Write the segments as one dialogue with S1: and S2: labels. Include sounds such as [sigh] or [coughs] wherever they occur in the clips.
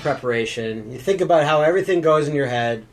S1: preparation. You think about how everything goes in your head,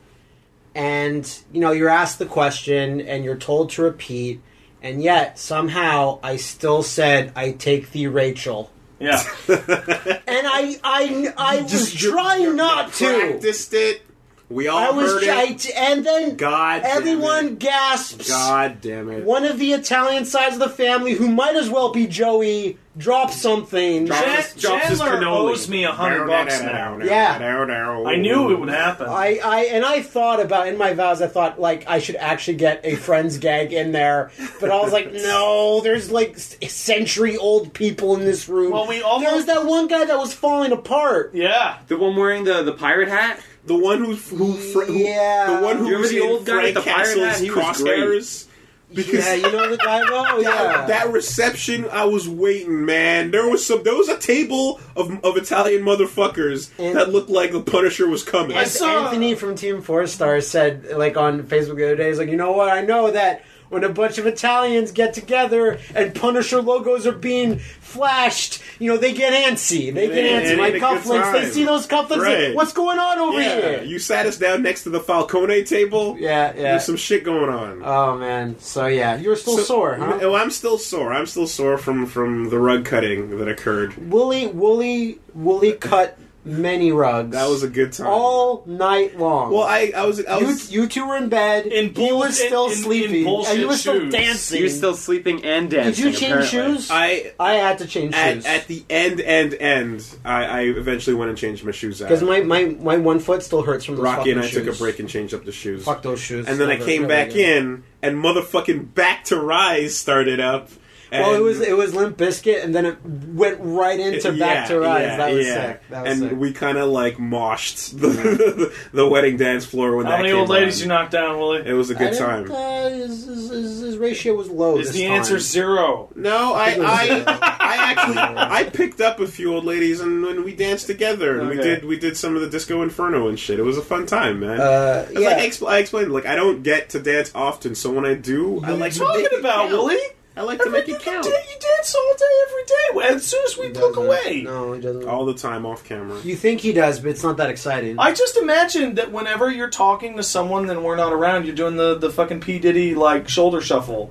S1: and you know you're asked the question and you're told to repeat, and yet somehow I still said I take the Rachel,
S2: Yeah.
S1: and I I I was
S3: you're-
S1: trying
S3: you're-
S1: not to.
S3: Practiced it. We all
S1: I was
S3: heard
S1: I,
S3: it.
S1: and then
S3: God. damn
S1: everyone
S3: it.
S1: gasps.
S3: God damn it.
S1: One of the Italian sides of the family, who might as well be Joey, drops something.
S3: Drops
S2: Jan-
S3: his- drops his
S2: Chandler
S3: cannoli.
S2: owes me a hundred bucks now.
S3: Yeah.
S2: I knew it would happen.
S1: I, I and I thought about in my vows I thought like I should actually get a friends gag in there, but I was
S2: [laughs]
S1: like, no, there's like century old people in this room.
S2: Well, we
S1: there was
S2: almost.
S1: that one guy that was falling apart.
S2: Yeah.
S4: The one wearing the, the pirate hat?
S3: The one who who, fr- who
S1: Yeah.
S3: the one who
S4: You remember
S3: was
S4: the
S3: in
S4: old guy with
S3: Frank
S4: the pirate hat?
S3: Castle's
S4: He was great.
S3: crosshairs. Because
S1: yeah, you know the guy.
S3: [laughs]
S1: Oh yeah,
S3: that, that reception, I was waiting, man. There was some. There was a table of, of Italian motherfuckers
S1: And-
S3: that looked like the Punisher was coming.
S1: And
S2: I saw-
S1: Anthony from Team Four Star said, like on Facebook the other day, he's like, you know what? I know that when a bunch of Italians get together and Punisher logos are being flashed, you know, they get antsy. They get
S3: They- they
S1: antsy. Like
S3: need a good
S1: cufflinks, they
S3: time.
S1: see those cufflinks.
S3: Right.
S1: like, What's going on over
S3: yeah,
S1: here?
S3: you sat us down next to the Falcone table.
S1: yeah, yeah.
S3: There's some shit going on.
S1: oh man. So yeah, you're still
S3: So-
S1: sore, huh?
S3: Oh, I'm still sore. I'm still sore from from the rug cutting that occurred.
S1: Wooly, Wooly, Wooly cut many rugs.
S3: That was a good time.
S1: all night long.
S3: well, I I was I
S1: You,
S3: was
S1: you two were in bed.
S2: In
S1: he
S2: bull-
S1: was still
S2: in- in- in
S1: sleeping,
S2: bullshit
S1: and you were still
S2: shoes.
S1: dancing.
S4: He was still sleeping and
S1: Did
S4: dancing.
S1: you change
S4: apparently.
S1: shoes?
S3: I
S1: I had to change
S3: at,
S1: shoes
S3: at the end end end. I, I eventually went and changed my shoes out.
S1: because my, my my one foot still hurts from those
S3: Rocky and I
S1: fucking
S3: took a
S1: shoes.
S3: break and changed up the shoes.
S1: Fuck those shoes.
S3: and then I
S1: Never-
S3: came
S1: never
S3: back
S1: again.
S3: in, and motherfucking back to rise started up. And
S1: Well, it was it was Limp Biscuit, and then it went right into
S3: Yeah,
S1: Back to Rise.
S3: yeah,
S1: that was
S3: yeah.
S1: sick. That was
S3: and
S1: sick.
S3: we kind of like moshed the, [laughs] the wedding dance floor when
S2: How
S3: that
S2: many
S3: came
S2: old ladies
S3: on.
S2: you knocked down, Willie?
S3: It was a
S1: I
S3: good
S1: didn't-
S3: time.
S1: Uh, his, his, his, his ratio was low.
S2: Is
S1: this
S2: the
S1: time.
S2: answer zero?
S3: No, I,
S1: It was-
S3: I, I actually, I picked up a few old ladies, and, and we danced together, and we
S2: Okay.
S3: did, we did some of the disco inferno and shit. It was a fun time, man.
S1: Uh,
S3: It's
S1: yeah.
S3: like I, expl- I explained, like I don't get to dance often, so when I do, I
S1: You-
S3: like to
S2: Talking
S3: make it
S2: about
S3: count.
S2: Willie?
S3: I like to make it count
S2: You dance all day, every day. Well, As soon as we
S1: He
S2: look
S1: doesn't.
S2: away,
S1: No, he doesn't.
S3: all the time off camera.
S1: You think he does, but it's not that exciting.
S2: I just imagine that whenever you're talking to someone and we're not around, you're doing the, the fucking P Diddy like shoulder shuffle.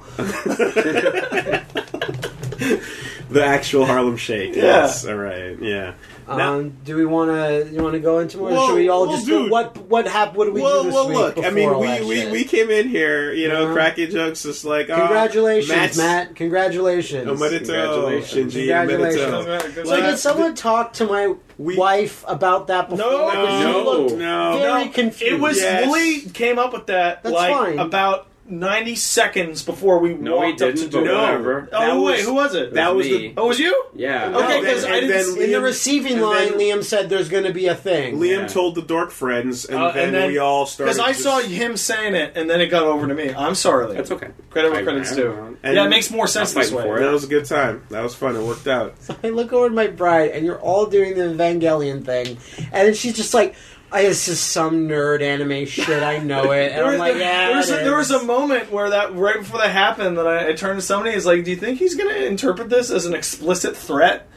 S3: The actual Harlem Shake.
S2: Yeah.
S3: Yes. All right. Yeah. Now-
S1: um, do we want to? You want to go into more?
S3: Well,
S1: or should we all
S3: well,
S1: just
S3: dude.
S1: what what hap- What do we
S3: well,
S1: do this
S3: well,
S1: week?
S3: look. I
S1: before
S3: mean,
S1: all
S3: we,
S1: that
S3: we,
S1: shit?
S3: we came in here, you know,
S1: Uh-huh.
S3: cracking jokes, just like oh,
S1: Congratulations,
S3: Matt's-
S1: Matt. Congratulations.
S3: Omerito,
S4: Congratulations.
S3: Shinji Omerito.
S1: Congratulations.
S2: Good
S1: So
S2: luck.
S1: did someone talk to my
S3: We-
S1: wife about that before?
S2: No.
S1: Because
S4: No.
S1: she looked
S3: No.
S1: very
S2: No,
S1: confused.
S2: It was
S3: Yes.
S2: Willie came up with that
S1: That's
S2: like
S1: fine.
S2: about ninety seconds before we
S4: No, he
S2: walked up to
S4: didn't,
S2: do
S4: but
S2: it.
S3: No.
S4: whatever.
S2: Oh
S3: That
S2: wait,
S3: was-
S2: who was it?
S3: That was
S4: me.
S3: the
S2: oh, it was you?
S4: Yeah.
S2: Okay,
S3: No,
S2: 'cause
S3: and-
S2: I
S3: and
S2: didn't
S3: then
S1: in the
S3: Liam-
S1: receiving
S3: and
S1: line.
S3: then-
S1: Liam said, "There's going to be a thing."
S3: Liam
S4: Yeah.
S3: told the dork friends, and,
S2: Uh,
S3: then,
S2: and then-
S3: we all started.
S2: Because I
S3: just-
S2: saw him saying it, and then it got over to me. I'm sorry. Liam.
S4: That's okay.
S2: Credit where
S4: I-
S2: credit's
S4: I-
S2: due.
S3: And-
S2: yeah, it makes more sense
S4: I'm
S2: this
S4: fighting
S2: way.
S4: for it.
S3: That was a good time. That was fun. It worked out.
S1: I look over at my bride, and you're all doing the Evangelion thing, and then she's just like, "I it's just some nerd anime shit. I know it." And
S2: There,
S1: I'm like,
S2: there-
S1: "Yeah."
S2: there was a,
S1: it
S2: there was
S1: is."
S2: a moment where that right before that happened that I, I turned to somebody. Is like, do you think he's going to interpret this as an explicit threat?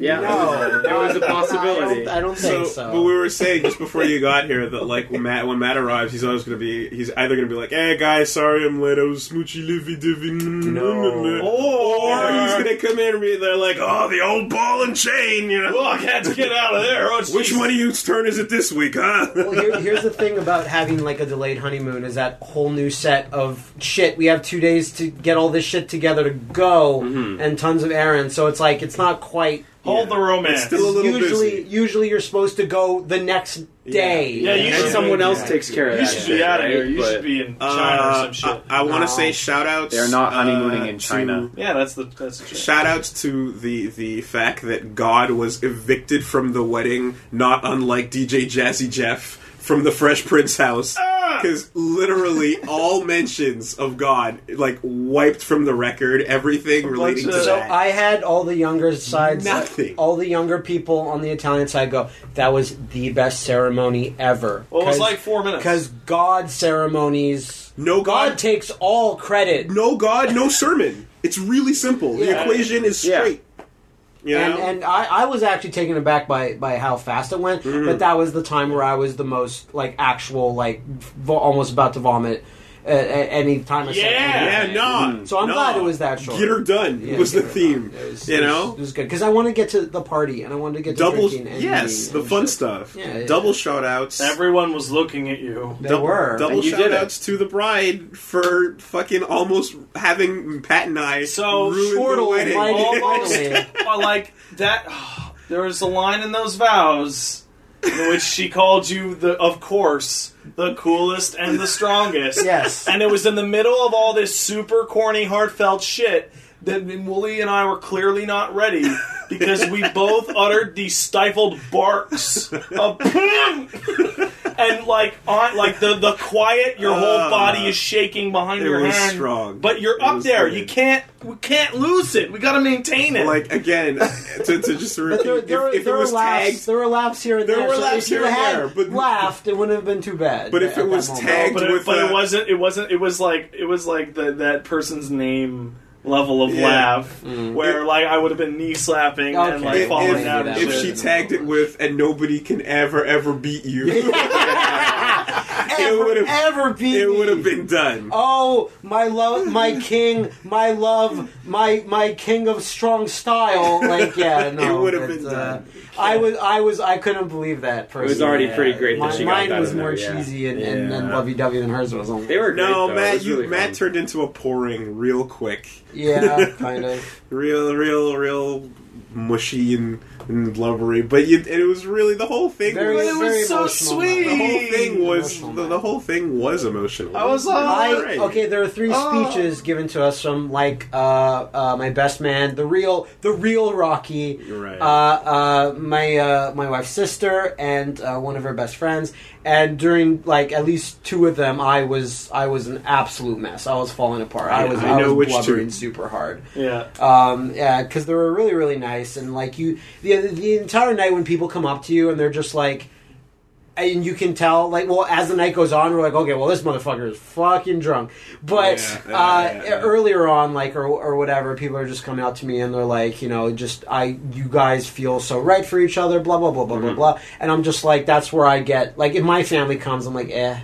S4: Yeah.
S1: No,
S4: There was a
S1: no, I don't-
S4: [laughs] possibility.
S1: I don't think so.
S3: but we were saying just before you got here that like when Matt when Matt arrives, he's always gonna be he's either gonna be like, "Hey guys, sorry I'm late. I was smoochy livy divvy." Mm,
S1: No.
S3: Or
S4: Oh,
S3: he's
S2: Or
S3: gonna come in and be they're like, "Oh, the old ball and chain," you know.
S2: well, I had to get out of there. Oh,
S3: Which
S2: jeez.
S3: one of you turn is it this week, huh?
S1: well, here, here's the thing about having like a delayed honeymoon is that whole new set of shit. We have two days to get all this shit together to go,
S2: Mm-hmm.
S1: and tons of errands. So it's like it's not quite.
S2: Hold the romance.
S3: It's still a little
S1: usually,
S3: busy.
S1: usually you're supposed to go the next day.
S2: Yeah, you
S4: And
S2: should-
S4: someone else
S2: Yeah.
S4: takes care of
S2: You
S4: that.
S2: should
S4: shit,
S2: be out of here.
S4: right?
S2: You
S4: But-
S2: should be in China
S3: Uh,
S2: or some shit.
S3: I, want
S1: No.
S3: to say uh, shout outs.
S4: They're not honeymooning in China.
S2: yeah, that's the that's the shit.
S3: Shout outs to the the fact that God was evicted from the wedding, not unlike DJ Jazzy Jeff from the Fresh Prince house.
S1: Ah!
S3: Because literally
S1: [laughs]
S3: all mentions of God, like, wiped from the record, everything relating to
S2: of-
S1: So
S3: that.
S1: I had all the younger sides,
S3: Nothing.
S1: all the younger people on the Italian side go. That was the best ceremony ever.
S2: Well, it was like four minutes.
S1: because God ceremonies.
S3: No
S1: God,
S3: God.
S1: takes all credit.
S3: no God, no sermon. It's really simple. The
S1: Yeah.
S3: equation is
S4: Yeah.
S3: straight. You know?
S1: And, and I, I was actually taken aback by, by how fast it went,
S3: Mm-hmm.
S1: but that was the time where I was the most like actual like vo- almost about to vomit at, at any time. I said
S3: yeah,
S1: anything.
S3: no.
S1: Mm. So I'm
S3: no.
S1: glad it was that short.
S3: Get her done
S1: Yeah,
S3: was the
S1: get her
S3: theme.
S1: done. It was-
S3: you
S1: it was-
S3: know,
S1: it was good because I want to get to the party and I wanted to get to
S3: double.
S1: drinking and
S3: Yes,
S1: eating
S3: the
S1: and
S3: fun
S1: shit.
S3: stuff.
S1: Yeah, yeah.
S3: Double shout outs.
S2: Everyone was looking at you.
S1: There
S3: Dou-
S1: were
S3: double
S4: And you did
S3: shout
S4: it.
S3: outs to the bride for fucking almost having Pat and I
S2: So,
S3: ruin the
S1: Chortle,
S3: wedding.
S1: mighty,
S2: Almost.
S1: mightily.
S2: Well, like that. [sighs] there was a line in those vows in which she called you the, of course, the coolest and the strongest.
S1: Yes.
S2: And it was in the middle of all this super corny, heartfelt shit that Wooly and I were clearly not ready because we
S3: [laughs]
S2: both uttered these stifled barks of. And like on like the the quiet, your whole
S3: Uh,
S2: body is shaking behind
S3: it
S2: your
S3: was
S2: hand.
S3: strong.
S2: But you're
S3: It
S2: up
S3: was
S2: there.
S3: good.
S2: You can't we can't lose it. We got to maintain it.
S3: Like again, to, to just
S1: [laughs]
S3: repeat,
S1: But there, there,
S3: if,
S1: were-
S3: if
S1: there
S3: it
S1: were
S3: was
S1: laughs.
S3: tagged,
S1: there were laughs here and
S3: There
S1: there.
S3: were
S1: so
S3: laughs
S1: if you
S3: here and
S1: had
S3: there, but-
S1: laughed, it wouldn't have been too bad.
S3: But
S1: at-
S3: if
S1: at
S3: it
S1: that
S3: was
S1: moment.
S3: tagged [laughs]
S2: but it,
S3: with
S2: but
S3: a-
S2: it wasn't. It wasn't. It was like it was like the, that person's name level of
S3: Yeah.
S2: laugh, where like I would have been knee slapping and
S1: Mm. Okay.
S2: like
S1: If-
S2: falling
S1: if-
S2: down. and
S3: if
S2: shit.
S3: she tagged it with and nobody can ever ever beat you
S1: [laughs] ever,
S3: would've-
S1: ever be
S3: it
S1: me.
S3: would have been done
S1: Oh, my love, my
S3: [laughs]
S1: king, my love, my my king of strong style. Like,
S3: [laughs]
S1: yeah, no,
S3: It would've
S1: but,
S3: been
S1: uh,
S3: done.
S1: I was, I was, I couldn't believe that. Personally.
S4: already pretty great that
S1: My-
S4: she got
S1: mine
S4: that
S1: was
S4: in there,
S1: more
S4: yeah.
S1: cheesy and, and, and
S4: Yeah.
S1: lovey-dovey than hers was.
S4: They were great,
S3: no
S4: though. It
S3: matt
S4: was
S3: you
S4: really
S3: matt
S4: fun.
S3: turned into a pouring real quick
S4: [laughs]
S1: yeah, kind of.
S3: [laughs] real real real mushy and, and blubbery but you, and it was really the whole thing
S1: Very,
S3: was,
S2: it was
S1: very
S2: so
S1: emotional moment.
S2: sweet.
S3: the whole thing was
S1: Emotional
S3: the,
S1: moment.
S3: the whole thing was emotional
S2: I was like-
S1: I,
S3: Oh, Right.
S1: okay, there are three
S2: Oh.
S1: speeches given to us from like uh, uh, my best man, the real, the real Rocky,
S3: Right.
S1: uh, uh, my uh, my wife's sister, and uh, one of her best friends. And during like at least two of them, I was I was an absolute mess. I was falling apart. I
S3: I-
S1: was
S3: I
S1: I,
S3: know
S1: was
S3: which
S1: blubbering
S3: two.
S1: super hard.
S2: yeah,
S1: Um, yeah, because they were really, really nice, and like you, the the entire night when people come up to you and they're just like, and you can tell, like, well, as the night goes on, we're like, okay, well, this motherfucker is fucking drunk. But
S3: Yeah, yeah,
S1: uh,
S3: yeah, yeah.
S1: earlier on, like, or or whatever, people are just coming out to me and they're like, you know, just I, you guys feel so right for each other, blah blah blah blah
S3: Mm-hmm.
S1: blah blah, and I'm just like, that's where I get like, if my family comes, I'm like, eh.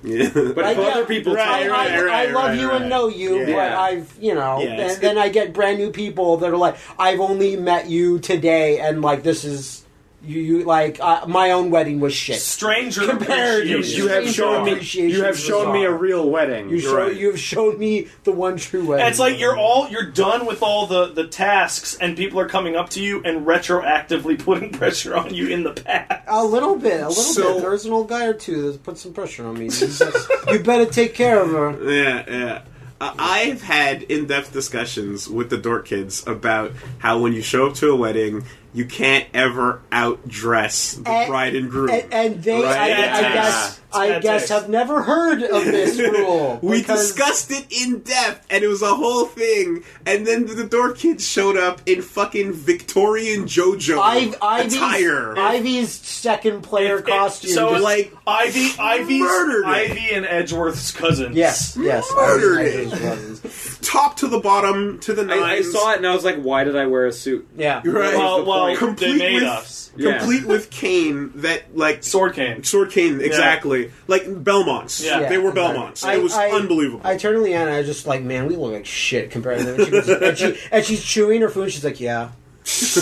S3: [laughs] yeah.
S4: But if
S1: I-
S4: other people
S3: Right,
S4: tell
S1: I,
S4: you
S1: I,
S3: right,
S1: I
S3: right,
S1: love
S3: right,
S1: you
S3: right.
S1: and know you,
S3: Yeah.
S1: but I've, you know,
S3: Yeah, it's-
S1: and then I get brand new people that are like, I've only met you today, and like this is you, you like uh, my own wedding was shit.
S2: stranger
S1: Compared
S4: you,
S2: appreciation.
S4: you have
S1: Stranger
S4: shown me
S1: appreciation
S4: you have
S1: is
S4: shown me a
S1: bizarre.
S4: real wedding.
S1: You show,
S3: right.
S1: you've shown me the one true wedding.
S2: It's like you're all you're done with all the the tasks, and people are coming up to you and retroactively [laughs] putting pressure on you in the past.
S1: a little bit, a little
S3: So-
S1: bit. There's an old guy or two that's put some pressure on me. He says, you better take care of her.
S3: Yeah, yeah. I- I've had in-depth discussions with the dork kids about how when you show up to a wedding, you can't ever outdress the
S1: And-
S3: [laughs] bride and groom.
S1: And, and they,
S3: Right.
S1: I, I
S2: Yeah.
S1: guess, I
S2: Bad
S1: guess,
S2: taste.
S1: have never heard of
S3: [laughs]
S1: this rule.
S3: we
S1: because-
S3: discussed it in depth, and it was a whole thing. And then the dork kids showed up in fucking Victorian JoJo
S1: Iv- Ivy's,
S3: attire.
S1: Ivy's second player
S2: If it-
S1: costume.
S2: so
S1: just-
S2: it's
S3: like,
S2: Ivy, Ivy's,
S3: murdered it.
S2: Ivy, and Edgeworth's cousins.
S1: yes, yes,
S3: murdered
S1: Ivy's-
S3: it.
S1: Ivy's was-
S3: top to the bottom to the
S4: I,
S3: nines.
S4: I saw it and I was like, why did I wear a suit?
S1: Yeah,
S3: Right.
S2: Well,
S4: That was the
S2: well,
S4: point.
S2: they
S3: Complete
S2: made
S3: with-
S2: us.
S4: Yeah.
S3: Complete with Kane that like
S2: Sword cane.
S3: Sword Cane, exactly. Like Belmonts.
S2: Yeah.
S3: They were
S1: exactly.
S3: Belmonts.
S1: I-
S3: it was
S1: I-
S3: unbelievable.
S1: I turned to Leanna. I was just like, man, we look like shit compared to them. She was- and, she, and she's chewing her food. She's like,
S3: [laughs]
S1: yeah,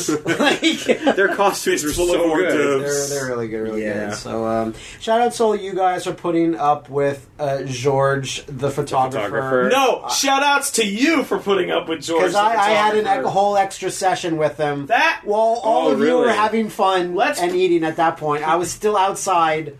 S1: like, they're,
S4: Their costumes were
S3: Full of
S4: so
S3: hors
S4: good.
S3: d'oeuvres.
S1: they're really good, really
S4: Yeah.
S1: good. So, um, shout out to all you guys for putting up with uh, George, the photographer.
S4: photographer.
S2: No, shout outs to you for putting up with George.
S1: Because I,
S2: the
S1: I had an,
S2: photographer.
S1: a whole extra session with him.
S2: That-
S1: while all
S4: Oh,
S1: of you were
S4: really?
S1: having fun
S2: Let's-
S1: and eating at that point, I was still outside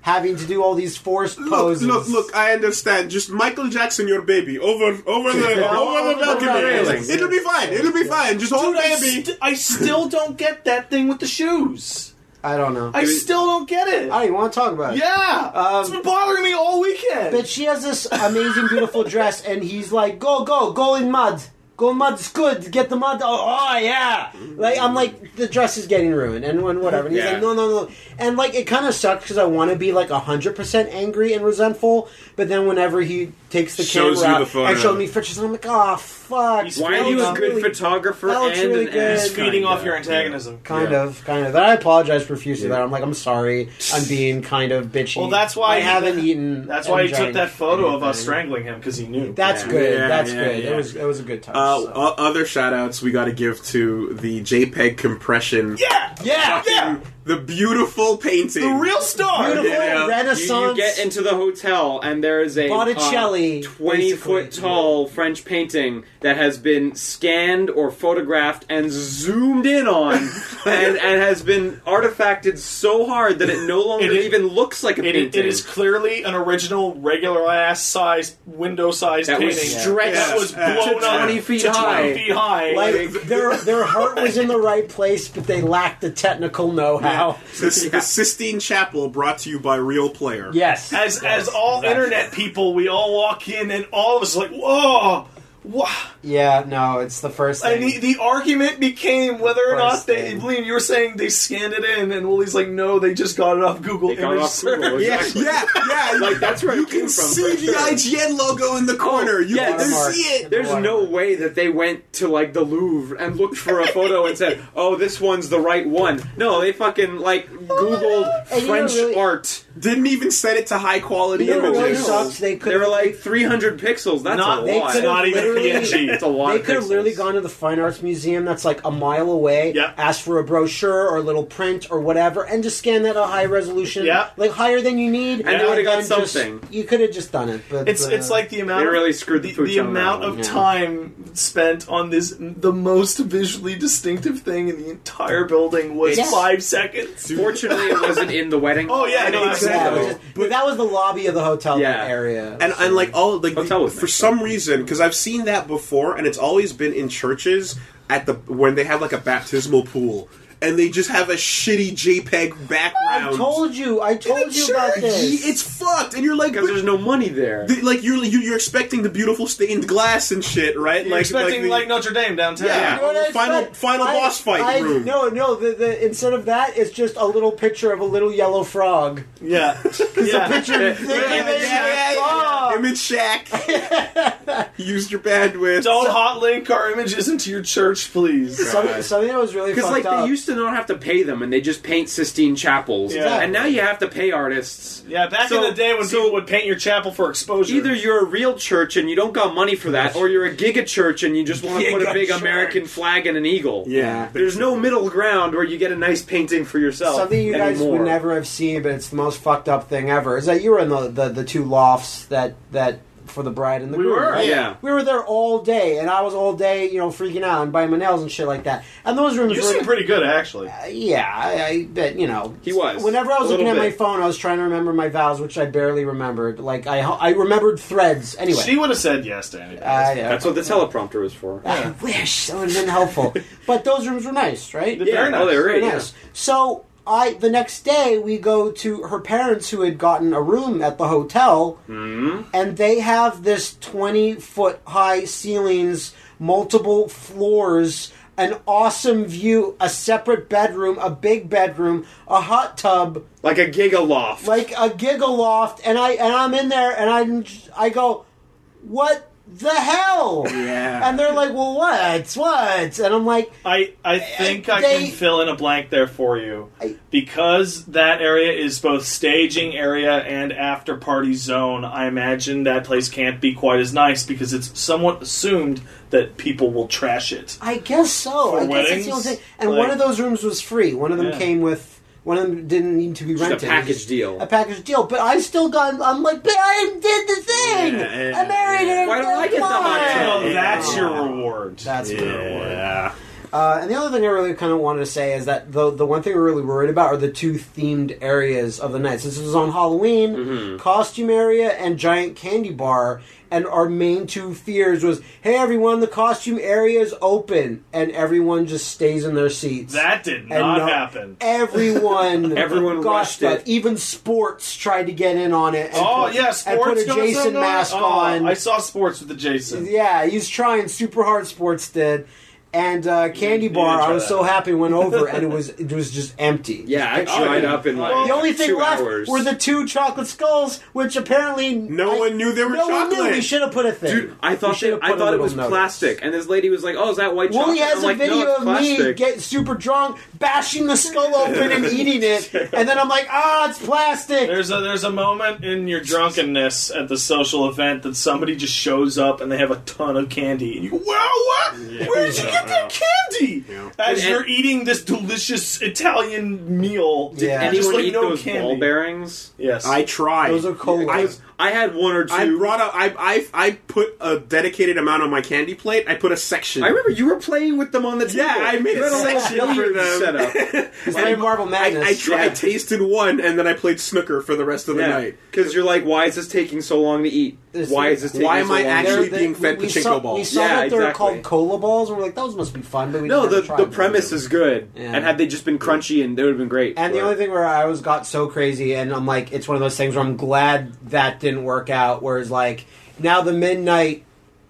S1: having to do all these forced
S3: Look,
S1: poses.
S3: look, look! I understand. Just Michael Jackson, your baby, over, over the, over [laughs]
S1: Over
S3: the
S1: the
S3: balcony.
S4: railings.
S3: It'll be fine. It'll be fine. Just hold
S1: oh,
S2: Dude, I,
S3: baby.
S2: st- I still don't get that thing with the shoes.
S1: I don't know.
S2: I still don't get
S1: I
S2: it.
S1: Um, don't even want to talk about it.
S2: yeah, it's been bothering me all weekend.
S1: But she has this amazing, beautiful dress, and he's like, "Go, go, go in mud, Go mud's good. Get the mud. Oh, oh, yeah. Like I'm like the dress is getting ruined and when whatever. And he's
S3: Yeah.
S1: like no no no. And like it kind of sucks because I want to be like hundred percent angry and resentful, but then whenever he takes the
S3: Shows
S1: camera
S3: you
S1: out
S3: the photo.
S1: and shows me pictures, I'm like oh fuck.
S2: He's
S4: Why are
S1: that
S4: you a
S1: looks
S4: good
S1: really-
S4: photographer
S1: that
S4: and
S1: looks really
S4: an ass
S1: good.
S2: feeding
S4: kinda?
S2: off your
S4: Yeah.
S2: antagonism.
S1: Kind
S3: Yeah.
S1: of, kind of. And I apologize profusely.
S3: Yeah.
S1: That I'm like, I'm sorry. I'm being kind of bitchy.
S2: Well, that's why
S1: I
S2: he-
S1: haven't eaten.
S2: That's why he took
S1: and drank
S2: that photo of us
S1: anything.
S2: strangling him because he knew.
S1: That's
S4: Yeah.
S1: good.
S3: Yeah,
S1: that's
S3: yeah,
S1: good.
S3: yeah.
S1: It was. It was a good time.
S3: Uh,
S1: so.
S3: o- other shout outs we got to give to the JPEG compression.
S2: yeah,
S1: yeah,
S2: yeah.
S3: The beautiful painting.
S2: The real star.
S1: beautiful
S3: yeah.
S4: You, you
S1: Renaissance.
S4: get into the hotel and there is a
S1: Botticelli,
S4: uh, twenty
S1: basically.
S4: foot tall French painting that has been scanned or photographed and zoomed in on, and, and has been artifacted so hard that it no longer
S2: It is-
S4: even looks like a
S2: It,
S4: painting.
S2: it is clearly an original, regular ass size, window sized
S4: That
S2: painting
S4: was stretched
S2: that was
S3: Yeah.
S2: blown
S3: to
S2: up
S4: 20 feet
S2: to 20
S4: high.
S2: feet high.
S1: like their their heart was in the right place, but they lacked the technical know how.
S3: [laughs] This, The Sistine Chapel brought to you by Real Player.
S1: Yes, Yes,
S2: as as all
S1: exactly.
S2: internet people, we all walk in and all of us like, whoa, wow.
S1: Yeah, no, it's the first
S2: And
S1: thing.
S2: the, the argument became whether or not
S1: First
S2: they,
S1: thing.
S2: Liam, you were saying they scanned it in, and Willie's like, no, they just got it off Google
S4: They got it
S2: Image
S4: off Google,
S2: Search.
S4: exactly.
S3: Yeah, yeah.
S4: like that's where
S3: you
S4: it came
S3: can
S4: from.
S3: see
S4: for
S3: the
S4: sure.
S3: IGN logo in the corner. you
S4: yeah,
S3: can
S1: watermark.
S3: see it.
S4: There's no way that they went to like the Louvre and looked for a photo and said, "Oh, this one's the right one." No, they fucking like Googled
S1: And you know,
S4: French
S1: really-
S4: art.
S3: Didn't even set it to high quality
S1: You know what really
S3: images.
S1: sucks? They could
S4: They were like 300 pixels. That's
S2: Not-
S4: a
S1: they
S4: lot.
S1: could've
S2: Not even
S1: literally-
S2: PNG.
S4: It's a lot.
S1: They
S4: of
S1: could have
S4: pixels.
S1: literally gone to the Fine Arts Museum that's like a mile away,
S2: Yeah.
S1: asked for a brochure or a little print or whatever, and just scan that at a high resolution,
S2: Yeah.
S1: like higher than you need. And,
S4: they would've got
S1: then just-
S4: something.
S1: you could have just done it, but
S2: It's
S1: uh,
S2: it's like the amount
S4: They
S2: of-
S4: really screwed the
S2: the,
S4: pooch on that
S2: amount
S4: one,
S2: of
S1: yeah.
S2: time spent on this the most visually distinctive thing in the entire building was
S1: It's-
S2: five seconds.
S4: [laughs] Fortunately, it wasn't in the wedding.
S2: Oh, yeah, no,
S1: Yeah, it was
S3: Exactly.
S1: just- but that was the lobby of the hotel
S4: Yeah.
S1: area,
S3: and and like all like
S4: Hotel
S3: the-
S4: was
S3: for
S4: nice,
S3: some reason because I've seen that before and it's always been in churches at the when they have like a baptismal pool and they just have a shitty JPEG background.
S1: I told you, I told you about
S3: Church,
S1: this.
S3: It's fucked, and you're like,
S4: because
S3: but-
S4: there's no money there.
S3: the- like you're you- you're expecting the beautiful stained glass and shit, right?
S2: You're expecting
S3: the-
S2: like, Notre Dame downtown.
S3: Yeah.
S1: You
S2: [laughs]
S1: know what I
S3: Final-
S1: expect?
S3: final
S1: I-
S3: boss fight
S1: I-
S3: room.
S1: No, no. The, the instead of that, it's just a little picture of a little yellow frog.
S2: yeah. yeah.
S1: Picture.
S4: Yeah,
S1: Yeah,
S3: yeah, yeah, yeah. image shack.
S1: [laughs]
S3: Used your bandwidth.
S2: Don't hot link our images into your church, please.
S1: Something, something that was really
S4: Because
S1: fucked
S4: like
S1: up.
S4: they used to not have to pay them, and they just paint Sistine chapels,
S2: Yeah.
S4: and now you have to pay artists.
S2: Yeah, back
S4: So-
S2: in the day when
S4: so-
S2: people would paint your chapel for exposure.
S4: Either you're a real church and you don't got money for that, or you're a giga church and you just want to put a
S3: Giga
S4: big
S3: church.
S4: American flag and an eagle.
S3: Yeah,
S4: There's no middle ground where you get a nice painting for yourself.
S1: Something you guys
S4: anymore.
S1: would never have seen, but it's the most fucked up thing ever. Is that you were in the, the, the two lofts that that for the bride and the
S4: We
S1: groom?
S4: were,
S1: right?
S4: yeah.
S1: We were there all day, and I was all day, you know, freaking out and biting my nails and shit like that. And those rooms
S2: you
S1: were
S2: seem pretty good, actually.
S1: Yeah, I, I bet you know
S4: He was,
S1: Whenever I was
S4: a
S1: looking at
S4: little
S1: my
S4: bit.
S1: phone, I was trying to remember my vows, which I barely remembered. Like I, I remembered threads anyway. Uh,
S2: She would have said yes to anything.
S1: I, uh,
S4: That's what the teleprompter is for.
S1: I wish that would have been
S4: [laughs]
S1: helpful. but those rooms were nice, right?
S2: They're
S4: yeah,
S2: nice.
S4: oh, they're
S1: Very
S4: great. yeah.
S1: nice. So I the next day we go to her parents who had gotten a room at the hotel, and they have this twenty foot high ceilings, multiple floors. An awesome view, a separate bedroom, a big bedroom, a hot tub,
S4: Like a giga loft.
S1: like a giggle loft, and I and I'm in there, and I I go, what the hell?
S3: Yeah.
S1: And they're like, well, what, what? And I'm like,
S2: I, I think I
S1: They-
S2: can fill in a blank there for you.
S1: I-
S2: Because that area is both staging area and after party zone, I imagine that place can't be quite as nice because it's somewhat assumed that people will trash it.
S1: I guess so. I
S2: For
S1: guess that's
S2: weddings?
S1: the only thing. And
S2: Like-
S1: one of those rooms was free. One of them
S2: Yeah.
S1: came with. One of them didn't need to be
S4: a
S1: rented. It was
S4: package deal.
S1: A package deal. But I still got. I'm like, but I did the thing.
S3: Yeah, yeah,
S1: I married
S3: yeah.
S1: her.
S4: Why don't I get the
S1: Come
S4: hot
S1: on."
S4: tub?
S2: So
S3: Yeah.
S2: that's your
S1: Yeah.
S2: reward.
S1: That's my reward.
S3: Yeah.
S1: Uh, and the other thing I really kind of wanted to say is that the the one thing we're really worried about are the two themed areas of the night. Since this was on Halloween,
S2: Mm-hmm.
S1: costume area and giant candy bar. And our main two fears was, hey everyone, the costume area is open, and everyone just stays in their seats.
S2: That did
S1: And
S2: not
S1: no-
S2: happen. [laughs]
S1: Everyone,
S4: Everyone
S1: gosh,
S4: rushed
S1: but
S4: it.
S1: even sports tried to get in on it. And
S2: Oh
S1: put,
S2: yeah,
S1: and put
S2: sports
S1: a
S2: goes
S1: Jason
S2: on.
S1: mask
S2: Oh,
S1: on.
S2: I saw sports with the Jason.
S1: Yeah, he's trying super hard. Sports did, and uh, Candy
S2: did
S1: Bar.
S2: try
S1: I was
S2: that.
S1: so happy
S4: [laughs]
S1: went over, and it was it was just empty.
S4: Yeah, I
S1: Just picture-
S4: dried up in like
S2: Well,
S1: The only thing
S4: two
S1: left
S4: hours.
S1: were the two chocolate skulls, which apparently
S3: No
S1: I-
S3: one knew they were
S1: no
S3: chocolate.
S1: One knew. We should have put a thing.
S4: Dude, I
S1: We
S4: thought
S1: should
S4: they,
S1: have
S4: I
S1: put a
S4: thought it
S1: little
S4: was
S1: notice.
S4: plastic, and this lady was like, "Oh, is that white chocolate?"
S1: Wooly has
S4: I'm
S1: a
S4: like, no,
S1: video
S4: it's
S1: of me
S4: plastic.
S1: getting super drunk, bashing the skull open
S4: [laughs]
S1: and eating it, and then I'm like, ah, it's plastic.
S2: There's a there's a moment in your drunkenness at the social event that somebody just shows up and they have a ton of candy and you go, Wow what? Where did you get that candy?
S3: Yeah.
S2: As
S4: Did
S2: you're
S4: an-
S2: eating this delicious Italian meal.
S1: Did
S2: and
S1: anyone
S2: just
S4: Anyone
S2: like
S4: eat
S2: no
S4: those
S2: candy.
S4: ball bearings?
S2: Yes.
S3: I tried.
S1: Those are cold.
S3: I,
S4: I had one or two.
S3: I brought up. I, I I put a dedicated amount on my candy plate. I put a section.
S4: I remember you were playing with them on the
S3: Yeah,
S4: table.
S3: I made
S4: You
S3: a
S4: had little
S3: section for
S4: billiard
S3: them.
S4: setup.
S1: It's like Marble
S3: I,
S1: Madness.
S3: I, tri- I
S4: yeah.
S3: tasted one, and then I played snooker for the rest of the night.
S4: because you're like, why is this taking so long to eat?
S1: This-
S4: Why is this? Taking
S3: Why am
S4: so
S3: I
S4: long to
S3: actually
S4: eat?
S1: They're-
S3: being fed
S1: we
S3: pachinko
S1: saw, We
S3: balls.
S1: saw
S4: Yeah,
S1: that they're
S4: exactly.
S1: called cola balls, and we're like, those must be fun. But we
S4: No,
S1: never
S4: the
S1: tried
S4: the
S1: them.
S4: premise is good,
S1: Yeah.
S4: and had they just been crunchy, and it would have been great.
S1: And the
S4: But-
S1: only thing where I always got so crazy, and I'm like, it's one of those things where I'm glad that didn't work out. Whereas, like, now the midnight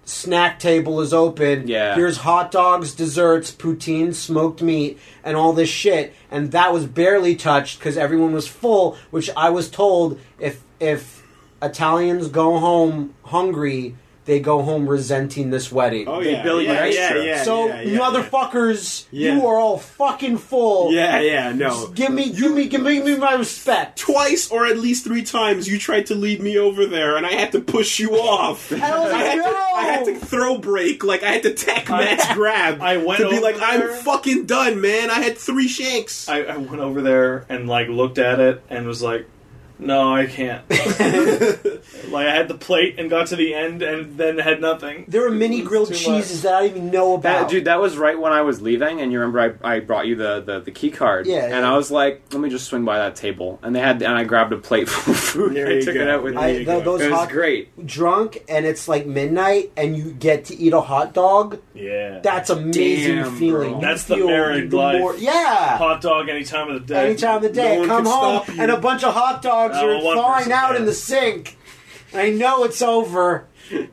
S1: snack table is open.
S4: Yeah.
S1: Here's hot dogs, desserts, poutine, smoked meat, and all this shit. And that was barely touched because everyone was full, which I was told if if Italians go home hungry, they go home resenting this wedding.
S3: Oh,
S4: They
S3: yeah,
S4: bill you
S3: yeah,
S4: extra.
S3: Yeah, yeah,
S1: so,
S3: yeah, yeah.
S1: motherfuckers,
S3: Yeah.
S1: you are all fucking full.
S3: Yeah, yeah, no.
S1: Give me, give me, give me, give me my respect.
S3: Twice or at least three times, you tried to lead me over there, and I had to push you off. I,
S1: was like,
S3: had to,
S1: "No!"
S3: I had to throw break, like I had to tack Matt's grab
S2: I went
S3: to be
S2: over
S3: like,
S2: there.
S3: "I'm fucking done, man. I had three shanks."
S2: I, I went over there and like looked at it and was like, "No, I can't." like I had the plate and got to the end and then had nothing.
S1: There are many
S2: It's
S1: grilled
S2: too
S1: cheeses that I didn't even know
S4: That,
S1: about.
S4: dude, that was right when I was leaving, and you remember I, I brought you the, the, the key card.
S1: Yeah,
S4: And
S1: yeah.
S4: I was like, let me just swing by that table. And they had, and I grabbed a plate [laughs] full of food.
S3: There
S4: I
S3: you
S4: took
S3: go.
S4: it out with
S1: I,
S3: There
S4: me.
S3: you
S1: tho-
S3: go.
S1: those
S4: It was
S1: hot,
S4: great.
S1: drunk and it's like midnight and you get to eat a hot dog.
S2: Yeah,
S1: That's amazing
S4: Damn,
S1: feeling.
S4: bro.
S1: You
S2: That's the
S1: feel
S2: married life.
S1: yeah.
S2: hot dog any time of the day.
S1: Any time of the
S3: No
S1: day,
S3: one
S1: come
S3: can
S1: home
S3: stop you.
S1: and a bunch of hot dogs
S2: No,
S1: are
S2: one
S1: thawing
S2: person
S1: out
S2: can.
S1: in the sink. I know it's over.
S2: You,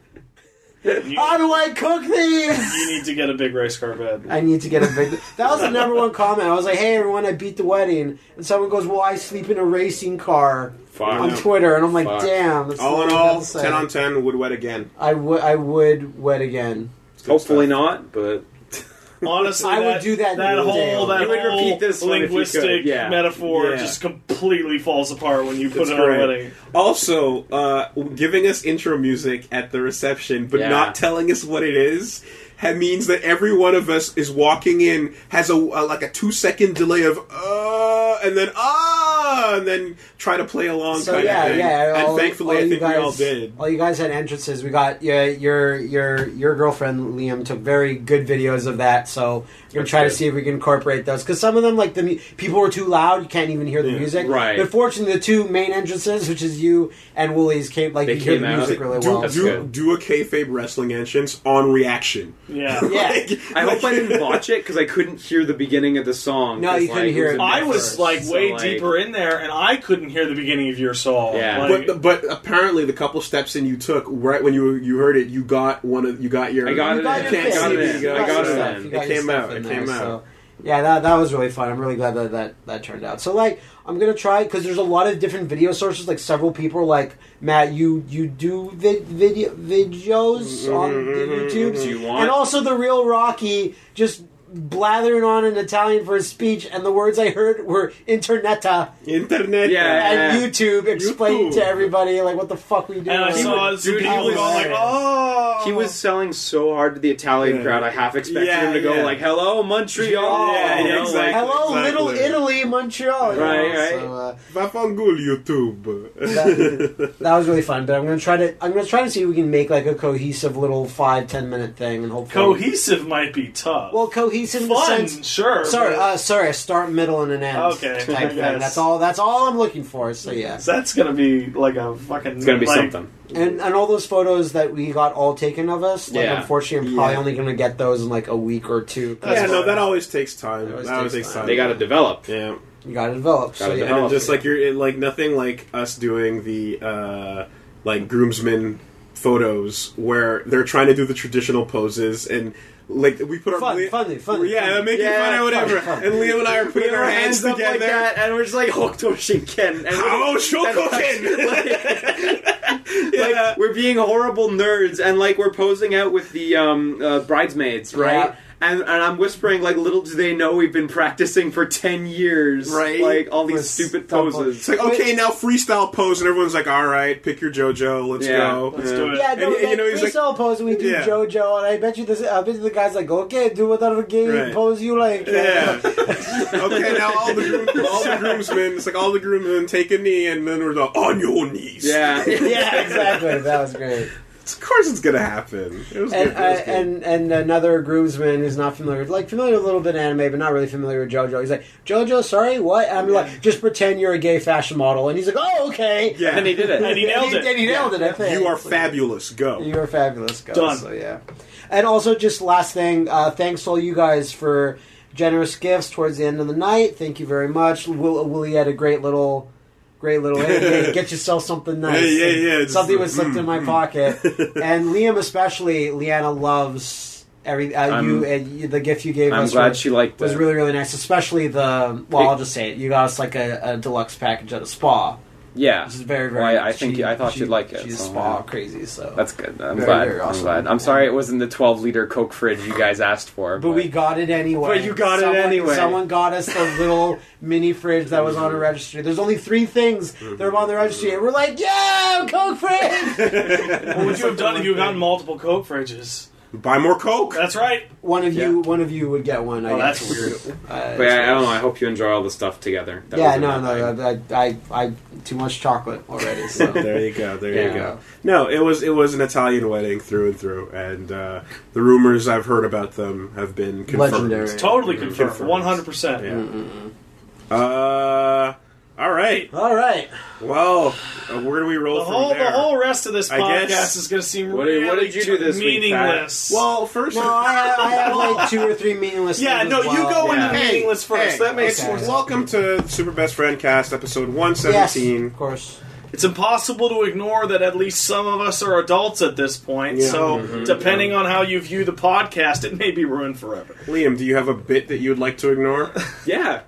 S1: How do I cook these?
S2: you need to get a big race car bed.
S1: I need to get a big. That was the number one comment. I was like, "Hey, everyone, I beat the wedding," and someone goes, "Well, I sleep in a racing car."
S4: Fuck.
S1: on Twitter, and I'm like,
S4: Fuck.
S1: "Damn!" That's
S3: all in
S1: not
S3: all,
S1: what I'm
S3: ten on
S1: saying.
S3: ten would wet again.
S1: I would, I would wed again.
S3: It's good
S4: Hopefully
S3: stuff.
S4: not, but [laughs]
S2: Honestly,
S1: I would
S2: that,
S1: do that
S2: That whole
S1: daily.
S2: that
S4: You would
S2: whole
S4: repeat this one if you could,
S2: linguistic
S4: yeah.
S2: metaphor
S3: Yeah.
S2: just completely falls apart when you put
S3: That's
S2: it on a
S3: great.
S2: wedding.
S3: Also, uh, giving us intro music at the reception, but
S4: Yeah.
S3: not telling us what it is, ha- means that every one of us is walking in has a, uh like a two second delay of uh, and then ah, and then try to play along.
S1: So
S3: kind
S1: yeah,
S3: of thing.
S1: yeah.
S3: And
S1: all-
S3: thankfully,
S1: all
S3: I
S1: you
S3: think
S1: guys,
S3: we all did.
S1: All you guys had entrances. We got yeah, your your your girlfriend Liam took very good videos of that. So we're gonna
S4: That's
S1: try to
S4: good.
S1: see if we can incorporate those because some of them, like the mu- people were too loud, you can't even hear the
S3: Yeah.
S1: music.
S4: Right.
S1: But fortunately, the two main entrances, which is you and Woolies, came like
S4: They
S1: you hear
S4: came
S1: the
S4: out.
S1: music really
S3: do,
S1: well.
S4: That's
S3: do,
S4: good.
S3: do a kayfabe wrestling entrance on reaction. [laughs]
S2: Yeah.
S1: Yeah.
S4: I hope I didn't
S3: watch.
S4: watch it because I couldn't hear the beginning of the song.
S1: No,
S4: 'cause,
S1: you couldn't
S4: like,
S1: hear
S4: was
S1: it.
S4: in
S2: I
S4: my
S2: was
S4: first,
S2: like
S4: so,
S2: way
S4: like-
S2: deeper in there, and I couldn't hear the beginning of your song.
S4: Yeah.
S2: Like-
S3: But but apparently the couple steps in you took right when you you heard it you got one of you got your
S4: I got
S1: You
S4: it
S1: got
S4: in.
S1: your
S4: Can't
S1: fix.
S4: see me,
S1: You
S4: I got
S1: your
S4: it
S1: stuff.
S4: in.
S1: You
S3: It
S1: got your
S3: came
S1: stuff
S3: out,
S1: in
S3: it
S1: there,
S3: came out.
S1: so- Yeah, that, that was really fun. I'm really glad that that, that turned out. So like, I'm gonna try because there's a lot of different video sources. Like several people, are like Matt, you you do vid, video videos on YouTube,
S4: Do you want-
S1: and also the real Rocky just blathering on in Italian for his speech, and the words I heard were interneta
S3: internet.
S4: Yeah.
S1: and YouTube, explaining to
S3: YouTube.
S1: everybody like what the fuck we do.
S2: and I
S4: He
S2: saw
S4: was-
S2: some
S4: dude, he
S2: people
S4: was-
S2: going like, "Oh."
S4: He was selling so hard to the Italian
S3: Yeah.
S4: crowd. I half expected
S3: Yeah,
S4: him to go
S3: yeah.
S4: like, "Hello, Montreal."
S1: Yeah, yeah,
S4: you know,
S3: exactly.
S4: [laughs] Oh, like-
S1: Hello,
S3: Exactly.
S1: Little Italy, Montreal. you
S4: Right,
S1: know,
S4: right.
S1: so, uh,
S3: Vafangul YouTube. [laughs]
S1: that, that was really fun. But I'm gonna try to I'm gonna try to see if we can make like a cohesive little five ten minute thing and hopefully
S2: Cohesive might be tough.
S1: Well, piece in the
S2: Fun,
S1: sense.
S2: sure.
S1: Sorry,
S2: but-
S1: uh, sorry, a start, middle, and an end.
S2: Okay, I
S1: type thing.
S2: guess.
S1: That's all. That's all I'm looking for. So yeah,
S2: So that's gonna be like a fucking.
S4: It's gonna be
S2: like,
S4: something.
S1: and and all those photos that we got all taken of us. Like,
S4: Yeah.
S1: unfortunately, I'm probably only going to get those in like a week or two.
S2: That's
S3: yeah, no,
S2: fine.
S3: that always takes time. That
S1: That
S3: always,
S1: always
S3: takes,
S1: takes
S3: time.
S1: time.
S4: They got to develop.
S3: yeah.
S1: You got to develop. so
S4: Gotta
S1: yeah,
S3: And
S4: develop.
S3: it's just like you're it, like nothing like us doing the uh, like groomsmen photos where they're trying to do the traditional poses and like we put our
S1: Fun,
S3: Le-
S1: funny, funny,
S3: yeah
S1: funny.
S3: making
S4: Yeah,
S3: fun or whatever
S1: fun, fun.
S3: and Leo and I are putting
S4: Put
S3: our hands,
S4: up
S3: together Oh,
S4: like that, and we're just like Hokuto Shinken. And
S3: How
S4: [laughs] Shokoken! like,
S3: Yeah.
S4: we're being horrible nerds, and like we're posing out with the um, uh, bridesmaids, right?
S1: Yeah.
S4: And, and I'm whispering, like, little do they know we've been practicing for ten years,
S3: Right.
S4: Like all these
S1: With
S4: stupid
S1: double-
S4: poses.
S3: It's [laughs]
S4: [laughs]
S3: like okay now freestyle pose and everyone's like all right pick your JoJo let's
S4: Yeah,
S3: go
S2: let's do it.
S1: Yeah, no,
S3: And,
S1: like,
S3: you know, he's
S1: we
S3: like-
S1: saw pose and we do
S3: Yeah.
S1: JoJo, and I bet you this. I bet you the guy's like, okay, do whatever game
S3: Right.
S1: pose you like.
S3: Yeah. okay, now all the groom, all the groomsmen, it's like all the groomsmen take a knee, and then we're like on your knees.
S1: [laughs]
S3: [laughs]
S4: Yeah,
S1: yeah, exactly. That was great.
S3: of course it's gonna happen. It was
S1: And
S3: good.
S1: uh,
S3: It was good.
S1: and and another groomsman who's not familiar, like familiar with a little bit of anime, but not really familiar with JoJo. He's like, JoJo, sorry, what? And I'm like, just pretend you're a gay fashion model, and he's like, oh, okay.
S3: yeah,
S4: [laughs] and he did it.
S2: And he nailed it.
S1: And he nailed it. I think
S3: you are fabulous. Go.
S1: You are fabulous, guys.
S2: Done.
S1: So yeah. And also, just last thing, uh, thanks to all you guys for generous gifts towards the end of the night. Thank you very much. Will, Willie had a great little, great little. Hey,
S4: [laughs]
S1: hey, get yourself something nice.
S3: Hey, yeah, yeah, it's-
S1: Something was slipped
S3: mm,
S1: in my pocket.
S4: [laughs]
S1: and Liam, especially, Leanna loves every uh,
S4: I'm-
S1: you and you, the gift you gave
S4: I'm
S1: us.
S4: glad
S1: was,
S4: she liked
S1: was
S4: it.
S1: really really nice. Especially the well,
S4: It-
S1: I'll just say it. You got us like a, a deluxe package at a spa.
S4: yeah.
S1: This is very very.
S4: Well, I, I think
S1: she-
S4: I thought
S1: she-
S4: you'd like it.
S1: She's
S4: so,
S1: spa
S4: yeah.
S1: crazy. So
S4: That's good. I'm
S1: Very,
S4: glad.
S1: very
S4: I'm
S1: awesome.
S4: glad. I'm sorry it wasn't the 12 liter Coke fridge you guys asked for.
S1: But we got it anyway.
S4: But you got it
S1: Someone-
S4: anyway.
S1: Someone got us the little mini fridge that was on a registry. There's only three things that are on the registry, and we're like, yeah, Coke fridge.
S2: What would you have done if you had gotten multiple Coke fridges?
S3: Buy more Coke.
S2: That's [laughs] right.
S1: one of you, one of you would get one. I
S2: Oh,
S1: guess.
S2: that's weird.
S1: Uh,
S4: But I, I don't know. I hope you enjoy all the stuff together. That
S1: yeah,
S4: was in
S1: no,
S4: that
S1: no,
S4: bag.
S1: no, I, I, I, too much chocolate already. So.
S3: there you go. There
S1: Yeah.
S3: you go. No, it was it was an Italian wedding through and through, and uh, the rumors I've heard about them have been confirmed.
S1: Legendary.
S2: [laughs] Totally
S3: Mm,
S2: confirmed.
S3: confirmed.
S2: One hundred percent.
S3: Yeah. Uh, [laughs] all right.
S1: All right,
S3: Well, uh, where do we roll
S2: The
S3: from
S2: whole,
S3: there?
S2: the whole rest of this
S3: I
S2: podcast
S3: guess-
S2: is going to seem
S4: What
S2: really
S4: did- what did you do this week,
S2: meaningless.
S3: well, first
S1: no, I have, I
S3: [laughs]
S1: have like two or three meaningless.
S2: yeah,
S1: things
S2: no,
S1: as well.
S2: you
S3: Oh,
S2: go
S4: yeah.
S2: into meaningless first. that makes
S1: okay.
S2: more sense.
S3: Welcome to Super Best Friend Cast, episode
S1: Yes,
S3: 117.
S1: of course.
S2: It's impossible to ignore that at least some of us are adults at this point.
S3: Yeah.
S2: So, depending on how you view the podcast, it may be ruined forever.
S3: Liam, do you have a bit that you would like to
S2: [laughs]
S3: ignore?
S4: Yeah.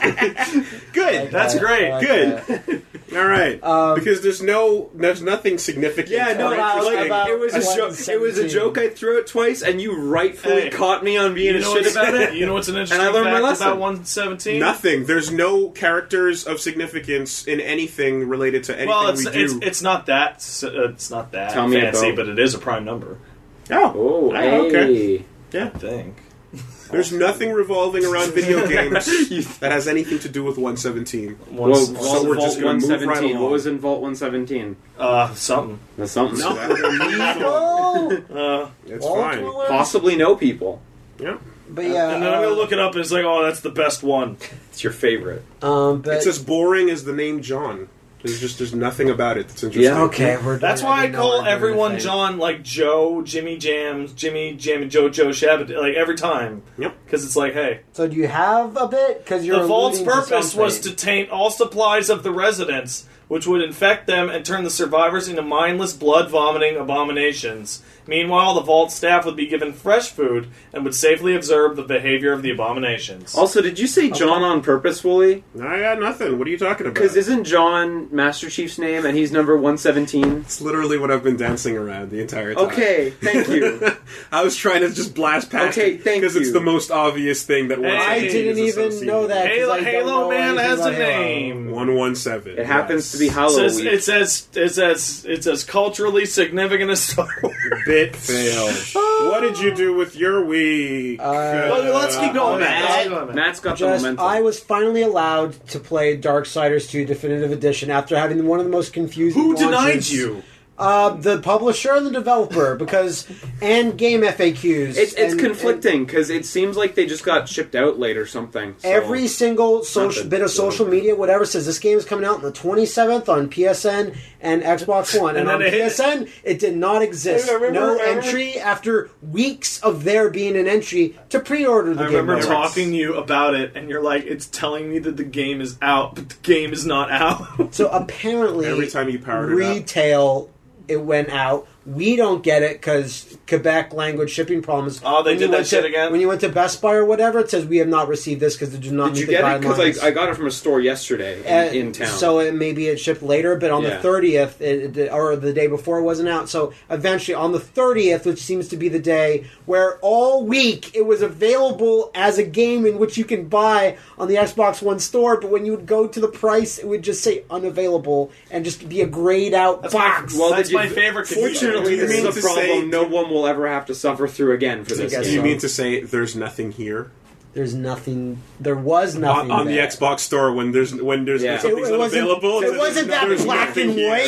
S3: Good.
S2: That's
S1: I-
S2: great.
S1: I like
S3: Good.
S1: that.
S3: All right.
S1: Um,
S3: because there's no, there's nothing significant.
S4: Yeah,
S1: no,
S4: no, I
S1: about-
S4: like,
S1: about
S4: it was a joke. It was a
S1: 117.
S4: joke. I threw it twice, and you rightfully
S2: Hey,
S4: caught me on being a
S2: know
S4: shit
S2: what's-
S4: about [laughs] it.
S2: You know what's an interesting
S4: And I learned my
S2: fact
S4: lesson.
S2: about 117?
S3: Nothing. There's no characters of significance in anything related to anything
S2: Well, it's,
S3: we do.
S2: it's it's not that s- uh, it's not that
S4: Tell me
S2: fancy,
S4: about-
S2: but it is a prime number.
S3: oh,
S4: Oh,
S3: Ah, okay.
S4: okay.
S3: yeah.
S2: I think.
S3: There's nothing revolving around [laughs] video games that has anything to do with 117.
S2: One,
S4: Well,
S3: so we're
S4: Vault
S3: just gonna move right
S4: 117. what
S3: along.
S4: was in Vault 117?
S2: uh, something.
S4: That's something.
S3: No, we're gonna move on.
S1: Oh,
S2: Uh,
S3: It's fine.
S1: Baltimore?
S4: [laughs] Possibly no people.
S3: Yep.
S1: But yeah,
S2: and then I'm
S1: uh,
S2: gonna look it up, and it's like, oh, that's the best one.
S4: It's your favorite.
S1: Um, but
S3: It's as boring as the name John. There's just there's nothing about it that's interesting.
S4: Yeah.
S1: Okay, we're done.
S2: That's why I
S1: didn't know
S2: call
S1: did
S2: everyone
S1: anything.
S2: John, like Joe, Jimmy Jams, Jimmy Jam, and JoJo Shabbat, like every time.
S3: Yep.
S2: Because it's like, hey,
S1: So do you have a bit? Because you're
S2: the vault's
S1: alluding
S2: purpose was to
S1: something.
S2: taint all supplies of the residents, which would infect them and turn the survivors into mindless blood vomiting abominations. Meanwhile, the vault staff would be given fresh food and would safely observe the behavior of the abominations.
S4: Also, did you say John on purpose, Wooly?
S3: I got nothing. What are you talking about?
S4: Because isn't John Master Chief's name, and he's number 117?
S3: It's literally what I've been dancing around the entire time.
S4: Okay, thank you.
S3: [laughs] I was trying to just blast past
S4: Okay, thank
S3: because it's
S4: you.
S3: the most obvious thing that one
S2: Hey,
S1: I
S2: Hey,
S1: didn't even know that. 'cause
S2: Halo,
S1: I don't
S2: Halo
S1: know
S2: Man
S1: anything
S2: has a
S1: about Halo.
S2: name.
S3: One one seven.
S4: It happens to be
S2: It
S4: Halloween.
S2: says, it's as it's as it's as culturally significant as Star
S4: [laughs]
S2: Wars.
S3: bit failed.
S1: [laughs]
S3: what did you do with your week?
S1: Uh, Well,
S2: let's keep going,
S4: Matt,
S2: Matt. Let's go, Matt.
S4: Matt's got
S1: Just,
S4: the momentum.
S1: I was finally allowed to play Darksiders 2 Definitive Edition after having one of the most confusing
S2: Who denied
S1: launches
S2: you?
S1: uh, the publisher and the developer because and game FAQs.
S4: It's it's
S1: and- and
S4: conflicting because it seems like they just got shipped out late or something. so-
S1: Every single social
S4: Nothing.
S1: bit of social media, whatever, says this game is coming out on the 27th on PSN and Xbox One. And,
S2: And
S1: on
S2: then it-
S1: PSN, it did not exist.
S2: I remember-
S1: no
S2: I remember-
S1: entry after weeks of there being an entry to pre-order the
S2: I
S1: game.
S2: remember
S1: rights.
S2: talking to you about it, and you're like, "It's telling me that the game is out, but the game is not [laughs] out."
S1: So apparently,
S3: Every time you powered it up.
S1: retail, it went out. We don't get it because Quebec language shipping problems.
S2: Oh, they
S1: When
S2: did
S1: you
S2: that
S1: went
S2: shit
S1: to-
S2: again?
S1: When you went to Best Buy or whatever, it says we have not received this because it did not
S4: Did
S1: meet
S4: you
S1: the
S4: get it?
S1: guidelines.
S4: Because I, I got it from a store yesterday in,
S1: And
S4: in town.
S1: Uh, So it, maybe it shipped later, but on
S4: Yeah.
S1: the 30th, it, it- or the day before, it wasn't out. So eventually, on the 30th, which seems to be the day where all week it was available as a game in which you can buy on the Xbox One store, but when you would go to the price, it would just say unavailable and just be a grayed out
S2: That's my-
S1: box.
S4: well,
S2: That's
S4: did you-
S2: my favorite computer.
S4: Fortunately,
S3: You
S4: this
S3: mean
S4: is
S3: to
S4: a problem
S3: say-
S4: no one will ever have to suffer through again for this
S1: guess
S3: Do you
S4: game.
S1: so.
S3: mean to say there's nothing here
S1: There's nothing. There was nothing
S3: on, on the
S1: there.
S3: Xbox store when there's when there's
S4: Yeah.
S3: something's
S1: It- it
S3: not
S1: wasn't-
S3: available?
S1: it
S3: there's-
S1: wasn't that
S3: there's
S1: black
S3: nothing
S1: and
S3: here.
S1: white.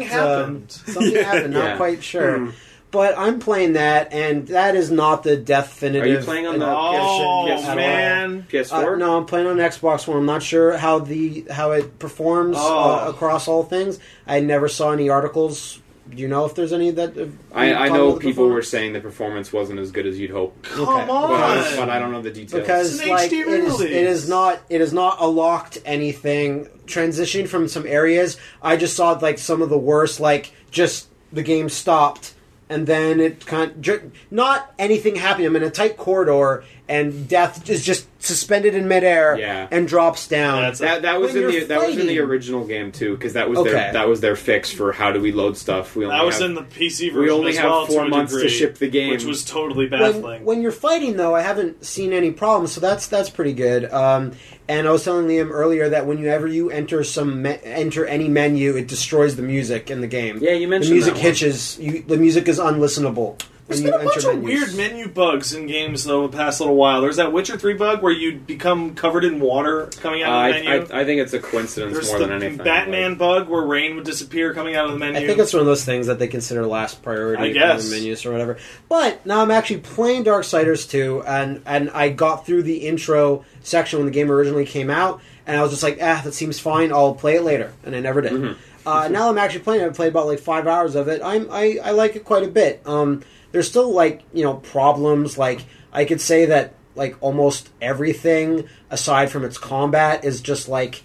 S1: But, um, [laughs]
S2: happened. Hmm.
S1: something happened. Not
S4: Yeah.
S1: quite sure. But I'm playing that, and that is not the definitive.
S4: Are you playing on the
S2: Oh
S4: PS- PS4?
S2: man,
S1: Uh,
S4: PS4?
S1: no, I'm playing on Xbox One. I'm not sure how the how it performs
S2: Oh.
S1: uh, across all things. I never saw any articles. Do you know if there's any that? have
S4: I, I
S1: talked
S4: know
S1: about the
S4: people were
S1: performance?
S4: saying the performance wasn't as good as you'd hope,
S2: come
S1: Okay.
S2: on!
S4: but, I, but I don't know the details.
S1: because
S2: It's an
S1: like
S2: HD
S1: it is, it
S2: release.
S1: is not it is not a locked anything transitioning from some areas i just saw like some of the worst like just the game stopped and then it kind ju- not anything happening i'm in a tight corridor and death is just suspended in midair
S4: Yeah.
S1: and drops down
S2: That's
S4: that, that was
S1: When
S4: in the
S1: you're
S4: that was in the
S1: fighting-
S4: original game too, because that was
S1: Okay.
S4: their that was their fix for how do we load stuff. We only
S2: I was
S4: have-
S2: in the PC version.
S4: we only
S2: as
S4: have
S2: well,
S4: four
S2: a
S4: months to
S2: degree,
S4: ship the game.
S2: which was totally
S1: when,
S2: baffling.
S1: when you're fighting though i haven't seen any problems so that's that's pretty good um, and i was telling liam earlier that whenever you enter some me- enter any menu it destroys the music in the game
S4: Yeah, you mentioned
S1: the music
S4: that one.
S1: hitches you, the music is unlistenable
S2: There's
S1: when
S2: been
S1: you
S2: a bunch
S1: enter
S2: of
S1: menus.
S2: weird menu bugs in games though the past little while. There's that Witcher Three bug where you become covered in water coming
S4: Uh,
S2: out of the
S4: I,
S2: menu.
S4: I, I think it's a coincidence
S2: There's
S4: more
S2: the
S4: than anything.
S2: Batman
S4: Like,
S2: bug where rain would disappear coming out of the menu.
S1: I think it's one of those things that they consider last priority
S2: I
S1: on
S2: guess.
S1: the menus or whatever. But now I'm actually playing Darksiders 2 and and I got through the intro section when the game originally came out and I was just like, ah, that seems fine, I'll play it later. And I never did.
S4: Mm-hmm.
S1: Uh, now I'm actually playing it. I played about like five hours of it. I'm I, I like it quite a bit. Um, there's still like, you know, problems like I could say that like almost everything aside from its combat is just like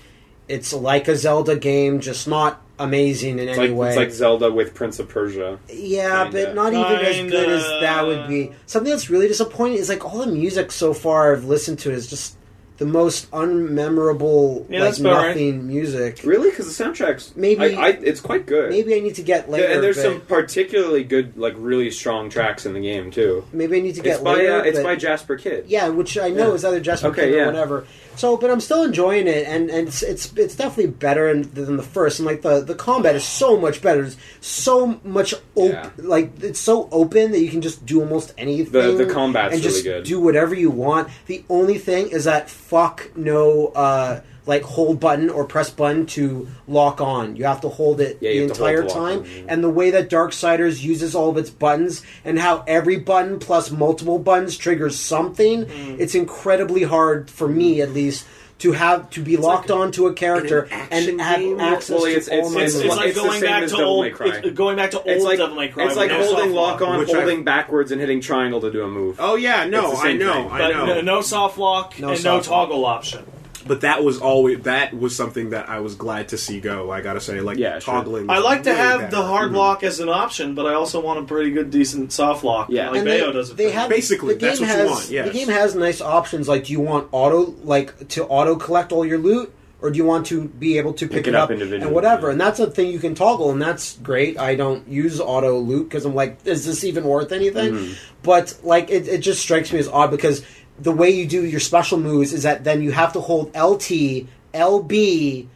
S1: it's like a Zelda game, just not amazing in
S4: it's,
S1: any
S4: like,
S1: way.
S4: it's like Zelda with Prince of Persia.
S1: Yeah,
S4: Kinda.
S1: but not even as good as that would be.
S2: Kinda.
S1: Something that's really disappointing is like all the music so far I've listened to is just the most unmemorable,
S2: Yeah,
S1: like
S2: that's about right.
S1: nothing music.
S4: Really? Because the soundtrack's
S1: Maybe-
S4: I, I, it's quite good.
S1: Maybe I need to get later.
S4: Yeah, and there's
S1: but
S4: some particularly good, like really strong tracks in the game too.
S1: Maybe I need to get
S4: It's by
S1: later.
S4: uh, it's
S1: but-
S4: by Jasper Kidd.
S1: yeah, which I know
S4: Yeah.
S1: is either Jasper
S4: Okay,
S1: Kidd
S4: yeah.
S1: or whatever. So, but I'm still enjoying it, and, and it's, it's it's definitely better in, than the first. And like the, the combat is so much better. It's so much op-
S4: Yeah.
S1: like it's so open that you can just do almost anything.
S4: the combat's
S1: and
S4: really
S1: just
S4: good.
S1: Do whatever you want. The only thing is that fuck no. Uh, like hold button or press button to lock on. You have to hold it
S4: Yeah,
S1: the
S4: you have to hold
S1: entire
S4: to lock
S1: time.
S4: on, yeah.
S1: And the way that Darksiders uses all of its buttons and how every button plus multiple buttons triggers something,
S4: Mm.
S1: it's incredibly hard for me at least to have to be locked onto a character and have access
S4: Well,
S1: to
S4: it's-
S1: all
S4: it's-
S1: my
S2: It's, it's
S4: It's
S2: like
S4: like- it's the
S2: going
S4: same
S2: back
S4: as
S2: to
S4: Devil
S2: old,
S4: May Cry.
S2: it's going back to old
S4: It's like
S2: Devil May Cry.
S4: it's like
S2: with no
S4: holding
S2: soft
S4: lock on,
S3: Which I-
S4: holding backwards, and hitting triangle to do a move.
S3: Oh yeah, no,
S4: It's the
S3: I
S4: same
S3: know,
S4: thing.
S3: I
S2: but
S3: know.
S2: no, no soft lock
S1: No
S2: and no
S1: soft lock. Mm-hmm.
S2: toggle option.
S3: But that was always that was something that I was glad to see go. I gotta say, like
S4: Yeah, sure.
S3: toggling.
S2: I
S3: was
S2: like to
S3: really
S2: have
S3: bad.
S2: the
S1: Mm-hmm.
S2: hard lock as an option, but I also want a pretty good, decent soft lock.
S4: Yeah.
S2: like
S1: And
S2: Bayo does it.
S1: they
S2: pretty
S1: have
S3: Basically,
S1: the game
S3: that's what you
S1: has,
S3: want, yes.
S1: The game has nice options. Like, do you want auto like to auto collect all your loot, or do you want to be able to pick,
S4: it
S1: it
S4: up
S1: up,
S4: individually,
S1: and whatever?
S4: yeah.
S1: And that's a thing you can toggle, and that's great. I don't use auto loot because I'm like, is this even worth anything? But like, it, it just strikes me as odd because the way you do your special moves is that then you have to hold LT, LB.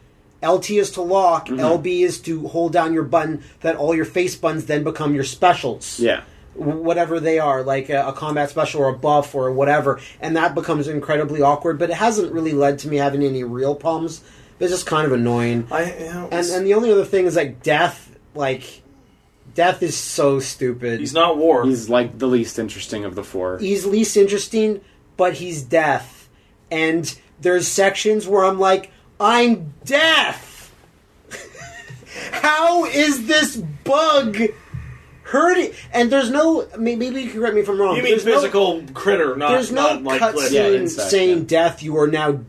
S1: LT is to lock, LB is to hold down your button. That all your face buttons then become your specials
S4: Yeah.
S1: whatever they are, like a, a combat special or a buff or whatever, and that becomes incredibly awkward. But it hasn't really led to me having any real problems. It's just kind of annoying.
S2: I, you know,
S1: And and the only other thing is like death, like Death is so stupid.
S2: He's not war.
S4: He's like the least interesting of the four.
S1: he's least interesting, but he's death. And there's sections where I'm like, I'm death. [laughs] How is this bug hurting? And there's no may- maybe you can correct me if I'm wrong.
S2: you
S1: but
S2: mean
S1: there's no-
S2: physical critter, not,
S1: there's no
S2: not like
S1: cutscene
S2: Yeah.
S4: Yeah, inside,
S1: saying
S4: yeah.
S1: death. You are now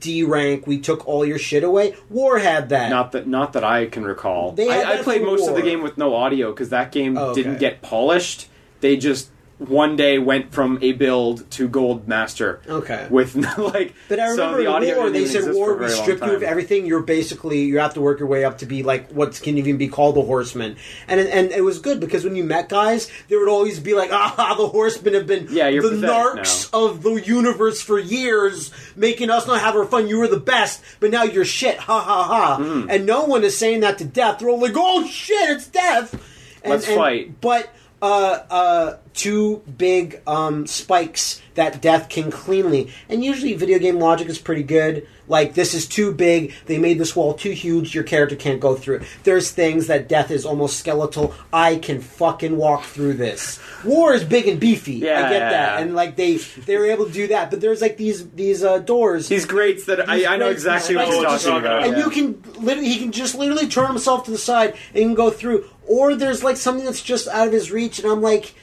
S1: D rank. We took all your shit away. War had that.
S4: Not that, not that I can recall.
S1: They had
S4: I, I
S1: that
S4: played
S1: for
S4: most of
S1: war.
S4: the game with no audio because that game
S1: Oh, okay.
S4: didn't get polished. They just one day went from a build to gold master.
S1: Okay.
S4: With [laughs] like,
S1: But I
S4: so
S1: remember
S4: the audio
S1: in war,
S4: didn't
S1: they
S4: even
S1: said
S4: exist
S1: war,
S4: for a
S1: we
S4: very long
S1: strip you of
S4: time.
S1: everything. You're basically you have to work your way up to be like what can even be called the horseman. And and it was good because when you met guys, they would always be like, [laughs] ah, the horsemen have been
S4: Yeah, you're
S1: the
S4: pathetic
S1: narcs of the universe for years, making us not have our fun. You were the best, but now you're shit. Ha ha ha.
S4: Mm-hmm.
S1: And no one is saying that to death. They're all like, oh shit, it's death. And,
S4: Let's
S1: and-
S4: fight.
S1: But uh, uh, two big um, spikes that death can cleanly. And usually, video game logic is pretty good. Like, this is too big, they made this wall too huge, your character can't go through it. There's things that death is almost skeletal. I can fucking walk through this. War is big and beefy. I
S4: Yeah,
S1: get
S4: yeah,
S1: that.
S4: yeah.
S1: And, like, they, they were able to do that. But there's, like, these, these uh, doors.
S4: These greats that I, I know
S1: These greats,
S4: exactly
S1: these
S4: what you're
S2: greats.
S4: talking about.
S1: and
S4: yeah.
S1: you can literally he can just literally turn himself to the side and can go through or there's like something that's just out of his reach and i'm like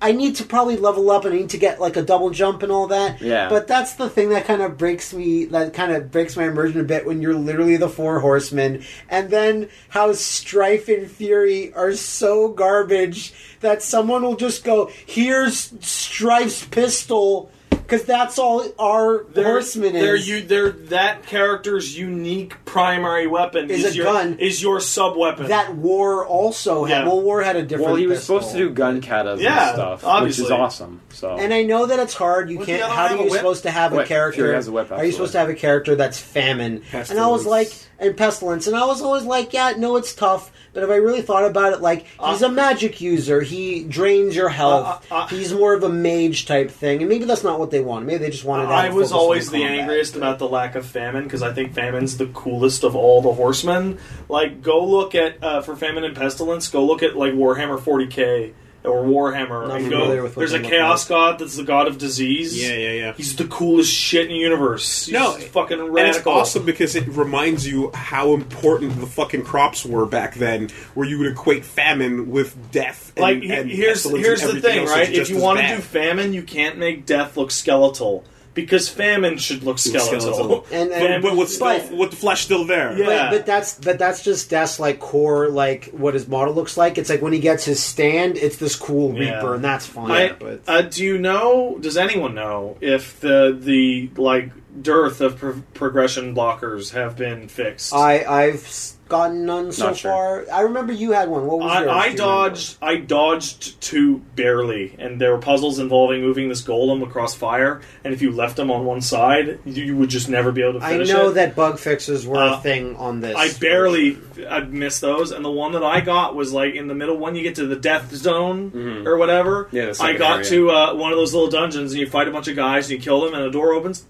S1: i need to probably level up and i need to get like a double jump and all that
S4: Yeah.
S1: but that's the thing that kind of breaks me that kind of breaks my immersion a bit when you're literally the four horsemen and then how strife and fury are so garbage that someone will just go here's strife's pistol because that's all our horseman
S2: They're
S1: is
S2: you. They're that character's unique primary weapon
S1: Is a
S2: your,
S1: gun.
S2: Is your sub weapon
S1: that war also had
S2: Yeah.
S1: well war had a different
S4: well, he was
S1: pistol.
S4: supposed to do gun katas
S2: Yeah,
S4: and stuff,
S2: obviously.
S4: which is awesome. So
S1: and i know that it's hard you
S2: Well,
S1: can't
S2: the other
S1: how
S2: have
S1: are
S2: a
S1: you
S2: whip?
S1: supposed to have a
S4: Whip.
S1: character
S4: Fury has a whip,
S1: are you supposed to have a character that's famine and i was
S3: Pestilence.
S1: like and pestilence and i was always like yeah no it's tough but if i really thought about it like he's a magic user he drains your health
S2: Uh, uh, uh.
S1: he's more of a mage type thing and maybe that's not what they wanted maybe they just wanted to have
S2: I
S1: a
S2: was
S1: focus on
S2: always the
S1: combat.
S2: angriest about the lack of famine because I think famine's the coolest of all the horsemen. Like, go look at uh, for famine and pestilence. Go look at like Warhammer 40k or Warhammer.
S1: Not
S2: and
S1: familiar
S2: go,
S1: with what
S2: there's
S1: they
S2: a
S1: look
S2: chaos god that's the god of disease.
S3: Yeah, yeah, yeah.
S2: He's the coolest shit in the universe. He's
S3: No,
S2: fucking radical.
S3: And it's awesome because it reminds you how important the fucking crops were back then, where you would equate famine with death. And,
S2: like he-
S3: and
S2: here's
S3: pestilence
S2: here's
S3: and
S2: the
S3: everything
S2: thing,
S3: else that's
S2: right? If
S3: just
S2: you
S3: as
S2: want to
S3: bad.
S2: do famine, you can't make death look skeletal because famine should look
S1: [laughs]
S2: skeletal.
S3: skeletal.
S1: And- and-
S2: Famine-
S3: but, but what's still,
S1: But-
S3: what the flesh still there?
S2: Yeah.
S1: But, but that's but that's just that's like core like what his model looks like. It's like when he gets his stand, it's this cool
S2: Yeah.
S1: reaper, and that's fine.
S2: I,
S1: but
S2: uh, do you know? Does anyone know if the the like dearth of pro- progression blockers have been fixed?
S1: I I've s- gotten none so
S4: Not sure.
S1: far. I remember you had one. What was
S2: I,
S1: yours?
S2: I
S1: Do you
S2: dodged. I dodged two barely, and there were puzzles involving moving this golem across fire. And if you left him on one side, you, you would just never be able to
S1: remember? I
S2: finish
S1: know
S2: it.
S1: that bug fixes were a
S2: Uh,
S1: thing on this.
S2: I barely I missed those, and the one that I got was like in the middle when you get to the death zone or whatever.
S4: Mm-hmm. Yeah, the
S2: I
S4: second
S2: got
S4: area.
S2: to uh, one of those little dungeons, and you fight a bunch of guys, and you kill them, and a door opens.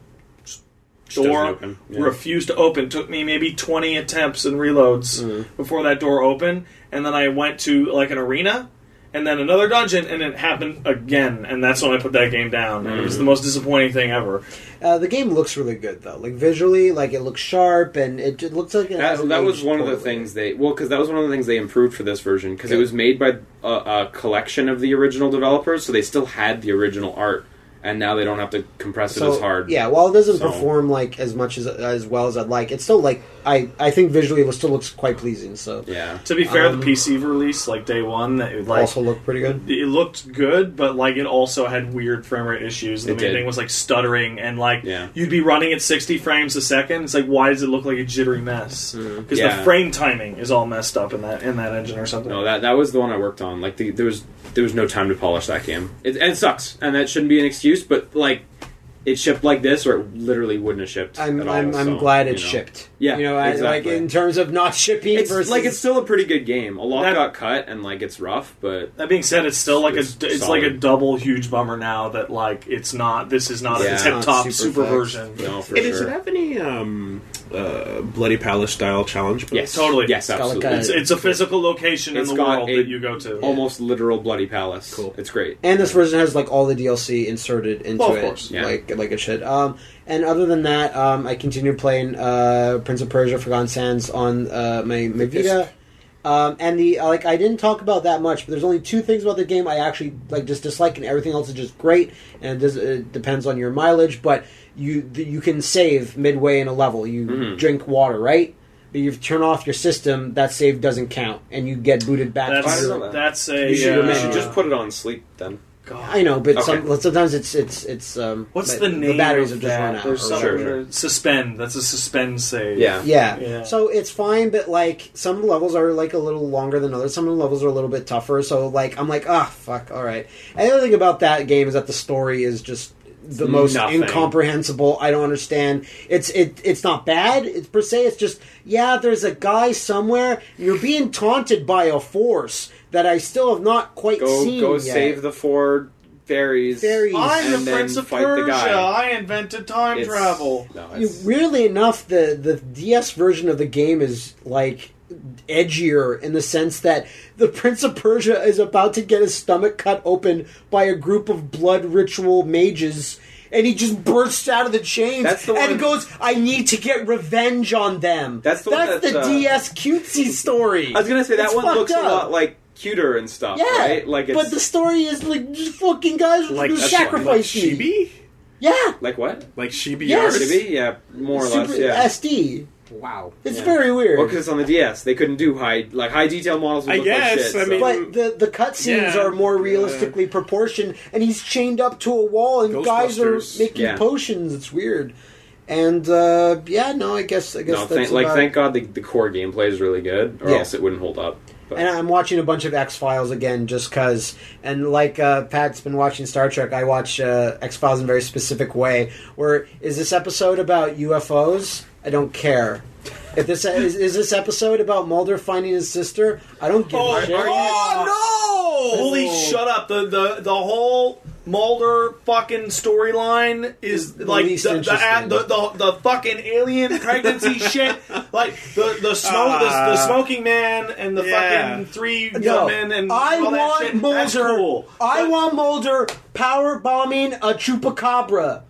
S4: doesn't
S2: Door
S4: open, yeah.
S2: refused to open. Took me maybe twenty attempts and reloads
S4: Mm-hmm.
S2: before that door opened, and then I went to like an arena. And then another dungeon, and it happened again, and that's when I put that game down. And it
S4: Mm-hmm.
S2: was the most disappointing thing ever.
S1: Uh, the game looks really good though. Like visually, like it looks sharp, and it, it looks like it
S4: That,
S1: hasn't
S4: that was
S1: aged
S4: one of the
S1: poorly.
S4: things they well because that was one of the things they improved for this version because it
S1: Okay.
S4: was made by a, a collection of the original developers, so they still had the original art, and now they don't have to compress it
S1: So,
S4: as hard.
S1: Yeah, while it doesn't
S4: So-
S1: perform like as much as as well as I'd like, it's still like I I think visually it still looks quite pleasing. So
S4: yeah.
S2: To be fair,
S1: Um,
S2: the PC release, like day one, it, like
S1: also look pretty good.
S2: it looked good, but like it also had weird frame rate issues. The
S4: It
S2: main
S4: did.
S2: thing was like stuttering and like
S4: Yeah.
S2: you'd be running at sixty frames a second. It's like why does it look like a jittery mess? Because
S4: Yeah.
S2: the frame timing is all messed up in that in that engine or something.
S4: No, that that was the one I worked on. Like the, there was there was no time to polish that game, it, and it sucks, and that shouldn't be an excuse. But like, it shipped like this, or it literally wouldn't have shipped.
S1: I'm
S4: at all,
S1: I'm,
S4: so,
S1: I'm glad it
S4: you know.
S1: shipped.
S4: Yeah,
S1: you know, I,
S4: exactly.
S1: like in terms of not shipping
S4: It's
S1: versus
S4: like it's still a pretty good game. A lot
S2: That-
S4: got cut, and like it's rough, but
S2: That being said, it's still like
S4: It's
S2: a it's like a
S4: solid.
S2: double huge bummer now that like it's not this is not
S4: Yeah.
S2: a
S4: It's
S2: tip
S1: not
S2: top
S1: super
S2: super,
S1: fixed.
S2: version.
S4: no, for
S3: Hey,
S4: sure.
S3: Does it have any um, uh, Bloody Palace style challenge? modes?
S4: yes,
S2: Totally.
S4: Yes,
S1: It's got like
S4: absolutely.
S1: a-
S2: It's, it's a physical location
S4: It's
S2: in the
S4: got
S2: world
S4: a-
S2: that you go to.
S4: almost literal bloody palace.
S3: Cool.
S4: It's great.
S1: And this version has like all the DLC inserted into
S2: Well, of
S1: it,
S2: course,
S4: yeah.
S1: like like it should. Um, and other than that, um, I continued playing uh, Prince of Persia: Forgotten Sands on uh, my my Vita. Um, and the uh, like, I didn't talk about that much, but there's only two things about the game I actually like just dislike, and everything else is just great. And it, does, it depends on your mileage, but you th- you can save midway in a level. You
S2: Mm-hmm.
S4: Mhm.
S1: drink water, right? But you turn off your system, that save doesn't count, and you get booted back. to
S2: that's
S1: your-
S4: I don't know.
S2: that's a
S1: You should
S2: uh,
S1: remember-
S4: you should just put it on sleep then.
S2: God.
S1: I know, but
S4: Okay.
S1: some, well, sometimes it's it's it's um.
S2: What's
S1: but
S2: the name?
S1: The batteries
S2: of
S1: have just
S2: that?
S1: run out.
S2: There's
S1: or
S2: some-
S1: whatever.
S4: Sure, sure.
S2: Suspend. That's a suspend save.
S4: Yeah.
S1: Yeah.
S2: Yeah.
S1: So it's fine, but like some levels are like a little longer than others. Some of the levels are a little bit tougher. So like I'm like ah fuck all right. And the other thing about that game is that the story is just the most
S4: Nothing.
S1: incomprehensible. I don't understand. It's it it's not bad it's, per se. It's just yeah, there's a guy somewhere. You're being taunted by a force that I still have not quite
S4: Go
S1: seen.
S4: go
S1: yet.
S4: save the four fairies.
S1: Fairies.
S2: I'm
S4: And
S2: the
S4: then
S2: Prince of
S4: fight the
S2: Persia.
S4: guy.
S2: I invented time
S4: It's-
S2: travel.
S4: No,
S1: You-
S4: it's,
S1: Weirdly enough, the the DS version of the game is like edgier in the sense that the Prince of Persia is about to get his stomach cut open by a group of blood ritual mages. And he just bursts out of the chains
S4: That's the
S1: and
S4: one-
S1: goes, "I need to get revenge on them."
S4: That's the one that's,
S1: the
S4: uh,
S1: DS cutesy story.
S4: I was gonna say that
S1: It's
S4: one
S1: fucked
S4: looks
S1: up.
S4: a lot like cuter and stuff.
S1: yeah,
S4: right? like it's
S1: but the story is like just fucking guys
S4: Like
S1: who
S4: this
S3: Like
S4: one,
S1: sacrifice me.
S3: Chibi?
S1: Yeah,
S4: like what?
S3: Like Chibi
S1: Yes.
S3: art?
S4: Should it be? Yeah, more or
S1: Super
S4: less. Yeah.
S1: SD.
S4: wow.
S1: It's
S4: Yeah.
S1: very weird.
S4: Well, because it's on the DS, they couldn't do high like high detail models. would
S3: I
S4: look like
S3: guess,
S4: shit,
S3: I
S4: so-
S3: mean-
S1: But the the cutscenes
S3: Yeah.
S1: are more realistically proportioned, and he's chained up to a wall, and guys are
S3: Ghostbusters.
S1: making
S4: Yeah.
S1: potions. It's weird. And uh, yeah, no, I guess I guess
S4: no,
S1: that's
S4: thank, like
S1: about-
S4: thank God the, the core gameplay is really good, or
S1: Yeah.
S4: else it wouldn't hold up. But,
S1: And I'm watching a bunch of X Files again, just cause. And like uh, Pat's been watching Star Trek, I watch uh, X Files in a very specific way. Where is this episode about UFOs? I don't care. If this is, is this episode about Mulder finding his sister, I don't give
S2: Oh,
S1: a shit.
S2: are you-
S3: Oh, no!
S2: Holy shut up! The the the whole Mulder fucking storyline is
S1: The
S2: like
S1: least
S2: the the,
S1: interesting.
S2: the the the fucking alien
S1: [laughs]
S2: pregnancy shit. Like the the smoke the, the
S4: Uh,
S3: Ah.
S2: smoking man and the
S3: Yeah.
S2: fucking three
S1: No,
S2: women and
S1: I
S2: all that
S1: want
S2: shit. That's
S1: Mulder.
S2: cool.
S1: I
S2: But-
S1: want Mulder power bombing a chupacabra.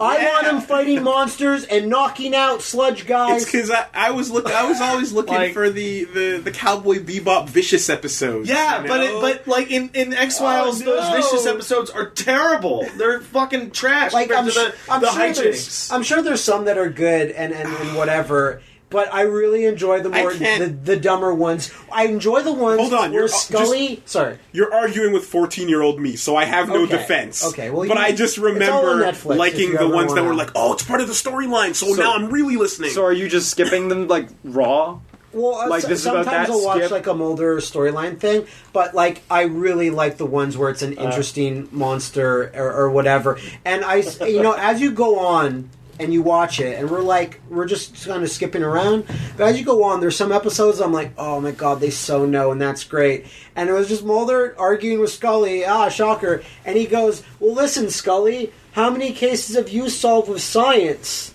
S1: I
S2: Yeah.
S1: want him
S2: [laughs]
S1: fighting monsters and knocking out sludge
S3: It's
S1: guys.
S3: because I, I was look I was always looking
S2: Like-
S3: for the, the, the Cowboy Bebop vicious episodes.
S2: Yeah,
S3: you
S2: but
S3: know?
S2: it, but like in in X Files,
S1: Oh, no.
S2: those vicious episodes are terrible. They're fucking trash
S1: Like I'm,
S2: compared
S1: su-
S2: to the,
S1: I'm
S2: the
S1: sure there's,
S2: hijinks.
S1: I'm sure there's some that are good and, and, and whatever. But I really enjoy the
S3: I
S1: more
S3: can't-
S1: the, the dumber ones. I enjoy the ones
S3: Hold on,
S1: where
S3: you're-
S1: Scully. sorry,
S3: You're arguing with 14 year old me, so I have no
S1: Okay.
S3: defense.
S1: Okay, well,
S3: but
S1: you-
S3: I
S1: it's
S3: just
S1: all on
S3: remember
S1: Netflix, if
S3: liking
S1: you
S3: the
S1: ever
S3: ones that
S1: wanna-
S3: were like, oh, it's part of the storyline, so,
S4: So-
S3: now I'm really listening.
S4: so are you just skipping them like raw?
S1: Well, uh,
S4: Like,
S1: so-
S4: this is about
S1: sometimes
S4: that
S1: I'll watch
S4: skip?
S1: like a Mulder storyline thing, but like I really like the ones where it's an
S4: Uh.
S1: interesting monster or, or whatever. And I, s- you know, as you go on and you watch it, and we're like we're just kind of skipping around. But as you go on, there's some episodes I'm like, oh my god, they so know, and that's great. And it was just Mulder arguing with Scully. Ah, shocker! And he goes, well, listen, Scully, how many cases have you solved with science?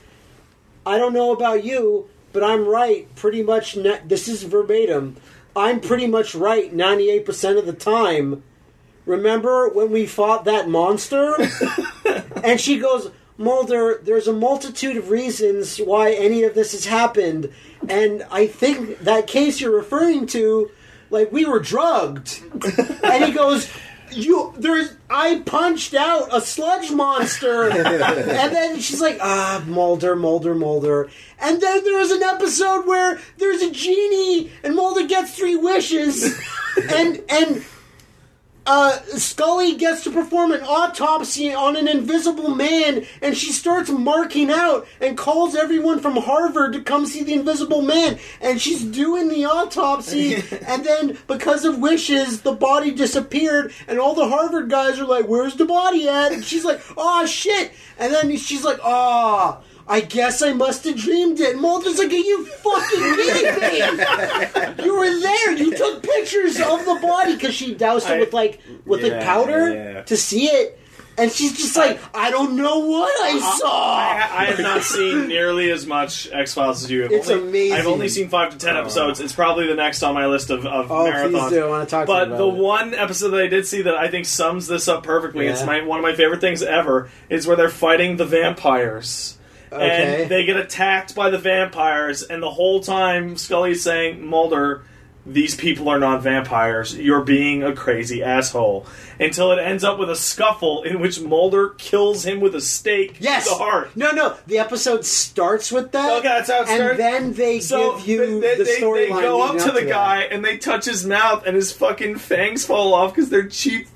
S1: I don't know about you, but I'm right pretty much. Ne- this is verbatim. I'm pretty much right 98% of the time. Remember when we fought that monster? and she goes, Mulder, there's a multitude of reasons why any of this has happened. And I think that case you're referring to, like, we were drugged. and he goes, you there's I punched out a sludge monster, and then she's like, ah, Mulder, Mulder, Mulder, and then there was an episode where there's a genie and Mulder gets three wishes, and and uh, Scully gets to perform an autopsy on an invisible man, and she starts marking out and calls everyone from Harvard to come see the invisible man. And she's doing the autopsy, and then because of wishes, the body disappeared, and all the Harvard guys are like, Where's the body at? And she's like, Oh shit! And then she's like, Ah. I guess I must have dreamed it. Mulder's like, are you fucking kidding me? you were there. You took pictures of the body because she doused it
S2: I-
S1: with like with like
S3: Yeah,
S1: powder
S3: yeah.
S1: to see it, and she's just like, I don't know what I
S2: Uh-huh.
S1: saw.
S2: I, I have not seen nearly as much X Files as you. I've
S1: It's
S2: only,
S1: amazing.
S2: I've only seen five to
S4: Oh.
S2: ten episodes. It's probably the next on my list of, of
S1: oh,
S2: marathons.
S1: please do. I want to talk to you
S2: But
S1: about
S2: the
S1: it.
S2: one episode that I did see that I think sums this up perfectly, it's
S1: Yeah.
S2: my one of my favorite things ever, is where they're fighting the vampires.
S1: Okay.
S2: And they get attacked by the vampires, and the whole time Scully's saying, Mulder, these people are not vampires. You're being a crazy asshole. Until it ends up with a scuffle in which Mulder kills him with a stake
S1: yes.
S2: to the heart.
S1: No, no. The episode starts with that.
S2: Okay, that's how it
S1: and
S2: starts.
S1: then they
S2: So
S1: give you
S2: they,
S1: the
S2: they, they
S1: storyline.
S2: go up
S1: leading
S2: to the
S1: that.
S2: guy and they touch his mouth and his fucking fangs fall off because they're cheap [laughs]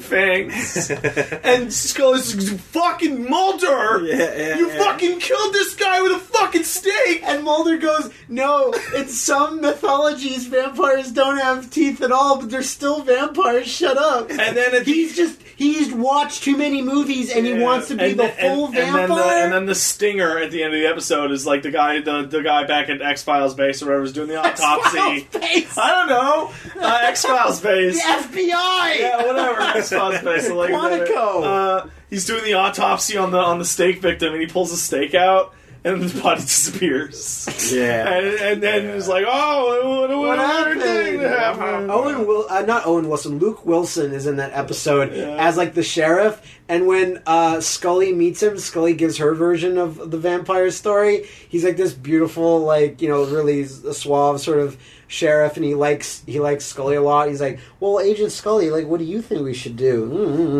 S1: [laughs]
S2: fangs. and Scully's like, fucking Mulder,
S3: yeah,
S2: you
S3: yeah.
S2: fucking killed this guy with a fucking steak.
S1: And Mulder goes, No, in some mythologies, vampires don't have teeth at all, but they're still vampires. Shut up.
S2: And then at
S1: [laughs] He's just, he's watched too many movies and he wants to be
S2: And
S1: the
S2: then- and-
S1: full
S2: and then the-
S1: vampire.
S2: and then the stinger at the end of the episode is like the guy, the, the guy back at X Files base or whatever's doing
S1: [laughs]
S2: the autopsy.
S1: Face.
S2: I don't know, uh, X Files
S1: The
S2: base.
S1: FBI!
S2: yeah,
S1: [laughs]
S2: whatever. That's fun space. I Like
S1: Quantico.
S2: that. Uh, he's doing the autopsy on the on the steak victim, and he pulls the steak out, and the body [laughs] disappears.
S3: Yeah.
S2: And, and then it's like, oh, what, what,
S1: What
S2: what happened?
S1: happened?
S2: Oh,
S1: Owen Will, uh, not Owen Wilson. Luke Wilson is in that episode as like the sheriff. And when uh, Scully meets him, Scully gives her version of the vampire story. He's like this beautiful, like you know, really s- suave sort of sheriff, and he likes he likes Scully a lot. He's like, "Well, Agent Scully, like, what do you think we should do?"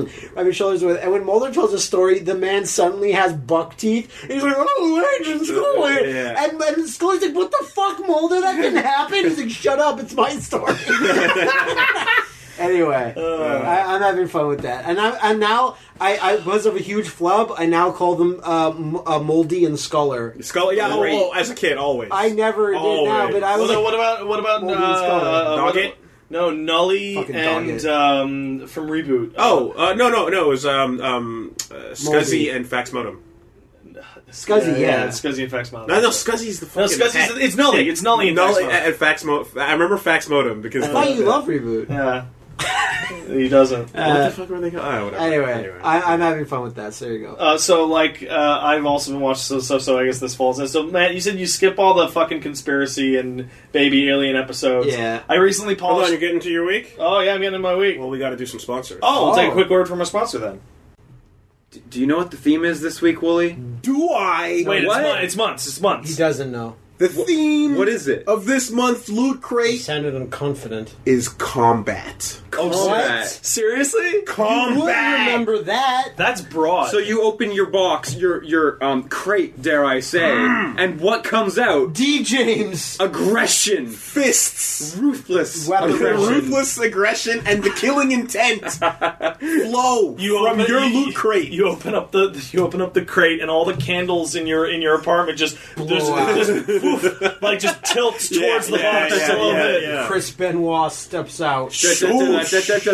S1: Mm-hmm. Rubbing shoulders with. And when Mulder tells a story, the man suddenly has buck teeth. He's like, "Oh, Agent Scully,"
S3: Yeah.
S1: and, and Scully's like, "What the fuck, Mulder? That didn't happen." He's like, "Shut up! It's my story." [laughs] anyway,
S3: Uh.
S1: I, I'm having fun with that, and I and now I, I was of a huge flub. I now call them uh, M- uh, Moldy and Sculler.
S3: Skull. Yeah. Oh,
S4: Great.
S3: oh, as a kid, always.
S1: I never did now,
S3: Always.
S1: but I
S2: Well,
S1: was
S2: no,
S1: like,
S2: what about what about
S1: Mulder and Scully.
S2: uh, what-
S3: Doggett?
S2: No, Nully
S1: Fucking
S2: and
S1: Doggett.
S2: um, from reboot.
S3: Oh uh, no no no! It was um um uh,
S1: Moldy.
S3: Scuzzy and Faxmodem.
S1: Scuzzy, yeah.
S2: it's Scuzzy and Fax Model.
S3: No, no, Scuzzy's the
S2: No,
S3: fucking.
S2: Scuzzy's, it's Nully. It's Nully and
S3: Nully
S2: Faxmodem.
S3: and Faxmodem. I remember Faxmodem because.
S1: I thought you loved reboot.
S2: Yeah, [laughs] he doesn't.
S3: What
S1: Uh,
S3: the fuck were they called? Oh, whatever.
S1: anyway, I, I'm having fun with that. So there you go.
S2: Uh, so, like, uh, I've also been watching some stuff, so I guess this falls in. So, Matt, you said you skip all the fucking conspiracy and baby alien episodes.
S1: Yeah.
S2: I recently
S3: Hold on, you're
S2: polished.
S3: getting to your week.
S2: Oh, yeah, I'm getting in my week.
S3: Well, we got to do some sponsors.
S2: Oh, we'll
S1: Oh.
S2: take a quick word from our sponsor then.
S4: D- Do you know what the theme is this week, Wooly?
S3: do I?
S2: Wait, it's,
S4: what?
S2: mon- it's months. It's
S1: he
S2: months.
S1: doesn't know.
S3: The
S1: Mm.
S3: theme.
S4: What is it?
S3: of this month's loot
S1: He
S3: crate
S1: sounded unconfident.
S3: is combat.
S2: Oh,
S1: What?
S2: ser- seriously?
S1: You would remember that.
S2: That's broad.
S4: So you open your box, your your um crate, dare I say, and what comes out?
S1: D.
S3: Oh,
S1: James.
S4: Aggression,
S3: fists.
S4: ruthless
S1: Weapon.
S4: aggression.
S3: Ruthless aggression and the killing
S4: [laughs]
S3: intent flow
S2: You
S3: from
S2: open-
S3: your
S2: you-
S3: loot crate.
S2: You open up the you open up the crate, and all the candles in your in your apartment just there's-
S1: out.
S2: just, poof, like just tilts
S3: Yeah,
S2: towards the
S3: yeah,
S2: box just
S3: yeah,
S2: a little
S3: yeah,
S2: bit.
S3: yeah.
S1: Chris Benoit steps out.
S4: [laughs]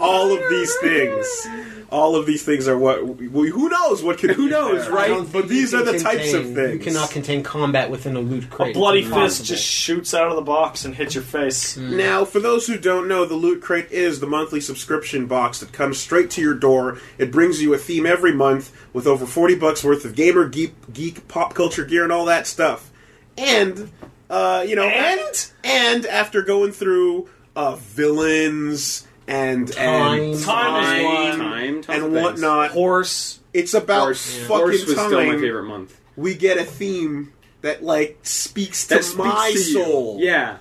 S3: all of these things. All of these things are what. well, Who knows what could?
S4: Who
S3: be
S4: knows,
S3: there.
S4: right?
S1: I don't think
S3: But these
S1: you
S3: are
S1: can
S3: the types of
S1: contain-
S3: things.
S1: You cannot contain combat within a loot crate.
S2: A bloody
S1: It's
S2: fist
S1: impossible. Hmm.
S2: just shoots out of the box and hits your face.
S3: Now, for those who don't know, the Loot Crate is the monthly subscription box that comes straight to your door. It brings you a theme every month with over 40 bucks worth of gamer, geek, geek pop culture gear, and all that stuff. And, uh, you know,
S2: And?
S3: and after going through uh, villains and and
S1: Time.
S2: Time is one.
S4: Time, time, time
S3: and
S4: things.
S3: whatnot,
S2: Horse.
S3: it's about
S4: Horse,
S3: fucking
S4: Horse was
S3: time.
S4: still my favorite month.
S3: We get a theme that like speaks to
S4: That speaks
S3: my
S4: to you.
S3: soul.
S4: Yeah.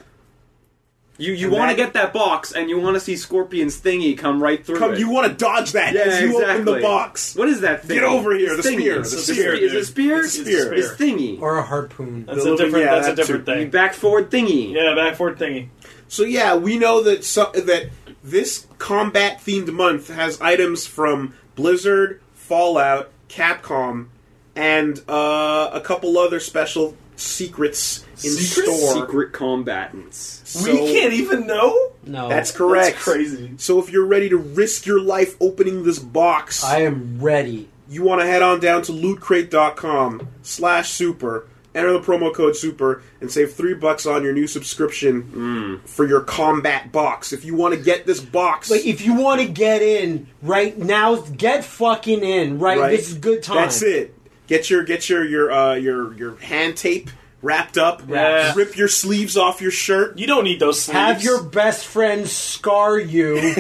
S4: You you
S3: And
S4: want to
S3: that-
S4: get that box and you want to see Scorpion's thingy come right through
S3: Come,
S4: it.
S3: you want to dodge that
S4: yeah,
S3: as you
S4: exactly.
S3: open the box.
S4: What is that thing?
S3: Get over here,
S4: It's
S3: the
S4: thingy.
S3: spear, the
S4: It's
S3: spear,
S4: Is it
S2: dude.
S4: a spear?
S3: It's a spear.
S4: It's thingy.
S1: Or a harpoon.
S2: That's a
S3: little bit-
S2: different.
S3: yeah,
S2: that's a
S3: that
S2: different
S3: too.
S2: thing.
S4: back forward thingy.
S2: Yeah, back forward thingy.
S3: So yeah, we know that so, that this combat themed month has items from Blizzard, Fallout, Capcom, and uh, a couple other special secrets in
S4: Secret,
S3: store.
S4: secret combatants.
S2: we
S3: So-
S2: can't even know.
S1: No,
S3: That's correct.
S2: That's crazy.
S3: So if you're ready to risk your life opening this box,
S1: I am ready.
S3: you want to head on down to lootcrate.com slash super enter the promo code super and save three bucks on your new subscription for your combat box if you want to get this box
S1: Like, if you want to get in right now, get fucking in right.
S3: right,
S1: This is good time.
S3: that's it get your get your your uh, your your hand tape wrapped up
S2: Yeah.
S3: rip your sleeves off your shirt
S2: You don't need those sleeves.
S1: Have your best friend scar
S3: [laughs]
S1: you.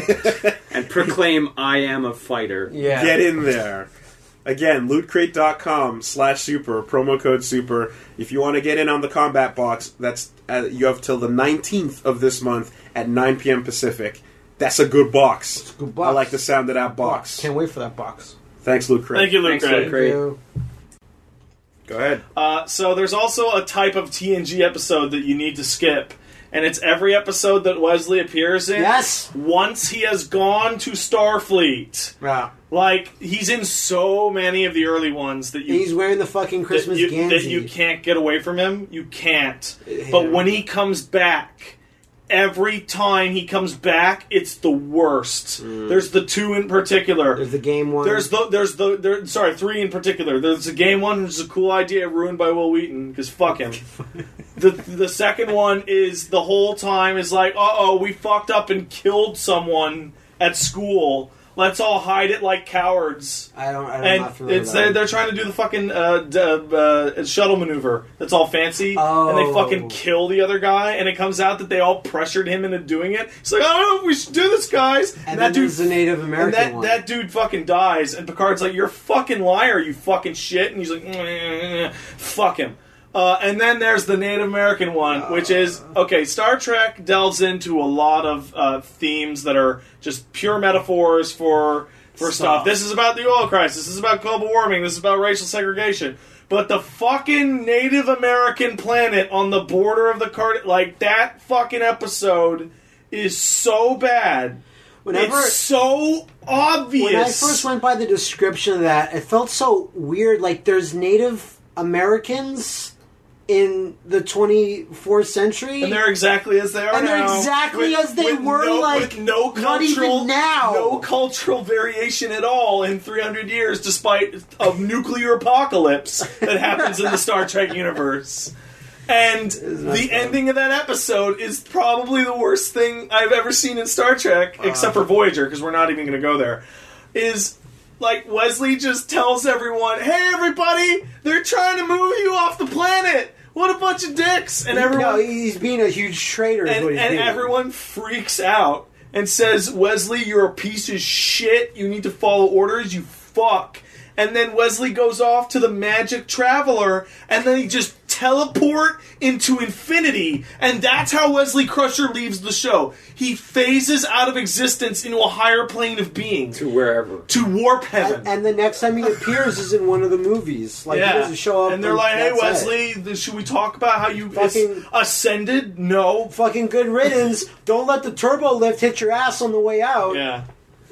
S4: And proclaim, I am a fighter.
S1: yeah.
S3: get in there again lootcrate.com slash super promo code super if you want to get in on the combat box that's uh, you have till the 19th of this month at 9 p.m pacific that's a good box
S1: a good box.
S3: i like the sound of that box
S1: Can't wait for that box.
S3: thanks loot crate
S2: Thank you, Luke.
S4: Thanks, Luke
S2: Gray.
S4: Gray. Great.
S1: You-
S3: go ahead
S2: Uh, so there's also a type of TNG episode that you need to skip, and it's every episode that Wesley appears in.
S1: Yes.
S2: Once he has gone to Starfleet,
S1: Yeah.
S2: like he's in so many of the early ones that you
S1: He's wearing the fucking Christmas
S2: that you,
S1: Gansey.
S2: that you can't get away from him. You can't. But when he comes back, every time he comes back, it's the worst. There's the two in particular.
S1: There's the game one.
S2: There's the there's the there, sorry three in particular. There's the game one, which is a cool idea ruined by Will Wheaton because fuck
S1: [laughs]
S2: him. the the second one is the whole time is like, uh oh, we fucked up and killed someone at school. Let's all hide it like cowards.
S1: I don't. I don't
S2: And
S1: not familiar
S2: it's
S1: with that
S2: they're,
S1: one.
S2: they're trying to do the fucking uh, d- uh, shuttle maneuver. That's all fancy, and they
S1: Oh.
S2: fucking kill the other guy. And it comes out that they all pressured him into doing it. It's like, I don't know, we should do this, guys.
S1: And,
S2: that
S1: then
S2: dude
S1: there's the Native American
S2: and that,
S1: one.
S2: that dude fucking dies, and Picard's like, "You're a fucking liar, you fucking shit," and he's like, "Mm, "Fuck him." Uh, and then there's the Native American one, which
S1: Uh.
S2: is okay. Star Trek delves into a lot of uh, themes that are just pure metaphors for for stuff.
S1: Stop.
S2: This is about the oil crisis. This is about global warming. This is about racial segregation. But the fucking Native American planet on the border of the card, like that fucking episode, is so bad
S1: Whenever
S2: it's so obvious.
S1: when I first went by the description of that, it felt so weird. Like there's Native Americans in the 24th century,
S2: and they're exactly as they are
S1: And they're
S2: now,
S1: exactly as they were,
S2: no,
S1: like,
S2: with no
S1: not even
S2: cultural,
S1: now.
S2: no cultural variation at all in 300 years, despite a nuclear apocalypse that happens in the Star Trek universe. And the ending of that episode is probably the worst thing I've ever seen in Star Trek,
S1: Uh.
S2: except for Voyager, because we're not even going to go there. Is like Wesley just tells everyone, "Hey, everybody, they're trying to move you off the planet. What a bunch of dicks!" And everyone,
S1: no, he's being a huge traitor. is
S2: and,
S1: what he's
S2: and
S1: being.
S2: everyone freaks out and says, Wesley, you're a piece of shit. You need to follow orders, you fuck. And then Wesley goes off to the magic traveler, and then he just teleport into infinity, and that's how Wesley Crusher leaves the show. He phases out of existence into a higher plane of being
S4: To wherever.
S2: to warp heaven.
S1: And, and the next time he appears is in one of the movies. Like he doesn't show up,
S2: and they're like, "Hey
S1: that's it.
S2: Wesley, th- should we talk about how you
S1: Fucking-
S2: ascended?" No,
S1: fucking good riddance. Don't let the turbo lift hit your ass on the way out.
S2: Yeah.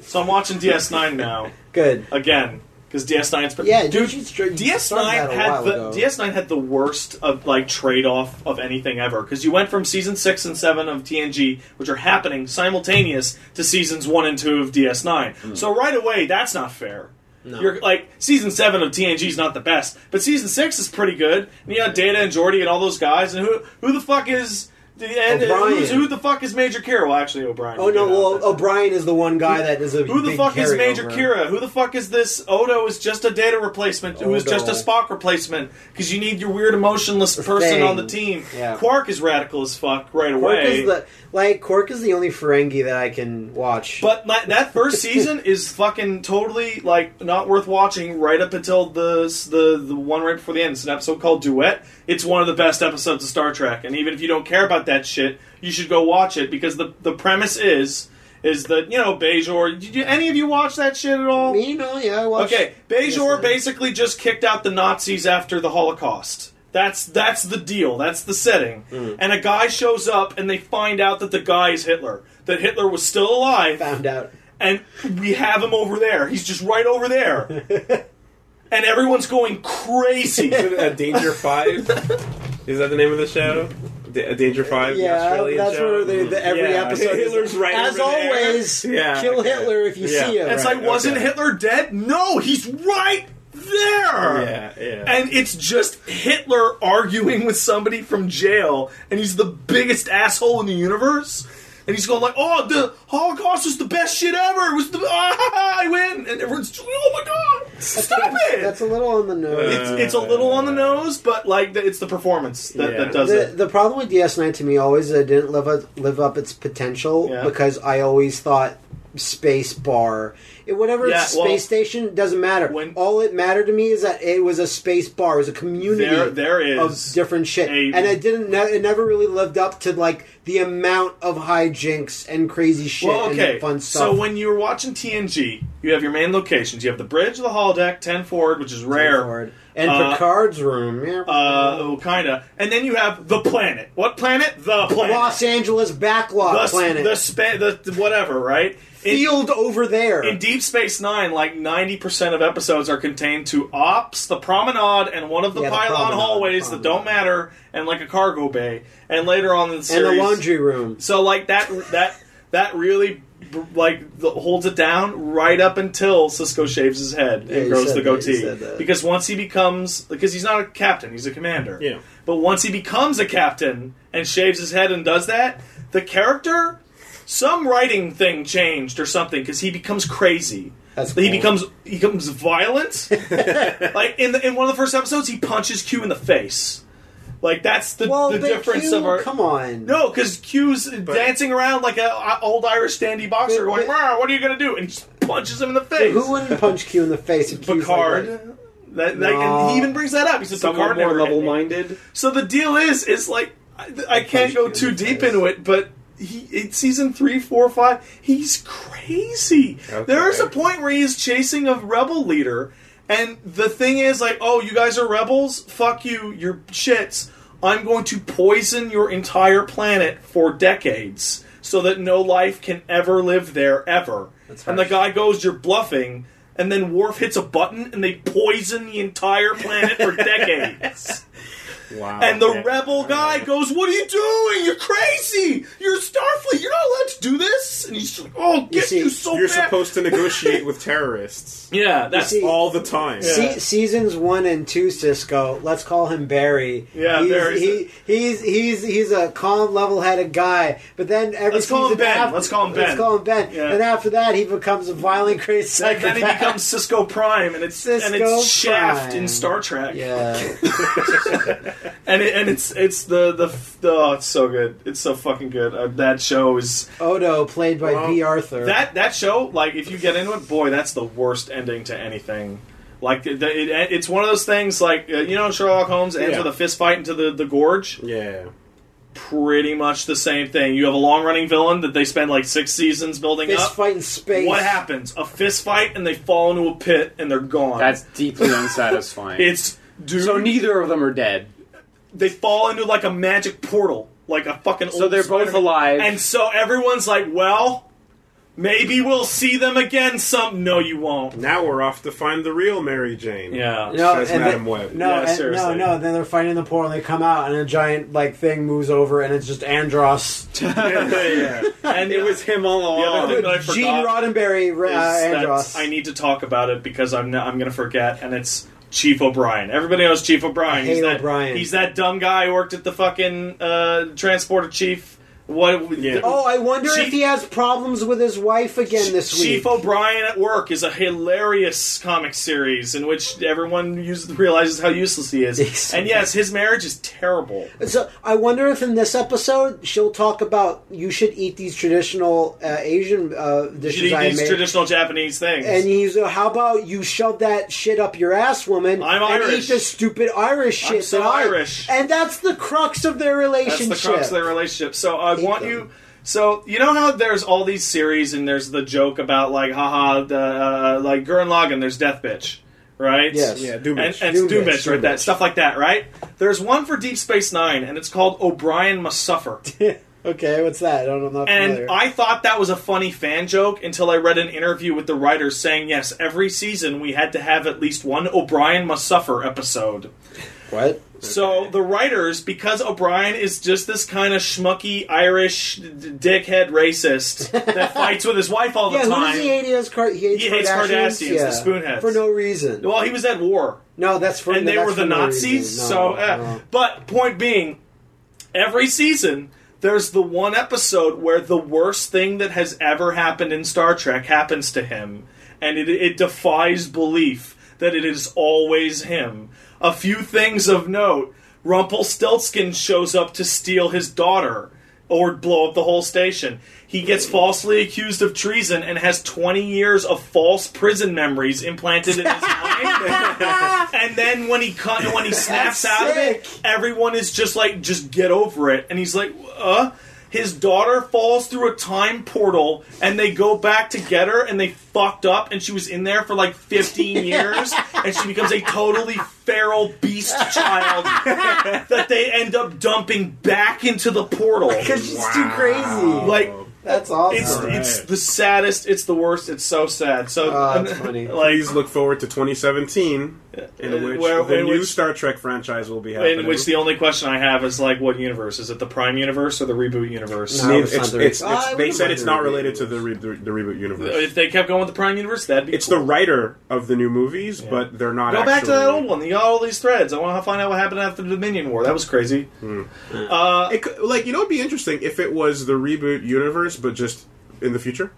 S2: So I'm watching DS9 now
S1: Good.
S2: again because DS9's been-
S1: Yeah,
S2: dude.
S1: you should- you started
S2: DS9
S1: that a
S2: had
S1: while
S2: the
S1: ago.
S2: DS9 had the worst of like trade off of anything ever because you went from season six and seven of TNG, which are happening simultaneous, to seasons one and two of DS9.
S1: Hmm.
S2: So right away, that's not fair. You're like season seven of TNG is not the best, but season six is pretty good. And you got Data and Jordy and all those guys, and who who the fuck is the and
S1: O'Brien.
S2: who's, who the fuck is Major Kira? Well, actually, O'Brien.
S1: Oh no!
S2: Yeah,
S1: Well,
S2: that's-
S1: O'Brien is the one guy that is a
S2: who the
S1: big
S2: fuck is
S1: carryover.
S2: Major Kira? Who the fuck is this? Odo is just a data replacement. Who is
S1: Odo.
S2: just a Spock replacement? Because you need your weird emotionless person
S1: Thing.
S2: on the team.
S1: Yeah.
S2: Quark is radical as fuck right
S1: Quark
S2: away.
S1: is the like Quark is the only Ferengi that I can watch.
S2: but my, that first season is fucking totally like not worth watching. Right up until the the the one right before the end. It's an episode called Duet. It's one of the best episodes of Star Trek. And even if you don't care about that shit, you should go watch it because the the premise is is that you know Bejor. Did you, any of you watch that shit at all?
S1: me, no, yeah, I watch.
S2: Okay,
S1: Yes,
S2: Bejor
S1: I-
S2: basically just kicked out the Nazis after the Holocaust. That's that's the deal. That's the setting.
S3: Mm.
S2: And a guy shows up, and they find out that the guy is Hitler. That Hitler was still alive,
S1: Found out.
S2: and we have him over there. He's just right over there,
S3: [laughs]
S2: and everyone's going crazy.
S3: a Danger Five. Is that the name of the show? Da- A Danger Five. the
S1: Yeah,
S3: Australian
S1: that's
S3: show?
S1: where they,
S2: Mm-hmm.
S1: the, every
S3: Yeah.
S1: episode. is-
S3: Hitler's right
S1: As
S3: over there.
S2: [laughs]
S1: always,
S3: Yeah,
S1: kill
S3: okay.
S1: Hitler if you
S3: Yeah.
S1: see him.
S2: It's
S3: Right,
S2: like, wasn't
S3: okay.
S2: Hitler dead? No, he's right there.
S3: Yeah, yeah.
S2: And it's just Hitler arguing with somebody from jail, and he's the biggest asshole in the universe. And he's going like, "Oh, the Holocaust was the best shit ever. It was the [laughs] ah, I win." And everyone's, just, "Oh my god, stop it!"
S1: That's a little on the nose.
S2: it's, it's a little on the nose, but like the, it's the performance that,
S3: Yeah.
S2: that does
S1: the,
S2: it.
S1: the problem with DS9 to me always is it didn't live up, live up its potential
S2: Yeah.
S1: because I always thought space bar. It, whatever
S2: Yeah,
S1: it's
S2: well,
S1: space station it doesn't matter.
S2: when-
S1: All it mattered to me is that it was a space bar. It was a community
S2: There- there
S1: of
S2: is
S1: different shit,
S2: a-
S1: and it didn't. ne- It never really lived up to like the amount of hijinks and crazy shit
S2: Well, okay.
S1: and fun stuff.
S2: So when you're watching TNG, you have your main locations. You have the bridge, the holodeck, ten forward, which is rare.
S1: and
S2: Uh,
S1: Picard's room, yeah.
S2: Uh, oh, kinda. And then you have the planet. What planet? The planet.
S1: Los Angeles backlot
S2: the, s-
S1: planet,
S2: The, spa- the the whatever, right? In,
S1: field over there.
S2: in Deep Space Nine, like ninety percent of episodes are contained to ops, the promenade, and one of the
S1: Yeah, the
S2: pylon
S1: promenade,
S2: hallways that don't
S1: promenade.
S2: matter, and like a cargo bay. And later on in the
S1: and
S2: series,
S1: the laundry room.
S2: So like that that that really like the- holds it down right up until Cisco shaves his head and
S1: Yeah, you
S2: grows
S1: said
S2: the
S1: that, you
S2: goatee.
S1: said that.
S2: Because once he becomes because he's not a captain, he's a commander.
S3: Yeah.
S2: But once he becomes a captain and shaves his head and does that, the character some writing thing changed or something because he becomes crazy.
S1: That's
S2: he
S1: cool.
S2: becomes he becomes
S1: [laughs]
S2: violent. like in the, in one of the first episodes, he punches Q in the face. Like that's the,
S1: Well,
S2: the
S1: but
S2: difference
S1: you-
S2: of our
S1: come on.
S2: no, because Q's dancing around like an old Irish dandy boxer,
S1: But-
S2: going,
S1: but-
S2: "Rah, "What are you going to do?" And just punches him in the face.
S1: Who wouldn't punch Q in the face? If Q's like
S2: Picard.
S1: that?
S2: That, that, and
S1: No.
S2: he even brings that up. He says,
S4: Someone
S2: "Picard never
S4: more
S2: hit me."
S4: level-minded.
S2: So the deal is, is like I, I can't
S1: punched
S2: go
S1: Q in
S2: too
S1: the
S2: deep
S1: face.
S2: into it, but he in season three, four, five, he's crazy.
S3: Okay.
S2: There is a point where he is chasing a rebel leader, and the thing is, like, oh, you guys are rebels. Fuck you, you're shits. I'm going to poison your entire planet for decades so that no life can ever live there ever. and the
S1: harsh.
S2: guy goes, "You're bluffing." And then Worf hits a button, and they poison the entire planet for decades.
S3: Wow.
S2: And the
S3: Yeah.
S2: rebel guy goes, "What are you doing? You're crazy! You're Starfleet. You're not allowed to do this." And he's just like, "Oh, get you,
S1: see,
S2: so
S3: You're
S2: bad."
S3: supposed to negotiate with terrorists
S2: yeah, that's [laughs]
S1: see-
S3: all the time.
S1: Se- seasons one and two, Cisco. Let's call him Barry.
S2: Yeah,
S1: he's,
S2: Barry's
S1: he, he's he's he's a calm, level-headed guy. But then every
S2: Let's call him
S1: season
S2: Ben.
S1: after-
S2: Let's call him Ben.
S1: Let's call him Ben.
S2: Yeah.
S1: And after that, he becomes a violent, crazy
S2: and then
S1: psychopath.
S2: he becomes Cisco Prime, and it's and
S1: Cisco
S2: it's Shaft
S1: Prime.
S2: in Star
S1: [laughs]
S2: Trek.
S1: yeah,
S2: and it, and it's it's the the f- the oh, it's so good. It's so fucking good. Uh, that show is
S1: Odo, played by
S3: Well,
S1: B. Arthur.
S2: that that show. Like if you get into it, boy, that's the worst ending to anything. Like the, the- it, it's one of those things. Like uh, you know, Sherlock Holmes ends
S3: Yeah.
S2: with a fist fight into the the gorge.
S3: Yeah.
S2: pretty much the same thing. You have a long running villain that they spend like six seasons building
S1: fist
S2: up.
S1: fight in space.
S2: What happens? A fist fight and they fall into a pit and they're gone.
S4: That's deeply unsatisfying.
S2: it's dude.
S4: so neither of them are dead.
S2: they fall into like a magic portal, like a fucking.
S4: So
S2: old
S4: they're both
S2: Spider-Man.
S4: alive.
S2: and so everyone's like, "Well, maybe we'll see them again." Some no, you won't.
S3: Now we're off to find the real Mary Jane.
S2: Yeah,
S1: No,
S3: Says
S1: and
S3: Madam
S1: the-
S3: Web.
S1: No,
S2: Yeah,
S1: and- no,
S2: seriously.
S1: no. Then they're fighting the portal, and they come out, and a giant like thing moves over, and it's just Andros,
S3: yeah.
S2: and
S4: It was him all
S2: The other
S4: along.
S2: thing that I forgot.
S1: Gene Roddenberry, uh,
S2: is that
S1: Andros.
S2: I need to talk about it because I'm not, I'm going to forget, and it's Chief O'Brien. Everybody knows Chief
S1: I
S2: O'Brien.
S1: hate
S2: he's that,
S1: O'Brien.
S2: He's that dumb guy who worked at the fucking uh, transporter chief. What?
S3: Yeah.
S1: Oh, I wonder
S2: Chief-
S1: if he has problems with his wife again this week.
S2: Chief O'Brien at Work is a hilarious comic series in which everyone uses, realizes how useless he is.
S1: Yes.
S2: And yes, his marriage is terrible.
S1: so I wonder if in this episode she'll talk about you should eat these traditional uh, Asian uh,
S2: You
S1: dishes
S2: need
S1: I
S2: these
S1: made.
S2: traditional Japanese things.
S1: and he's uh, how about you shove that shit up your ass, woman,
S2: I'm
S1: and
S2: Irish.
S1: eat this stupid Irish shit.
S2: I'm so
S1: that I-
S2: Irish.
S1: and that's the crux of their
S2: That's
S1: relationship.
S2: the crux of their relationship. So I
S1: Hate
S2: want
S1: them.
S2: you. So you know how there's all these series and there's the joke about like haha the uh, like Gurren Lagann there's Death Bitch right?
S1: Yes.
S3: Yeah, Doom
S2: Doom and,
S3: Bitch.
S2: and
S1: Doom
S2: Doom
S1: Bitch,
S2: Bitch, right?
S1: Doom
S2: That
S1: Bitch.
S2: stuff like that, right? There's one for Deep Space Nine, and it's called O'Brien Must
S1: [laughs]
S2: Suffer.
S1: okay, what's that? I don't, I'm not familiar.
S2: And I thought that was a funny fan joke until I read an interview with the writers saying, yes, every season we had to have at least one O'Brien Must Suffer episode.
S1: what?
S2: So the writers, because O'Brien is just this kind of schmucky Irish d- dickhead
S1: [laughs]
S2: racist that fights with his wife all the
S1: Yeah, who
S2: time.
S1: does he hate? He, has Car- he hates
S2: He
S1: Kardashians.
S2: hates Kardashians, the
S1: yeah.
S2: spoonheads.
S1: for no reason.
S2: well, he was at war.
S1: no, that's for
S2: and they
S1: that's
S2: were
S1: for
S2: the
S1: no
S2: Nazis.
S1: reason.
S2: so,
S1: No,
S2: uh,
S1: no.
S2: but point being, every season there's the one episode where the worst thing that has ever happened in Star Trek happens to him, and it, it defies belief that it is always him. A few things of note: Rumpelstiltskin shows up to steal his daughter. Or blow up the whole station. He gets falsely accused of treason and has 20 years of false prison memories implanted
S1: [laughs]
S2: in his mind and then when he cut, when he snaps
S1: That's
S2: out of it,
S1: sick.
S2: everyone is just like, just get over it. And he's like, uh. His daughter falls through a time portal, and they go back to get her, and they fucked up, and she was in there for
S1: [laughs]
S2: like 15 years, and she becomes a totally feral beast
S1: [laughs]
S2: child that they end up dumping back into the portal.
S1: because she's too crazy.
S2: Like,
S1: that's awesome.
S2: it's
S3: Alright.
S2: it's the saddest, it's the worst, it's so sad. So
S1: Oh,
S2: [laughs]
S1: that's funny.
S2: like,
S3: [laughs] Please look forward to 2017, in
S2: Uh,
S3: which
S2: where-
S3: the
S2: in
S3: new
S2: which-
S3: Star Trek franchise will be happening.
S2: In which the only question I have is like, what universe is it? The Prime universe or the reboot universe?
S1: No.
S3: it's,
S1: it's not
S3: it's,
S1: the-
S3: it's,
S1: Ah, I
S3: they
S1: wouldn't
S3: said
S1: mind
S3: it's
S1: the
S3: not
S1: reboot
S3: related to the, re- the, the reboot universe.
S2: If they kept going with the Prime universe, that'd be
S3: it's the
S2: cool.
S3: writer of the new movies, but they're not.
S2: Go
S3: actually,
S2: back to that old one. You got all these threads. I want to find out what happened after the Dominion War. That was crazy. Uh,
S3: It, could- like you know, it'd be interesting if it was the reboot universe, but just in the future,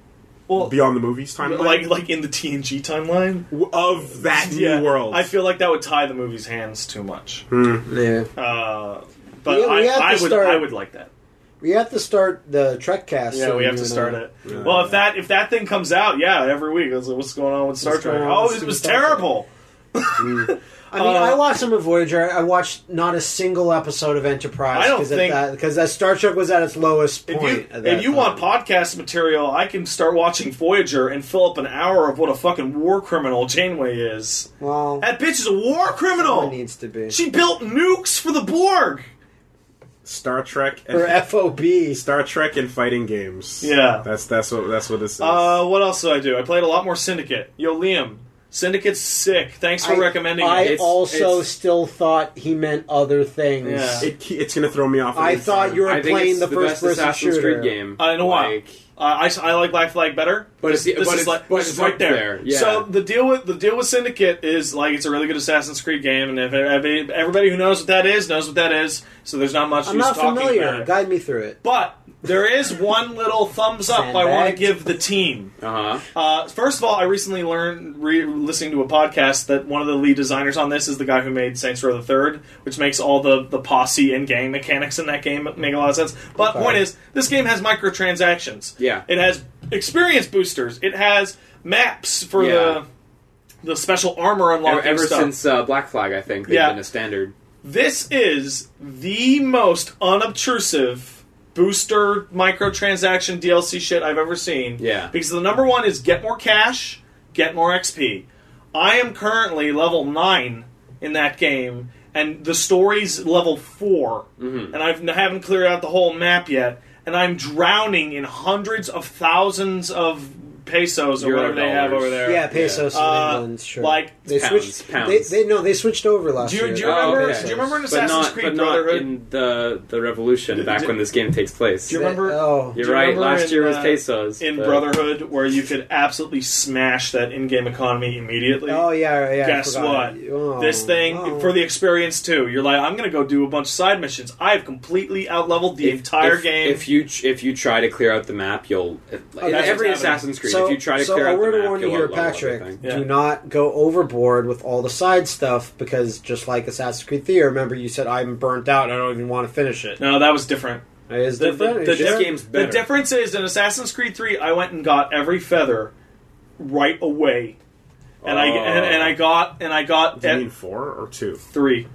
S2: well,
S3: beyond the movies timeline,
S2: like like in the TNG timeline.
S3: w- of that
S2: [laughs] Yeah,
S3: new world.
S2: I feel like that would tie the movie's hands too much.
S1: yeah.
S2: Uh, but
S1: We- we
S2: I,
S1: have to
S2: I would
S1: start-
S2: I would like that.
S1: We have to start the Trek cast.
S2: Yeah,
S1: soon,
S2: we have
S1: you
S2: to
S1: know.
S2: start it. Well, if that if that thing comes out, yeah, every week. it's like, What's going on with Star
S1: What's
S2: Trek?
S1: going on
S2: Oh,
S1: with
S2: it was
S1: Star Trek?
S2: terrible.
S1: I mean,
S2: Uh,
S1: I watched some of Voyager. I watched not a single episode of Enterprise
S2: I don't
S1: at
S2: think-
S1: that because that Star Trek was at its lowest
S2: If
S1: point.
S2: you,
S1: at that
S2: if you
S1: time.
S2: want podcast material, I can start watching Voyager and fill up an hour of what a fucking war criminal Janeway is.
S1: well,
S2: That bitch is a war
S1: someone
S2: criminal.
S1: needs to be
S2: She built nukes for the Borg.
S3: Star Trek and
S1: or FOB.
S3: Star Trek and fighting games.
S2: Yeah.
S3: that's that's what that's what this is.
S2: Uh, what else did I do? I played a lot more Syndicate. Yo, Liam, Syndicate's sick. Thanks for
S1: I-
S2: recommending
S1: I
S2: it.
S4: It's-
S1: also
S4: it's-
S1: still thought he meant other things.
S2: Yeah.
S3: it, ke- it's gonna throw me off.
S1: I
S3: every
S1: thought
S3: time.
S1: you were
S4: I think
S1: playing
S4: it's
S1: the,
S4: the,
S1: first
S4: best
S1: person
S4: Assassin's
S1: shooter.
S4: Creed game.
S2: Uh, in a while.
S4: Like,
S2: Uh, I, I like Black Flag better.
S4: But
S2: this,
S4: it's-
S2: this
S4: but
S2: is
S4: it's-
S2: like
S4: but
S2: this
S4: it's
S2: is right
S4: up
S2: there.
S4: there, yeah.
S2: So the deal with the deal with Syndicate is like it's a really good Assassin's Creed game, and if, if everybody who knows what that is knows what that is, so there's not much
S1: I'm
S2: use
S1: not
S2: talking about
S1: familiar.
S2: it.
S1: Guide me through it.
S2: But there is one little thumbs up I want to
S1: Sandbagged.
S2: give the team.
S4: uh huh.
S2: Uh, first of all, I recently learned, re- listening to a podcast, that one of the lead designers on this is the guy who made Saints Row the Third, which makes all the, the posse and gang mechanics in that game make a lot of sense. But
S1: Okay.
S2: point is, this game has microtransactions.
S4: Yeah.
S2: it has experience boosters. It has maps for
S4: Yeah.
S2: the the special armor unlocking
S4: Ever, ever
S2: stuff.
S4: since uh, Black Flag, I think they've
S2: Yeah.
S4: been a standard.
S2: This is the most unobtrusive booster microtransaction DLC shit I've ever seen.
S4: Yeah.
S2: Because the number one is get more cash, get more XP. I am currently level 9 in that game, and the story's level 4. Mm-hmm. And I've, I haven't cleared out the whole map yet, and I'm drowning in hundreds of thousands of pesos or
S4: Euro
S2: whatever they have
S4: dollars.
S2: over there.
S1: Yeah, pesos
S2: Uh,
S1: in England. Sure.
S2: like,
S1: they
S4: pounds,
S1: switched.
S4: pounds.
S1: They, they no, they switched over last
S2: Do you-
S1: year.
S2: do you
S1: to
S2: remember-
S1: pesos.
S2: do you remember in
S4: but
S2: Assassin's
S4: not,
S2: Creed
S4: but not
S2: Brotherhood?
S4: in the the Revolution back
S2: d-
S4: when this game takes place.
S2: do you remember-
S1: Oh,
S4: You're
S2: Do you
S4: right.
S2: remember
S4: Last
S2: in,
S4: year was
S2: uh,
S4: pesos.
S2: in
S4: but-
S2: Brotherhood where you could absolutely smash that in-game economy immediately.
S1: oh yeah, yeah. I
S2: Guess
S1: forgot.
S2: what?
S1: Oh,
S2: this thing
S1: oh.
S2: for the experience too. You're like, I'm gonna go do a bunch of side missions. I've completely outleveled the
S4: If-
S2: entire
S4: if-
S2: game.
S4: If you ch- if you try to clear out the map, you'll if, like,
S1: Okay. That's
S4: every
S2: what's happening.
S4: Assassin's Creed.
S1: So,
S4: if you try to
S1: so
S4: clear
S1: a
S4: out
S1: word
S4: the
S1: of
S4: map,
S1: warning
S4: you'll
S1: here,
S4: outlevel
S1: Patrick.
S4: everything.
S2: Yeah.
S1: Do not go overboard with all the side stuff because just like Assassin's Creed 3, remember you said I'm burnt out and I don't even want to finish it.
S2: no, that was different.
S1: It is
S2: The- the-
S1: different.
S2: the
S1: It's
S4: This
S1: just-
S2: different-
S4: game's better.
S2: The difference is in Assassin's Creed 3, I went and got every feather right away, and I
S4: Oh.
S2: and, and I got and I got
S3: Do you
S2: at
S3: mean four or two?
S2: three.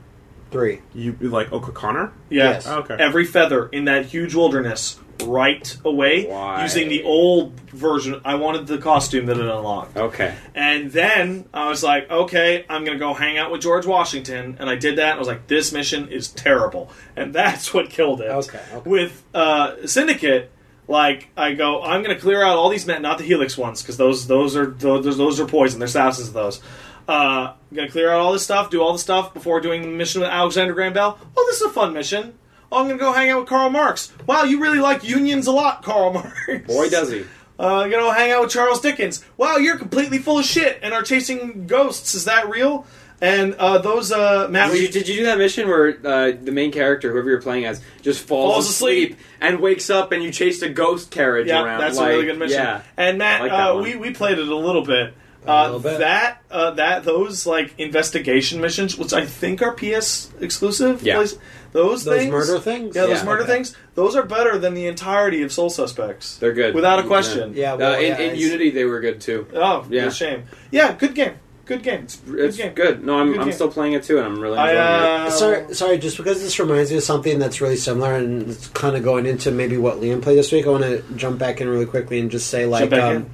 S1: three.
S3: You like O'Connor?
S2: Yeah.
S1: Yes.
S3: Okay.
S2: Every feather in that huge wilderness right away
S4: Why?
S2: using the old version. I wanted the costume that it unlocked.
S4: Okay.
S2: And then I was like, okay, I'm going to go hang out with George Washington. And I did that. And I was like, this mission is terrible. And [laughs] that's what killed it.
S1: Okay, okay.
S2: With uh, Syndicate, like, I go, I'm going to clear out all these men, not the Helix ones, because those, those, are, those, those are poison. There's thousands of those. Uh, I'm going to clear out all this stuff, do all the stuff before doing the mission with Alexander Graham Bell. Oh, this is a fun mission. Oh, I'm going to go hang out with Karl Marx. Wow, you really like unions a lot, Karl Marx.
S4: Boy, does he.
S2: Uh, you know, hang out with Charles Dickens. Wow, you're completely full of shit and are chasing ghosts. Is that real? And uh, those uh, Matt,
S4: Did you, did you do that mission where uh, the main character, whoever you're playing as, just falls,
S2: Falls
S4: asleep,
S2: asleep.
S4: and wakes up and you chased a ghost carriage
S2: yeah,
S4: around?
S2: that's
S4: like,
S2: a really good mission.
S4: Yeah.
S2: And Matt,
S4: I like that
S2: uh,
S4: one.
S2: we we played it a little bit.
S1: A
S2: Uh,
S1: little bit.
S2: That uh, that those like investigation missions, which I think are PS exclusive.
S4: Yeah.
S2: place- those
S1: Those
S2: things,
S1: murder things?
S2: Yeah, those
S4: Yeah.
S2: murder
S1: Okay.
S2: things. Those are better than the entirety of Soul Suspects.
S4: They're good.
S2: without a question.
S1: Yeah,
S4: Uh,
S1: well,
S4: in,
S1: yeah,
S4: in
S1: it's-
S4: Unity, they were good too.
S2: Oh,
S4: Yeah.
S2: yeah. Shame. Yeah, good game. Good game.
S4: It's
S2: game.
S4: good. No, I'm,
S2: Good
S4: I'm
S2: game.
S4: still playing it too, and I'm really
S2: I
S4: enjoying it.
S2: uh,
S1: Sorry, sorry. Just because this reminds me of something that's really similar, and it's kind of going into maybe what Liam played this week. I want to jump back in really quickly and just say, like,
S2: back in.
S1: um,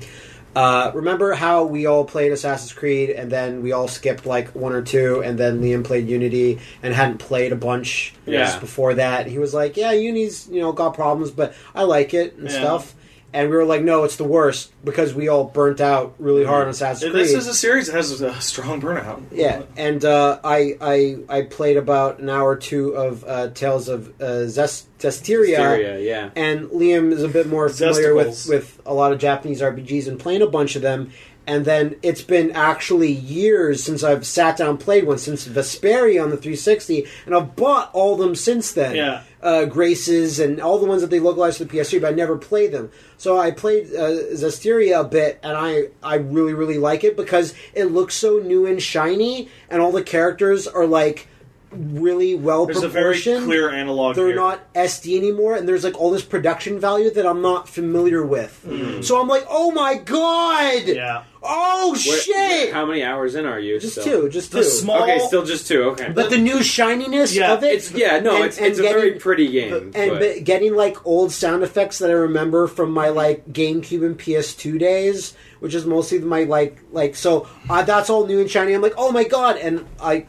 S1: uh, remember how we all played Assassin's Creed, and then we all skipped like one or two, and then Liam played Unity and hadn't played a bunch
S4: Yeah.
S1: just before that. He was like, "Yeah, Unity's you know got problems, but I like it and
S2: Yeah.
S1: stuff." And we were like, "No, it's the worst because we all burnt out really hard on Assassin's Creed."
S2: Mm-hmm. This is a series that has a strong burnout.
S1: Yeah, and uh, I, I I played about an hour or two of uh, Tales of uh, Zest- Zestiria,
S4: Hysteria, yeah.
S1: and Liam is a bit more familiar with,
S2: Zesticles.
S1: with a lot of Japanese RPGs and playing a bunch of them. And then it's been actually years since I've sat down and played one, since Vesperia on the 360, and I've bought all them since then.
S2: Yeah.
S1: Uh, Graces and all the ones that they localized for the PS3, but I never played them. So I played uh, Zestiria a bit, and I, I really, really like it because it looks so new and shiny, and all the characters are like really well
S2: There's a very
S1: proportioned
S2: clear analog.
S1: they're
S2: here.
S1: not SD anymore, and there's like all this production value that I'm not familiar with.
S4: Hmm.
S1: So I'm like, oh my god!
S2: Yeah.
S1: Oh
S4: Where-
S1: shit!
S4: How many hours in are you?
S1: just
S4: still?
S1: two, just
S2: The
S1: two.
S2: small-
S4: Okay, still just two. Okay.
S1: but the new shininess
S2: Yeah,
S1: of it,
S4: it's yeah, no,
S1: and-
S4: it's
S1: and
S4: it's a
S1: getting-
S4: very pretty game.
S1: and
S4: but-
S1: but getting like old sound effects that I remember from my like GameCube and PS2 days, which is mostly my like like so uh, that's all new and shiny. I'm like, oh my god! And I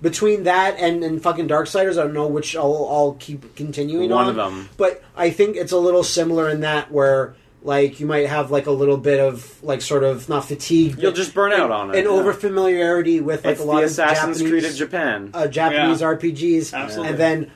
S1: between that and and fucking Darksiders, I don't know which I'll I'll keep continuing
S4: One
S1: on.
S4: of them.
S1: but I think it's a little similar in that where. Like you might have like a little bit of like sort of not fatigue,
S4: You'll just burn out on it.
S1: and over familiarity with like
S4: it's
S1: a lot
S4: the
S1: of
S4: Assassin's
S1: Japanese
S4: Creed of Japan.
S1: uh, Japanese
S2: Yeah.
S1: RPGs,
S2: Absolutely.
S1: and then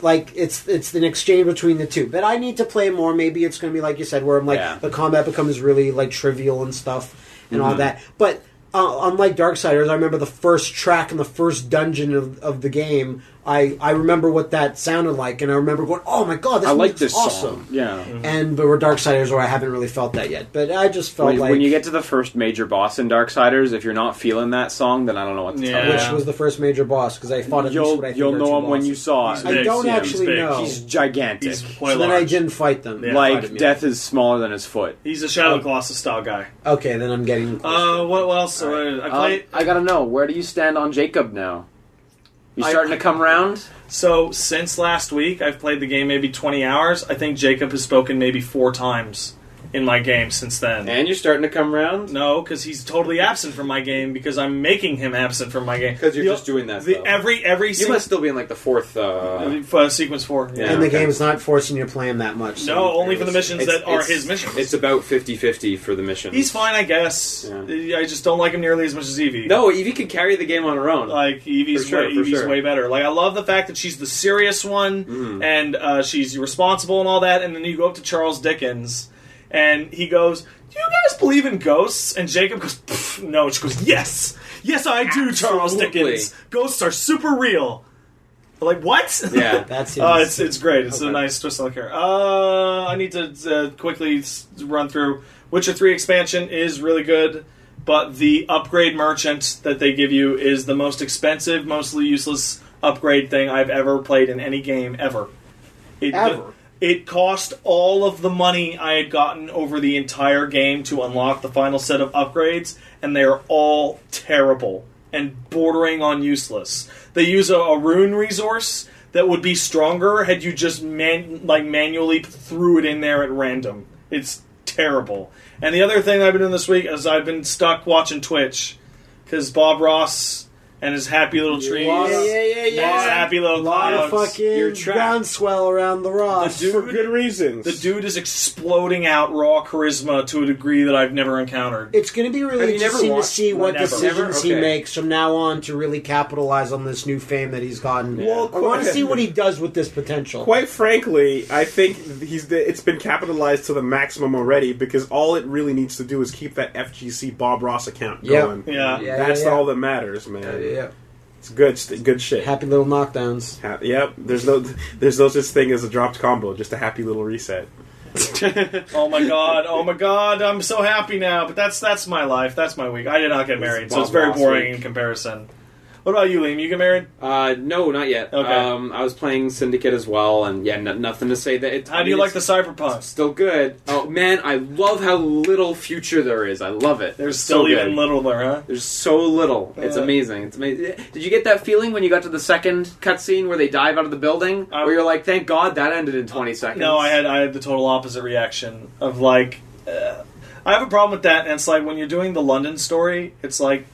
S1: like it's it's an exchange between the two. But I need to play more. Maybe it's going to be like you said, where I'm like
S4: Yeah. Mm-hmm.
S1: the combat becomes really like trivial and stuff and all that. But uh, unlike Darksiders, I remember the first track in the first dungeon of, of the game. I, I remember what that sounded like, and I remember going, "Oh my god, this
S4: I like
S1: music's
S4: this
S1: awesome!"
S4: song. Yeah.
S1: And but we're Darksiders, where I haven't really felt that yet. But I just felt
S4: When,
S1: like
S4: when you get to the first major boss in Darksiders, if you're not feeling that song, then I don't know what to
S2: Yeah.
S1: which
S4: tell
S1: was the first major boss because I fought
S4: you.
S1: at least what I
S4: You'll,
S1: think
S4: you'll
S1: are
S4: know
S1: two
S4: him when you
S1: bosses.
S4: saw it.
S2: I
S1: I
S2: big,
S1: don't
S2: yeah, he's
S1: actually
S2: big.
S1: know.
S4: He's gigantic.
S2: He's quite
S1: so then I
S2: large.
S1: didn't fight them.
S2: Yeah.
S1: Fight
S4: like
S1: them, yeah.
S4: death is smaller than his foot.
S2: He's a Shadow Colossus style guy.
S1: Okay, then I'm getting.
S2: Uh, what, what else? Uh,
S4: All
S2: I
S4: Um,
S2: play.
S4: I gotta know where do you stand on Jacob now? You
S2: I-
S4: starting to come round?
S2: so since last week, I've played the game maybe twenty hours. I think Jacob has spoken maybe four times in my game since then.
S4: And you're starting to come round?
S2: no, because he's totally absent from my game because I'm making him absent from my game.
S4: Because you're
S2: The-
S4: just doing that.
S2: the,
S4: though.
S2: every every
S4: you
S2: se-
S4: must still be in like the fourth. Uh,
S2: uh, sequence four.
S4: Yeah.
S1: and the
S4: okay.
S1: game's not forcing you to play him that much. so
S2: No,
S1: you're
S2: only for the
S1: realistic.
S2: missions
S4: It's-
S2: that are
S4: it's-
S2: his missions.
S4: it's about 50-50 for the mission.
S2: He's fine, I guess. I just don't like him nearly as much as Evie.
S4: No, Evie could carry the game on her own.
S2: Like Evie's
S4: For sure,
S2: way,
S4: for
S2: Evie's
S4: sure. Mm.
S2: way better. Like I love the fact that she's the serious one and uh, she's responsible and all that. And then you go up to Charles Dickens and he goes, "Do you guys believe in ghosts?" And Jacob goes, "Pff, "No." And she goes, "Yes, yes, I do." Charles
S4: Absolutely.
S2: Dickens, ghosts are super real. I'm like what? [laughs]
S4: yeah.
S1: That seems.
S2: Uh, it's, it's great. It's a
S1: Okay.
S2: nice twist on the character. Uh, I need to uh, quickly s- run through. Witcher 3 expansion is really good, but the upgrade merchant that they give you is the most expensive, mostly useless upgrade thing I've ever played in any game ever. It,
S1: Ever?
S2: It cost all of the money I had gotten over the entire game to unlock the final set of upgrades, and they are all terrible and bordering on useless. They use a, a rune resource that would be stronger had you just man like manually threw it in there at random. It's terrible. And the other thing I've been doing this week is I've been stuck watching Twitch because Bob Ross and his happy little trees,
S1: yeah, yeah, yeah,
S2: and his
S1: yeah.
S2: happy little
S1: A lot of
S2: clouds.
S1: fucking
S4: You're trapped.
S1: groundswell around the rocks.
S3: for good reasons.
S2: The dude is exploding out raw charisma to a degree that I've never encountered.
S1: It's going to be
S4: Have
S1: really
S4: you
S1: interesting
S4: never
S1: to
S4: watched-
S1: see what
S2: Never.
S1: decisions
S4: Never?
S1: he
S4: Okay.
S1: makes from now on to really capitalize on this new fame that he's gotten.
S3: Well,
S1: I want to
S3: quite-
S1: see what he does with this potential.
S3: Quite frankly, I think he's the, it's been capitalized to the maximum already because all it really needs to do is keep that FGC Bob Ross account
S1: Yeah.
S3: going.
S2: Yeah.
S1: Yeah,
S3: That's
S1: yeah, yeah.
S3: all that matters, man.
S1: yeah, yeah.
S3: It's good, st- good shit.
S1: Happy little knockdowns.
S3: Ha- yep. There's no, there's no such thing as a dropped combo. Just a happy little reset.
S2: Oh my god! Oh my god! I'm so happy now. But that's that's my life. That's my week. I did not get married, so
S4: Bob
S2: it's very
S4: Ross
S2: boring
S4: week.
S2: in comparison. What about you, Liam? You get married?
S4: Uh, no, not yet.
S2: Okay.
S4: Um, I was playing Syndicate as well, and yeah, no, nothing to say that. It,
S2: How do you like the cyberpunks?
S4: Still good. Oh man, I love how little future there is. I love it.
S2: There's
S4: It's
S2: still
S4: so
S2: even
S4: good.
S2: littler, huh?
S4: There's so little. It's
S2: Yeah.
S4: amazing. It's amazing. Did you get that feeling when you got to the second cutscene where they dive out of the building?
S2: I-
S4: where you're like, thank God that ended in 20 seconds.
S2: No, I had I had the total opposite reaction of like, uh, I have a problem with that. And it's like when you're doing the London story, it's like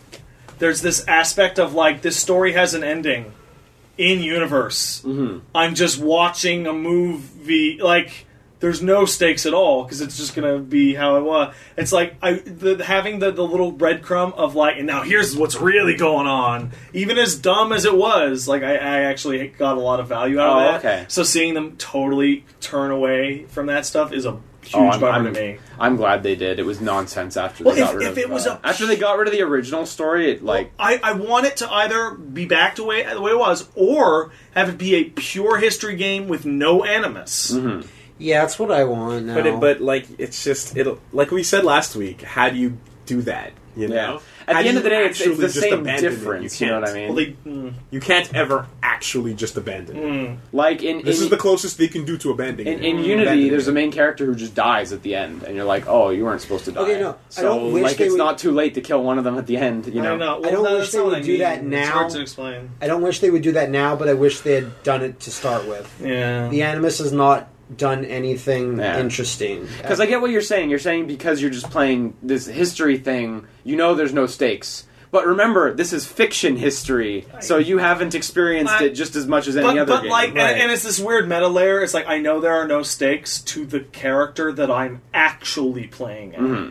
S2: there's this aspect of like this story has an ending in universe.
S4: Mhm.
S2: I'm just watching a movie like. There's no stakes at all because it's just gonna be how it was. It's like I the, having the, the little breadcrumb of like, and now here's what's really going on. Even as dumb as it was, like I, I actually got a lot of value out
S4: Oh,
S2: of that.
S4: okay.
S2: So seeing them totally turn away from that stuff is a huge
S4: Oh, I'm-
S2: bummer
S4: I'm-
S2: to me.
S4: I'm glad they did. It was nonsense after
S2: Well,
S4: they
S2: if-
S4: got rid
S2: if
S4: of
S2: it was
S4: uh,
S2: a-
S4: after they got rid of the original story. It like
S2: I, I want it to either be back to way, the way it was, or have it be a pure history game with no animus.
S4: Mm-hmm.
S1: Yeah, that's what I want now.
S3: But it, but like it's just it'll like we said last week. How do you do that? You know.
S4: Yeah. At
S3: How
S4: the
S3: do
S4: end of the
S3: you
S4: day, it's, it's
S3: actually
S4: the
S3: just
S4: same
S3: abandon it?
S4: difference. You,
S3: You
S4: know
S3: can't.
S4: what I mean?
S2: Well, they, mm,
S3: You can't ever actually just abandon. it.
S2: mm.
S4: like in
S3: This
S4: in,
S3: is the closest they can do to abandoning.
S4: in,
S3: it.
S2: Mm-hmm.
S4: in Unity,
S3: Abandoning
S4: there's
S3: it.
S4: a main character who just dies at the end, and you're like, oh, you weren't supposed to die.
S1: Okay, no, I
S4: so
S1: don't wish
S4: like
S1: they
S4: it's
S1: would-
S4: not too late to kill one of them at the end. You
S2: I
S4: know.
S2: don't know.
S1: I don't
S2: Well, no,
S1: wish
S2: that's
S1: they
S2: not what
S1: would
S2: I
S1: do
S2: mean.
S1: that
S2: It's
S1: now.
S2: hard to explain.
S1: I don't wish they would do that now, but I wish they had done it to start with.
S2: Yeah.
S1: The Animus has not done anything
S4: Yeah.
S1: interesting.
S4: Because I get what you're saying. You're saying because you're just playing this history thing, you know there's no stakes. But remember, this is fiction history, so you haven't experienced
S2: I-
S4: it just as much as any
S2: But,
S4: other
S2: but
S4: game.
S2: like, and,
S1: right.
S2: and it's this weird meta layer. It's like I know there are no stakes to the character that I'm actually playing as.
S1: Mm-hmm.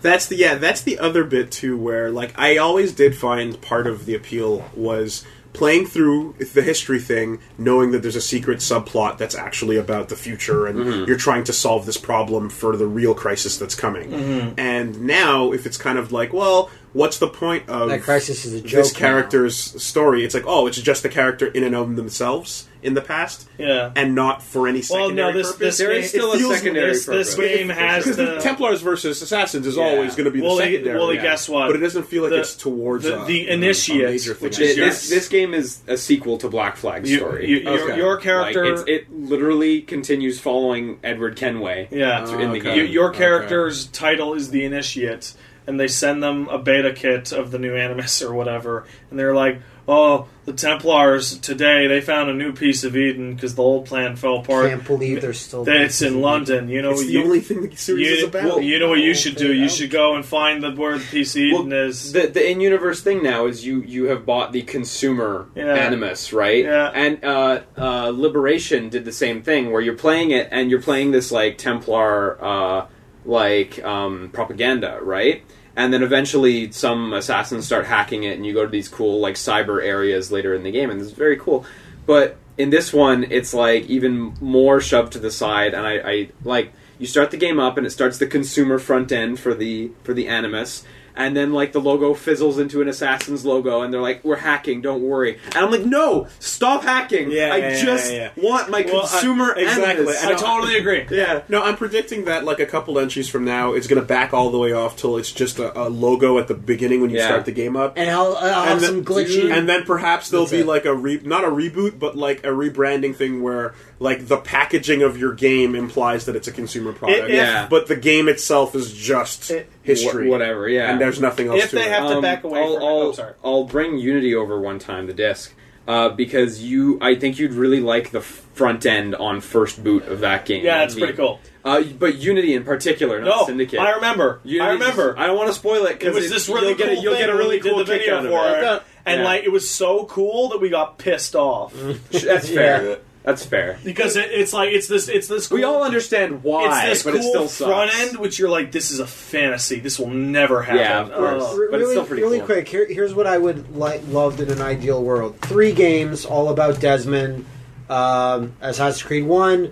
S3: That's the yeah, that's the other bit too where like I always did find part of the appeal was playing through the history thing knowing that there's a secret subplot that's actually about the future and
S2: Mm-hmm.
S3: you're trying to solve this problem for the real crisis that's coming.
S2: Mm-hmm.
S3: And now if it's kind of like, well, what's the point of
S1: That crisis is a joke.
S3: this character's story? It's like, oh, it's just the character in and of themselves in the past
S2: Yeah.
S3: and not for any
S2: Well,
S3: secondary
S2: no, this
S3: purpose.
S2: this
S4: There
S2: game,
S4: is still a
S2: it feels-
S4: secondary
S2: this, this
S4: purpose.
S2: game has
S3: Because the
S2: the
S3: Templars versus Assassins is
S4: Yeah.
S3: always going to be the
S2: Well, they-
S3: secondary.
S2: well, they
S3: yeah.
S2: guess what?
S3: But it doesn't feel like
S2: The-
S3: it's towards
S2: the-
S3: a,
S2: the
S3: you know, a
S2: initiates,
S3: major thing.
S2: which
S4: Th-
S2: is your-
S4: this this game is a sequel to Black Flag
S2: You-
S4: story.
S2: you- your-
S3: Okay.
S2: your character-
S4: Like, it's, it literally continues following Edward Kenway.
S2: yeah.
S4: in the
S3: Okay.
S2: Your,
S4: game.
S2: your
S3: Okay.
S2: character's title is the initiate, and they send them a beta kit of the new Animus or whatever, and they're like, "Oh, the Templars today they found a new piece of Eden because the old plan fell apart.
S1: can't believe they're still.
S2: That it's in London. You know,
S3: It's
S2: what
S3: the
S2: you,
S3: only thing the series is
S2: you,
S3: about.
S2: well, you know what you should do?
S1: Yeah.
S2: You should go and find the word piece of Eden is.
S4: The, the in-universe thing now is you you have bought the consumer
S2: Yeah.
S4: animus, right?
S2: Yeah.
S4: And uh, uh, Liberation did the same thing where you're playing it and you're playing this like Templar uh, like um, propaganda, right? And then eventually some assassins start hacking it and you go to these cool like cyber areas later in the game and it's very cool. But in this one it's like even more shoved to the side and I, I like you start the game up and it starts the consumer front end for the for the animus and then like the logo fizzles into an assassin's logo and they're like we're hacking don't worry and i'm like no stop hacking
S3: Yeah,
S4: i
S3: yeah, yeah,
S4: just
S3: yeah,
S4: want my
S2: Well, I-
S4: consumer
S3: exactly.
S4: animus
S3: I
S2: I totally agree.
S4: yeah
S3: No, I'm predicting that like a couple entries from now, it's going to back all the way off till it's just a, a logo at the beginning when you
S4: Yeah.
S3: start the game up.
S1: and I'll, I'll have some glitchy.
S3: and then perhaps there'll
S1: That's
S3: be
S1: it.
S3: like a re- not a reboot, but like a rebranding thing where like the packaging of your game implies that it's a consumer product,
S4: yeah.
S3: but the game itself is just
S2: It-
S3: history,
S4: Wh- whatever yeah
S3: and there's nothing else
S2: If
S3: to
S2: they
S3: it.
S2: have to back away
S4: Um, I'll,
S2: from it.
S4: I'll,
S2: Oh, sorry.
S4: I'll bring Unity over one time, the disc. uh, because you, I think you'd really like the front end on first boot of that game.
S2: Yeah, that's
S4: I mean,
S2: pretty cool.
S4: Uh, but Unity in particular, not
S2: No,
S4: Syndicate.
S2: I remember. I
S4: Unity's-
S2: remember.
S4: I don't want to spoil it
S2: It
S4: because
S2: was this really
S4: you'll get a,
S2: cool
S4: you'll
S2: thing
S4: get a
S2: when
S4: really
S2: we did
S4: cool
S2: the
S4: kick
S2: video
S4: out
S2: for
S4: of it.
S2: it. And
S4: Yeah.
S2: like it was so cool that we got pissed
S4: [laughs]
S2: off
S4: That's fair. That's fair.
S2: because it, it's like it's this it's this cool,
S4: We all understand why,
S2: it's this
S4: but
S2: cool
S4: it still
S2: front
S4: sucks.
S2: end which you're like this is a fantasy this will never happen. Uh,
S4: Yeah, of course.
S2: Ugh.
S4: But it's
S1: really,
S4: still pretty
S1: really
S4: cool.
S1: quick. Here, here's what I would like loved in an ideal world: three games all about Desmond, um, Assassin's Creed One.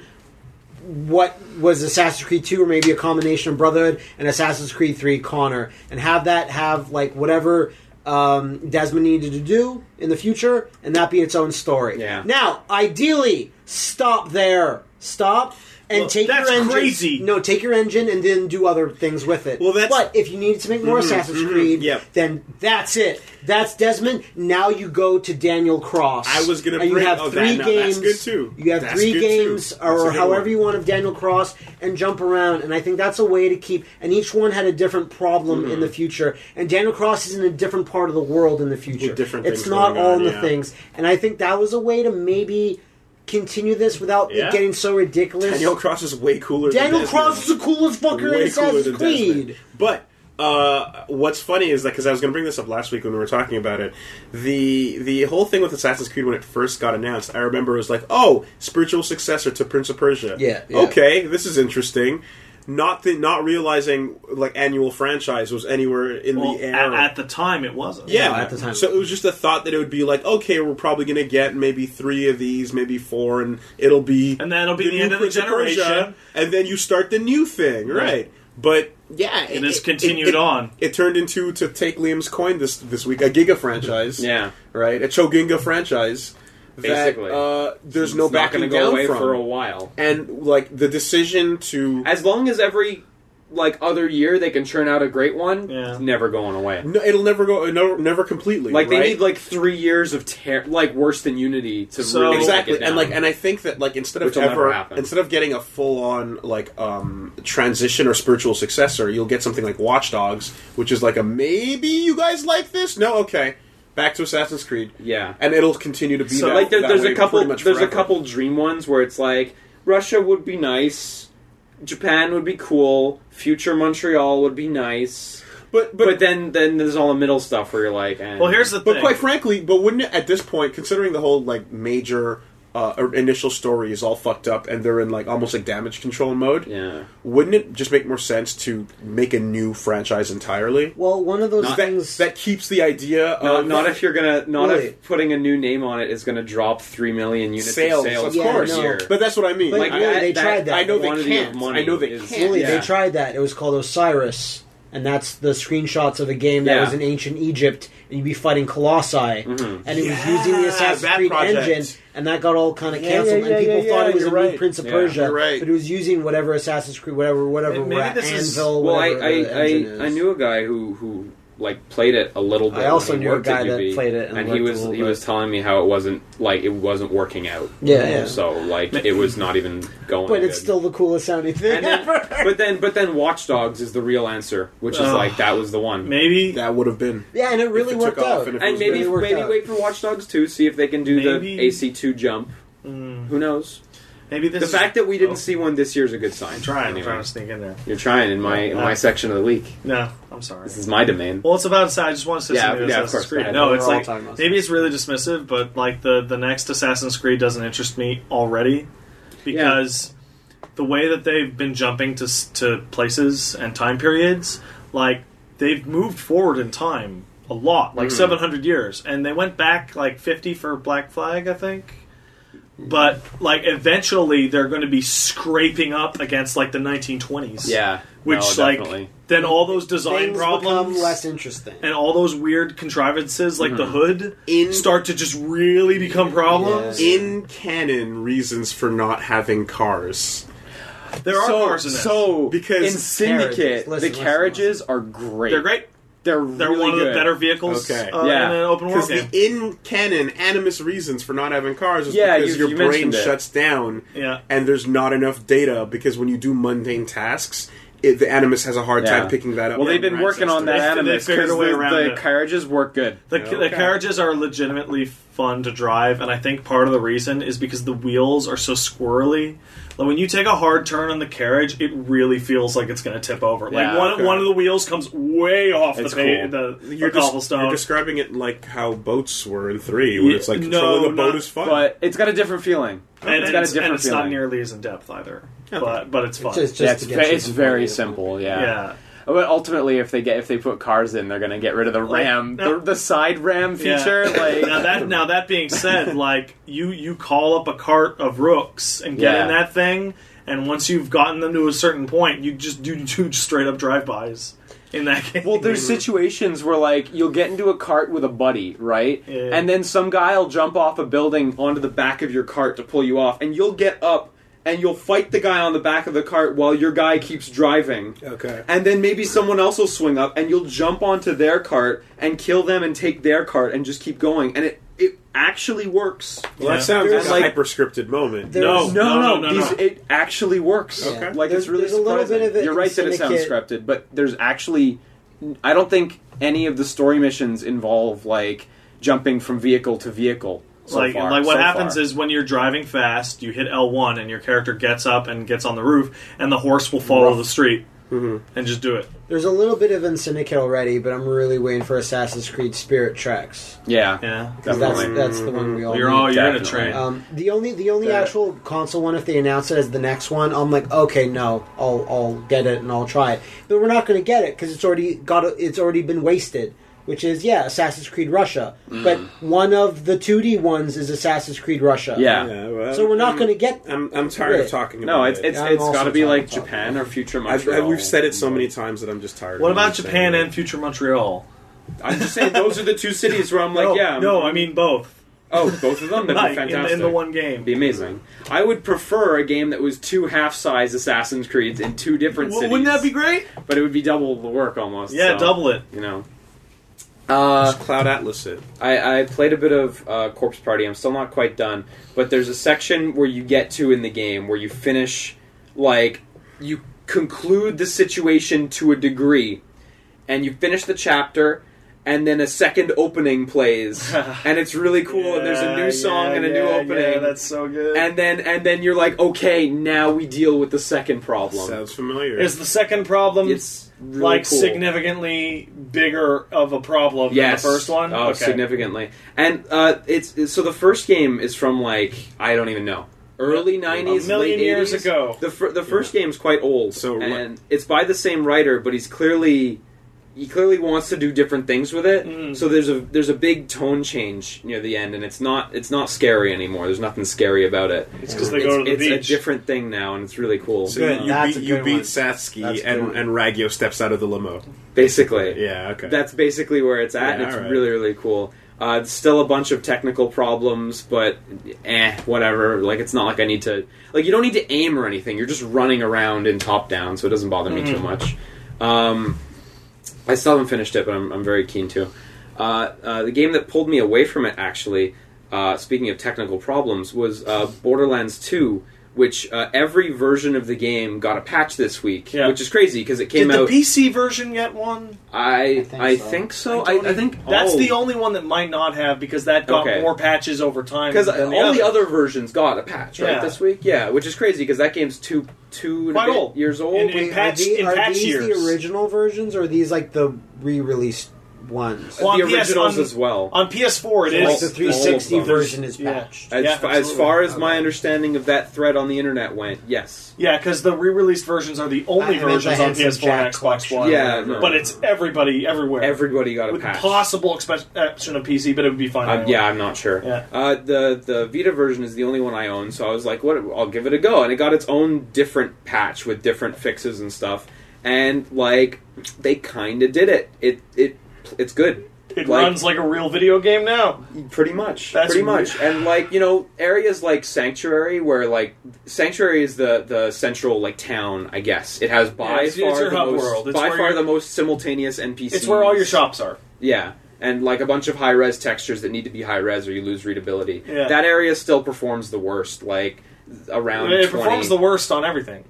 S1: What was Assassin's Creed Two, or maybe a combination of Brotherhood and Assassin's Creed Three, Connor, and have that have like whatever um, Desmond needed to do in the future, and that be its own story.
S4: Yeah.
S1: Now, ideally, stop there. Stop. And
S2: Well,
S1: take
S2: that's
S1: your engine.
S2: crazy.
S1: No, take your engine and then do other things with it.
S3: Well, that's- Mm-hmm,
S1: but if you needed to make more Assassin's Creed,
S3: yep.
S1: then that's it. That's Desmond. Now you go to Daniel Cross.
S3: I was gonna
S1: And you
S3: bring-
S1: have
S3: oh, that-
S1: three
S3: now
S1: games.
S3: that's good too.
S1: You have
S3: That's
S1: three
S3: good too.
S1: games,
S3: That's a
S1: or
S3: good
S1: however
S3: one.
S1: you want, of Daniel Cross, and jump around. And I think that's a way to keep. And each one had a different problem in the
S3: Mm-hmm.
S1: future. And Daniel Cross is in a different part of the world in the future.
S3: With different
S1: it's
S3: things
S1: not
S3: going
S1: all
S3: on,
S1: in the
S3: yeah.
S1: things. And I think that was a way to maybe continue this without
S3: Yeah.
S1: it getting so ridiculous.
S3: Daniel Cross is way cooler.
S1: Daniel
S3: than Desmond.
S1: Cross is the coolest fucker in
S3: way cooler
S1: Assassin's
S3: than
S1: Creed.
S3: Desmond. But uh, what's funny is that because I was going to bring this up last week when we were talking about it, the the whole thing with Assassin's Creed when it first got announced, I remember it was like, oh, spiritual successor to Prince of Persia.
S1: Yeah, yeah.
S3: Okay, this is interesting. Not the, not realizing like annual franchise was anywhere in
S2: Well,
S3: the
S2: at,
S3: era
S2: at the time it wasn't.
S3: yeah,
S1: at the time.
S3: So it was just a thought that it would be like, okay, we're probably going to get maybe three of these, maybe four, and it'll be
S2: And that'll be the
S3: new
S2: end of the
S3: Prince Persia,
S2: generation.
S3: and then you start the new thing, right? But yeah,
S2: It is continued
S3: it-
S2: on.
S3: It turned into to take Liam's coin this this week a Giga franchise,
S4: Yeah.
S3: right, a Choginga franchise.
S4: Basically.
S3: that, uh, there's
S4: It's
S3: no
S4: not
S3: backing
S4: gonna
S3: down
S4: go away
S3: from.
S4: for a while.
S3: and like the decision to
S4: As long as every like other year they can churn out a great one,
S2: Yeah.
S4: it's never going away.
S3: no, it'll never go, never, never completely.
S4: Like
S3: right?
S4: they need like three years of ter- like worse than Unity to
S2: So-
S4: really
S3: exactly
S4: take it
S3: and
S4: down.
S3: like and i think that like instead of
S4: Which will never
S3: ever
S4: happen.
S3: instead of getting a full on like um transition or spiritual successor you'll get something like watch dogs which is like a maybe you guys like this no okay back to assassin's creed
S4: yeah,
S3: and it'll continue to be
S2: So,
S3: that,
S4: like there,
S3: that
S4: there's
S3: way
S4: a couple
S3: pretty much
S4: there's a
S3: forever.
S4: couple dream ones where it's like Russia would be nice, Japan would be cool, future Montreal would be nice,
S3: but
S4: but,
S3: but,
S4: then then there's all the middle stuff where you're like, eh.
S2: Well, here's the
S3: but
S2: thing.
S3: quite frankly but wouldn't it, at this point considering the whole like major uh, or initial story is all fucked up and they're in like almost like damage control mode
S4: yeah.
S3: wouldn't it just make more sense to make a new franchise entirely
S1: Well, one of those
S4: Not-
S1: things
S3: that keeps the idea
S4: Not,
S3: of
S4: not if you're gonna. Not
S1: Really?
S4: if putting a new name on it is gonna drop three million units
S3: sales,
S4: of sales
S3: of
S1: Yeah,
S3: course.
S1: no.
S4: year.
S3: But that's what I mean.
S1: But
S3: Like,
S1: really,
S3: I-
S1: they tried that.
S3: I know they
S4: quantity of
S3: can't.
S4: money
S3: I know they
S4: is-
S3: can't.
S1: Really,
S4: Yeah.
S1: they tried that. It was called Osiris, and that's the screenshots of a game that
S4: Yeah.
S1: was in ancient Egypt, and you'd be fighting colossi, and it
S3: Yeah,
S1: was using the Assassin's
S3: that
S1: Creed
S3: project.
S1: engine, and that got all kind of
S3: Yeah,
S1: canceled,
S3: yeah, yeah,
S1: and people
S3: yeah,
S1: thought
S3: yeah,
S1: it was a
S3: you're
S1: new
S3: right.
S1: Prince of
S4: Yeah,
S1: Persia,
S3: you're right.
S1: but it was using whatever Assassin's Creed, whatever, whatever,
S2: Maybe
S1: rat,
S2: this is-
S1: anvil,
S4: well, I
S1: whatever
S4: I,
S1: the
S4: I,
S1: engine
S4: I
S1: is.
S4: knew a guy who who like played it a little bit.
S1: I also
S4: when he
S1: knew a
S4: worked
S1: guy
S4: at
S1: that
S4: UB,
S1: played it and
S4: he
S1: worked a
S4: was
S1: little
S4: he
S1: bit.
S4: was telling me how it wasn't like it wasn't working out.
S1: Yeah, yeah.
S4: So like it was not even going.
S1: but it's
S4: good.
S1: still the coolest sounding thing [laughs]
S4: And then-
S1: ever.
S4: But then, but then, Watch Dogs is the real answer, which is
S2: Ugh.
S4: like that was the one.
S2: maybe
S3: That would have been.
S1: yeah, and it really
S3: it took
S1: worked out.
S3: off and if it
S4: and
S3: was
S4: maybe
S1: really worked
S4: maybe
S1: out.
S4: wait for Watch Dogs two, see if they can do the
S2: Maybe-
S4: AC two jump. Who knows?
S2: maybe this
S4: The
S2: is-
S4: fact that we didn't
S2: Oh,
S4: see one this year is a good sign.
S2: I'm trying, I'm
S4: Anyway.
S2: trying to sneak in there.
S4: You're trying in my in my
S2: Uh,
S4: section of the week.
S2: No, I'm sorry.
S4: This is my domain.
S2: Well, it's about Assassin. I just want to say
S4: Yeah,
S2: something
S4: yeah,
S2: about
S4: of
S2: Assassin's
S4: course,
S2: Creed.
S4: yeah,
S2: No,
S1: we're
S2: it's
S1: all
S2: like
S1: talking about
S2: maybe it's really dismissive, but like the the next Assassin's Creed doesn't interest me already because the way that they've been jumping to s- to places and time periods, like they've moved forward in time a lot,
S4: Hmm.
S2: like 700 years, and they went back like 50 for Black Flag, I think. But like eventually they're going to be scraping up against like the 1920s.
S4: Yeah,
S2: Which
S4: no,
S2: like
S4: definitely.
S2: then all those design
S1: Things
S2: problems
S1: become less interesting.
S2: and all those weird contrivances like
S4: Mm-hmm.
S2: the hood
S3: In-
S2: start to just really become problems.
S3: In canon, reasons for not having cars.
S2: There are
S4: so,
S2: cars in this.
S4: so
S3: Because
S4: in Syndicate
S1: Carriages. Listen,
S4: the
S1: listen,
S4: carriages are great.
S2: they're great.
S4: They're
S2: They're
S4: really
S2: one of the
S4: good.
S2: better vehicles
S3: Okay.
S2: uh,
S4: Yeah.
S2: in an open world
S3: Because the
S2: game.
S3: in canon animus reasons for not having cars is
S4: Yeah,
S3: because
S4: you-
S3: your
S4: you
S3: brain
S4: mentioned it.
S3: shuts down
S2: Yeah.
S3: and there's not enough data because when you do mundane tasks, it, the Animus has a hard
S4: Yeah.
S3: time picking that up.
S4: Well, they've been
S2: Remember
S4: working on that
S2: ancestors. They- they
S4: animus
S2: figured
S4: because
S2: a way around
S4: the
S2: it.
S4: carriages work good.
S2: The,
S3: Okay.
S2: the carriages are legitimately fun to drive, and I think part of the reason is because the wheels are so squirrely. Like when you take a hard turn on the carriage, it really feels like it's going to tip over. Like
S4: Yeah,
S2: one,
S3: okay.
S2: one of the wheels comes way off
S4: It's
S2: the, pa-
S4: cool.
S2: the, the
S3: you're, des-
S2: cobblestone.
S3: you're describing it like how boats were in three, where
S2: Yeah,
S3: it's like
S2: no,
S3: controlling the boat
S2: not-
S3: is fun.
S4: But it's got a different feeling.
S2: and and
S4: it's
S2: it's,
S4: got a different
S2: and it's
S4: feeling.
S2: not nearly as in depth either, but but it's fun.
S1: Just, just
S4: yeah,
S1: to
S4: it's,
S1: get
S4: ve-
S1: you
S4: it's
S1: from
S4: very
S1: point A to point
S4: simple.
S2: yeah.
S4: Yeah. But ultimately, if they get if they put cars in, they're gonna get rid of the
S2: Like,
S4: ram,
S2: no.
S4: the, the side
S2: [laughs]
S4: ram feature.
S2: Yeah.
S4: Like
S2: now that now that being said, like you you call up a cart of rooks and get
S4: Yeah.
S2: in that thing, and once you've gotten them to a certain point, you just do [laughs] two straight up drive bys in that game.
S4: Well, there's situations where like you'll get into a cart with a buddy, right?
S2: Yeah.
S4: And then some guy'll jump off a building onto the back of your cart to pull you off, and you'll get up and you'll fight the guy on the back of the cart while your guy keeps driving.
S3: okay.
S4: And then maybe someone else will swing up and you'll jump onto their cart and kill them and take their cart and just keep going. And it it actually works.
S3: Well,
S2: Yeah.
S3: that sounds
S1: There's
S3: like a
S4: like-
S3: hyper-scripted moment.
S1: There-
S2: Oh, no,
S1: There's-
S4: No, no,
S2: no,
S4: these, it actually works.
S1: Okay.
S4: Like
S1: There's-
S4: it's really
S1: there's a little
S4: surprising.
S1: bit of it
S4: You're
S1: in
S4: right that it sounds
S1: Syndicate.
S4: scripted, but there's actually I don't think any of the story missions involve like jumping from vehicle to vehicle. So
S2: like,
S4: far,
S2: like what
S4: so
S2: happens
S4: far.
S2: is when you're driving fast, you hit L1 and your character gets up and gets on the roof, and the horse will follow the street
S4: Mm-hmm.
S2: and just do it.
S1: There's a little bit of in Syndicate already, but I'm really waiting for Assassin's Creed Spirit Tracks.
S4: yeah,
S2: Yeah,
S1: 'Cause That's,
S4: Definitely.
S1: that's the one we all
S2: you're
S1: need.
S2: all you're in a
S4: Definitely. Uh,
S2: train.
S1: Um, the only the only
S4: Yeah.
S1: actual console one, if they announce it as the next one, I'm like, okay, no, I'll I'll get it and I'll try it. But we're not going to get it because it's already got a, it's already been wasted. Which is yeah, Assassin's Creed Russia,
S4: Mm.
S1: but one of the 2D ones is Assassin's Creed Russia.
S4: yeah.
S3: Yeah, well,
S1: so we're not
S3: I'm-
S1: going to get.
S3: I'm, I'm tired
S1: Right.
S3: of talking about
S4: No, it's
S3: it.
S4: it's,
S1: Yeah, I'm
S4: it's
S1: also
S4: got to be
S1: trying
S4: like
S1: to talk
S4: Japan
S1: about
S4: or future
S3: I've,
S4: Montreal.
S3: I've, we've said it so many
S4: [laughs]
S3: times that I'm just tired.
S2: what
S3: of
S2: about
S3: saying
S2: Japan
S3: it.
S2: and future Montreal?
S4: I'm just saying those are the two cities where I'm like,
S2: no,
S4: yeah, I'm-
S2: no, I mean both.
S4: oh, both of them. That'd
S2: Like,
S4: be
S2: in,
S4: fantastic.
S2: the, in the one game.
S4: It'd be amazing. I would prefer a game that was two half-size Assassin's Creeds in two different
S2: W-
S4: cities.
S2: wouldn't that be great?
S4: But it would be double the work almost.
S2: Yeah,
S4: so,
S2: double it.
S4: You know. Uh,
S3: Just Cloud Atlas? It.
S4: I, I played a bit of uh, Corpse Party. I'm still not quite done, but there's a section where you get to in the game where you finish, like, you conclude the situation to a degree, and you finish the chapter, and then a second
S2: [laughs]
S4: opening plays, and it's really cool. and there's a
S2: Yeah,
S4: new song
S2: yeah,
S4: and a new
S2: yeah,
S4: opening,
S2: Yeah, that's so good.
S4: and then and then you're like, okay, now we deal with the second problem.
S3: Sounds familiar.
S2: is the second problem
S4: it's really
S2: like
S4: cool.
S2: significantly bigger of a problem
S4: Yes.
S2: than the first one?
S4: Oh,
S2: okay.
S4: significantly. And uh, it's, it's- so the first game is from like I don't even know, early
S3: A
S4: nineties,
S2: million
S4: late
S2: years
S4: 80s.
S2: ago.
S4: The fir- the first game's quite old,
S3: So what-
S4: and it's by the same writer, but he's clearly he clearly wants to do different things with it.
S2: Mm.
S4: So there's a there's a big tone change near the end, and it's not it's not scary anymore. There's nothing scary about it.
S2: It's because they
S4: It's,
S2: go to the
S4: it's
S2: beach.
S4: a different thing now, and it's really cool.
S3: so
S1: Good,
S3: you
S1: that's
S3: beat,
S1: a
S3: you
S1: good
S3: beat
S1: one. That's
S3: Satsuki
S1: a
S3: and,
S1: good one.
S3: and Raggio steps out of the limo.
S4: Basically,
S3: Yeah, okay.
S4: That's basically where it's at. and
S3: Yeah,
S4: it's
S3: alright.
S4: really, really cool. Uh, it's still a bunch of technical problems, but eh, whatever. Like, it's not like I need to. Like, you don't need to aim or anything. You're just running around in top down, so it doesn't bother me too
S3: Hmm.
S4: much. Um, I still haven't finished it, but I'm, I'm very keen to. Uh, uh, the game that pulled me away from it, actually, uh, speaking of technical problems, was uh, Borderlands 2, which uh, every version of the game got a patch this week,
S2: Yeah.
S4: which is crazy because it came
S2: Did the
S4: out.
S2: PC version get one?
S4: I
S1: think
S4: I
S1: so.
S4: think so.
S2: don't
S4: I, I
S2: even-
S4: think oh,
S2: that's
S4: all,
S2: the only one that might not have because that got
S4: Okay.
S2: more patches over time.
S4: because
S2: than
S4: all the
S2: others.
S4: other versions got a patch right
S2: Yeah.
S4: this week. Yeah, which is crazy because that game's two two and a
S2: Quite
S4: bit
S2: old.
S4: years old.
S2: And- In
S1: are
S2: patch-
S1: the-
S2: in
S1: are
S2: patch
S1: these
S2: years.
S1: the original versions or are these like the re-released ones?
S2: Well,
S4: the
S2: on PS
S4: originals
S2: on-
S4: as well.
S2: on PS4 it
S1: So, like
S2: is
S1: the 360
S4: all of them.
S1: version is
S2: Yeah.
S1: patched.
S4: as,
S2: yeah,
S4: fa- as far as
S1: absolutely.
S4: my
S1: Okay.
S4: understanding of that thread on the internet went, yes.
S2: Yeah, because the re-released versions are the
S1: I
S2: only
S1: meant the
S2: versions on
S1: Handsome
S2: PS4 and
S1: Jack
S2: Xbox One.
S4: Yeah, no.
S2: but it's everybody everywhere.
S4: Everybody got a
S2: with the
S4: patch.
S2: possible exception of PC, but it would be fine.
S4: Uh,
S2: anyway.
S4: yeah, I'm not sure.
S2: Yeah.
S4: Uh, the the Vita version is the only one I own, so I was like, "What? I'll give it a go." And it got its own different patch with different fixes and stuff. And like, they kind of did it. It it it's good.
S2: it
S4: like-
S2: runs like a real video game now.
S4: Pretty much.
S2: That's
S4: pretty
S2: weird.
S4: much. And like, you know, areas like Sanctuary where like Sanctuary is the the central like town, I guess. It has by
S2: Yeah, it's-
S4: far
S2: it's your
S4: the
S2: hub
S4: most
S2: world. It's
S4: by
S2: where
S4: far
S2: your-
S4: the most simultaneous NPCs.
S2: It's where all your shops are.
S4: Yeah. And like a bunch of high res textures that need to be high res or you lose readability.
S2: Yeah.
S4: That area still performs the worst like around
S2: It
S4: 20.
S2: performs the worst on everything.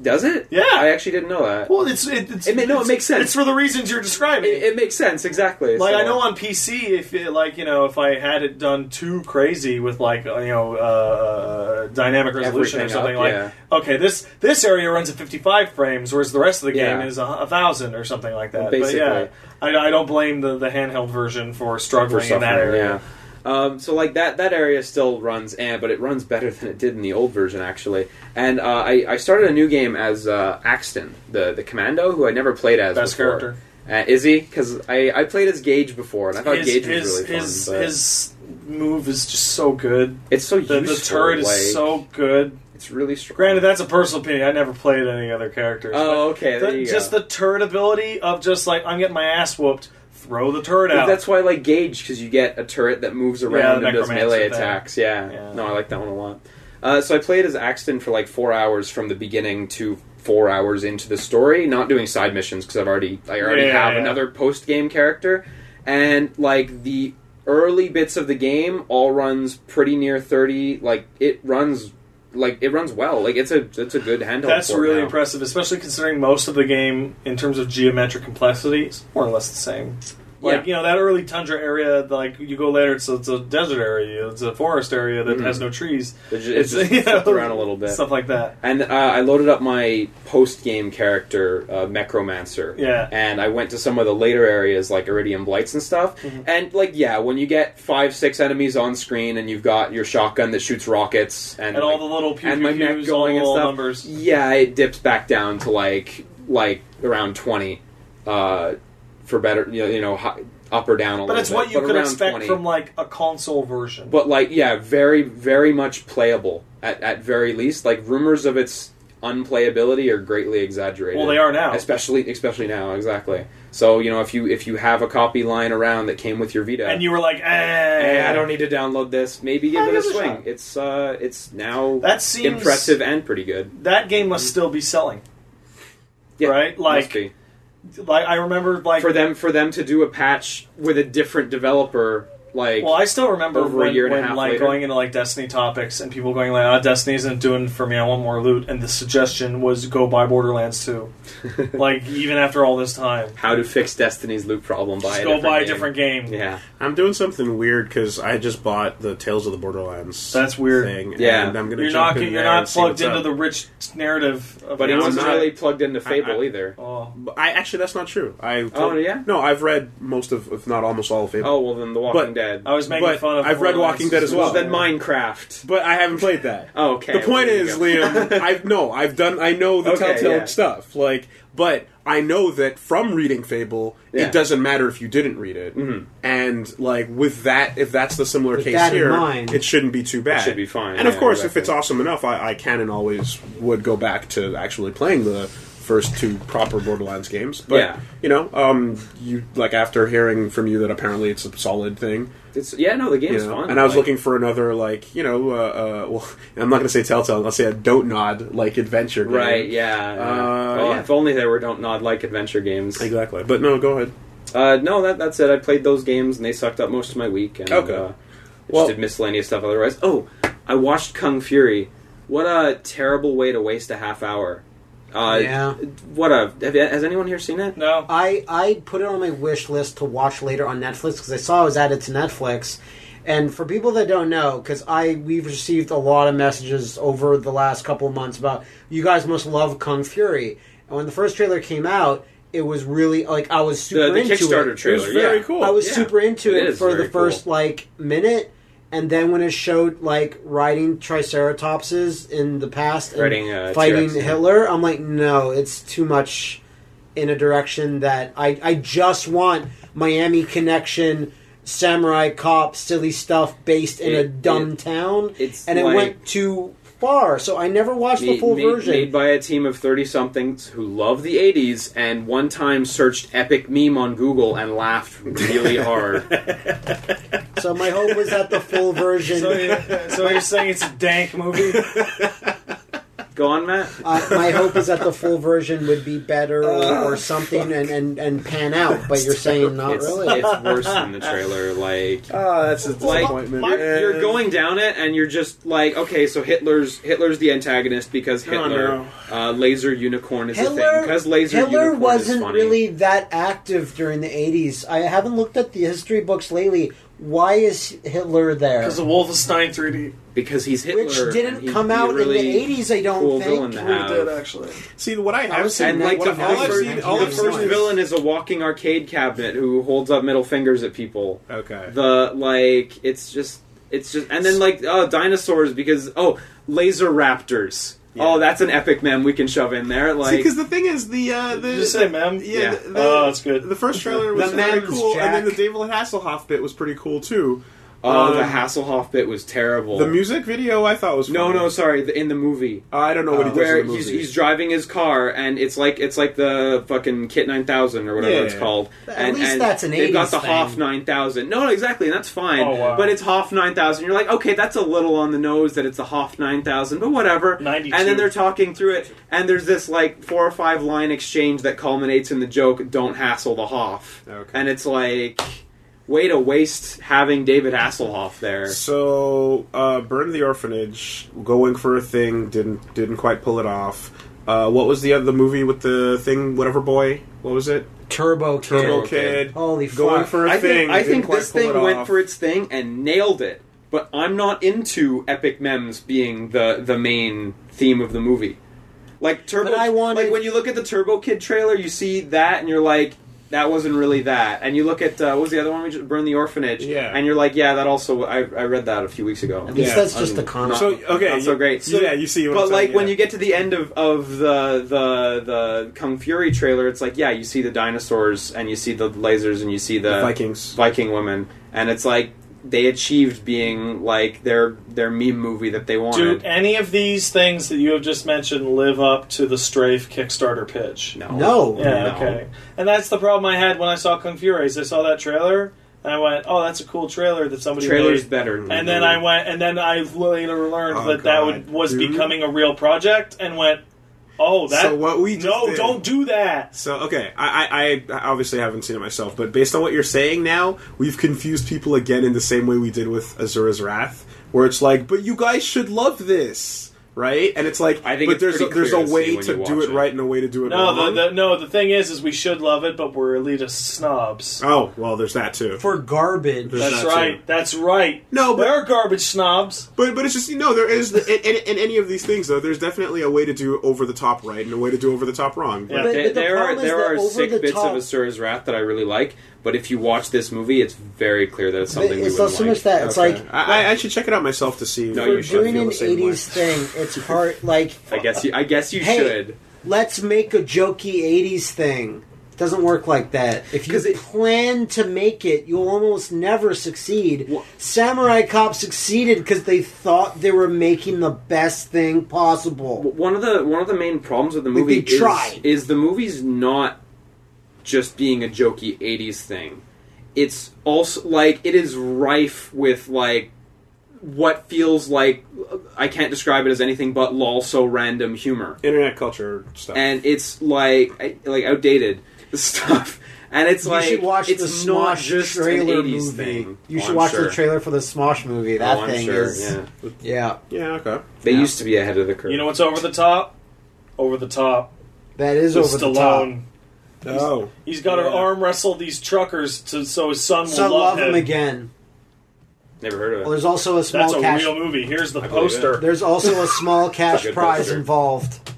S4: Does it?
S2: Yeah.
S4: I actually didn't know that.
S2: Well, it's it, it's
S4: It ma- no, it
S2: it's-
S4: makes sense.
S2: It's for the reasons you're describing.
S4: it, it makes sense exactly.
S2: like
S4: so-
S2: I know on PC, if it, like you know, if I had it done too crazy with like uh, you know uh, dynamic resolution or
S4: Everything
S2: something
S4: up,
S2: like,
S4: yeah.
S2: okay, this this area runs at 55 frames, whereas the rest of the game
S4: Yeah.
S2: is a, a thousand or something like that.
S4: Basically.
S2: But yeah, I, I don't blame the, the handheld version for
S4: for
S2: struggling in that
S4: suffering,
S2: area.
S4: Yeah. Um, so like that that area still runs, and but it runs better than it did in the old version actually. And uh, I, I started a new game as uh, Axton, the the commando who I never played as
S2: Best
S4: before.
S2: character.
S4: Uh, is he? Because I, I played as Gage before, and I thought
S2: His
S4: Gage was
S2: his
S4: really fun.
S2: his,
S4: but Oh,
S2: his move is just so good.
S4: it's so
S2: The,
S4: useful.
S2: the turret
S4: like,
S2: is so good.
S4: it's really strong.
S2: Granted, that's a personal opinion. I never played any other characters. but-
S4: oh okay, there
S2: The-
S4: you go.
S2: just the turret ability of just like I'm getting my ass whooped, throw the turret
S4: But
S2: out.
S4: That's why I like Gauge, because you get a turret that moves around
S2: the
S4: and does
S2: necromancer
S4: melee
S2: thing.
S4: attacks. Yeah.
S2: Yeah.
S4: No, I like that one a lot. Uh, so I played as Axton for like four hours from the beginning to four hours into the story, not doing side missions because I've already I already
S2: Yeah,
S4: have
S2: yeah.
S4: another post game character, and like the early bits of the game all runs pretty near thirty. Like it runs like it runs well. Like it's a it's a good handheld.
S2: That's
S4: port
S2: really
S4: now.
S2: impressive, especially considering most of the game in terms of geometric complexity is more or less the same. Like
S4: Yeah.
S2: you know that early tundra area, like you go later, it's a, it's a desert area, it's a forest area that
S4: Mhm.
S2: has no trees,
S4: It's ju- it's
S2: [laughs]
S4: just
S2: you know,
S4: flipped around a little bit.
S2: stuff like that.
S4: And uh, I loaded up my post game character, uh, Necromancer.
S2: Yeah.
S4: And I went to some of the later areas like Iridium Blights and stuff.
S2: Mhm.
S4: And, like, yeah, when you get five, six enemies on screen and you've got your shotgun that shoots rockets and,
S2: And all
S4: like,
S2: the little pew
S4: and my mech
S2: pews, all
S4: going and stuff.
S2: numbers.
S4: yeah, it dips back down to like like around twenty uh, for better, you know, you know hi- up or down a
S2: But
S4: little
S2: it's
S4: bit.
S2: what you
S4: but
S2: could
S4: around
S2: expect
S4: 20.
S2: from like a console version.
S4: But like, yeah, very, very much playable at, at very least. Like rumors of its unplayability are greatly exaggerated.
S2: well, they are now.
S4: especially especially now, exactly. So you know, if you if you have a copy lying around that came with your Vita,
S2: And you were like, eh,
S4: "Eh, I don't need to download this. Maybe give
S2: I'll
S4: it a
S2: give it a
S4: swing.
S2: shot.
S4: It's uh, it's now
S2: That seems
S4: impressive and pretty good.
S2: That game must still be selling.
S4: Yeah,
S2: right? Like,
S4: Must be.
S2: like I remember, like
S4: for them for them to do a patch with a different developer, like
S2: Well, I still remember
S4: Over a
S2: when,
S4: year and a
S2: when,
S4: half
S2: like
S4: later.
S2: going into like Destiny topics and people going like, "Ah, Destiny isn't doing it for me. I want more loot." And the suggestion was go buy Borderlands
S4: [laughs]
S2: 2. like even after all this time,
S4: how to fix Destiny's loot problem by
S2: just
S4: a
S2: go buy a
S4: game.
S2: different game.
S4: Yeah,
S3: I'm doing something weird because I just bought the Tales of the Borderlands.
S2: That's weird.
S3: Thing,
S4: Yeah.
S3: and I'm gonna
S2: You're
S3: jump
S2: not
S3: in
S2: you're
S3: there
S2: not
S3: and see
S2: plugged
S3: what's
S2: into
S3: up.
S2: the rich narrative. Of
S4: but it
S3: I'm
S4: wasn't
S3: not-
S4: really plugged into
S3: I- I-
S4: Fable either.
S2: Oh.
S3: But I actually, that's not true. I
S4: Oh, yeah?
S3: No, I've read most of, if not almost all of Fable.
S4: Oh well, then The Walking
S3: But-
S4: Dead.
S2: I was making
S3: But
S2: fun of.
S3: I've read
S2: Borderlands
S3: Walking Dead as well.
S4: Well, then Minecraft.
S3: But I haven't played that.
S4: Oh, okay.
S3: the point
S4: There you
S3: is,
S4: go.
S3: Liam, I've no, I've done, I know the
S4: Okay,
S3: Telltale
S4: yeah.
S3: stuff. Like, but I know that from reading Fable,
S4: Yeah. Mm-hmm.
S3: it doesn't matter if you didn't read it. And like with that, if that's the similar
S1: With
S3: case
S1: that in
S3: here,
S1: mind-
S3: it shouldn't be too bad.
S4: should be fine,
S3: And of
S4: yeah,
S3: course,
S4: exactly.
S3: if it's awesome enough, I, I can and always would go back to actually playing the first two proper Borderlands games. But
S4: Yeah.
S3: you know, um, you like after hearing from you that apparently it's a solid thing.
S4: [laughs] It's, yeah, no, the game
S3: You
S4: is
S3: know,
S4: fun.
S3: And I was
S4: like-
S3: looking for another, like, you know, uh, uh, well, [laughs] I'm not going to say Telltale, I'll say a Don't Nod, like, adventure game.
S4: Right, yeah.
S3: Uh,
S4: Well,
S3: yeah.
S4: If only there were don't nod like adventure games.
S3: Exactly. But no, go ahead.
S4: Uh, no, that, that's it. I played those games and they sucked up most of my week. And,
S3: Okay.
S4: Uh, I
S3: Well-
S4: just did miscellaneous stuff otherwise. Oh, I watched Kung Fury. What a terrible way to waste a half hour. Uh,
S1: Yeah.
S4: What a. Have, you- has anyone here seen
S2: [laughs]
S4: it?
S2: No,
S1: I I put it on my wish list to watch later on Netflix because I saw it was added to Netflix. And for people that don't know, because I we've received a lot of messages over the last couple of months about you guys must love Kung Fury. And when the first trailer came out, it was really like I was super
S4: The, the
S1: into
S4: Kickstarter
S1: it.
S4: trailer.
S3: very
S4: yeah.
S3: cool.
S1: I was
S4: Yeah.
S1: super into
S4: It
S1: it,
S4: is
S1: for the
S4: very
S1: first
S4: cool.
S1: like minute, and then when it showed like riding triceratopses in the past and
S4: Riding, uh,
S1: fighting
S4: T-Rex, yeah.
S1: Hitler, I'm like, no, it's too much in a direction that I I just want Miami Connection. Samurai cop, silly stuff based in a
S4: It-
S1: dumb
S4: it-
S1: town,
S4: it's
S1: and it
S4: like-
S1: went too far. So I never watched the
S4: Made-
S1: full
S4: made,
S1: version.
S4: [laughs] made by a team of 30 somethings who love the 80s and one time searched epic meme on Google and laughed really hard.
S1: so my hope was that the full version
S3: [laughs]
S2: so, you- so you're saying it's a dank movie?
S4: Go on, Matt.
S1: Uh, my hope is that the
S4: [laughs]
S1: full version would be better or,
S4: Oh,
S1: or something and, and, and pan out, but you're saying not
S4: it's,
S1: really.
S4: it's worse than the trailer. Like
S3: uh,
S5: Oh, that's a
S4: Like,
S5: disappointment.
S2: my-
S4: you're going down it, and you're just like, okay, so Hitler's Hitler's the antagonist because Hitler,
S2: no.
S4: uh, laser unicorn is a thing
S1: Hitler,
S4: because laser
S1: Hitler
S4: unicorn is
S1: wasn't
S4: funny.
S1: really that active during the 80s. I haven't looked at the history books lately. Why is Hitler there?
S2: Because of Wolfenstein 3D.
S4: because he's Hitler,
S1: Which
S4: and
S1: didn't
S4: he'd
S1: come
S4: be a
S1: out
S4: really
S1: in the 80s, I don't
S4: cool
S1: think.
S4: villain to
S2: We
S4: have.
S2: did, actually.
S3: See, what I have
S1: was
S3: seen,
S1: in
S3: like,
S4: like
S3: the,
S4: the
S3: all I've
S1: first-
S3: seen, all I've
S4: the
S3: seen
S4: first
S3: is-
S4: villain is a walking arcade cabinet who holds up middle fingers at people.
S3: Okay.
S4: The like, it's just, it's just, and then like, oh, dinosaurs because oh, laser raptors. Oh, that's an epic mem we can shove in there.
S3: See,
S4: Like,
S3: because the thing is, the uh, the
S2: Did you say mem?
S3: yeah,
S4: Yeah.
S3: The, the-
S2: Oh, that's good.
S3: The first trailer was
S1: The
S3: pretty
S1: mems,
S3: cool, and then the
S1: Jack.
S3: David Hasselhoff bit was pretty cool too.
S4: oh, the
S3: um,
S4: Hasselhoff bit was terrible.
S3: The music video I thought was
S4: no,
S3: funny.
S4: no, sorry, the, in the movie.
S3: I don't know what he does
S4: Uh, where
S3: in the
S4: he's,
S3: movie.
S4: he's driving his car and it's like it's like the fucking Kit 9000 or whatever
S3: Yeah.
S4: it's called.
S1: At
S4: and,
S1: least
S4: and
S1: that's an
S4: They've got
S1: 80s
S4: the Hoff
S1: thing.
S4: 9000. No, no, exactly, and that's fine.
S2: Oh, wow.
S4: But it's Hoff 9000. You're like, okay, that's a little on the nose that it's the Hoff 9000, but whatever.
S2: 92.
S4: And then they're talking through it, and there's this like four or five line exchange that culminates in the joke, "Don't hassle the Hoff,"
S3: Okay.
S4: and it's like. Way to waste having David Hasselhoff there.
S3: So, uh, burn the orphanage. Going for a thing didn't didn't quite pull it off. Uh, what was the other movie with the thing? Whatever boy. What was it?
S1: Turbo Kid.
S3: Turbo
S4: Kid.
S3: Kid.
S1: Holy fuck.
S3: Going for a
S4: I
S3: thing.
S4: think, I
S3: didn't
S4: think
S3: quite
S4: this
S3: pull
S4: thing
S3: it
S4: went
S3: off.
S4: for its thing and nailed it. But I'm not into epic memes being the the main theme of the movie. Like Turbo,
S1: But I wanted-
S4: like when you look at the Turbo Kid trailer, you see that and you're like, that wasn't really that. And you look at uh, what was the other one we just burned the orphanage,
S3: Yeah.
S4: and you're like, yeah, that also. I, I read that a few weeks ago.
S1: At least
S3: Yeah,
S1: that's just
S4: I'm
S1: the concept.
S3: So okay,
S4: Not so great.
S3: So, yeah, you see. What
S4: But
S3: I'm
S4: like
S3: saying,
S4: when
S3: yeah.
S4: you get to the end of, of the the the Kung Fury trailer, it's like yeah, you see the dinosaurs and you see the lasers and you see
S3: The
S4: the
S3: Vikings.
S4: Viking women, and it's like they achieved being like their their meme movie that they
S2: Do
S4: wanted.
S2: any of these things that you have just mentioned live up to the Strafe Kickstarter pitch?
S4: no,
S1: No.
S2: Yeah,
S4: No.
S2: okay. And that's the problem I had when I saw Kung Furies. I saw that trailer and I went, "Oh, that's a cool trailer that
S4: The
S2: somebody
S4: trailer's
S2: made."
S4: better. than
S2: And
S4: the
S2: then
S4: movie.
S2: I went, and then I later learned
S3: Oh,
S2: that that
S3: God,
S2: would, was
S3: dude.
S2: becoming a real project, and went, "Oh, that
S3: So what we just
S2: no,
S3: did-
S2: don't do that."
S3: So okay, I, I I obviously haven't seen it myself, but based on what you're saying now, we've confused people again in the same way we did with Azura's Wrath, where it's like, but you guys should love this, right? And it's like,
S4: I think
S3: but
S4: it's
S3: there's a,
S4: pretty
S3: there's
S4: clear
S3: a
S4: to see
S3: way
S4: when
S3: to
S4: you
S3: do
S4: watch
S3: it
S4: it.
S3: right and a way to do it
S2: No, the,
S3: wrong.
S2: the no. The thing is, is we should love it, but we're elitist snobs.
S3: oh well, there's that too.
S1: for garbage.
S3: There's
S2: That's
S3: that,
S2: right.
S3: too.
S2: That's right.
S3: No, but-
S2: they are garbage snobs.
S3: But but it's just you know there is in, in, in any of these things though, there's definitely a way to do over the top right and a way to do over the top wrong. But
S2: Yeah.
S1: But-
S4: There-
S1: but the
S4: there are
S1: problem is
S4: there
S1: that
S4: are
S1: over
S4: sick
S1: the
S4: bits
S1: top-
S4: of Asura's Wrath that I really like, but if you watch this movie, it's very clear that it's
S1: But
S4: something we
S1: it's
S4: would
S1: not so
S4: like.
S1: much that. It's
S3: Okay.
S1: like
S3: I, I- I should check it out myself to see.
S4: No,
S3: if I
S1: we're
S4: you should
S1: doing
S3: feel
S1: an
S3: the same way.
S1: 80s thing. It's hard. Like,
S4: I guess you I guess you
S1: Hey,
S4: should.
S1: let's make a jokey 80s thing. It doesn't work like that. If you
S4: 'Cause it-
S1: plan to make it, you'll almost never succeed.
S4: Wha-
S1: Samurai Cop succeeded because they thought they were making the best thing possible.
S4: one of the one of the main problems with the
S1: Like,
S4: movie
S1: they tried.
S4: Is, is the movie's not just being a jokey 80s thing it's also like it is rife with like what feels like i can't describe it as anything but lol so random humor
S3: Internet culture stuff.
S4: and it's like I- like outdated [laughs] stuff and it's like
S1: you should watch
S4: it's
S1: the
S4: not
S1: Smosh
S4: just an
S1: trailer
S4: 80s
S1: movie.
S4: thing
S1: You
S4: Oh,
S1: should
S4: I'm
S1: watch
S4: sure.
S1: the trailer for the Smosh movie. That
S4: Oh, I'm
S1: thing
S4: sure,
S1: is
S4: yeah.
S1: yeah.
S3: yeah, okay.
S4: they
S1: Yeah.
S4: used to be ahead of the curve
S2: You know what's over the top? Over the top.
S1: That is
S2: With
S1: over the
S2: Stallone.
S1: top.
S3: Oh,
S2: He's got to
S3: Yeah.
S2: arm wrestle these truckers to so his son will
S1: So love
S2: love,
S1: him again.
S4: never heard of it
S1: Well, there's also a small
S2: That's a
S1: cash.
S2: real movie. Here's the
S4: believe
S2: poster.
S1: There's also a
S4: [laughs]
S1: small cash
S4: good
S1: prize
S4: poster.
S1: involved.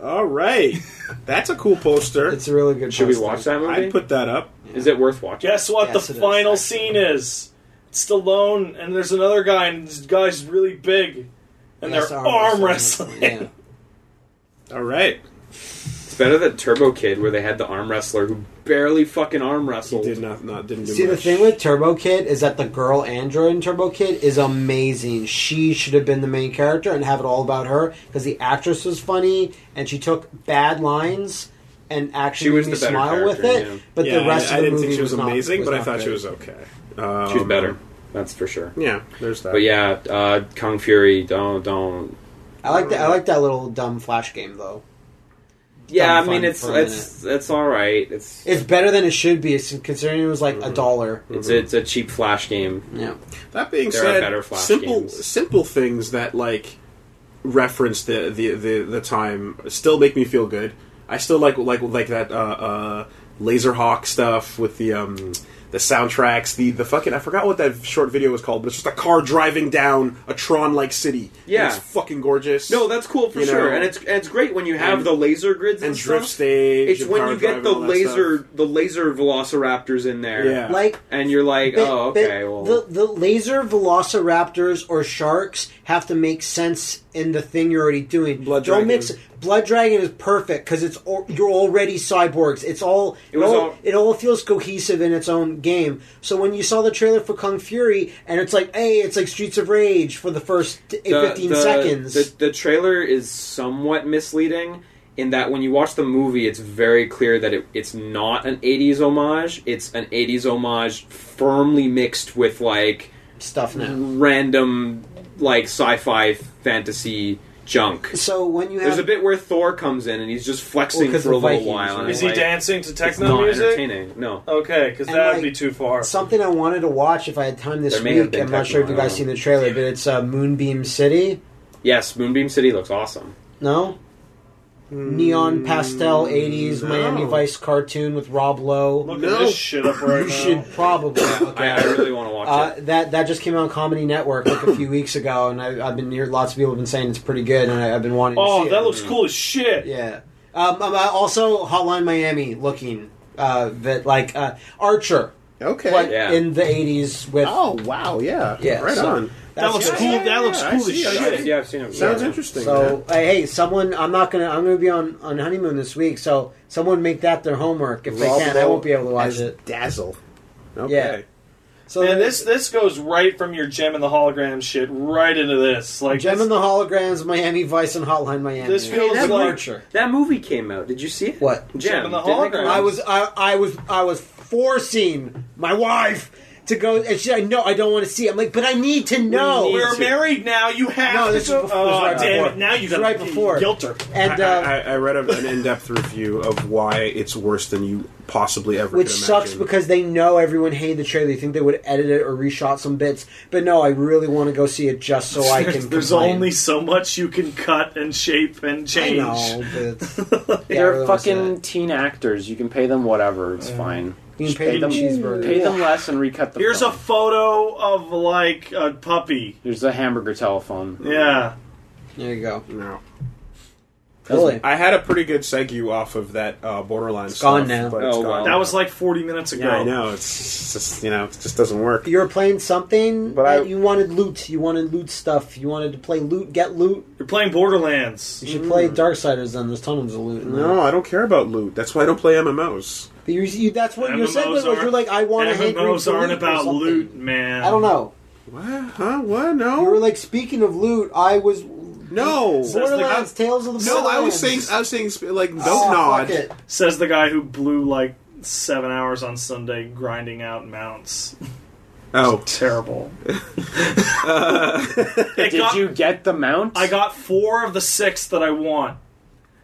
S3: all right. That's a cool poster.
S1: It's a really good.
S4: should we
S1: poster.
S4: watch that movie
S3: I'd put that up.
S4: is it worth watching
S2: Guess what
S1: Yes,
S2: the
S1: it is,
S2: final
S1: actually.
S2: scene is? It's Stallone and there's another guy, and this guy's really big, and
S1: Yes,
S2: they're arm wrestling.
S1: Yeah.
S3: [laughs] All right.
S4: It's better than Turbo Kid, where they had the arm wrestler who barely fucking arm
S3: He
S4: wrestled.
S3: did not, not didn't do
S1: See, the
S3: much.
S1: thing with Turbo Kid is that the girl android in Turbo Kid is amazing. She should have been the main character and have it all about her because the actress was funny and she took bad lines and actually
S4: She was
S1: made me
S4: the better
S1: smile with it.
S4: character, yeah.
S1: But
S3: yeah,
S1: the rest
S3: I,
S1: of the
S3: I didn't
S1: movie
S3: think she was,
S1: not-
S3: amazing, but I
S1: not
S3: thought she
S1: good.
S3: was okay. Um,
S4: She's better, that's for sure.
S3: Yeah, there's that.
S4: But yeah, uh, Kung Fury, don't don't
S1: I like that. I like that little dumb flash game though.
S4: Yeah, I
S1: Dumb
S4: mean
S1: fun
S4: it's
S1: for a
S4: it's it's all right. It's
S1: It's better than it should be, s- considering it was like
S4: Mm-hmm.
S1: a dollar.
S4: it's it's a cheap flash game.
S1: Yeah,
S3: That being
S4: There are
S3: said,
S4: better Flash
S3: simple
S4: games.
S3: simple things that like reference the, the the the time still make me feel good. I still like like like that uh, uh, Laserhawk stuff with the um, the soundtracks. The the fucking I forgot what that short video was called, but it's just a car driving down a Tron like city. And
S4: Yeah.
S3: it's fucking gorgeous.
S4: No, that's cool for
S3: You
S4: sure,
S3: know,
S4: and it's and it's great when you have
S3: and-
S4: the laser grids and,
S3: and
S4: stuff.
S3: drift stage.
S4: it's
S3: and
S4: when
S3: power
S4: you
S3: drive
S4: get
S3: and
S4: the
S3: all that
S4: laser
S3: stuff.
S4: the laser velociraptors in there,
S3: Yeah.
S1: like.
S4: and you're like,
S1: but-
S4: oh
S1: but
S4: okay, well,
S1: the the laser velociraptors or sharks have to make sense in the thing you're already doing.
S3: Blood
S1: Don't
S3: Dragon.
S1: mix. Blood Dragon is perfect because it's al- you're already cyborgs. It's all it,
S4: was
S1: all,
S4: all-
S1: it all feels cohesive in its own game. So when you saw the trailer for Kung Fury and it's like, hey, it's like Streets of Rage for the first t-
S4: the,
S1: 15
S4: the-
S1: seconds.
S4: The, the trailer is somewhat misleading in that when you watch the movie, it's very clear that it, it's not an '80s homage. It's an '80s homage firmly mixed with like
S1: stuff
S4: Mm-hmm.
S1: now.
S4: random like sci-fi fantasy junk.
S1: So when you
S4: There's
S1: have
S4: a bit where Thor comes in and he's just flexing
S1: Well, 'cause
S4: for a
S1: the
S4: little
S1: Vikings,
S4: while. and
S1: right?
S2: [laughs] Is
S4: I'm
S2: he
S4: like,
S2: dancing to
S4: It's
S2: techno
S4: not
S2: music?
S4: entertaining. No.
S2: Okay, because
S1: And,
S2: that would
S1: like,
S2: be too far.
S1: something I wanted to watch if I had time this
S4: There may have
S1: week.
S4: been
S1: I'm not sure if
S4: techno,
S1: you
S4: I don't
S1: guys
S4: know.
S1: seen the trailer, but it's uh, Moonbeam City.
S4: Yes, Moonbeam City looks awesome.
S1: No?
S2: Hmm,
S1: Neon pastel 80s
S3: no.
S1: Miami Vice cartoon with Rob Lowe.
S2: Look
S3: No.
S2: at this shit up
S1: [laughs]
S2: right
S1: You
S2: now.
S1: should probably
S2: [coughs]
S1: look
S4: I,
S1: at
S4: I
S1: it.
S4: really want to watch
S1: Uh,
S4: it.
S1: that that just came out on Comedy Network like a few weeks ago, and I, I've been here. Lots of people have been saying it's pretty good, and I, I've been wanting. to
S2: Oh,
S1: see
S2: that
S1: it.
S2: looks cool as shit.
S1: Yeah. Um, um, uh, also, Hotline Miami looking uh, that like uh, Archer,
S5: Okay.
S1: but
S4: Yeah.
S1: in the '80s with
S5: Oh wow! Yeah.
S1: Yeah,
S5: Right
S1: so-
S5: on.
S2: That
S1: that's-
S2: looks
S1: yeah.
S2: cool.
S3: yeah,
S2: that looks
S3: yeah, I
S2: cool as
S3: see it.
S2: shit.
S4: Yeah, I've seen it.
S3: Sounds
S4: Yeah.
S3: interesting. man.
S1: So uh, hey, someone I'm not gonna I'm gonna be on, on honeymoon this week, so someone make that their homework if
S5: Rob
S1: they can. I
S5: Lowe
S1: won't be able to watch
S5: as
S1: it.
S5: Dazzle.
S3: okay.
S1: So
S2: Man, this this goes right from your gem and the hologram shit right into this. Like
S1: Gem
S2: this-
S1: and the Holograms, Miami Vice, and Hotline Miami.
S2: This feels
S1: With
S2: like-
S1: Archer.
S4: That movie came out. Did you see it?
S1: What?
S4: Gem.
S2: and the
S4: didn't it come
S2: Holograms.
S4: out?
S1: I was I, I was I was forcing my wife to go, and she like, no, I don't want to see. it. I'm like, but I need to know.
S4: need
S2: we're
S4: to-
S2: married now. You have
S1: No,
S2: to
S1: this
S2: go.
S1: was before- it was
S2: Aw,
S1: right
S2: damn
S1: before.
S2: it! Now
S1: It
S2: you
S1: was
S2: got
S1: right before.
S2: Guilter.
S1: and
S3: I-
S1: uh,
S3: I, I read a, an in-depth review of why it's worse than you possibly ever.
S1: which
S3: could
S1: sucks
S3: imagine.
S1: because they know everyone hated the trailer. They think they would edit it or reshot some bits. But no, I really want to go see it just so
S2: [laughs]
S1: I can.
S2: There's
S1: complain.
S2: only so much you can cut and shape and
S1: I
S2: change.
S1: know, but Yeah, I
S6: They're
S1: really wanna see
S6: fucking
S1: that.
S6: teen actors. You can pay them whatever. It's fine.
S1: You can
S6: Just
S1: pay them cheeseburger.
S6: Pay them less and recut the.
S2: [laughs] Here's a
S6: film.
S2: photo of like a puppy.
S6: Here's a hamburger telephone.
S2: Yeah.
S1: There you go.
S3: No.
S1: Really?
S3: I had a pretty good segue off of that uh, borderline.
S1: It's gone
S3: stuff,
S1: now.
S3: But it's
S4: Oh,
S3: gone.
S4: wow.
S2: That was like 40 minutes ago.
S3: Yeah, I know. It's just you know, it just doesn't work.
S1: You were playing something,
S3: But
S1: but
S3: I-
S1: you wanted loot. You wanted loot stuff. You wanted to play loot, get loot.
S2: You're playing Borderlands.
S1: You should play Darksiders then. There's tons of loot. in there.
S3: Mm. No, I don't care about loot. That's why I don't play MMOs.
S1: But you, you, that's what your
S2: MMOs
S1: segment was. You're
S2: aren't-
S1: like, I want to hate
S2: MMOs
S1: read loot
S2: aren't
S1: or
S2: about
S1: something.
S2: loot, man.
S1: I don't know.
S3: What? Huh? What?
S1: You were
S3: No.
S1: like, speaking of loot, I was
S3: No.
S2: Says the guy-
S1: Borderlands Tales of the
S3: No, I was
S1: Borderlands.
S3: saying, I was saying, sp- like, don't
S1: Oh, fuck
S3: nod.
S1: it.
S2: Says the guy who blew like seven hours on Sunday grinding out mounts.
S3: Oh, [laughs]
S2: Terrible.
S6: [laughs]
S2: It
S6: Did
S2: got-
S6: you get the mount?
S2: I got four of the six that I want,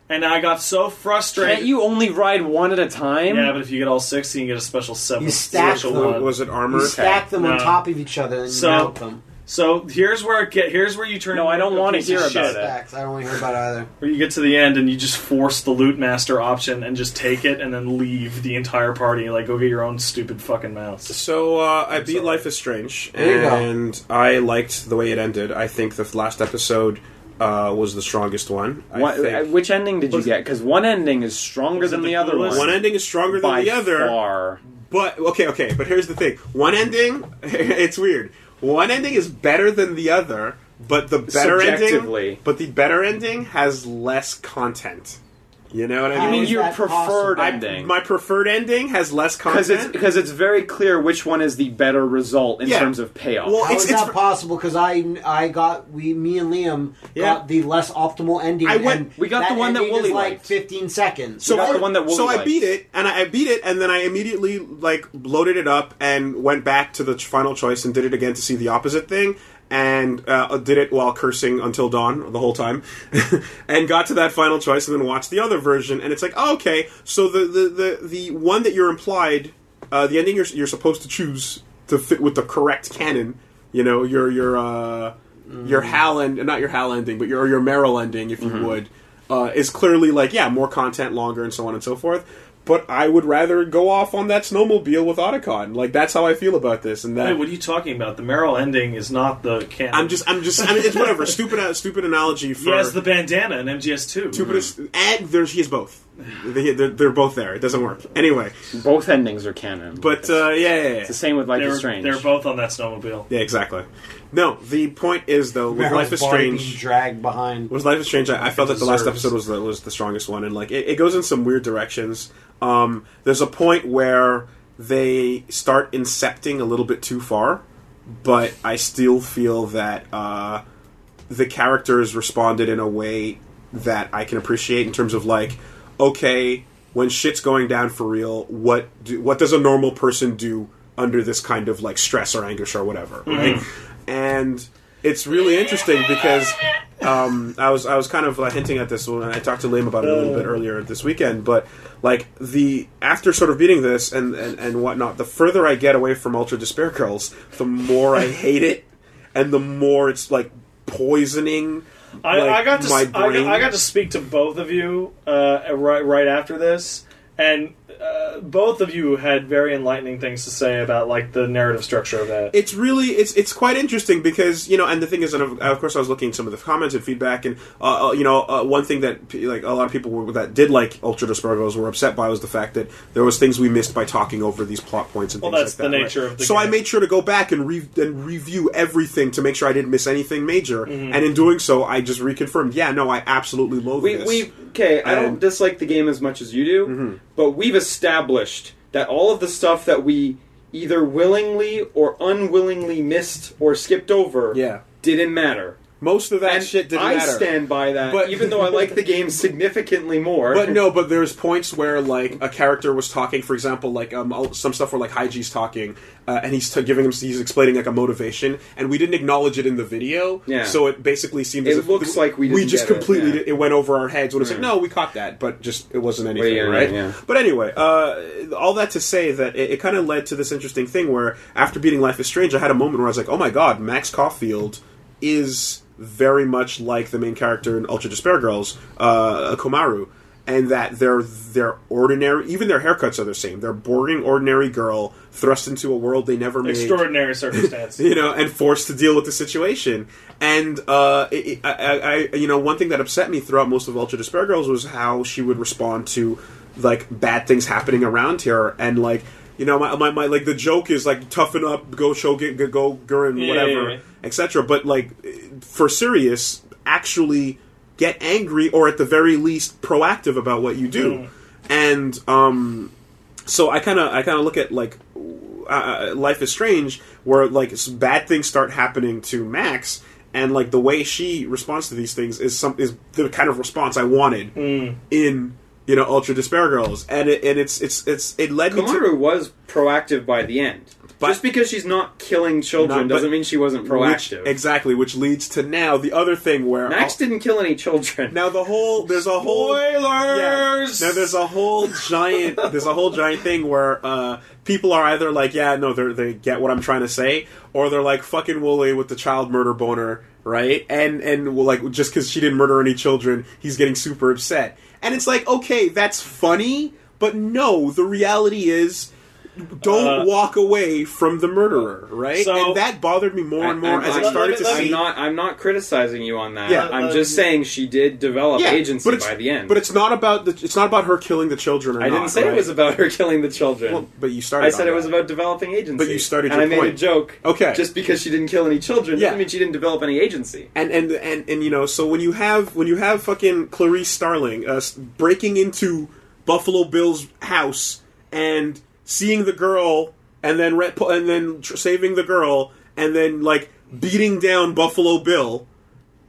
S2: and I got so frustrated.
S6: Can't you only ride one at a time?
S2: yeah, but if you get all six, you can get a special seven.
S1: You stack
S2: special
S1: them.
S2: one.
S3: was it armor?
S1: You stack them on
S2: No.
S1: top of each other and
S2: So-
S1: you mount them.
S2: So here's where it get. Here's where you turn.
S6: No, I don't
S2: into a
S6: wanna
S2: piece
S6: hear
S2: of
S6: about
S2: shit.
S6: it.
S1: Stacks. I don't want to hear about it either.
S2: Where you get to the end and you just force the loot master option and just take it and then leave the entire party. Like, go get your own stupid fucking mouse.
S3: So uh, I beat
S2: sorry.
S3: Life is Strange,
S1: There you go.
S3: and I liked the way it ended. I think the last episode uh, was the strongest one. I
S6: What-
S3: think-
S6: uh, which ending did you get? Because one ending is stronger
S2: Was it
S6: than
S2: the
S6: the other
S2: coolest?
S6: one.
S3: one ending is stronger than
S6: by
S3: the other,
S6: far.
S3: but okay, okay. But here's the thing: one ending, [laughs] it's weird. One ending is better than the other, but the better ending,
S4: Subjectively.
S3: but the better ending has less content. You know what I
S1: You
S6: I
S3: mean?
S6: mean,
S1: is
S6: your
S1: that
S6: preferred
S1: possible? I-
S6: ending.
S3: My preferred ending has less
S6: because it's
S3: content.
S6: because it's very clear which one is the better result in
S3: Yeah.
S6: terms of payoff.
S3: Well,
S1: How
S3: It's-
S1: is
S3: it's
S1: that
S3: fr-
S1: possible? Because I, I got we, me and Liam
S3: Yeah.
S1: got the less optimal ending.
S3: I went-
S1: and
S6: we got the one that
S1: ending is
S6: Wooly
S1: like
S6: liked.
S1: 15 seconds.
S3: So
S6: We got
S3: I-
S6: the one that Wooly
S3: so I
S6: likes.
S3: beat it, and I, I beat it, and then I immediately like loaded it up and went back to the ch- final choice and did it again to see the opposite thing. and uh, did it while cursing until dawn the whole time, [laughs] and got to that final choice, and then watched the other version, and it's like, oh, okay, so the the the, the one that you're implied, uh, the ending you're, you're supposed to choose to fit with the correct canon, you know, your your uh,
S2: Mm.
S3: your Hal end, not your Hal ending, but your your Merrill ending, if you
S2: Mm-hmm.
S3: would, uh, is clearly like, yeah, more content, longer, and so on and so forth. But I would rather go off on that snowmobile with Otacon. Like that's how I feel about this, and that
S2: Wait, what are you talking about? The Merrill ending is not the canon.
S3: I'm just, I'm just, I mean, it's whatever. stupid, uh, stupid analogy for.
S2: He has the bandana in MGS two.
S3: stupidest. And there's, he is both. They, they're, they're both there. It doesn't work. Anyway,
S6: Both endings are canon.
S3: but uh, yeah, yeah, yeah.
S6: it's the same with Life
S2: They
S6: is
S2: were,
S6: Strange.
S2: they were both on that snowmobile.
S3: yeah, exactly. No, the point is though, with
S1: Meryl's
S3: Life is
S1: body
S3: Strange.
S1: being dragged behind.
S3: Was Life is Strange? I, I felt that the last
S1: deserves.
S3: episode was the, was the strongest one, and like it, it goes in some weird directions. Um, there's a point where they start incepting a little bit too far, but I still feel that uh, the characters responded in a way that I can appreciate in terms of like, okay, when shit's going down for real, what do, what does a normal person do under this kind of like stress or anguish or whatever, right? And it's really interesting because um, I was I was kind of uh, hinting at this when I talked to Liam about it a little bit earlier this weekend, but like the after sort of beating this and, and and whatnot, the further I get away from Ultra Despair Girls, the more I hate it, and the more it's like poisoning.
S2: I,
S3: like,
S2: I got to
S3: my
S2: s- I,
S3: brain.
S2: got- I got to speak to both of you uh, right right after this, and uh, both of you had very enlightening things to say about like the narrative structure of that.
S3: it's really it's it's quite interesting because you know and the thing is and of, of course I was looking at some of the comments and feedback and uh, uh, you know uh, one thing that p- like a lot of people were, that did like Ultra Dispergos were upset by was the fact that there was things we missed by talking over these plot points and
S2: Well,
S3: things
S2: that's
S3: like
S2: the
S3: that,
S2: nature
S3: right?
S2: of the
S3: so I
S2: game.
S3: made sure to go back and re- and review everything to make sure I didn't miss anything major
S2: Mm-hmm.
S3: and in doing so I just reconfirmed yeah no I absolutely loathe
S4: We,
S3: this
S4: we okay. I don't
S3: And- Mm-hmm.
S4: dislike the game as much as you do, but we've established that all of the stuff that we either willingly or unwillingly missed or skipped over,
S3: Yeah.
S4: didn't matter.
S3: most of that
S4: and
S3: shit didn't
S4: I
S3: matter.
S4: stand by that,
S3: But-
S4: even though I like the game significantly more.
S3: But no, but there's points where like a character was talking, for example, like um all- some stuff where like Hygie's talking, uh, and he's t- giving him he's explaining like a motivation, and we didn't acknowledge it in the video,
S4: Yeah.
S3: So it basically seemed
S4: It
S3: as if
S4: looks like we
S3: we
S4: didn't
S3: just
S4: get it,
S3: completely
S4: yeah.
S3: did- it went over our heads when it's like no, we caught that, but just it wasn't anything,
S4: yeah, yeah,
S3: right?
S4: yeah.
S3: But anyway, uh, all that to say that it, it kind of led to this interesting thing where after beating Life is Strange, I had a moment where I was like, oh my god, Max Caulfield is very much like the main character in Ultra Despair Girls, uh, Komaru. And that they're they're ordinary, even their haircuts are the same. They're boring, ordinary girl thrust into a world they never made
S2: Extraordinary circumstance.
S3: [laughs] you know, and forced to deal with the situation. And uh, it, it- I, I, I, you know, one thing that upset me throughout most of Ultra Despair Girls was how she would respond to like bad things happening around her, and like you know, my, my, my like the joke is like toughen up, go show, get, go, go, Gurren,
S2: Yeah,
S3: whatever,
S2: yeah, yeah.
S3: etc. But like for serious, actually get angry or at the very least proactive about what you do.
S2: Mm.
S3: And um, so I kind of I kind of look at like uh, Life is Strange, where like s- bad things start happening to Max, and like the way she responds to these things is some is the kind of response I wanted
S4: Mm.
S3: in you know Ultra Despair Girls, and it, and it's it's it's it led me to
S4: Kamaru was proactive by the end.
S3: But-
S4: Just because she's not killing children
S3: Not- but-
S4: doesn't mean she wasn't proactive.
S3: Which, exactly, which leads to now the other thing where
S4: Max didn't kill any children.
S3: [laughs] now the whole there's a whole Yeah.
S2: Spoilers.
S3: Now there's a whole giant there's a whole giant thing where uh, people are either like, yeah, no, they they get what I'm trying to say, or they're like fucking Wooly with the child murder boner, right? And and well, like just because she didn't murder any children, he's getting super upset, and it's like, okay, that's funny, but no, the reality is. Don't
S2: Uh,
S3: walk away from the murderer, right?
S2: so-
S3: and that bothered me more and
S4: I-
S3: more
S4: I'm-
S3: as
S4: I'm-
S3: I started
S2: let me-
S3: to
S2: let me-
S3: see.
S4: I'm not. I'm not criticizing you on that.
S3: Yeah.
S4: I'm just saying she did develop agency
S3: but it's-
S4: by the end.
S3: but it's not about the, it's not about her killing the children. Or
S4: I didn't
S3: not,
S4: say
S3: right?
S4: it was about her [laughs] killing the children.
S3: Well, but you started.
S4: I said
S3: on
S4: it was
S3: that.
S4: about developing agency.
S3: But you started
S4: and
S3: your
S4: I made a
S3: point.
S4: joke.
S3: Okay.
S4: Just because she didn't kill any children
S3: Yeah.
S4: doesn't mean she didn't develop any agency.
S3: and and and and you know so when you have when you have fucking Clarice Starling uh, s- breaking into Buffalo Bill's house and seeing the girl and then re- pu- and then tr- saving the girl and then like beating down Buffalo Bill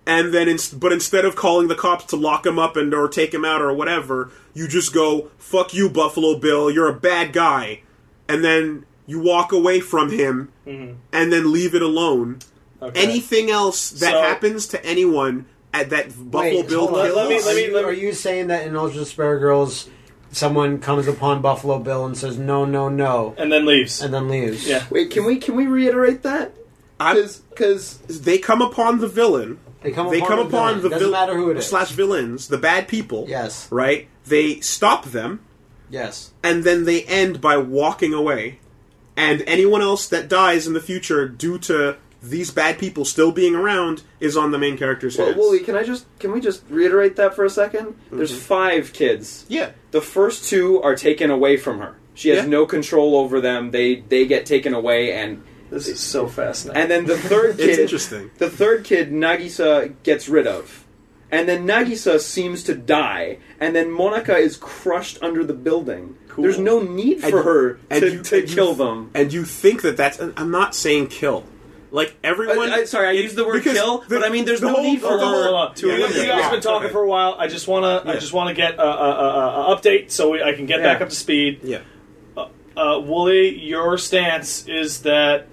S3: and then ins- but instead of calling the cops to lock him up and or take him out or whatever you just go fuck you Buffalo Bill you're a bad guy and then you walk away from him and then leave it alone
S2: Mm-hmm. Okay.
S3: Anything else that
S2: So-
S3: happens to anyone at that Buffalo
S1: Wait,
S3: Bill
S1: hold on.
S3: kills,
S2: Let me-
S1: are,
S2: let me-
S1: you,
S2: let me-
S1: are you saying that in Ultra Spare Girls, someone comes upon Buffalo Bill and says no, no, no,
S2: and then leaves.
S1: and then leaves?
S2: Yeah.
S4: Wait, can we can we reiterate that?
S3: I'm-
S4: because
S3: they come upon the villain.
S1: They come
S3: they
S1: upon
S3: come
S1: the
S3: upon
S1: villain.
S3: the
S1: Doesn't
S3: vil-
S1: matter who it is.
S3: slash villains, the bad people.
S1: Yes.
S3: Right. They stop them,
S1: Yes.
S3: and then they end by walking away. And anyone else that dies in the future due to these bad people still being around is on the main character's
S4: well,
S3: head.
S4: Wooly, can I just can we just reiterate that for a 2nd There's five kids.
S3: Mm-hmm. yeah.
S4: The first two are taken away from her. She has
S3: Yeah.
S4: no control over them. They they get taken away, and
S2: This is so fascinating.
S4: and
S3: [laughs]
S4: then the third
S3: It's
S4: kid,
S3: interesting.
S4: the third kid, Nagisa gets rid of, and then Nagisa seems to die, and then Monica is crushed under the building.
S2: Cool.
S4: There's no need for her
S3: and
S4: to,
S3: you-
S4: to
S3: and you-
S4: kill them.
S3: And you think that that's. and I'm not saying kill. Like everyone.
S4: I- I- sorry, I
S3: it-
S4: used the word
S3: because
S4: kill, but I mean, there's
S3: the
S4: no
S3: whole-
S4: need for
S3: the whole-
S4: her
S2: Hold on.
S4: to
S2: You, you guys
S4: eliminate-
S2: have
S3: Yeah.
S2: been talking for a while. I just wanna, I
S3: Yeah.
S2: just wanna get a, a, a, a update so we, I can get back
S4: Yeah.
S2: up to speed.
S3: Yeah. [laughs]
S2: Uh, Wooly, your stance is that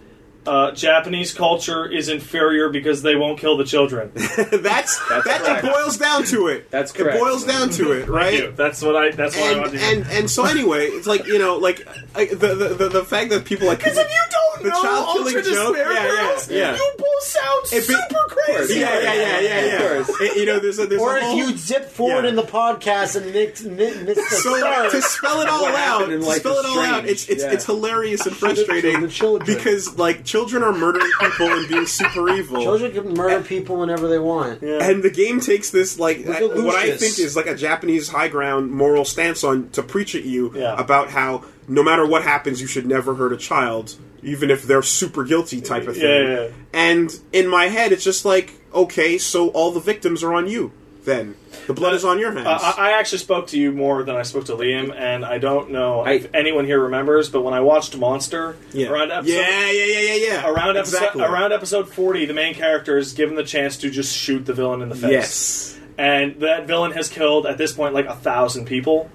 S2: uh, Japanese culture is inferior because they won't kill the children.
S3: that's
S4: That's
S3: that
S4: correct.
S3: it boils down to it.
S4: That's
S3: It
S4: correct.
S3: boils down to it, [laughs] right?
S2: Thank you. That's what I. That's what I
S3: And,
S2: wanted to hear.
S3: and and so anyway, it's like you know, like I, the, the the the fact that people like because if you don't the
S5: know
S3: child
S5: Ultra
S3: killing joke,
S5: Despair
S3: yeah,
S5: Girls,
S3: yeah, yeah.
S5: You both sound
S3: It be-
S5: super crazy.
S3: yeah, yeah, yeah, yeah, yeah.
S4: Of course.
S3: It- you know, there's a there's
S1: Or
S3: a
S1: if
S3: whole,
S1: you zip forward
S3: Yeah.
S1: in the podcast and mix, mi- miss the
S3: [laughs] so
S1: start,
S3: to spell it all
S4: What
S3: out,
S4: happened in
S3: to
S4: Life
S3: spell
S4: is
S3: it all out,
S4: Strange.
S3: it's it's
S4: Yeah.
S3: it's hilarious
S1: [laughs]
S3: and
S1: The
S3: frustrating
S1: children.
S3: because like children are murdering people and being super evil.
S1: children can murder
S3: eh.
S1: people whenever they want.
S3: And the game takes this like
S1: Look
S3: I-
S1: at
S3: what I
S1: Lucius.
S3: think is like a Japanese high ground moral stance on to preach at you
S2: Yeah.
S3: about how no matter what happens, you should never hurt a child, even if they're super guilty type of thing.
S2: Yeah, yeah, yeah.
S3: And in my head, it's just like, okay, so all the victims are on you. Then the blood is on your hands.
S2: Uh, I, I actually spoke to you more than I spoke to Liam, and I don't know
S4: I-
S2: if anyone here remembers, but when I watched Monster
S3: yeah.
S2: around episode
S3: yeah, yeah, yeah, yeah, yeah.
S2: around episode
S3: exactly.
S2: around episode forty, the main character is given the chance to just shoot the villain in the face.
S3: yes.
S2: and that villain has killed at this point like a thousand people,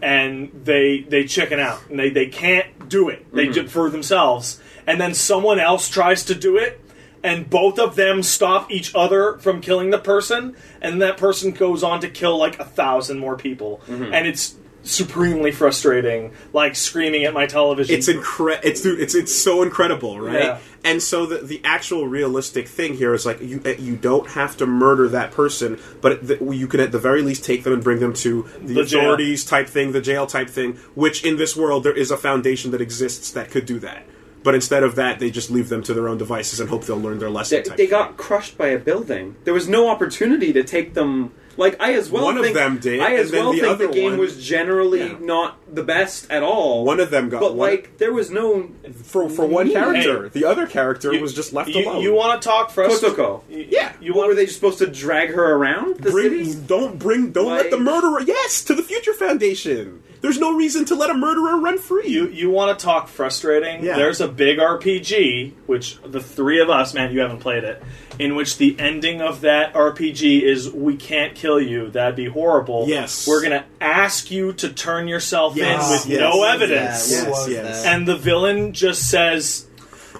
S2: and they they chicken out and they they can't do it. They
S3: Mm-hmm.
S2: do it for themselves, and then someone else tries to do it. And both of them stop each other from killing the person, and that person goes on to kill like a thousand more people,
S3: Mm-hmm.
S2: and it's supremely frustrating. Like screaming at my television.
S3: It's incre- it's dude, it's it's so incredible, right?
S2: Yeah.
S3: And so the the actual realistic thing here is like you uh, you don't have to murder that person, but th- you can at the very least take them and bring them to the,
S2: The jail.
S3: authorities type thing, the jail type thing, which in this world there is a foundation that exists that could do that. But instead of that, they just leave them to their own devices and hope they'll learn their lesson.
S4: They,
S3: type
S4: they
S3: thing.
S4: got crushed by a building. There was no opportunity to take them. Like I as well
S3: One of
S4: think
S3: them did,
S4: I as
S3: and then
S4: well
S3: the
S4: think
S3: other
S4: the game
S3: one-
S4: was generally
S3: Yeah.
S4: not the best at all.
S3: one of them got
S4: but
S3: one-
S4: like there was no
S3: for for one
S4: Hey.
S3: character, the other character
S2: You-
S3: was just left
S2: you,
S3: alone.
S2: You want to talk frustrating?
S4: Kotoko.
S3: Yeah.
S2: You
S4: what
S2: want
S4: were they supposed to drag her around the
S3: bring
S4: city?
S3: don't bring don't let the
S4: Like-
S3: murderer yes to the future foundation there's no reason to let a murderer run free
S2: You you want to talk frustrating?
S3: Yeah.
S2: There's a big RPG which the three of us, man, you haven't played it, in which the ending of that RPG is we can't kill you. That'd be horrible.
S3: Yes.
S2: we're gonna ask you to turn yourself
S3: Yes,
S2: in with
S3: yes,
S2: no
S3: yes,
S2: evidence,
S1: Yeah, what
S3: Yes,
S1: was
S3: yes.
S1: that?
S2: and the villain just says,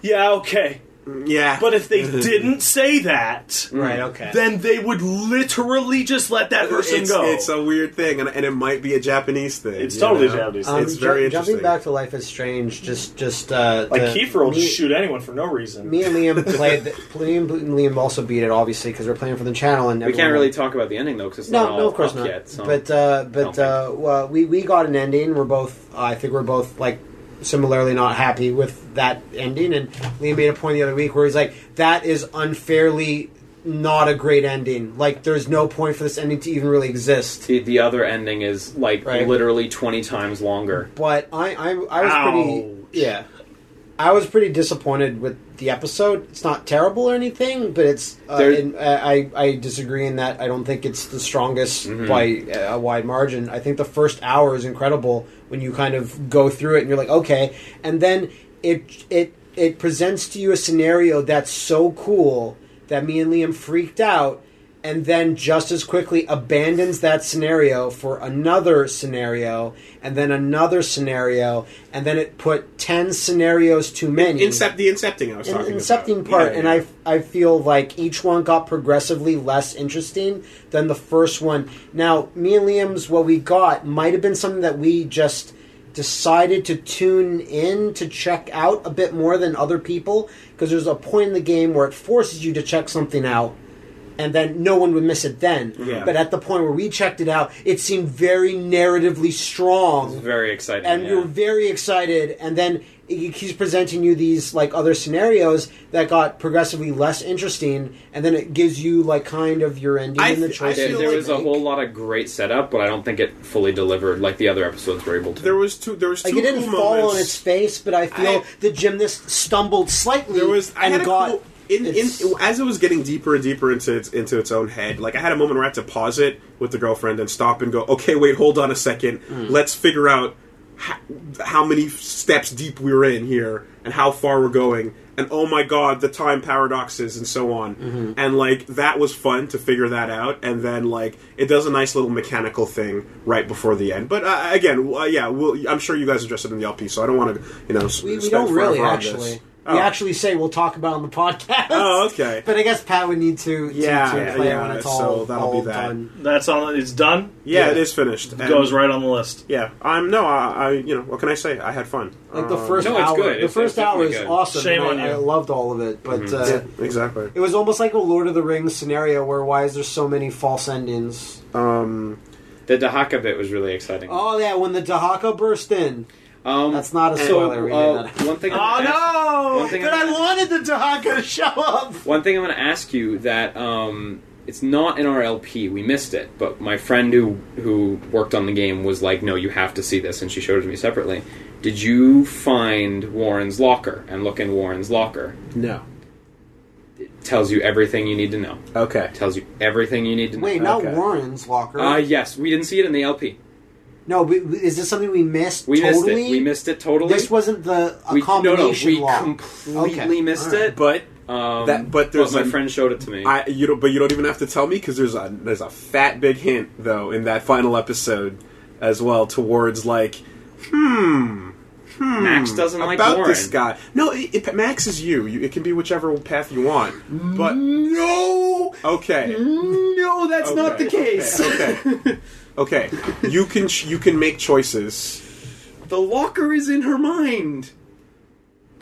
S2: "Yeah, okay."
S3: yeah
S2: But if
S3: [laughs]
S2: they didn't say that,
S1: right, okay.
S2: then they would literally just let that person
S3: it's,
S2: go.
S3: it's a weird thing and, and it might be a japanese thing
S2: It's
S3: you
S2: totally
S3: know?
S2: Japanese.
S3: Um, it's very interesting.
S1: Jumping back to Life is Strange, just just uh,
S2: like
S1: the-
S2: Kiefer will
S1: me-
S2: just shoot anyone for no reason.
S1: Me and Liam played. The, Liam and Liam also beat it, obviously, because we're playing for the channel. And
S4: We
S1: everyone-
S4: can't really talk about the ending though because it's not
S1: No,
S4: all
S1: no, of course
S4: up
S1: not.
S4: yet. So.
S1: But uh, but
S4: I
S1: uh, well, we we got an ending. We're both. I think we're both like similarly not happy with that ending. And Liam made a point the other week where he's like, "That is unfairly not a great ending. Like, there's no point for this ending to even really exist."
S4: the, the other ending is like
S1: Right.
S4: literally twenty times longer.
S1: But I I, I was
S2: Ouch.
S1: pretty yeah. I was pretty disappointed with the episode. It's not terrible or anything, but it's. Uh,
S4: There-
S1: and, uh, I I disagree in that I don't think it's the strongest by uh, a wide margin. I think the first hour is incredible when you kind of go through it and you're like, okay, and then it it it presents to you a scenario that's so cool that me and Liam freaked out, and then just as quickly abandons that scenario for another scenario and then another scenario and then it put 10 scenarios too many
S3: Incept the incepting I was
S1: in,
S3: talking
S1: incepting
S3: about.
S1: part,
S3: Yeah,
S1: and
S3: yeah.
S1: I I feel like each one got progressively less interesting than the first one. Now, me and Liam's what we got might have been something that we just decided to tune in to check out a bit more than other people because there's a point in the game where it forces you to check something out. And then no one would miss it then.
S3: Yeah.
S1: But at the point where we checked it out, it seemed very narratively strong
S4: Very exciting.
S1: and
S4: yeah.
S1: you're very excited and then he keeps presenting you these like other scenarios that got progressively less interesting and then it gives you like kind of your ending
S3: I
S1: and the
S3: th- I
S1: choice
S4: there,
S3: feel
S4: there
S3: like-
S4: was a whole lot of great setup, but I don't think it fully delivered like the other episodes were able to.
S3: there was two there was two
S1: like it didn't
S3: cool
S1: fall
S3: moments.
S1: on its face but i feel
S3: I-
S1: the gymnast stumbled slightly
S3: There was I
S1: and
S3: had a
S1: got
S3: cool, in, in,
S1: its-
S3: as it was getting deeper and deeper into its, into its own head. Like I had a moment where I had to pause it with the girlfriend and stop and go, okay, wait, hold on a second.
S1: Mm.
S3: Let's figure out how, how many steps deep we were in here and how far we're going. And oh my god, the time paradoxes and so on.
S1: Mm-hmm.
S3: And like that was fun to figure that out. And then like it does a nice little mechanical thing right before the end. But uh, again, uh, yeah, we'll, I'm sure you guys addressed it in the LP, so I don't want to you know.
S1: we, we don't really actually we
S3: Oh.
S1: actually say we'll talk about it on the podcast
S3: Oh, okay.
S1: but i guess pat would need to to-
S3: Yeah,
S1: to, play
S3: yeah,
S1: when it's
S3: so
S1: all,
S3: that'll
S1: all
S3: be that.
S1: done
S2: That's on. It's done.
S3: Yeah,
S1: Yeah.
S3: it is finished.
S2: It goes right on the list.
S3: Yeah, I'm no, I, I, you know, what can I say? I had fun.
S1: like the
S3: Um,
S1: first
S4: No, it's
S1: hour
S4: good.
S1: the
S4: It's-
S1: first
S4: it's
S1: hour is
S4: definitely good. Mm-hmm.
S1: awesome
S2: Shame
S1: and I-
S2: on you.
S1: I, loved all of it but uh,
S3: yeah, exactly.
S1: It was almost like a Lord of the Rings scenario where why is there so many false endings?
S3: Um,
S4: the Dahaka bit was really exciting.
S1: Oh yeah, when the Dahaka burst in.
S4: um,
S1: That's not a
S4: so,
S1: spoiler. we
S4: uh,
S1: did that.
S4: one thing. I'm gonna ask-
S1: [laughs] Oh
S4: one
S1: no!
S4: thing
S1: But
S4: I'm-
S1: I wanted the Dahaka to show up.
S4: One thing I'm going to ask you that um, it's not in our LP. We missed it, but my friend who who worked on the game was like, "No, you have to see this," and she showed it to me separately. Did you find Warren's locker and look in Warren's locker?
S3: no.
S4: It tells you everything you need to know.
S3: Okay.
S4: It tells you everything you need to know.
S1: Wait, not
S3: Okay.
S1: Warren's locker.
S4: Uh, yes, we didn't see it in the LP.
S1: no, but is this something we missed?
S4: We
S1: totally?
S4: missed it. We missed it totally.
S1: This wasn't the a
S4: we,
S1: combination
S4: no, no, we
S1: lock.
S4: completely
S1: Okay,
S4: missed
S1: all right.
S4: it.
S3: But
S4: um,
S3: That- but there's
S4: my
S3: an-
S4: friend showed it to me.
S3: I, you don't, but you don't even have to tell me because there's a there's a fat big hint though in that final episode as well towards like, hmm, hmm,
S4: Max doesn't like
S3: about
S4: Warren.
S3: this guy. No, it, it- Max is you. you. It can be whichever path you want. But no, okay.
S1: Mm,
S6: No, that's
S3: Okay. Okay. Okay. Okay. you can ch- you can make choices.
S4: the locker is in her mind.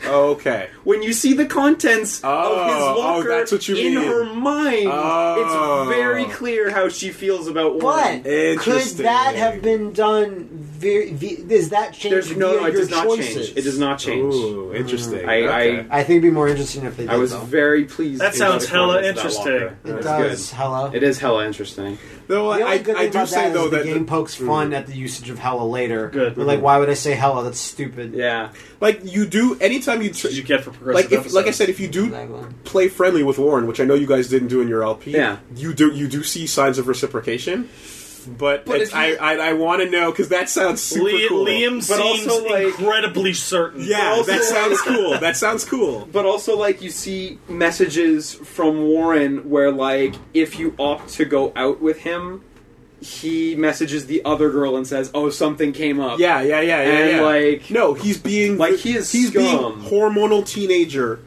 S3: Okay.
S4: When you see the contents
S3: Oh,
S4: of his
S3: oh,
S4: locker
S3: that's what you
S4: in
S3: mean.
S4: her mind,
S3: Oh.
S4: it's very clear how she feels about Warren.
S1: But could
S3: Interesting.
S1: that have been done? Very, is that changed
S4: There's no,
S1: via
S4: no, it
S1: your
S4: does not
S1: choices?
S4: change. It does not change.
S3: Ooh, interesting.
S4: I-
S3: Okay.
S1: I think it'd be more interesting if they did.
S4: I was
S1: though.
S4: very pleased.
S2: That
S4: to
S2: sounds
S4: hear about the
S2: hella
S4: contents of that
S1: It
S2: interesting.
S4: locker. It's
S1: does. Hello.
S4: good. It is hella interesting.
S3: Though
S1: The
S3: I,
S1: only
S3: I,
S1: good thing
S3: I do
S1: about that
S3: say
S1: is
S3: though
S1: the
S3: that Hmm.
S1: game pokes
S4: Hmm.
S1: fun at the usage of hella later.
S2: Good.
S1: But like, why would I say hella? That's stupid.
S4: Yeah.
S3: like you do anytime you tr-
S2: Did you get for progressive?
S3: like if, like I
S2: episodes?
S3: said if you do
S1: Exactly.
S3: play friendly with Warren, which I know you guys didn't do in your LP.
S4: Yeah.
S3: You do you do see signs of reciprocation. But,
S4: But
S3: it's,
S4: if
S3: I,
S4: you-
S3: I I want to know because that sounds super
S2: Li-
S3: cool.
S2: Liam
S4: But
S2: seems
S4: also, like-
S2: incredibly certain.
S3: yeah,
S4: also,
S3: that
S4: like- [laughs]
S3: sounds cool. That sounds cool.
S4: But also, like, you see messages from Warren where, like, if you opt to go out with him, he messages the other girl and says, "Oh, something came up."
S3: Yeah, yeah, yeah, yeah.
S4: And,
S3: yeah.
S4: like-
S3: no, he's being
S4: Like, he is
S3: he's
S4: scum.
S3: being hormonal teenager,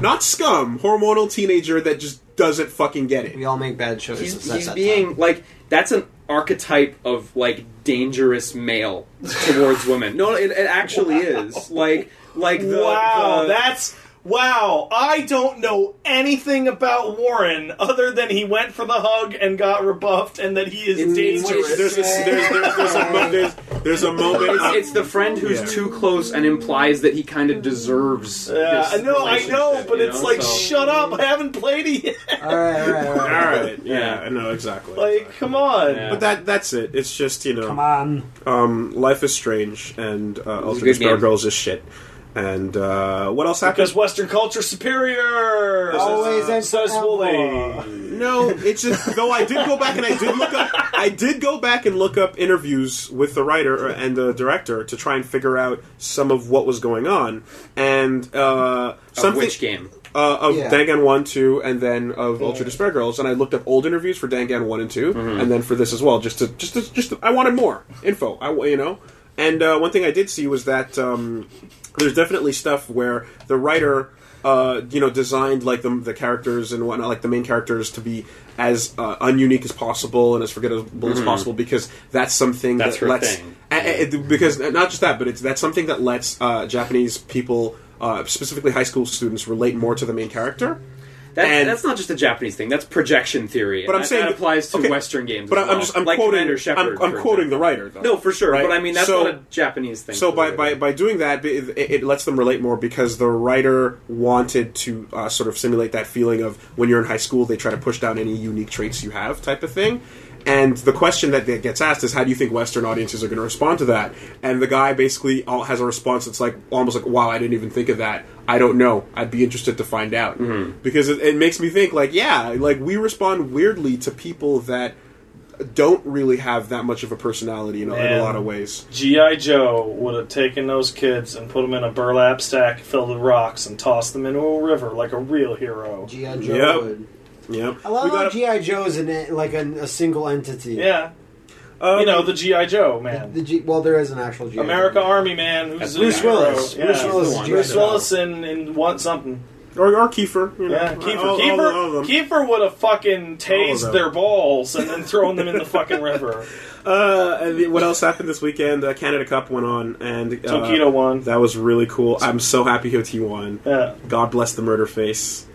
S3: not scum, hormonal teenager that just doesn't fucking get it.
S1: We all make bad choices.
S4: he's,
S1: at
S4: he's
S1: that
S4: being
S1: time.
S4: like that's an archetype of like dangerous male towards women. No, it, it actually is like like the,
S2: wow,
S4: the-
S2: that's wow. I don't know anything about Warren other than he went for the hug and got rebuffed, and that he is
S4: It's- it's-
S2: dangerous.
S3: There's this, there's, there's, there's a mo- there's, there's a moment.
S4: It's, it's the friend who's
S3: Yeah.
S4: too close and implies that he kind of deserves.
S2: yeah,
S4: this
S2: no, I know,
S4: relationship,
S2: but
S4: you
S2: it's
S4: know,
S2: like,
S4: so-
S2: shut up! I haven't played it yet. [laughs]
S1: all right, all right,
S4: [laughs]
S1: all
S3: all
S1: right.
S3: right.
S4: Yeah.
S3: Yeah, no, exactly.
S2: Like,
S3: exactly.
S2: come on.
S4: Yeah.
S3: But that that's it. It's just you know,
S1: Come on.
S3: um, life is strange, and uh,
S4: was a
S3: Ultimate
S4: good
S3: Sparrow
S4: game.
S3: Girls is shit. And uh, what else happened?
S2: Because Western culture superior.
S1: Always
S2: says,
S1: and
S2: says Wooly.
S1: forever.
S3: No, it's just though I did go back and I did look up. I did go back and look up interviews with the writer and the director to try and figure out some of what was going on and uh,
S4: Of
S3: something
S4: which game?
S3: uh, of
S1: Yeah.
S3: Dangan one, two, and then of Ultra Despair Girls. And I looked up old interviews for Dangan one and 2 and then for this as well, just to just to, just to, I wanted more info. I wa- you know, and uh, one thing I did see was that um, there's definitely stuff where the writer. Uh, you know, designed like the, the characters and whatnot, like the main characters, to be as uh, ununique as possible and as forgettable as possible, because that's something
S4: Mm-hmm. That's
S3: that
S4: her
S3: lets
S4: thing.
S3: a- a- it- because not just that, but it's that's something that lets uh, Japanese people, uh, specifically high school students, relate more to the main character.
S4: That,
S3: And-
S4: that's not just a Japanese thing. That's projection theory.
S3: But I'm
S4: and
S3: saying
S4: that
S3: that-
S4: applies to
S3: okay,
S4: Western games.
S3: But
S4: as
S3: I'm,
S4: well.
S3: I'm just I'm
S4: like
S3: quoting
S4: Commander Shepard.
S3: I'm, I'm
S4: for
S3: quoting the
S4: example.
S3: writer though.
S4: No, for sure.
S3: right?
S4: But I mean, that's
S3: So-
S4: not a Japanese thing.
S3: So
S4: to
S3: by,
S4: do.
S3: by, by doing that, it, it- it lets them relate more because the writer wanted to uh, sort of simulate that feeling of when you're in high school, they try to push down any unique traits you have, type of thing. And the question that that gets asked is, how do you think Western audiences are going to respond to that? And the guy basically all, has a response that's like almost like, "Wow, I didn't even think of that. I don't know. I'd be interested to find out." Because it, it makes me think, like, yeah, like we respond weirdly to people that don't really have that much of a personality in, a- in
S2: Man.
S3: a lot of ways.
S2: G.I. Joe would have taken those kids and put them in a burlap sack filled with rocks and tossed them into a river like a real hero.
S1: G.I. Joe
S3: Yep.
S1: would.
S3: Yep.
S1: I love
S3: We got
S1: how
S3: a-
S1: G.I. Joe is an, en- like an, a single entity.
S2: Yeah,
S3: Um,
S2: you know, the G.I. Joe
S1: The
S2: man.
S1: G, well, there is an actual G.I.
S2: America Army man who's
S4: That's
S2: a
S1: Bruce
S2: hero.
S1: Willis.
S2: Yeah.
S1: Bruce Willis.
S4: he's
S1: is
S4: the one.
S1: G.I.
S2: Bruce
S1: Joe.
S2: Willis and, and want something.
S3: or, or Kiefer. You know,
S2: Yeah, Kiefer.
S3: All, all-
S2: Kiefer,
S3: all of them.
S2: Kiefer would have fucking tased
S3: them.
S2: their balls and then thrown them in the fucking
S3: [laughs]
S2: river.
S3: Uh, and the- what else happened this weekend? Uh, Canada Cup went on, and uh,
S2: Tokido won.
S3: That was really cool. I'm so happy Hoti won.
S2: Yeah.
S3: God bless the murder face.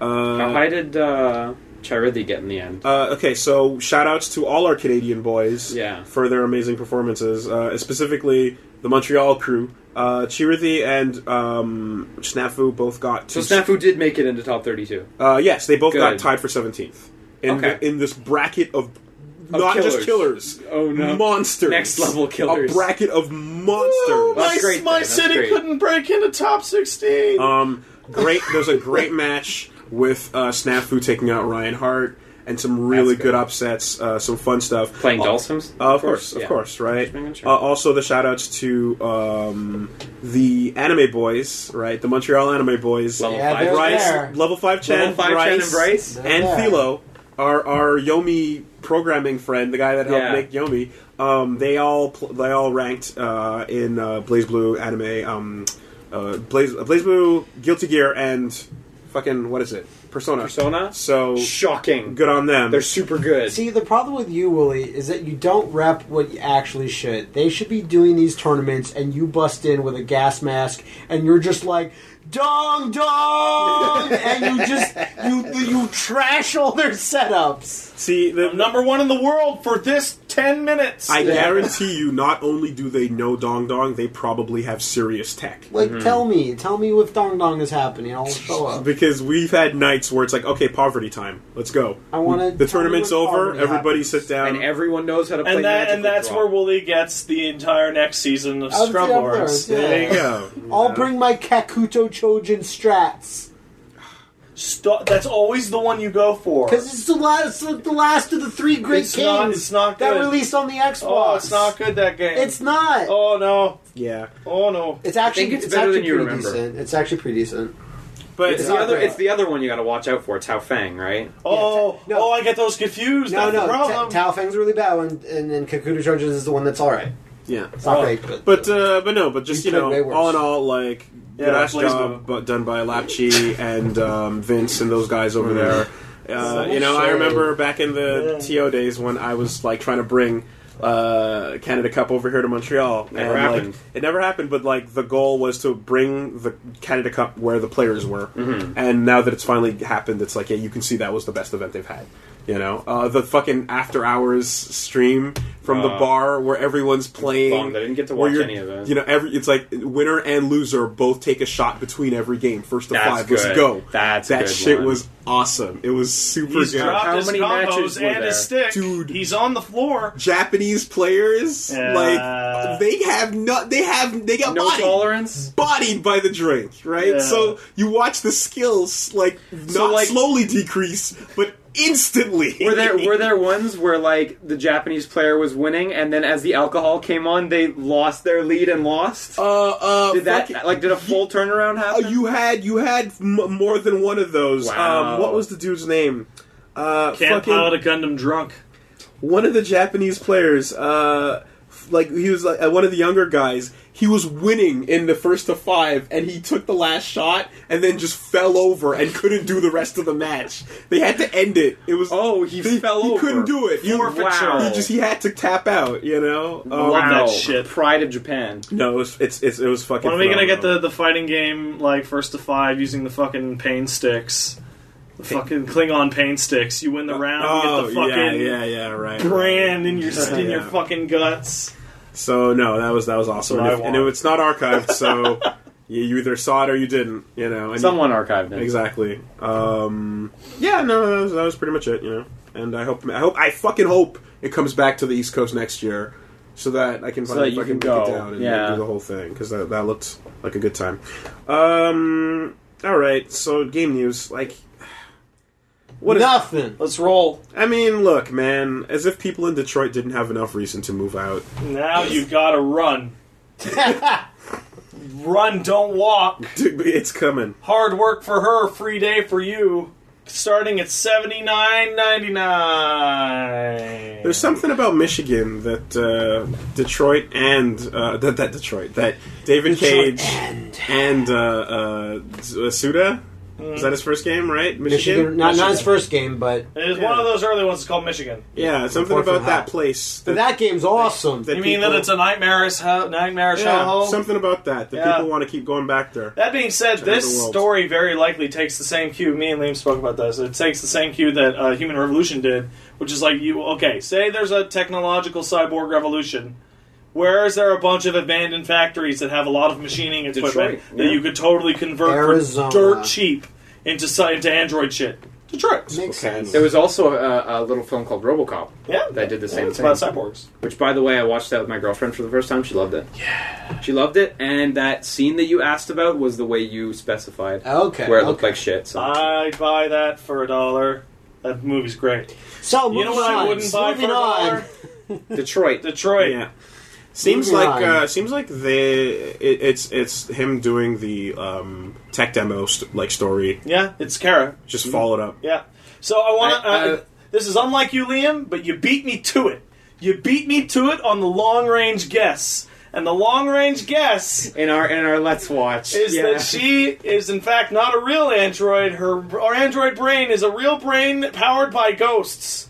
S4: how
S3: Uh,
S4: high did uh, Chirithi get in the end?
S3: uh, okay, so shout outs to all our Canadian boys
S4: Yeah.
S3: for their amazing performances, uh, specifically the Montreal crew. Uh, Chirithi and um, Snafu both got
S4: So
S3: two
S4: Snafu did make it into top thirty-two.
S3: Uh, yes, they both got
S4: Good.
S3: tied for seventeenth in
S4: Okay.
S3: the, in this bracket of,
S4: Of
S3: not just
S4: killers.
S3: killers,
S4: Oh, no.
S3: monsters,
S4: Next level killers.
S3: a bracket of
S2: Ooh,
S3: monsters.
S4: That's
S2: my
S4: great,
S2: my
S4: then. That's
S2: city
S4: great.
S2: couldn't break into top 16.
S3: um, great. There's a great match with uh, Snafu taking out Ryan Hart and some really good.
S4: That's good.
S3: upsets, uh, some fun stuff.
S4: Playing
S3: Uh,
S4: Dulcims?
S3: Uh, of course, of
S4: yeah.
S3: course, right.
S4: making
S3: Uh,
S4: sure.
S3: also, the shout outs to um, the anime boys, right? The Montreal anime boys,
S4: Level
S1: Yeah,
S4: five.
S1: they're
S3: Bryce,
S1: there.
S3: level five Chan,
S4: Level five Chan and Bryce?
S3: and
S1: Yeah.
S3: Philo, our our Yomi programming friend, the guy that helped
S4: Yeah.
S3: make Yomi. Um, they all pl- they all ranked uh, in uh, Blaze Blue anime, um, uh, Blaze Blaze Blue, Guilty Gear, and fucking what is it? Persona.
S4: Persona.
S3: So
S4: Shocking.
S3: good on them.
S4: They're super good.
S1: See, the problem with you, Wooly, is that you don't rep what you actually should. They should be doing these tournaments, and you bust in with a gas mask, and you're just like, dong
S2: [laughs]
S1: dong, and you just you you trash all their setups.
S3: See, the,
S2: I'm number one in the world for this 10 minutes.
S3: I guarantee you, not only do they know Dong Dong, they probably have serious tech.
S1: Like,
S2: Mm-hmm.
S1: tell me, tell me if dong dong is happening. I'll show up.
S3: Because we've had nights where it's like, okay, poverty time, let's go.
S1: I wanna-
S3: The tournament's
S1: I wanna
S3: over.
S1: poverty
S3: Everybody
S1: happens.
S3: sit down.
S4: and everyone knows how to play
S2: and that and
S4: Magical
S2: that's
S4: Draw.
S2: where Wooly gets the entire next season of
S1: Of
S2: Scrub
S1: the
S2: Lords.
S1: Upwards, yeah.
S3: there you go.
S1: I'll bring my Kakuto Chojin strats.
S2: Sto- that's always the one you go for.
S1: Because it's the last, it's the last of the three great
S2: It's
S1: games
S2: not- it's not
S1: that
S2: good.
S1: released on the Xbox.
S2: Oh, it's not good that game.
S1: It's not.
S2: Oh no.
S3: Yeah,
S2: Oh no.
S1: It's actually
S4: think it's better
S1: actually
S4: than you
S1: pretty
S4: remember.
S1: decent. It's actually pretty decent.
S3: but
S4: It's
S1: It's
S4: the
S1: not
S4: other.
S1: great.
S4: It's the other one you got to watch out for. It's How Fang, right?
S2: Oh,
S1: no.
S2: oh, I get those confused.
S1: No,
S2: that's
S1: no, um,
S2: the problem.
S1: Ta- Tao Fang's a really bad one, and then Kakuta Charges is the one that's all right.
S3: yeah.
S1: It's not
S2: Oh.
S1: great, but,
S3: But uh, but no, but just you
S1: You played way
S3: know,
S1: worse.
S3: all in all, like
S2: Yeah,
S3: good ass
S2: please
S3: job,
S2: do.
S3: but done by Lapchi and um, Vince and those guys
S4: Mm.
S3: over there. Uh, you know, I
S1: Shame.
S3: remember back in the
S2: Yeah.
S3: TO days when I was like trying to bring uh, Canada Cup over here to Montreal. and,
S4: Never
S3: like,
S4: happened.
S3: it never happened, but like the goal was to bring the Canada Cup where the players were.
S4: Mm-hmm.
S3: And now that it's finally happened, it's like yeah, you can see that was the best event they've had. You know, uh, the fucking after hours stream from the
S4: Uh,
S3: bar where everyone's playing.
S4: bummed I didn't get to
S3: where
S4: watch
S3: you're-
S4: any of it.
S3: You know, every it's like winner and loser both take a shot between every game. First to
S4: That's
S3: five, let's
S4: good.
S3: go.
S6: That's a
S3: that
S6: good
S3: shit
S6: one.
S3: was awesome. It was super
S2: He's
S3: good.
S2: dropped
S6: How
S2: his
S6: many
S2: combos
S6: matches were
S2: and
S6: there?
S2: his stick.
S3: Dude.
S2: He's on the floor.
S3: Japanese players,
S2: Yeah.
S3: like they have no, they have they got
S6: No
S3: bodied,
S6: tolerance.
S3: bodied by the drink, right?
S2: Yeah.
S3: So you watch the skills like not
S6: So, like-
S3: slowly decrease, but instantly.
S6: Were there
S3: [laughs]
S6: were there ones where like the Japanese player was winning, and then as the alcohol came on, they lost their lead and lost?
S3: Uh, uh,
S6: did that
S3: fucking-
S6: like did a full turnaround happen?
S3: Uh, you had you had m- more than one of those.
S6: Wow.
S3: Um, what was the dude's name? Uh,
S2: Can't
S3: fucking
S2: pilot a Gundam drunk.
S3: one of the Japanese players. Uh, f- like he was like uh, one of the younger guys. He was winning in the first to five, and he took the last shot, and then just fell over and couldn't do the rest of the match. They had to end it. It was
S6: oh, he
S3: they-
S6: fell
S3: he
S6: over.
S3: couldn't do it. He,
S2: Forfeiture.
S6: Wow.
S3: he just he had to tap out. You know. Um,
S6: wow.
S2: love that shit.
S6: Pride of Japan.
S3: No, it was, it's it's it was fucking.
S2: When are we gonna get
S3: phenomenal.
S2: the, the fighting game like first to five using the fucking pain sticks? The fucking Klingon pain sticks. You win the round,
S3: Oh
S2: you get the fucking
S3: yeah, yeah, yeah, right. right.
S2: brand in
S3: [laughs]
S2: your in your
S3: Yeah.
S2: fucking guts.
S3: So no, that was that was awesome,
S2: That's what
S3: and,
S2: I
S3: if, and
S2: want.
S3: it's not archived,
S6: [laughs]
S3: so you, you either saw it or you didn't, you know. And
S6: Someone archived it.
S3: exactly. Um, yeah, no, that was, that was pretty much it, you know. And I hope, I hope, I fucking hope it comes back to the East Coast next year, so that I can
S6: So
S3: finally
S6: that you
S3: fucking
S6: can
S3: break
S6: go,
S3: it down and
S6: yeah.
S3: do the whole thing because that that looked like a good time. Um, all right, so game news, like. What is
S1: Nothing. [laughs]
S2: Let's roll.
S3: I mean, look, man. As if people in Detroit didn't have enough reason to move out. [laughs]
S2: Now you gotta run. Run, don't walk.
S3: It's coming.
S2: Hard work for her, free day for you. Starting at seventy nine ninety nine.
S3: There's something about Michigan that uh, Detroit and uh, that that Detroit that David
S1: Detroit
S3: Cage and, uh, uh, Suda is that his first game, right? Michigan.
S1: Michigan, not, not his
S3: Michigan.
S1: first game, but
S2: It is one of those early ones. It's called Michigan.
S3: Yeah, something
S1: Fourth
S3: about
S1: and
S3: that
S1: half.
S3: place.
S1: but that game's awesome.
S3: that
S2: You mean that
S3: people-
S2: it's a nightmarish, ho- nightmarish
S3: yeah,
S2: hellhole?
S3: something about that that
S2: Yeah.
S3: people want to keep going back there.
S2: That being said,
S3: Turn of the
S2: this
S3: world.
S2: story very likely takes the same cue. Me and Liam spoke about this. It takes the same cue that uh, Human Revolution did, which is like you okay, say there's a technological cyborg revolution. Where is there a bunch of abandoned factories that have a lot of machining equipment
S4: Detroit,
S2: that
S4: yeah.
S2: you could totally convert
S1: Arizona.
S2: for dirt cheap into si- into android shit? Detroit.
S1: Makes
S3: Okay.
S1: sense.
S4: There was also a, a little film called RoboCop
S2: Yeah.
S4: that did the
S2: Yeah,
S4: same
S2: it's
S4: thing.
S2: about cyborgs.
S4: Which, by the way, I watched that with my girlfriend for the first time. She loved it. Yeah. She loved it, and that scene that you asked about was the way you specified
S1: Okay.
S4: where it looked
S1: okay.
S4: like shit. So.
S2: I'd buy that for a dollar. That movie's great.
S1: so
S2: You
S1: moving
S2: know what I
S1: on.
S2: wouldn't buy for a
S1: moving on.
S2: dollar?
S4: Detroit.
S2: Detroit.
S3: Yeah. Seems
S1: Moving
S3: like
S1: on.
S3: uh, seems like they it, it's it's him doing the um, tech demo st- like story
S2: Yeah, it's Kara.
S3: just
S1: Hmm.
S3: followed up.
S2: Yeah. So I want to.
S4: I-
S2: Uh,
S4: I-
S2: this is unlike you, Liam, but you beat me to it. You beat me to it on the long range guess, and the long range guess
S6: In our in our let's watch.
S2: is
S6: Yeah.
S2: that she is in fact not a real android. Her our android brain is a real brain powered by ghosts.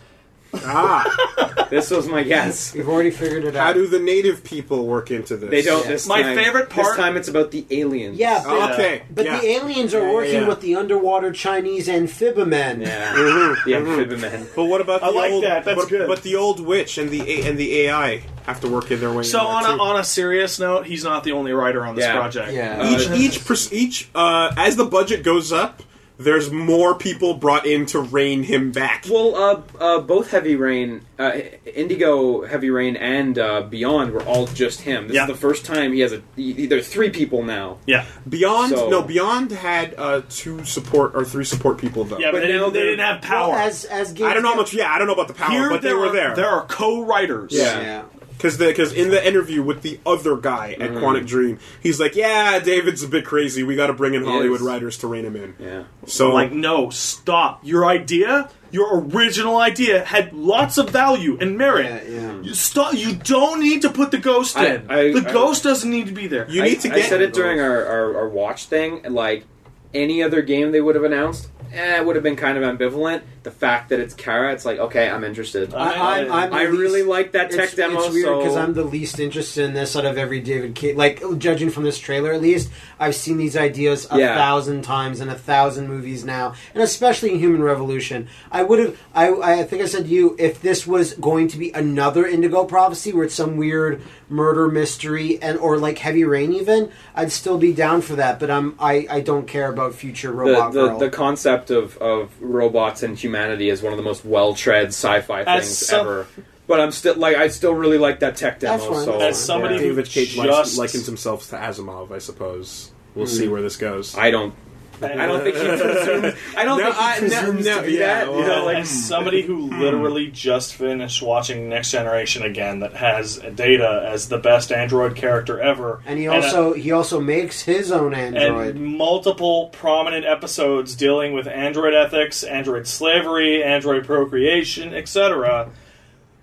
S3: Ah,
S4: this was my guess.
S1: We've already figured it out.
S3: [laughs] how do the native people work into this?
S4: They don't
S1: Yeah.
S4: this
S2: My
S4: time.
S2: favorite part-
S4: This time it's about the aliens.
S1: yeah, but,
S3: Oh, okay.
S1: but
S3: yeah.
S1: the aliens are
S3: Yeah, yeah,
S1: working
S3: yeah.
S1: with the underwater Chinese amphibimen.
S4: Yeah.
S3: Mhm,
S4: the
S3: mhm.
S2: [laughs]
S4: amphibian.
S3: But what about the
S2: I like
S3: old?
S2: that, that's
S3: but,
S2: good.
S3: but the old witch and the A- and the AI have to work in their way.
S2: So
S3: in there,
S2: on a,
S3: too.
S2: on a serious note, he's not the only writer on this
S4: Yeah.
S2: project.
S1: Yeah.
S3: each each pers- each uh, as the budget goes up, there's more people brought in to rein him back.
S4: Well, uh, uh, both Heavy Rain, uh, Indigo, Heavy Rain, and uh, Beyond were all just him. This
S2: Yeah.
S4: is the first time he has a. He, he- there's three people now.
S2: Yeah,
S3: Beyond
S4: so-
S3: no, Beyond had uh, two support or three support people though.
S2: yeah, but,
S4: But
S2: they,
S4: now
S2: didn't, they
S4: they're-
S2: didn't have
S1: Well,
S2: power.
S1: as as games
S3: I don't know how
S1: go-
S3: much. Yeah, I don't know about the power,
S2: Here
S3: but they
S2: there
S3: were
S2: are,
S3: there.
S2: There are co-writers.
S3: Yeah.
S1: Yeah.
S3: Because because in the interview with the other guy at
S4: Mm.
S3: Quantic Dream, he's like, "Yeah, David's a bit crazy. We got to bring in Hollywood
S4: is.
S3: writers to rein him in."
S4: Yeah.
S3: So
S2: like no stop your idea your original idea had lots of value and merit
S1: Yeah, yeah.
S2: You stop you don't need to put the ghost
S4: I-
S2: in
S4: I-
S2: the
S4: I-
S2: ghost doesn't need to be there
S3: you need to
S4: I,
S3: get.
S4: I said it during our, our, our watch thing. Like any other game they would have announced, eh, it would have been kind of ambivalent. the fact that it's Kara, it's like okay, I'm interested.
S2: Uh,
S4: I,
S1: I, I'm, I'm the
S4: really
S1: least-
S4: like that tech
S1: it's,
S4: demo.
S1: It's weird
S4: so
S1: because I'm the least interested in this out of every David Cage. Like judging from this trailer, at least I've seen these ideas a
S4: Yeah.
S1: thousand times in a thousand movies now, and especially in Human Revolution. I would have. I, I think I said to you if this was going to be another Indigo Prophecy, where it's some weird murder mystery and or like Heavy Rain, even I'd still be down for that. But I'm I, I don't care about future
S4: the,
S1: Robot
S4: the,
S1: Girl.
S4: the concept of, of robots and humanity is one of the most well tread sci fi
S2: As
S4: things
S2: some-
S4: ever. But I'm still like I still really like that tech demo.
S1: That's fine,
S4: so
S1: that's
S2: As somebody who
S3: David Cage
S2: just
S3: likens, likens himself to Asimov, I suppose. We'll see where this goes.
S4: Hmm. I don't I
S2: [laughs]
S4: don't think he presumes. I don't
S3: No,
S4: think he
S3: I- no,
S4: presumes
S3: no,
S4: to be
S3: yeah,
S4: that. you know,
S3: well,
S4: like,
S2: as somebody who literally just finished watching Next Generation again, that has Data as the best android character ever,
S1: and he
S2: a-
S1: also he also makes his own android.
S2: uh, and multiple prominent episodes dealing with android ethics, android slavery, android procreation, etc.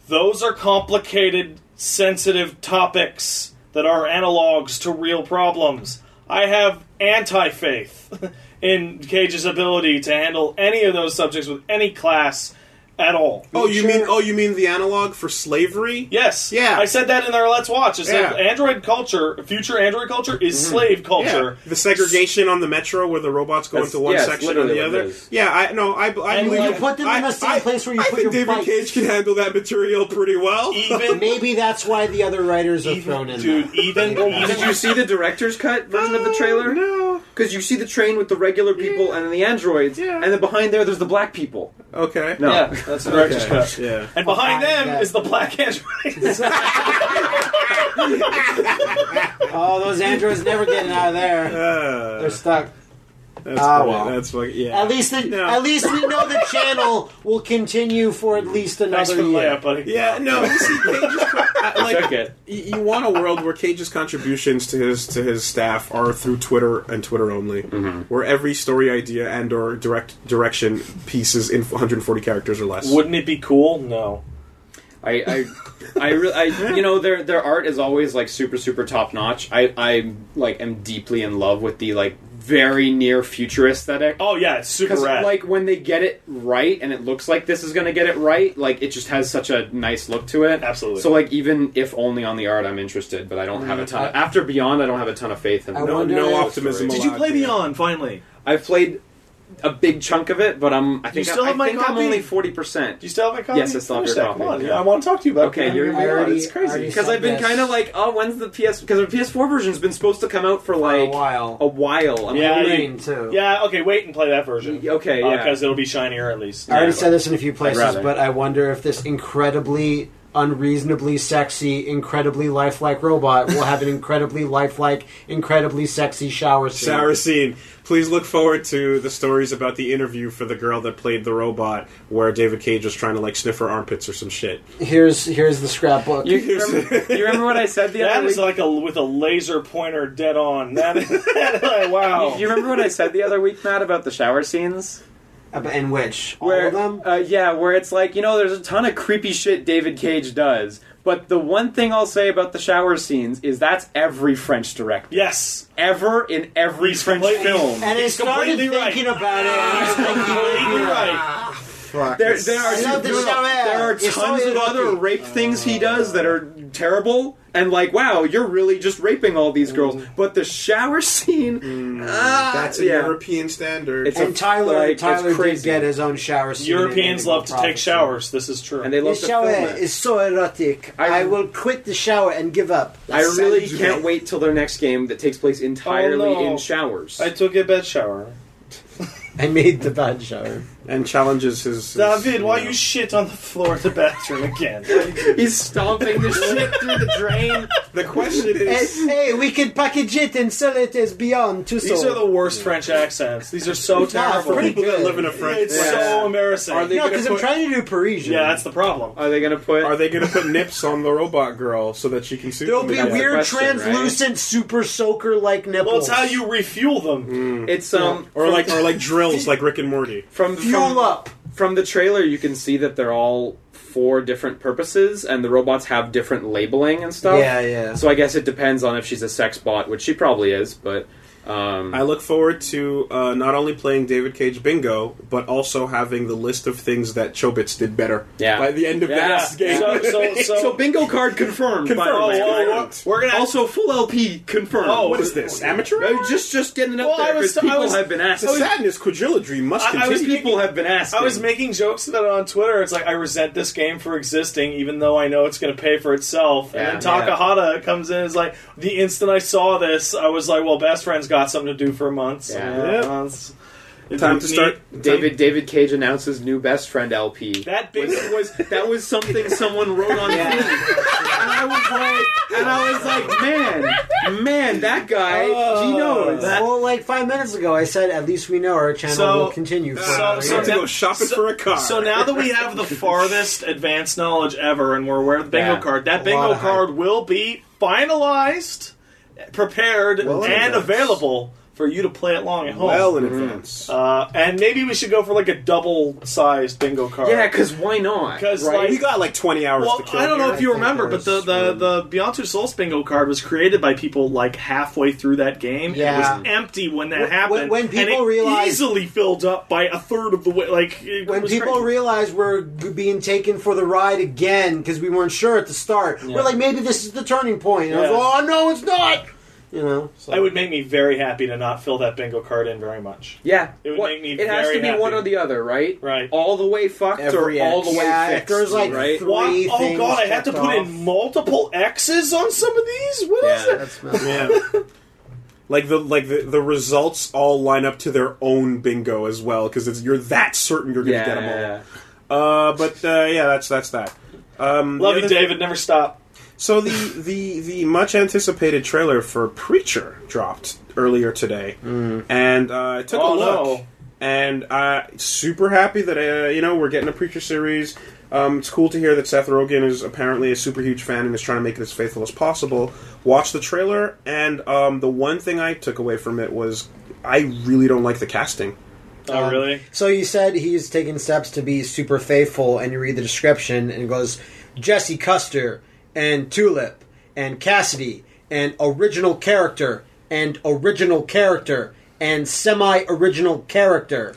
S2: Those are complicated, sensitive topics that are analogs to real problems. I have anti faith [laughs] in Cage's ability to handle any of those subjects with any class at all.
S3: oh, you
S1: Sure.
S3: mean oh, you mean the analog for slavery?
S2: Yes.
S3: Yeah.
S2: I said that in our Let's Watch. Is that
S3: Yeah. Mm-hmm.
S2: android culture, future android culture, is slave culture.
S3: The segregation on the metro where the robots go
S4: That's-
S3: into one
S4: yeah, it's
S3: section and
S4: literally
S3: the
S4: what it
S3: other.
S4: is.
S3: Yeah, I no, I, I
S2: And
S3: believe
S2: you
S3: it.
S1: put them in
S3: I-
S1: the same
S3: I-
S1: place where you
S3: I
S1: put
S3: think
S1: your
S3: David
S1: bike.
S3: Cage can handle that material pretty well.
S2: Even
S1: Maybe that's why the other writers are thrown in.
S2: dude, even
S4: did you
S2: even
S4: see the director's cut version of the trailer?
S3: No.
S4: Because you see the train with the regular people and then the androids,
S3: Yeah.
S4: and then behind there, there's the black people.
S3: Okay.
S4: No,
S2: yeah, that's the director's
S3: Okay.
S2: cut.
S3: Yeah.
S2: And behind
S1: Behind
S2: them
S1: that.
S2: is the black [laughs] androids.
S1: Oh, those androids never getting out of there.
S3: Uh,
S1: They're stuck.
S3: that's
S1: Ah,
S3: great.
S1: well.
S3: That's fucking yeah.
S1: At least, the,
S3: No.
S1: at least we know the channel will continue for at least
S2: Thanks
S1: another
S2: for the
S1: year.
S2: layup, buddy.
S3: Yeah, no. you See, Cage's, con- I- like,
S4: Took it.
S3: y- you want a world where Cage's contributions to his to his staff are through Twitter and Twitter only, where every story idea and or direct direction pieces in 140 characters or less.
S2: Wouldn't it be cool? No.
S4: I, I, I, re- I, you know, their their art is always like super, super top notch. I, I like am deeply in love with the like very near future aesthetic.
S2: Oh yeah, it's super
S4: Because
S2: rad.
S4: like when they get it right, and it looks like this is going to get it right, like it just has such a nice look to it.
S2: Absolutely.
S4: So like even if only on the art, I'm interested, but I don't have a ton. Of, after Beyond, I don't have a ton of faith in.
S1: I
S4: the-
S3: no,
S1: wonder
S3: no
S1: if-
S3: optimism.
S2: did you
S3: allowed
S2: play
S3: here.
S2: Beyond finally?
S4: I've played a big chunk of it, but I'm. I think
S2: still
S4: I,
S2: have my
S4: think I'm
S2: copy?
S4: only forty percent.
S2: Do you still have my copy?
S4: Yes, I still have
S2: Finish
S4: your
S2: that. Come
S4: copy,
S2: on,
S4: yeah.
S2: yeah, I want to talk to you about.
S4: Okay,
S2: Beyond.
S4: you're-
S2: Beyond.
S1: I already-
S2: it's
S1: I already
S2: crazy.
S1: said-
S4: Because I've been
S1: Yes.
S4: kind of like, oh, when's the PS? Because the PS4 version's been supposed to come out
S1: For
S4: for
S1: a
S4: like
S1: while.
S4: a while. I'm
S2: Yeah,
S4: like,
S2: you-
S1: Rain, too.
S2: Yeah, okay, wait and play that version.
S4: Okay, yeah.
S2: because it'll be shinier at least.
S1: I already
S4: Yeah.
S1: said this in a few places,
S4: rather.
S1: but I wonder if this incredibly, unreasonably sexy, incredibly lifelike robot will have an incredibly lifelike, incredibly sexy shower scene.
S3: Sarah Scene. Please look forward to the stories about the interview for the girl that played the robot, where David Cage was trying to like sniff her armpits or some shit.
S1: Here's here's the scrapbook.
S4: [laughs] You, you remember, you remember what I said
S2: [laughs]
S4: the
S2: That
S4: other
S2: is
S4: week?
S2: like a with a laser pointer dead on. [laughs] That is like, wow.
S4: you remember what I said the other week, Matt, about the shower scenes?
S1: in which all
S4: Where,
S1: of them.
S4: Uh, yeah, where it's like you know, there's a ton of creepy shit David Cage does, but the one thing I'll say about the shower scenes is that's every French director
S2: yes,
S4: ever in every
S2: He's
S4: French
S2: completely-
S4: film.
S1: and I
S2: he's
S1: started
S2: completely right.
S1: thinking about it. And I was thinking,
S2: completely right.
S4: [laughs]
S1: fuck.
S4: There, there are,
S1: I love the
S4: there,
S1: shower.
S4: are- there are
S1: It's
S4: tons
S1: so
S4: of other
S1: lucky.
S4: rape things he does that are terrible, and like, wow, you're really just raping all these girls.
S3: Mm-hmm.
S4: But the shower [laughs] scene, ah,
S3: That's a
S4: yeah.
S3: European standard.
S4: It's a-
S1: and Tyler,
S4: like, it's
S1: Tyler did
S4: crazy.
S1: get his own shower scene. in
S2: Europeans
S1: Indigo
S2: love to take
S1: Prophecy.
S2: showers. This is true.
S4: and they
S1: The
S4: love to film
S1: shower
S4: it.
S1: is so erotic.
S4: I-
S1: I, will quit the shower and give up.
S4: I really
S3: savage,
S4: can't
S3: man.
S4: wait till their next game that takes place
S1: Oh,
S4: entirely
S2: no.
S4: in showers. [laughs]
S2: I took a bad shower.
S1: I made the bad shower.
S3: and challenges his. his
S2: David, why
S3: know.
S2: you shit on the floor of the bathroom [laughs] again?
S4: He's stomping the shit through the
S3: [laughs]
S4: drain.
S3: the question
S1: hey,
S3: is.
S1: hey, we can package it and sell it as beyond to
S2: These
S1: so.
S2: are the worst French accents. These are so
S1: Nah,
S2: terrible.
S1: pretty
S3: People that
S1: good.
S3: live in a French.
S2: It's
S4: Yeah.
S2: so embarrassing.
S3: Are they-
S1: no, because I'm
S3: put-
S1: trying to do Parisian.
S2: yeah, that's the problem.
S4: Are they gonna put?
S3: Are they going to put nips on the robot girl so that she can sue?
S1: There'll
S3: them
S1: be
S3: again?
S1: weird,
S4: question, right?
S1: translucent, super soaker like nipples.
S2: Well, it's how you refuel them.
S4: it's um
S3: or like or like drills like Rick and Morty.
S4: from
S1: fuel
S4: from,
S1: up.
S4: From the trailer, you can see that they're all for different purposes, and the robots have different labeling and stuff.
S1: Yeah, yeah.
S4: So I guess it depends on if she's a sex bot, which she probably is, but Um,
S3: I look forward to uh, not only playing David Cage Bingo, but also having the list of things that Chobits did better
S4: Yeah.
S3: by the end of
S4: Yeah.
S3: this game. [laughs]
S2: So, so, so,
S4: so bingo card confirmed.
S3: Confirmed.
S4: By the way.
S3: Oh,
S2: well,
S3: Right.
S2: we're- we're gonna
S4: Also, full LP confirmed.
S2: Oh,
S3: what is this? Amateur?
S4: Uh, Just, just getting it up
S2: Well, I
S4: there
S2: was-
S4: because people
S2: I was-
S4: have been
S3: The
S4: asking.
S3: sadness quadrilogy must
S2: I- I
S3: continue.
S2: was
S4: people
S2: thinking-
S4: have been asking.
S2: I was making jokes that on Twitter. It's like I resent this game for existing, even though I know it's going to pay for itself.
S4: Yeah,
S2: and then Takahata comes in. Is like the instant I saw this, I was like, "Well, best friend's got something to do for months."
S4: Yeah.
S2: And, uh,
S3: Yeah.
S2: that's-
S3: Time to start.
S4: David David Cage announces new best friend LP.
S2: That big
S4: was, was that was something someone wrote on
S1: Yeah.
S4: yeah. and I was like, and I was like, man, man, that guy, he knows.
S2: that-
S1: well, like five minutes ago, I said at least we know our channel
S2: So- uh,
S1: will continue for
S2: so-
S1: another
S3: So
S1: year.
S3: to
S2: now-
S3: go shopping
S2: so-
S3: for a car.
S2: So now that we have the farthest advanced knowledge ever, and we're aware of the bingo
S4: Yeah.
S2: card, that
S1: A lot
S2: bingo
S1: of hype.
S2: card will be finalized, prepared,
S3: Well in
S2: and
S3: advance.
S2: available for you to play it long at home.
S3: well in advance.
S2: uh, and maybe we should go for like a double-sized bingo card.
S4: yeah, because why not?
S2: 'Cause,
S4: right?
S2: like-
S3: we got like 20 hours
S2: Well,
S3: to kill.
S2: I don't know
S3: here.
S2: if you
S1: I think
S2: remember, but the,
S1: there's
S2: the,
S1: one.
S2: the Beyond Two Souls bingo card was created by people like halfway through that game. and
S1: Yeah.
S2: It was empty when that
S1: When-
S2: happened.
S1: when
S2: and
S1: people
S2: it
S1: realized-
S2: easily filled up by a third of the way. Like it
S1: when
S2: was
S1: people
S2: crazy.
S1: realize we're g- being taken for the ride again because we weren't sure at the start, we're like, maybe this is the turning point. And I
S2: Yeah.
S1: was, oh no, it's not. You know, so.
S2: It would make me very happy to not fill that bingo card in very much.
S4: yeah,
S2: It would make me
S4: it has
S2: very
S4: to be
S2: happy.
S4: one or the other, right?
S2: Right.
S4: All the way fucked
S3: Every
S4: or all
S3: X.
S4: the way
S1: Yeah, if
S4: fixed.
S1: there's, like,
S4: right?
S1: three
S2: What? Oh
S1: things
S2: god, I had
S1: checked
S2: to put
S1: off.
S2: in multiple X's on some of these? What is
S4: Yeah.
S2: that?
S1: that's not-
S3: Yeah. [laughs] Like the like the, the results all line up to their own bingo as well because you're that certain you're gonna
S4: yeah,
S3: get them all. Uh, but uh, yeah, that's that's that. Um,
S2: Love
S3: the
S2: you,
S3: other-
S2: David. Never stop.
S3: So the the the much anticipated trailer for Preacher dropped earlier today, and uh, I took
S2: Oh,
S3: a look,
S2: no.
S3: and uh, super happy that uh, you know we're getting a Preacher series. Um, it's cool to hear that Seth Rogen is apparently a super huge fan and is trying to make it as faithful as possible. Watch the trailer, and um, the one thing I took away from it was I really don't like the casting.
S2: Oh, really?
S1: So you said he's taking steps to be super faithful, and you read the description and it goes Jesse Custer and Tulip and Cassidy and original character and original character and semi original character.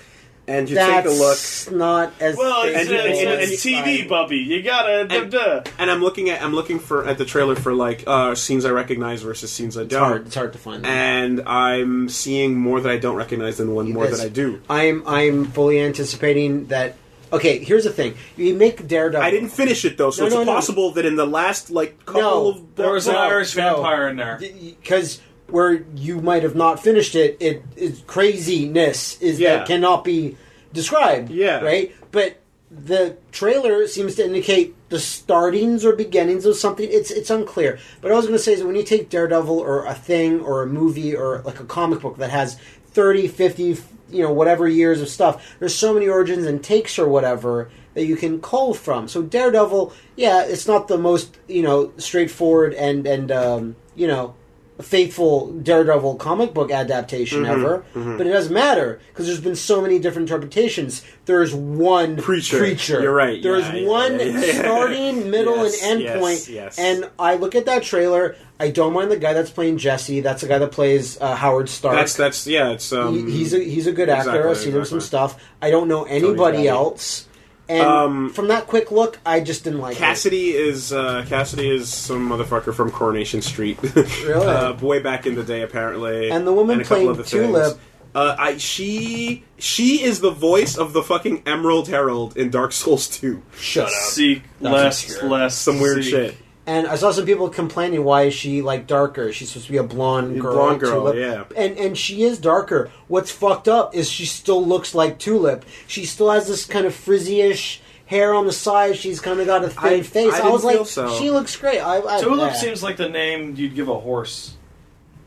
S3: And you
S1: That's
S3: take a look,
S1: not as
S2: Well, it's,
S3: And-
S2: it's,
S3: and-
S2: it's TV, Bubby. You gotta.
S3: And-
S2: duh, duh.
S3: and I'm looking at I'm looking for at the trailer for like uh, scenes I recognize versus scenes I don't.
S1: It's hard. It's hard to find. that.
S3: and I'm seeing more that I don't recognize than one more
S1: guys-
S3: that I do.
S1: I'm I'm fully anticipating that. Okay, here's the thing: you make Daredevil.
S3: I didn't finish it though, so
S1: No,
S3: it's
S1: no, no.
S3: possible that in the last like couple
S1: No.
S3: of
S2: There was an
S1: Well,
S2: Irish
S1: no.
S2: vampire in there.
S1: because where you might have not finished it, it is craziness is
S3: Yeah.
S1: that cannot be described.
S3: Yeah.
S1: right. But the trailer seems to indicate the startings or beginnings of something. It's it's unclear. But I was going to say is that when you take Daredevil or a thing or a movie or like a comic book that has 30, 50, you know, whatever years of stuff, there's so many origins and takes or whatever that you can cull from. So Daredevil, yeah, it's not the most you know straightforward and and um, you know faithful Daredevil comic book adaptation
S3: Mm-hmm.
S1: ever, but it doesn't matter because there's been so many different interpretations. There is one
S3: Preacher. You're right.
S1: There is
S3: Yeah, yeah,
S1: one
S3: yeah, yeah, [laughs] yeah.
S1: starting, middle,
S3: Yes,
S1: and end
S3: yes,
S1: point.
S3: yes.
S1: And I look at that trailer. I don't mind the guy that's playing Jesse. That's the guy that plays uh, Howard Stark.
S3: that's that's yeah, it's um,
S1: He- he's a he's a good actor.
S3: Exactly,
S1: I've seen him some
S3: exactly.
S1: stuff. I don't know anybody
S3: Tony Bradley.
S1: else. And
S3: Um,
S1: from that quick look, I just didn't like it.
S3: Cassidy is uh, Cassidy is some motherfucker from Coronation Street. [laughs]
S1: Really?
S3: uh, way back in the day, apparently.
S1: And the woman
S3: a couple
S1: playing
S3: other
S1: Tulip-
S3: things. Uh, I she she is the voice of the fucking Emerald Herald in Dark Souls Two.
S1: Shut
S2: Seek less, less.
S3: Some weird
S2: seek.
S3: shit.
S1: And I saw some people complaining why is she like darker? She's supposed to be a blonde girl.
S3: Blonde girl,
S1: Tulip.
S3: yeah.
S1: And and she is darker. What's fucked up is she still looks like Tulip. She still has this kind of frizzy-ish hair on the side. She's kind of got a thin
S3: I-
S1: face.
S3: I
S1: I,
S3: didn't
S1: was
S3: feel
S1: like,
S3: so.
S1: she looks great. I, I,
S2: Tulip
S1: yeah.
S2: seems like the name you'd give a horse.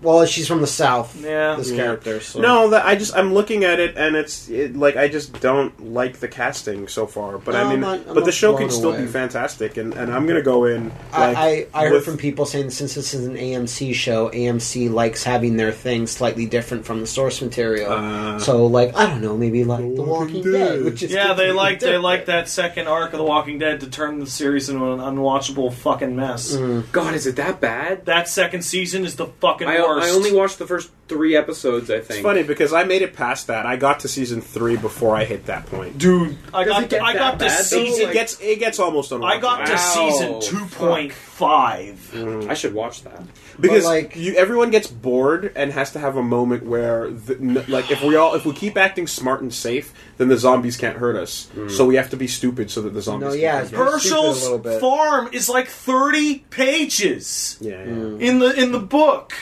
S1: well, she's from the south.
S2: Yeah.
S1: This
S3: Yeah.
S1: character. So.
S3: No, that I just I'm looking at it and it's it, like I just don't like the casting so far. But
S1: No,
S3: I mean,
S1: I'm not- I'm
S3: but the
S1: not
S3: show can
S1: blown
S3: still
S1: away.
S3: be fantastic, and, and I'm gonna go in. Like,
S1: I, I, I heard
S3: with-
S1: from people saying since this is an AMC show, AMC likes having their thing slightly different from the source material.
S3: Uh.
S1: so, like, I don't know, maybe like The
S3: Walking
S1: Walking Dead,
S3: Dead.
S1: which is
S2: Yeah, they
S1: completely
S2: like they
S1: different.
S2: like that second arc of The Walking Dead to turn the series into an unwatchable fucking mess.
S4: God, is it that bad?
S2: That second season is the fucking
S4: I,
S2: worst. worst.
S4: I only watched the first three episodes. I think.
S3: It's funny because I made it past that. I got to season three before I hit that point.
S2: dude. I
S4: Does
S2: got
S4: it get
S2: to, I
S4: that
S2: got to
S4: bad, though?
S2: season.
S3: it gets it gets almost unwatchable.
S2: I got to
S4: Wow,
S2: season
S4: fuck. Mm-hmm.
S2: two point five.
S4: I should watch that.
S3: because
S1: But, like-
S3: you, everyone gets bored and has to have a moment where the, n- like if we all if we keep acting smart and safe then the zombies can't hurt us so we have to be stupid so that the zombies
S1: No,
S3: can't
S1: yeah,
S3: hurt us.
S1: it's
S2: Herschel's
S1: little bit.
S2: farm is like thirty pages
S3: yeah, yeah.
S1: Hmm.
S2: in the in the book.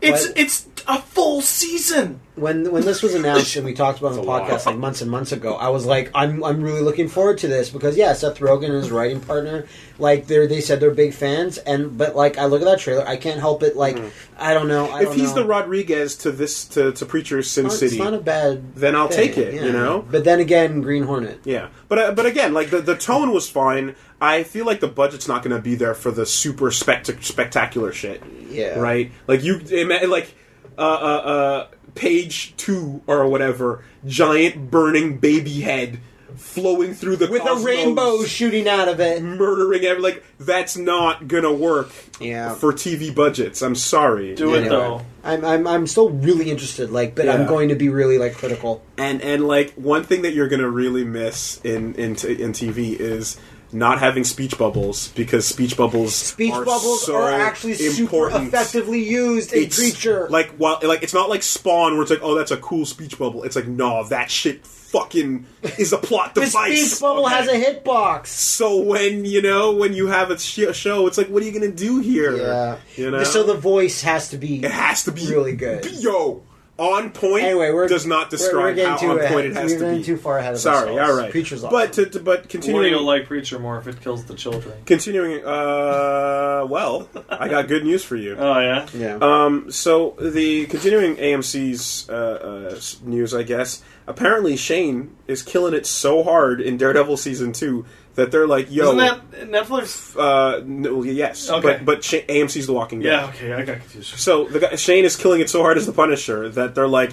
S2: It's
S1: What?
S2: it's a full season.
S1: when when this was
S3: [laughs]
S1: announced and we talked about it on the
S3: lot.
S1: podcast like months and months ago, I was like, I'm I'm really looking forward to this because yeah, Seth Rogen and his writing partner, like they they said they're big fans, and but like I look at that trailer, I can't help it. Like I don't know, I
S3: Hmm. if
S1: don't
S3: he's
S1: know.
S3: the Rodriguez to this to, to preacher's Sin
S1: It's not-
S3: City
S1: it's not a bad.
S3: then I'll
S1: thing,
S3: take it
S1: yeah.
S3: you know
S1: but then again, Green Hornet.
S3: Yeah, but uh, but again, like the, the tone was fine. I feel like the budget's not going to be there for the super spectac- spectacular shit,
S1: Yeah,
S3: right? Like you, ima- like uh, uh, uh, page two or whatever, giant burning baby head flowing through the
S1: With
S3: cosmos,
S1: a rainbow shooting out of it.
S3: murdering every like that's not gonna work
S1: Yeah.
S3: for TV budgets. I'm sorry.
S2: Do it
S1: Anyway.
S2: though.
S1: I'm, I'm I'm still really interested, like, but I'm
S3: Yeah.
S1: going to be really like critical.
S3: And and like one thing that you're gonna really miss in in t- in TV is not having speech bubbles because speech bubbles
S1: Speech
S3: are
S1: bubbles
S3: so
S1: are actually super
S3: important.
S1: effectively used in
S3: It's
S1: creature.
S3: like while like it's not like Spawn where it's like oh that's a cool speech bubble. It's like no that shit fucking is
S1: [laughs]
S3: a plot
S1: this
S3: device.
S1: speech bubble
S3: okay?
S1: has a hitbox.
S3: So when you know when you have a sh- show, it's like what are you gonna do here? you know.
S1: So the voice has to be.
S3: it has to be
S1: really good.
S3: Yo, on point.
S1: Anyway, we're
S3: does
S1: we're-
S3: not describe
S1: we're getting
S3: how
S1: too
S3: on
S1: ahead-
S3: point it has
S1: we're
S3: to
S1: getting
S3: be.
S1: too far ahead of
S3: Sorry,
S1: ourselves.
S3: all right.
S1: Preacher's awesome.
S3: But to, to- but
S2: Warning
S3: continuing,
S2: will like Preacher more if it kills the children.
S3: continuing. Uh, well, I got good news for you.
S2: Oh yeah.
S1: yeah,
S3: Um, so the continuing AMC's uh, uh, s- news, I guess. Apparently, Shane is killing it so hard in Daredevil season two that they're like, "Yo,
S2: Isn't that Netflix?
S3: uh, no, yes,
S2: Okay.
S3: but but Sh- AMC's The Walking Dead."
S2: Yeah. Okay, I got confused.
S3: So the guy, Shane is killing it so hard as the Punisher that they're like,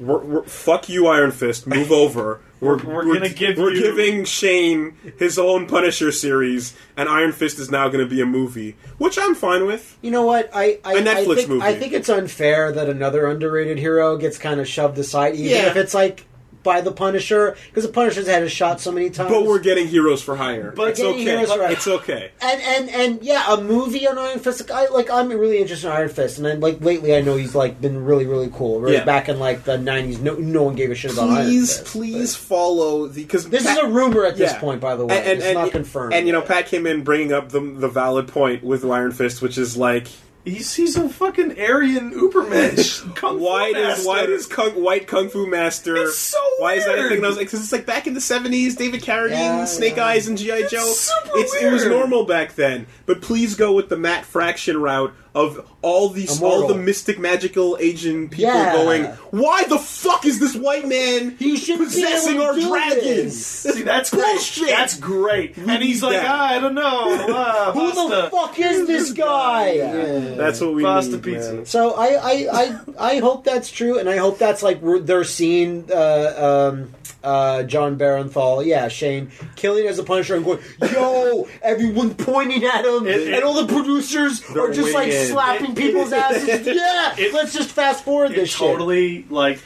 S3: we're, we're, "Fuck you, Iron Fist, move over." We're,
S2: [laughs] We're gonna give
S3: we're
S2: you-
S3: giving Shane his own Punisher series, and Iron Fist is now going to be a movie, which I'm fine with.
S1: you know what? I I,
S3: A
S1: I
S3: Netflix
S1: think,
S3: movie.
S1: I think it's unfair that another underrated hero gets kind of shoved aside, even
S3: Yeah.
S1: if it's like by the Punisher, because the Punisher's had his shot so many times.
S3: But we're getting heroes for hire.
S1: We're
S3: But it's
S1: getting
S3: okay.
S1: heroes for hire.
S3: It's okay.
S1: and and and yeah, a movie on Iron Fist. I, like I'm really interested in Iron Fist, and then like lately I know he's like been really really cool. Whereas
S3: Yeah.
S1: back in like the '90s, no no one gave a shit about Iron
S3: Please,
S1: Fist.
S3: please follow the because
S1: But This is a rumor at this
S3: Yeah.
S1: point, by the way. it's not confirmed.
S3: And you know, Pat came in bringing up the the valid point with Iron Fist, which is like.
S2: He's he's a fucking Aryan
S4: [laughs]
S2: Ubermensch. [laughs] Kung Fu
S3: why does
S2: master.
S3: why does Kung, White Kung Fu Master?
S2: It's so
S3: why is that a
S2: weird.
S3: thing? that I was like, because it's like back in the seventies, David Carradine,
S1: Yeah,
S3: Snake
S1: yeah.
S3: Eyes, and GI Joe.
S2: super
S3: It was
S2: weird.
S3: normal back then, but please go with the Matt Fraction route of all these all
S1: Immortal.
S3: the mystic magical Asian people
S1: Yeah.
S3: going. Why the fuck is this white man
S1: He should be
S3: possessing
S1: able to
S3: our
S1: do
S3: dragons?
S2: See, that's great.
S3: Bullshit.
S2: That's great. and he's
S3: need
S2: like,
S3: that.
S2: I don't know.
S1: [laughs]
S2: Uh,
S1: who the
S2: pasta.
S1: fuck is this guy? Yeah.
S3: That's what we
S2: Pasta
S3: need.
S2: pizza.
S3: man.
S1: So I, I I I hope that's true, and I hope that's like we're- they're seeing uh, um, uh, John Barenthal, yeah, Shane killing as a Punisher, and going, yo, everyone pointing at him,
S2: It-
S1: and all the producers are just like
S3: winging.
S1: slapping people's asses. yeah,
S2: It-
S1: let's just fast forward
S2: It
S1: this
S2: totally
S1: [coughs]
S2: like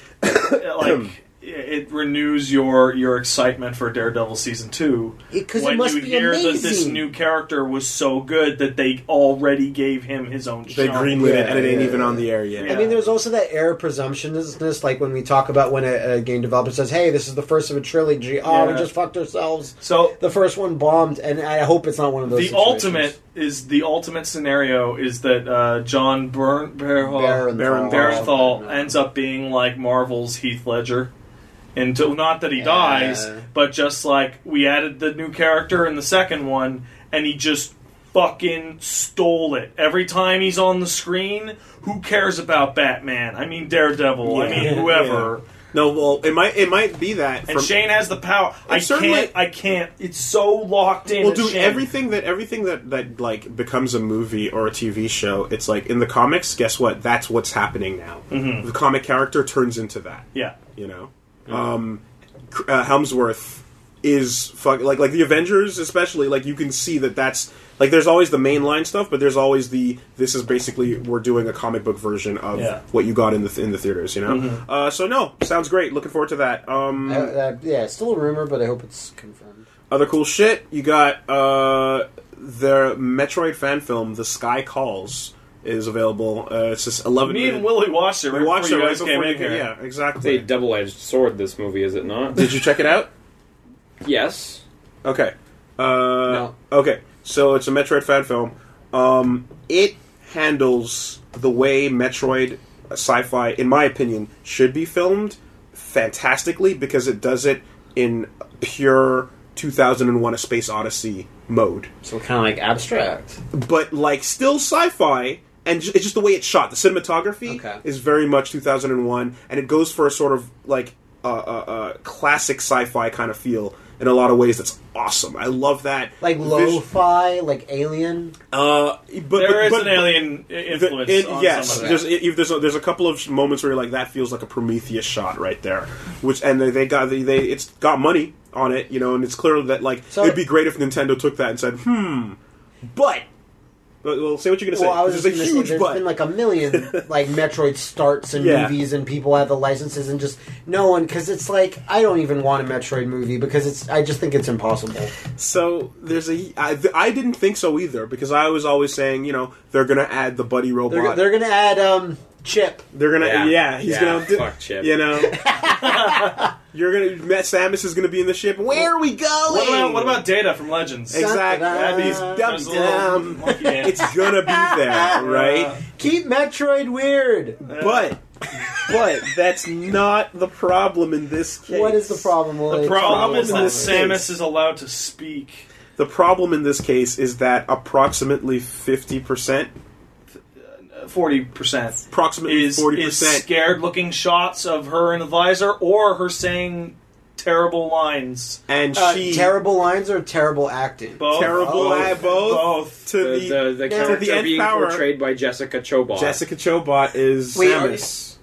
S2: like it renews your your excitement for Daredevil season two
S1: shit because it
S2: when
S1: must
S2: you
S1: be
S2: hear
S1: amazing.
S2: that this new character was so good that they already gave him his own.
S3: They
S2: shot.
S3: greenlit it, and it ain't
S1: Yeah,
S3: even
S1: yeah,
S3: on the air yet.
S2: Yeah.
S1: I mean, there's also that error presumptionism, like when we talk about when a, a game developer says, "Hey, this is the first of a trilogy." Oh, we
S2: Yeah.
S1: just fucked ourselves.
S2: So
S1: The first one bombed, and I hope it's not one of those.
S2: the
S1: situations.
S2: ultimate is the ultimate scenario is that uh, John Bern Barenthal,
S1: Barenthal.
S2: Barenthal
S1: No.
S2: ends up being like Marvel's Heath Ledger. Until not that he dies, but just like we added the new character in the second one, and he just fucking stole it. Every time he's on the screen, who cares about Batman? I mean Daredevil. I
S3: Yeah.
S2: mean whoever.
S3: No, well, it might it might be that
S2: And
S3: from-
S2: Shane has the power. I
S3: certainly-
S2: can't. I can't. It's so locked in.
S3: Well,
S2: it's
S3: dude,
S2: Shane.
S3: everything that everything that that like becomes a movie or a TV show, it's like in the comics. Guess what? That's what's happening now.
S2: Mm-hmm.
S3: The comic character turns into that.
S2: Yeah.
S3: You know, um, C- uh, Helmsworth is fuck like like the Avengers especially like you can see that that's like there's always the mainline stuff but there's always the this is basically we're doing a comic book version of
S2: Yeah. Mm-hmm.
S3: what you got in the th- in the theaters you know uh, so no sounds great looking forward to that um,
S1: Uh, uh, yeah, it's still a rumor, but I hope it's confirmed.
S3: other cool shit you got uh, the Metroid fan film The Sky Calls is available uh, it's just 11
S2: Me and
S3: minutes.
S2: Willie watched it.
S3: we
S2: right
S3: watched it
S2: before you
S3: right
S2: guys
S3: before
S2: came
S3: you
S2: in
S3: came-
S2: here.
S3: yeah
S4: It's a
S3: exactly
S4: double edged sword, this movie, is it not?
S3: did you check it out
S4: yes.
S3: Okay. Uh,
S1: No.
S3: Okay. So it's a Metroid fan film. Um, it handles the way Metroid sci-fi, in my opinion, should be filmed fantastically because it does it in pure 2001: A Space Odyssey mode,
S1: So kind of like abstract.
S3: but like still sci-fi. And ju- it's just the way it's shot. The cinematography
S1: Okay.
S3: is very much 2001, and it goes for a sort of like a uh, uh, uh, classic sci-fi kind of feel in a lot of ways. That's awesome. I love that.
S1: Like
S3: Vis-
S1: lo-fi, like alien.
S3: uh, but,
S2: There
S3: but,
S2: is
S3: but-
S2: an alien i-
S3: the-
S2: influence.
S3: it-
S2: on
S3: yes,
S2: some of that.
S3: there's if there's a, there's a couple of sh- moments where you're like that feels like a Prometheus shot right there, which and they, they got they, they it's got money on it, you know, and it's clear that like
S1: So-
S3: it'd be great if Nintendo took that and said, hmm, but. But, well, say what you're gonna
S1: Well, I
S3: say.
S1: was
S3: There's a
S1: just gonna say,
S3: huge
S1: there's
S3: but.
S1: been like a
S3: [laughs]
S1: million like Metroid starts and
S3: Yeah.
S1: movies, and people have the licenses, and just no one because it's like I don't even want a Metroid movie because it's I just think it's impossible.
S3: so there's a. I, th- I didn't think so either because I was always saying, you know, they're gonna add the buddy
S1: They're,
S3: robot.
S1: they're gonna add um Chip.
S3: They're gonna, yeah,
S4: Yeah.
S3: he's
S4: Yeah,
S3: gonna, do-
S4: fuck Chip.
S3: you know, you're gonna, Matt Samus is gonna be in the ship. Where are we going?
S2: What about what about Data from Legends?
S1: Ex-
S3: exactly?
S1: Something.
S3: He's
S2: There's a little
S3: dumb, dumb.
S2: monkey man.
S3: It's gonna be there, right?
S1: Keep Metroid weird.
S3: But, but that's not the problem in this case.
S1: What is the problem? Willie?
S2: the problem is that
S3: this case.
S2: Samus is allowed to speak.
S3: The problem in this case is that approximately fifty percent,
S2: Forty percent
S3: approximately
S2: is
S3: forty
S2: is
S3: percent.
S2: scared looking shots of her in the visor or her saying terrible lines.
S3: And
S1: Uh,
S3: she
S1: terrible lines or terrible acting.
S2: Both.
S3: terrible
S1: Both.
S3: eye both,
S2: Both.
S3: to
S4: The,
S3: the,
S4: the, the
S1: Yeah.
S4: character
S3: To the end
S4: being
S3: power.
S4: portrayed by Jessica Chobot.
S3: Jessica Chobot is
S1: Wait, are
S3: Samus.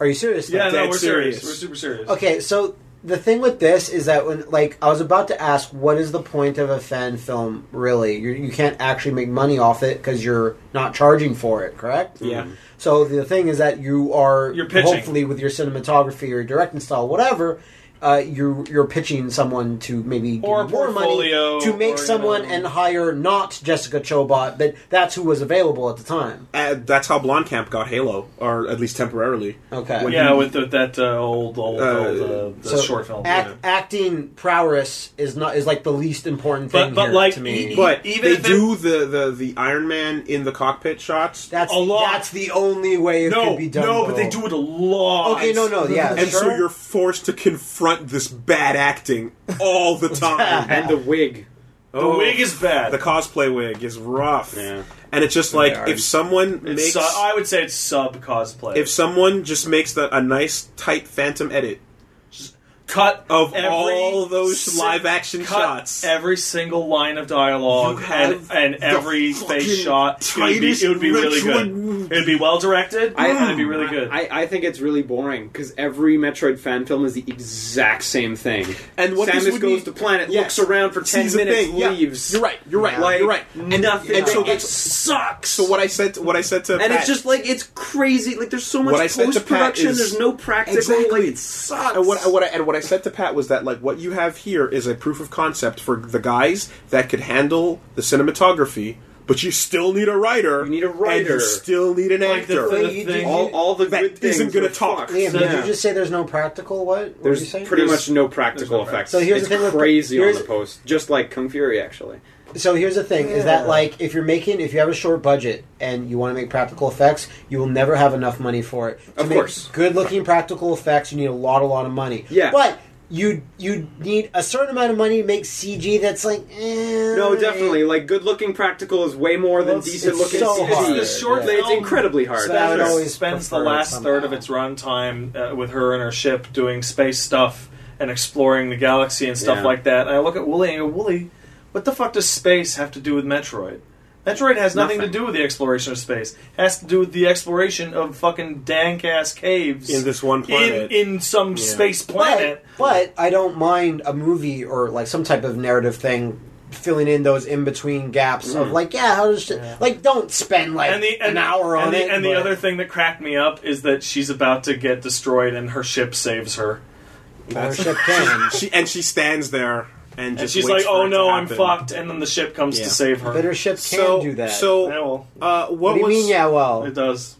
S1: Are you serious?
S2: Yeah, no,
S3: Dead
S2: we're
S3: serious.
S2: serious. We're super serious.
S1: Okay, so the thing with this is that when, like, I was about to ask, what is the point of a fan film, really? You, you can't actually make money off it because you're not charging for it, correct?
S3: Yeah.
S1: So the thing is that you are,
S2: You're pitching.
S1: hopefully, with your cinematography or your directing style, whatever. Uh, you you're pitching someone to maybe give
S2: Or
S1: you more money
S2: portfolio,
S1: to
S2: or,
S1: make
S2: you
S1: someone
S2: know.
S1: and hire not Jessica Chobot, but that's who was available at the time.
S3: Uh, that's how Blondcamp got Halo, or at least temporarily.
S1: Okay,
S3: When
S2: Yeah,
S3: you-
S2: with the, that uh, old old,
S3: Uh,
S2: old uh, the
S1: so
S2: short film.
S1: act,
S2: yeah.
S1: acting prowess is not is like the least important
S2: But-
S1: thing
S2: but,
S1: here
S2: like,
S1: to me.
S2: e-
S3: But
S2: Even
S3: they
S2: if it-
S3: do the, the the Iron Man in the cockpit shots.
S1: that's
S2: a lot.
S1: that's the only way it
S2: No,
S1: could be done.
S2: no, but
S1: though.
S3: Oh.
S2: they do it a lot.
S1: Okay, no, no, yeah,
S3: and so
S1: sure.
S3: you're forced to confront this bad acting all the time.
S4: And the wig.
S2: The wig is bad.
S3: the cosplay wig is rough.
S4: Yeah.
S3: And it's just like
S4: Yeah.
S3: if someone
S2: It's
S3: makes
S2: su- I would say it's sub cosplay.
S3: if someone just makes the, a nice tight phantom edit
S2: cut
S3: of
S2: every
S3: all those
S2: si-
S3: live action
S2: cut
S3: shots.
S2: every single line of dialogue,
S3: You
S2: and
S3: have
S2: and
S3: the
S2: every
S3: fucking
S2: face shot. It would be, it would be really
S3: tightest
S2: good.
S3: Metroid-
S2: It'd be well directed.
S4: I,
S2: and it'd Mm. be really good.
S4: I, I think it's really boring because every Metroid fan film is the exact same thing.
S3: And what this
S4: Samus
S3: would
S4: goes
S3: be-
S4: to planet,
S3: Yes.
S4: looks around for ten
S3: Sees the
S4: minutes,
S3: thing, yeah.
S4: leaves.
S3: You're right. You're right.
S4: Like,
S3: You're right.
S4: Nothing.
S3: and so
S4: it
S3: that's-
S4: sucks.
S3: So what I said, what I said to
S4: and
S3: Pat,
S4: it's just like it's crazy. Like there's so much
S3: What I said to
S4: post
S3: Pat
S4: production.
S3: is-
S4: There's no practical.
S3: Exactly.
S4: Like it sucks.
S3: And what, what I, and what I said to Pat was that like what you have here is a proof of concept for the guys that could handle the cinematography, but you still need a writer.
S4: You need a
S3: And you
S4: writer.
S3: still need an
S2: Like the
S3: actor
S1: Wait,
S2: the
S1: you-
S2: thing-
S4: all, all the
S3: that
S4: good things
S3: isn't gonna
S4: were
S3: talk.
S4: fucked.
S1: Liam, did
S3: Yeah.
S1: you just say there's no practical? What? what were you
S4: There's
S1: saying?
S4: pretty
S2: There's-
S4: much no practical
S2: there's no
S4: effects.
S2: practical.
S4: So here's it's the thing
S1: with-
S4: crazy
S1: here's-
S4: on the post, just like Kung Fury actually.
S1: So here's the thing: is that like if you're making, if you have a short budget and you want to make practical effects, you will never have enough money for it. To
S4: Of
S1: make
S4: course.
S1: good-looking practical effects, you need a lot, a lot of money.
S4: Yeah.
S1: but you you need a certain amount of money to make CG that's like eh,
S4: No, definitely. Like good looking practical is way more than
S2: Well, it's-
S4: decent
S1: it's
S4: looking.
S1: so
S4: CG.
S1: hard.
S2: It's the short
S4: It's
S2: film.
S4: incredibly hard.
S1: So that would
S2: Spencer
S1: always
S2: spends the
S1: prefer
S2: last
S1: somehow.
S2: third of its runtime uh, with her and her ship doing space stuff and exploring the galaxy and stuff
S4: Yeah.
S2: like that. And I look at Wooly and I go, Wooly, what the fuck does space have to do with Metroid? Metroid has nothing,
S4: Nothing.
S2: to do with the exploration of space. It has to do with the exploration of fucking dank ass caves
S3: in this one
S2: in,
S3: planet.
S2: in some space planet.
S1: But, but I don't mind a movie or like some type of narrative thing filling in those in between gaps of like, yeah, how does shit, like don't spend like
S2: and the and,
S1: an hour on
S2: and the,
S1: it.
S2: And the
S1: but-
S2: other thing that cracked me up is that she's about to get destroyed, and her ship saves her.
S1: Or ship can.
S3: she and she stands there and just
S2: And she's like,
S3: waits for
S2: "Oh
S3: it to
S2: no, I'm
S3: happen."
S2: fucked!" And then the ship comes
S3: Yeah.
S2: to save her.
S1: But her ship can
S3: So
S1: do that.
S3: so
S2: Yeah, well,
S3: uh, what,
S1: what do you
S3: was
S1: mean? Yeah, well,
S2: it does.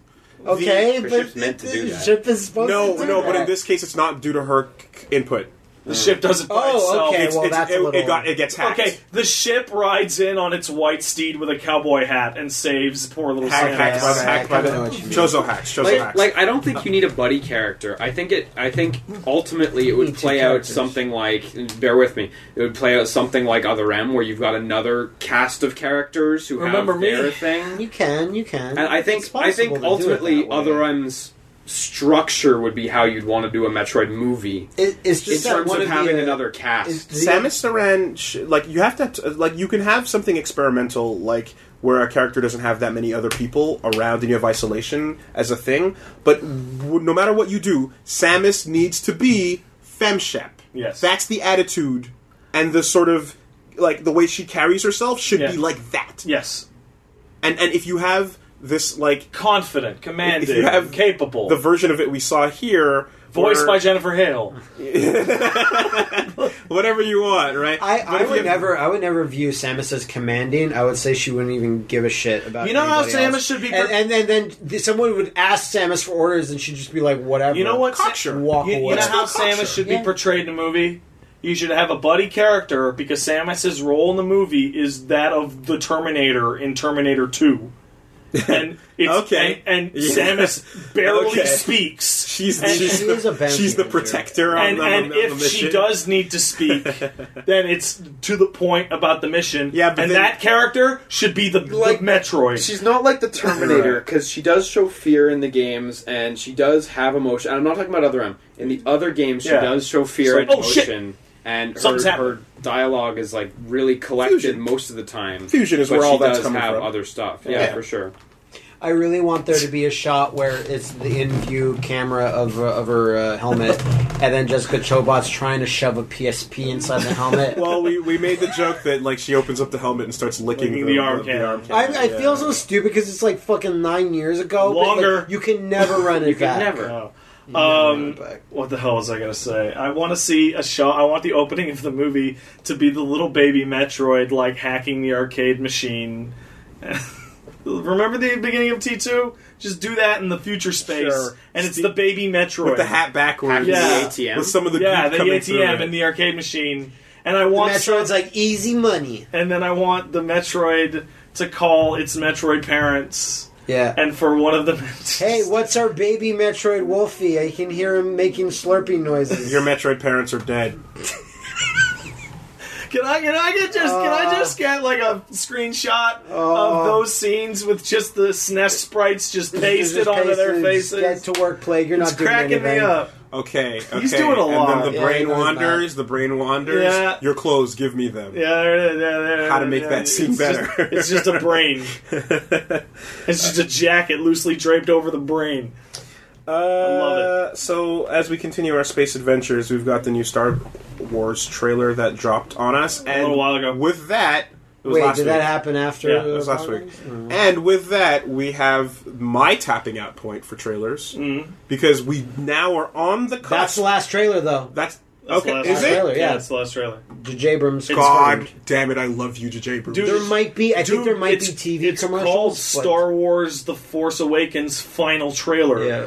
S1: okay,
S4: her
S1: but
S4: ship's meant to
S1: the
S4: do that.
S1: ship is supposed
S3: no
S1: to do
S3: no?
S1: that.
S3: But in this case, it's not due to her c- input.
S2: The ship does it by
S1: Oh,
S2: itself.
S1: okay,
S3: It's,
S1: well,
S3: it's,
S1: that's a
S3: it,
S1: little-
S3: it got it gets hacked.
S2: Okay, the ship rides in on its white steed with a cowboy hat and saves poor little
S3: Hack,
S2: Sam.
S3: hacked by the
S1: Yeah,
S3: hack
S1: I
S3: by the
S1: kinda know what you mean.
S3: Chozo hacks. Chozo
S4: Like,
S3: hacks.
S4: like I don't think you need a buddy character. I think it. I think ultimately it
S1: Need
S4: would
S1: two
S4: play out
S1: characters.
S4: something like. Bear with me. It would play out something like Other M, where you've got another cast of characters who
S2: Remember
S4: have
S2: me.
S4: their thing.
S1: you can, you can.
S4: And I
S1: It's
S4: think.
S1: possible
S4: I
S1: to
S4: think
S1: do it
S4: ultimately
S1: that way.
S4: Other M's structure would be how you'd want to do a Metroid movie
S1: It- it's
S4: in
S1: just that
S4: terms
S1: one
S4: of
S1: the,
S4: having
S1: uh,
S4: another cast.
S1: is the-
S3: Samus Aran, sh- like you have to, t- like you can have something experimental, like where a character doesn't have that many other people around and you have isolation as a thing. But w- no matter what you do, Samus needs to be femshep.
S2: Yes.
S3: that's the attitude and the sort of like the way she carries herself should
S2: Yeah.
S3: be like that.
S2: Yes,
S3: And and if you have this like
S2: confident, commanding,
S3: If you have
S2: capable.
S3: the version of it we saw here,
S2: voiced
S3: where-
S2: by Jennifer Hale.
S3: whatever you want, right?
S1: I,
S3: But
S1: I
S3: if you
S1: would
S3: have-
S1: never I would never view Samus as commanding. I would say she wouldn't even give a shit about.
S2: You know how
S1: anybody else.
S2: Samus should be
S1: and,
S2: per-
S1: and then then th- someone would ask Samus for orders, and she'd just be like, "Whatever."
S2: You know what? Sa-
S3: Cocksure.
S1: Walk
S2: You, you
S1: away.
S2: know how
S3: Still cocksure.
S2: Samus should
S1: Yeah.
S2: be portrayed in a movie? You should have a buddy character because Samus's role in the movie is that of the Terminator in Terminator Two.
S3: [laughs]
S2: And it's,
S3: Okay.
S2: and, and
S3: [laughs] Yeah.
S2: Samus barely
S3: Okay.
S2: speaks.
S3: She's,
S2: and,
S3: she's,
S1: she
S3: the,
S1: is a bounty
S3: she's the
S1: hunter.
S3: protector on
S2: and,
S3: the,
S2: and
S3: on the- on the
S2: if she
S3: mission.
S2: does need to
S3: [laughs]
S2: speak, then it's to the point about the mission.
S3: Yeah, but
S2: and
S3: then-
S2: that character should be the,
S4: Like-
S2: the Metroid.
S4: She's not like the Terminator because she does show fear in the games and she does have emotion. And I'm not talking about other M. In the other games, she
S2: Yeah.
S4: does show fear
S2: It's like,
S4: and
S2: "Oh, shit.
S4: emotion, and her,
S2: Something's happened."
S4: her dialogue is like really collected
S3: Fusion.
S4: most of the time.
S3: Fusion is
S4: but
S3: where
S4: she
S3: all that's
S4: does
S3: coming
S4: have
S3: from.
S4: other stuff. Yeah,
S3: Yeah.
S4: for sure.
S1: I really want there to be a shot where it's the in view camera of uh, of her uh, helmet, and then Jessica Chobot's trying to shove a PSP inside the
S2: [laughs]
S1: helmet.
S3: well, we, we made the joke that like she opens up the helmet and starts licking,
S2: Licking the arm cannon.
S1: I, I
S3: Yeah.
S1: feel so stupid because it's like fucking nine years ago. but, like,
S2: Longer.
S1: you can
S2: [laughs]
S1: never run it
S4: You could
S1: back.
S2: Oh.
S4: never.
S1: You can never run
S2: Um,
S1: it back.
S2: what the hell was I gonna say? I want to see a shot. I want the opening of the movie to be the little baby Metroid like hacking the arcade machine. [laughs] Remember the beginning of T two? Just do that in the future space,
S3: Sure.
S2: and it's
S3: Ste-
S2: the baby Metroid
S3: with the hat backwards.
S4: Hacking
S2: Yeah.
S4: the ATM.
S3: with some of the
S2: yeah,
S3: goo
S2: the
S3: coming through
S2: ATM
S3: it.
S2: and the arcade machine. And I
S1: The
S2: want
S1: Metroid's
S2: some-
S1: like easy money.
S2: and then I want the Metroid to call its Metroid parents,
S1: Yeah.
S2: and for one of them, [laughs]
S1: Hey, what's our baby Metroid Wolfie? I can hear him making slurping noises.
S3: your Metroid parents are dead.
S2: Can I can I get just can
S1: Uh.
S2: I just get like a screenshot of those scenes with just the SNES sprites just
S1: You're Uh. just
S2: pasted onto their
S1: pasting,
S2: faces?
S1: Get to work, plague. You're not
S2: it's
S1: doing
S2: cracking
S1: anything.
S2: me up.
S3: Okay, okay.
S2: He's doing a lot.
S3: And then the
S1: Yeah,
S3: brain
S1: no, he's not.
S3: wanders. The brain wanders.
S2: Yeah.
S3: Your clothes, give me them.
S2: Yeah, there it is, there, there,
S3: How to
S2: there,
S3: make
S2: there.
S3: that scene
S2: It's just-
S3: better.
S2: it's
S1: [laughs]
S2: just a brain.
S3: [laughs]
S2: [laughs] it's just a jacket loosely draped over the brain.
S3: Uh,
S2: love
S3: So as we continue our space adventures, we've got the new Star Wars trailer that dropped on us, and
S2: little while ago.
S3: With that, it was
S1: Wait,
S3: last
S1: did
S3: week.
S1: that happen after?
S2: Yeah, it
S3: That was
S1: uh,
S3: last week.
S1: Congress?
S3: And with that, we have my tapping out point for trailers
S2: Mm-hmm.
S3: because we now are on the cusp.
S1: That's the last trailer, though.
S3: That's-
S2: That's
S3: okay.
S2: the last
S3: Is
S2: trailer.
S3: it?
S1: Trailer, yeah.
S2: it's the last trailer.
S1: J.J. Abrams.
S3: God
S1: confirmed.
S3: damn it! I love you, JJ Bruce.
S2: Dude,
S1: There might be. I think
S2: Dude,
S1: there might be
S2: it's-
S1: TV
S2: it's called
S1: commercials. but-
S2: Star Wars: The Force Awakens final trailer.
S1: Yeah.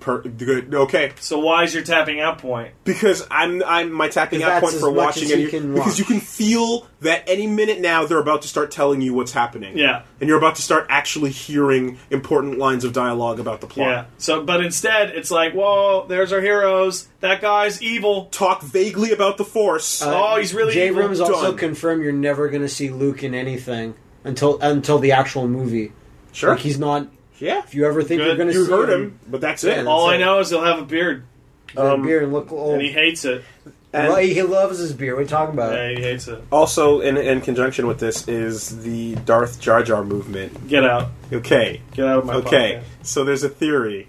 S3: Per- good. Okay,
S2: So why is your tapping out point?
S3: because I'm I'm my tapping
S1: Because
S3: out point
S1: that's
S3: for
S1: as much
S3: watching
S1: as you
S3: any
S1: can watch.
S3: because you can feel that any minute now they're about to start telling you what's happening.
S2: Yeah.
S3: and you're about to start actually hearing important lines of dialogue about the plot.
S2: Yeah. So, but instead, it's like, whoa, there's our heroes. That guy's evil.
S3: Talk vaguely about the Force.
S1: Uh,
S2: oh, he's really
S1: J.
S2: evil.
S1: Abrams also
S3: Done.
S1: confirmed you're never going to see Luke in anything until until the actual movie.
S3: sure.
S1: Like he's not.
S3: yeah.
S1: If you ever think
S2: Good.
S1: you're going to
S3: You
S1: see
S3: heard him, but that's
S1: Yeah,
S3: it.
S1: that's
S2: All
S1: it.
S2: I know is he'll have a beard,
S1: with a
S3: Um,
S1: beard and look old.
S2: and he hates it.
S3: And
S1: well, he loves his beer. What are you talking about?
S2: Yeah, he hates it.
S3: also, in, in conjunction with this, is the Darth Jar Jar movement.
S2: Get out.
S3: Okay.
S2: Get out of my
S3: Okay, so there's a theory,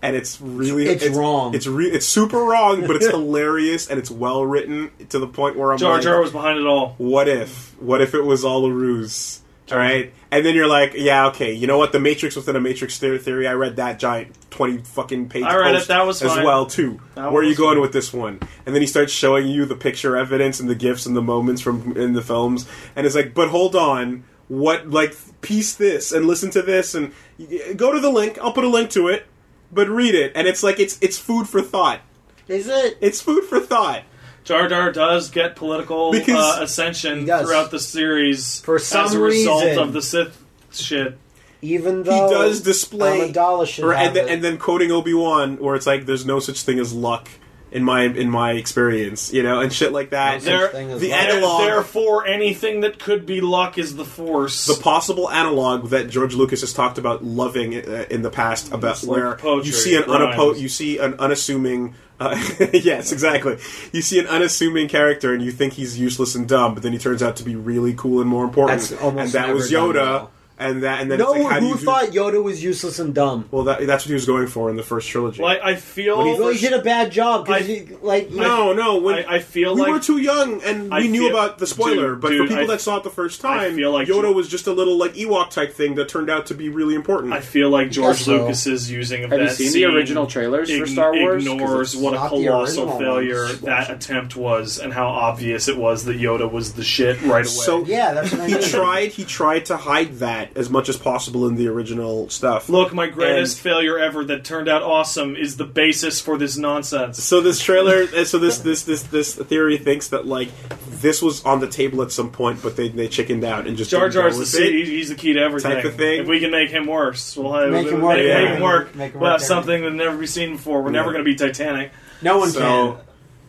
S3: and it's really
S1: It's wrong.
S3: It's re- it's super wrong,
S1: [laughs]
S3: but it's hilarious and it's well written to the point where I'm
S2: podcast. Jar
S3: like,
S2: Jar was behind it all.
S3: what if? What if it was all a ruse? All right, and then you're like, yeah, okay. You know what? The Matrix within a Matrix the- theory. I read that giant twenty fucking page.
S2: I read it,
S3: post
S2: that was
S3: as
S2: fine.
S3: well too.
S2: That
S3: Where are you
S2: was
S3: going
S2: fine.
S3: with this one? And then he starts showing you the picture evidence and the gifs and the moments from in the films, and it's like, but hold on, what? Like, piece this and listen to this, and y- go to the link. I'll put a link to it, but read it, and it's like it's it's food for thought.
S1: Is it?
S3: It's food for thought.
S2: Jar Jar does get political
S3: Because-
S2: uh, ascension
S1: He does.
S2: throughout the series
S1: For some
S2: as a result
S1: reason.
S2: of the Sith shit.
S1: Even
S3: He
S1: though
S3: does display
S1: Amidala should
S3: or,
S1: have
S3: and, then,
S1: it.
S3: and then quoting Obi Wan, where it's like, "There's no such thing as luck in my in my experience," you know, and shit like that.
S1: Such
S2: there-
S1: thing as
S3: the
S1: luck.
S3: ad- Analog.
S2: Therefore, anything that could be luck is the Force.
S3: the possible analog that George Lucas has talked about loving uh, in the past about
S2: It's like
S3: where
S2: poetry,
S3: you see an
S2: rhymes.
S3: unappo- you see an unassuming uh, [laughs] yes exactly you see an unassuming character and you think he's useless and dumb but then he turns out to be really cool and more important
S1: That's almost
S3: and that was
S1: never done
S3: Yoda
S1: well.
S3: and that and then
S1: no,
S3: it's like, how do
S1: who
S3: you do-
S1: thought Yoda was useless and dumb?
S3: well that, that's what he was going for in the first trilogy
S2: like I feel,
S3: When he
S1: Well, he did a bad job
S2: I-
S1: because he like
S3: no no when,
S2: I, I feel
S3: we
S2: like
S3: were too young and we
S2: I
S3: knew
S2: feel-
S3: about the spoiler,
S2: dude,
S3: but for
S2: dude,
S3: people
S2: I-
S3: that saw it the first time,
S2: feel like-
S3: Yoda was just a little like Ewok type thing that turned out to be really important.
S2: I feel like George
S1: guess so.
S2: Lucas is using of
S4: Have
S2: that
S4: you seen
S2: scene
S4: the original trailers for
S2: ign-
S4: Star Wars? 'Cause
S2: Ignores
S1: it's
S2: what a
S1: not the
S2: colossal
S1: original
S2: failure
S1: ones.
S2: that attempt was, and how obvious it was that Yoda was the shit right away.
S3: So
S1: yeah, that's what I
S3: he
S1: mean.
S3: tried he tried to hide that as much as possible in the original stuff.
S2: Look, my greatest failure ever that turned out awesome is the basis for this nonsense.
S3: So this trailer, uh, so this this this this theory thinks that like this was on the table at some point, but they they chickened out and just
S2: Jar
S3: didn't go
S2: Jar's the
S3: with
S2: city.
S3: it.
S2: he's- He's the key to everything.
S3: Type of thing.
S2: If we can make him worse, we'll have
S1: Make him work,
S2: Make,
S3: yeah.
S2: him work.
S1: Make him
S2: we'll
S1: work,
S2: have
S1: yeah.
S2: something we've never been seen before. We're never
S3: Yeah.
S2: going to be Titanic.
S1: no one
S3: So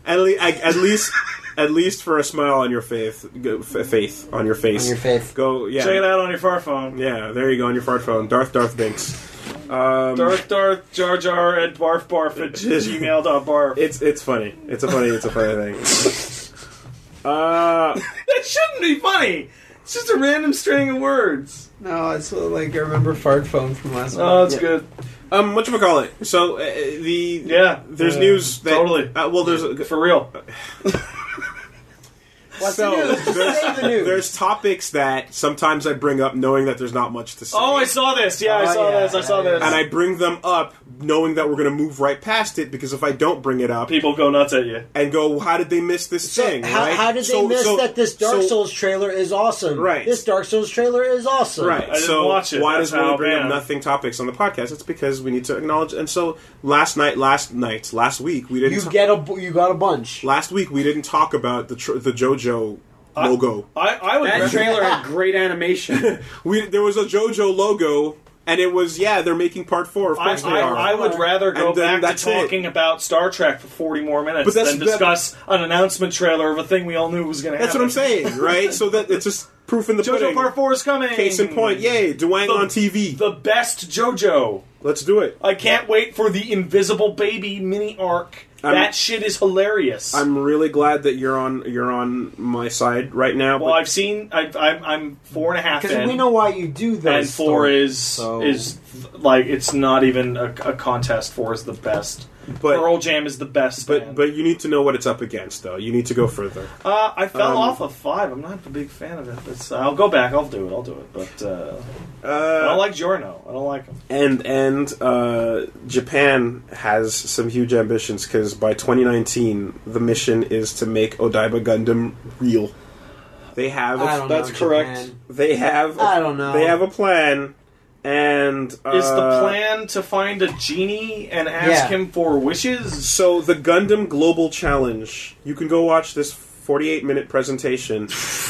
S1: can.
S3: at, le- I, at least at least for a smile on your face, go, f- faith on your face,
S1: On your faith.
S3: go yeah.
S2: Check it out on your far phone.
S3: Yeah, there you go on your fart phone. Darth Darth Binks. Um,
S2: Darth Darth Jar Jar at barf barf at gmail.barf.
S3: It's it's funny. It's a funny. It's a funny thing. [laughs] Uh,
S2: That shouldn't be funny. It's just a random string of words.
S1: No, it's uh, like I remember fart phone from last
S2: Oh, that's
S1: week.
S2: good.
S3: um, what you call it? So uh, the
S2: Yeah,
S3: there's
S2: Uh,
S3: news that
S2: totally
S3: uh, well there's a,
S2: for real.
S1: What's
S3: so
S1: the news?
S3: there's,
S1: Say the news.
S3: there's topics that sometimes I bring up knowing that there's not much to say.
S2: Oh, I saw this. Yeah, I
S1: Oh,
S2: saw
S1: yeah,
S2: this. I
S1: yeah,
S2: saw
S1: yeah.
S2: this.
S3: and I bring them up knowing that we're going to move right past it because if I don't bring it up
S2: People go nuts at you.
S3: and go, how did they miss this
S1: So,
S3: thing?
S1: how,
S3: right?
S1: how did they
S3: So-
S1: miss
S3: so-
S1: that this Dark
S3: so-
S1: Souls trailer is awesome?
S3: Right.
S1: This Dark Souls trailer is awesome.
S3: Right.
S2: I didn't
S3: so
S2: watch it.
S3: why
S2: That's
S3: does Willie
S2: how
S3: bring up
S2: bad.
S3: nothing topics on the podcast? It's because we need to acknowledge. And so last night, last night, last week we didn't.
S1: You
S3: ta-
S1: get a bu- you got a bunch.
S3: last week we didn't talk about the tr- the JoJo logo.
S2: I, I would
S4: That
S2: recommend-
S1: [laughs]
S4: trailer had great animation.
S3: We there was a JoJo logo, and it was yeah they're making part four. Of
S2: I,
S3: course they are.
S2: I, I would rather go
S3: And
S2: back
S3: then
S2: to
S3: that's it.
S2: talking about Star Trek for 40 more minutes
S3: But that's-
S2: than
S3: that-
S2: discuss an announcement trailer of a thing we all knew was going to happen.
S3: That's what
S2: [laughs]
S3: I'm saying, right? so that it's just proof in the
S2: JoJo
S3: pudding.
S2: Part 4 is coming.
S3: Case in point, yay! Dwayne
S2: The-
S3: on TV.
S2: The best JoJo.
S3: Let's do it.
S2: I can't wait for the Invisible Baby mini arc.
S3: I'm-
S2: that shit is hilarious.
S3: I'm really glad that you're on you're on my side right now.
S2: well,
S3: but-
S2: I've seen. I, I'm, I'm four and a half
S1: Because
S2: in.
S1: we know why you do those.
S2: and four
S1: stories.
S2: is
S1: so-
S2: is like it's not even a, a contest. Four is the best.
S3: But-
S2: Pearl Jam is the best.
S3: but
S2: band.
S3: but you need to know what it's up against, though. You need to go further.
S2: Uh, I fell
S3: Um,
S2: off of five. I'm not a big fan of it. But uh, I'll go back. I'll do it. I'll do it. But uh, I
S3: Uh,
S2: don't like Giorno. I don't like him.
S3: and and uh, Japan has some huge ambitions because by 2019 the mission is to make Odaiba Gundam real. They have
S1: I don't
S3: a,
S1: know, Japan.
S3: they have
S1: I don't know.
S3: they have a plan and uh,
S2: Is the plan to find a genie and ask
S1: Yeah.
S2: him for wishes?
S3: so the Gundam Global Challenge. You can go watch this 48 minute presentation,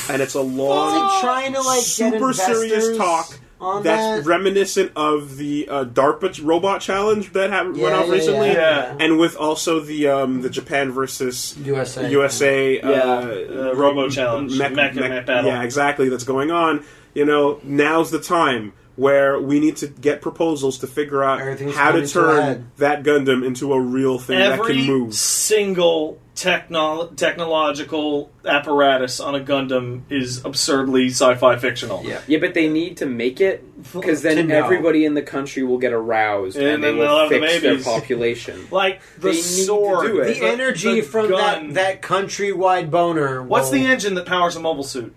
S3: and it's a
S1: It's
S3: long.
S1: like trying to like get
S3: super serious
S1: investors
S3: talk
S1: on
S3: that's
S1: that.
S3: reminiscent of the uh, DARPA robot challenge that ha-
S1: Yeah,
S3: went off
S1: yeah,
S3: recently,
S2: Yeah.
S3: and with also the um, the Japan versus
S1: USA.
S3: USA uh,
S2: Yeah, uh, Robo Challenge,
S3: mech-
S2: Mecha
S3: mech-
S2: Mech Battle.
S3: yeah, exactly. That's going on. You know, now's the time. where we need to get proposals to figure out
S1: Everything's
S3: how to
S1: coming to a head.
S3: turn that Gundam into a real thing that can
S2: Every
S3: move.
S2: single techno- technological apparatus on a Gundam is absurdly sci-fi fictional.
S1: Yeah.
S4: Yeah, but they need to make it because
S1: To
S4: then
S1: know.
S4: everybody in the country will get aroused
S2: And
S4: and, they
S2: then they'll
S4: will
S2: have the
S4: fix their
S2: babies.
S4: population.
S2: Like the
S4: They need to
S2: sword,
S4: do it.
S1: The Oh. energy
S2: the
S1: from that
S2: gun.
S1: that countrywide boner.
S2: What's
S1: will-
S2: the engine that powers a mobile suit?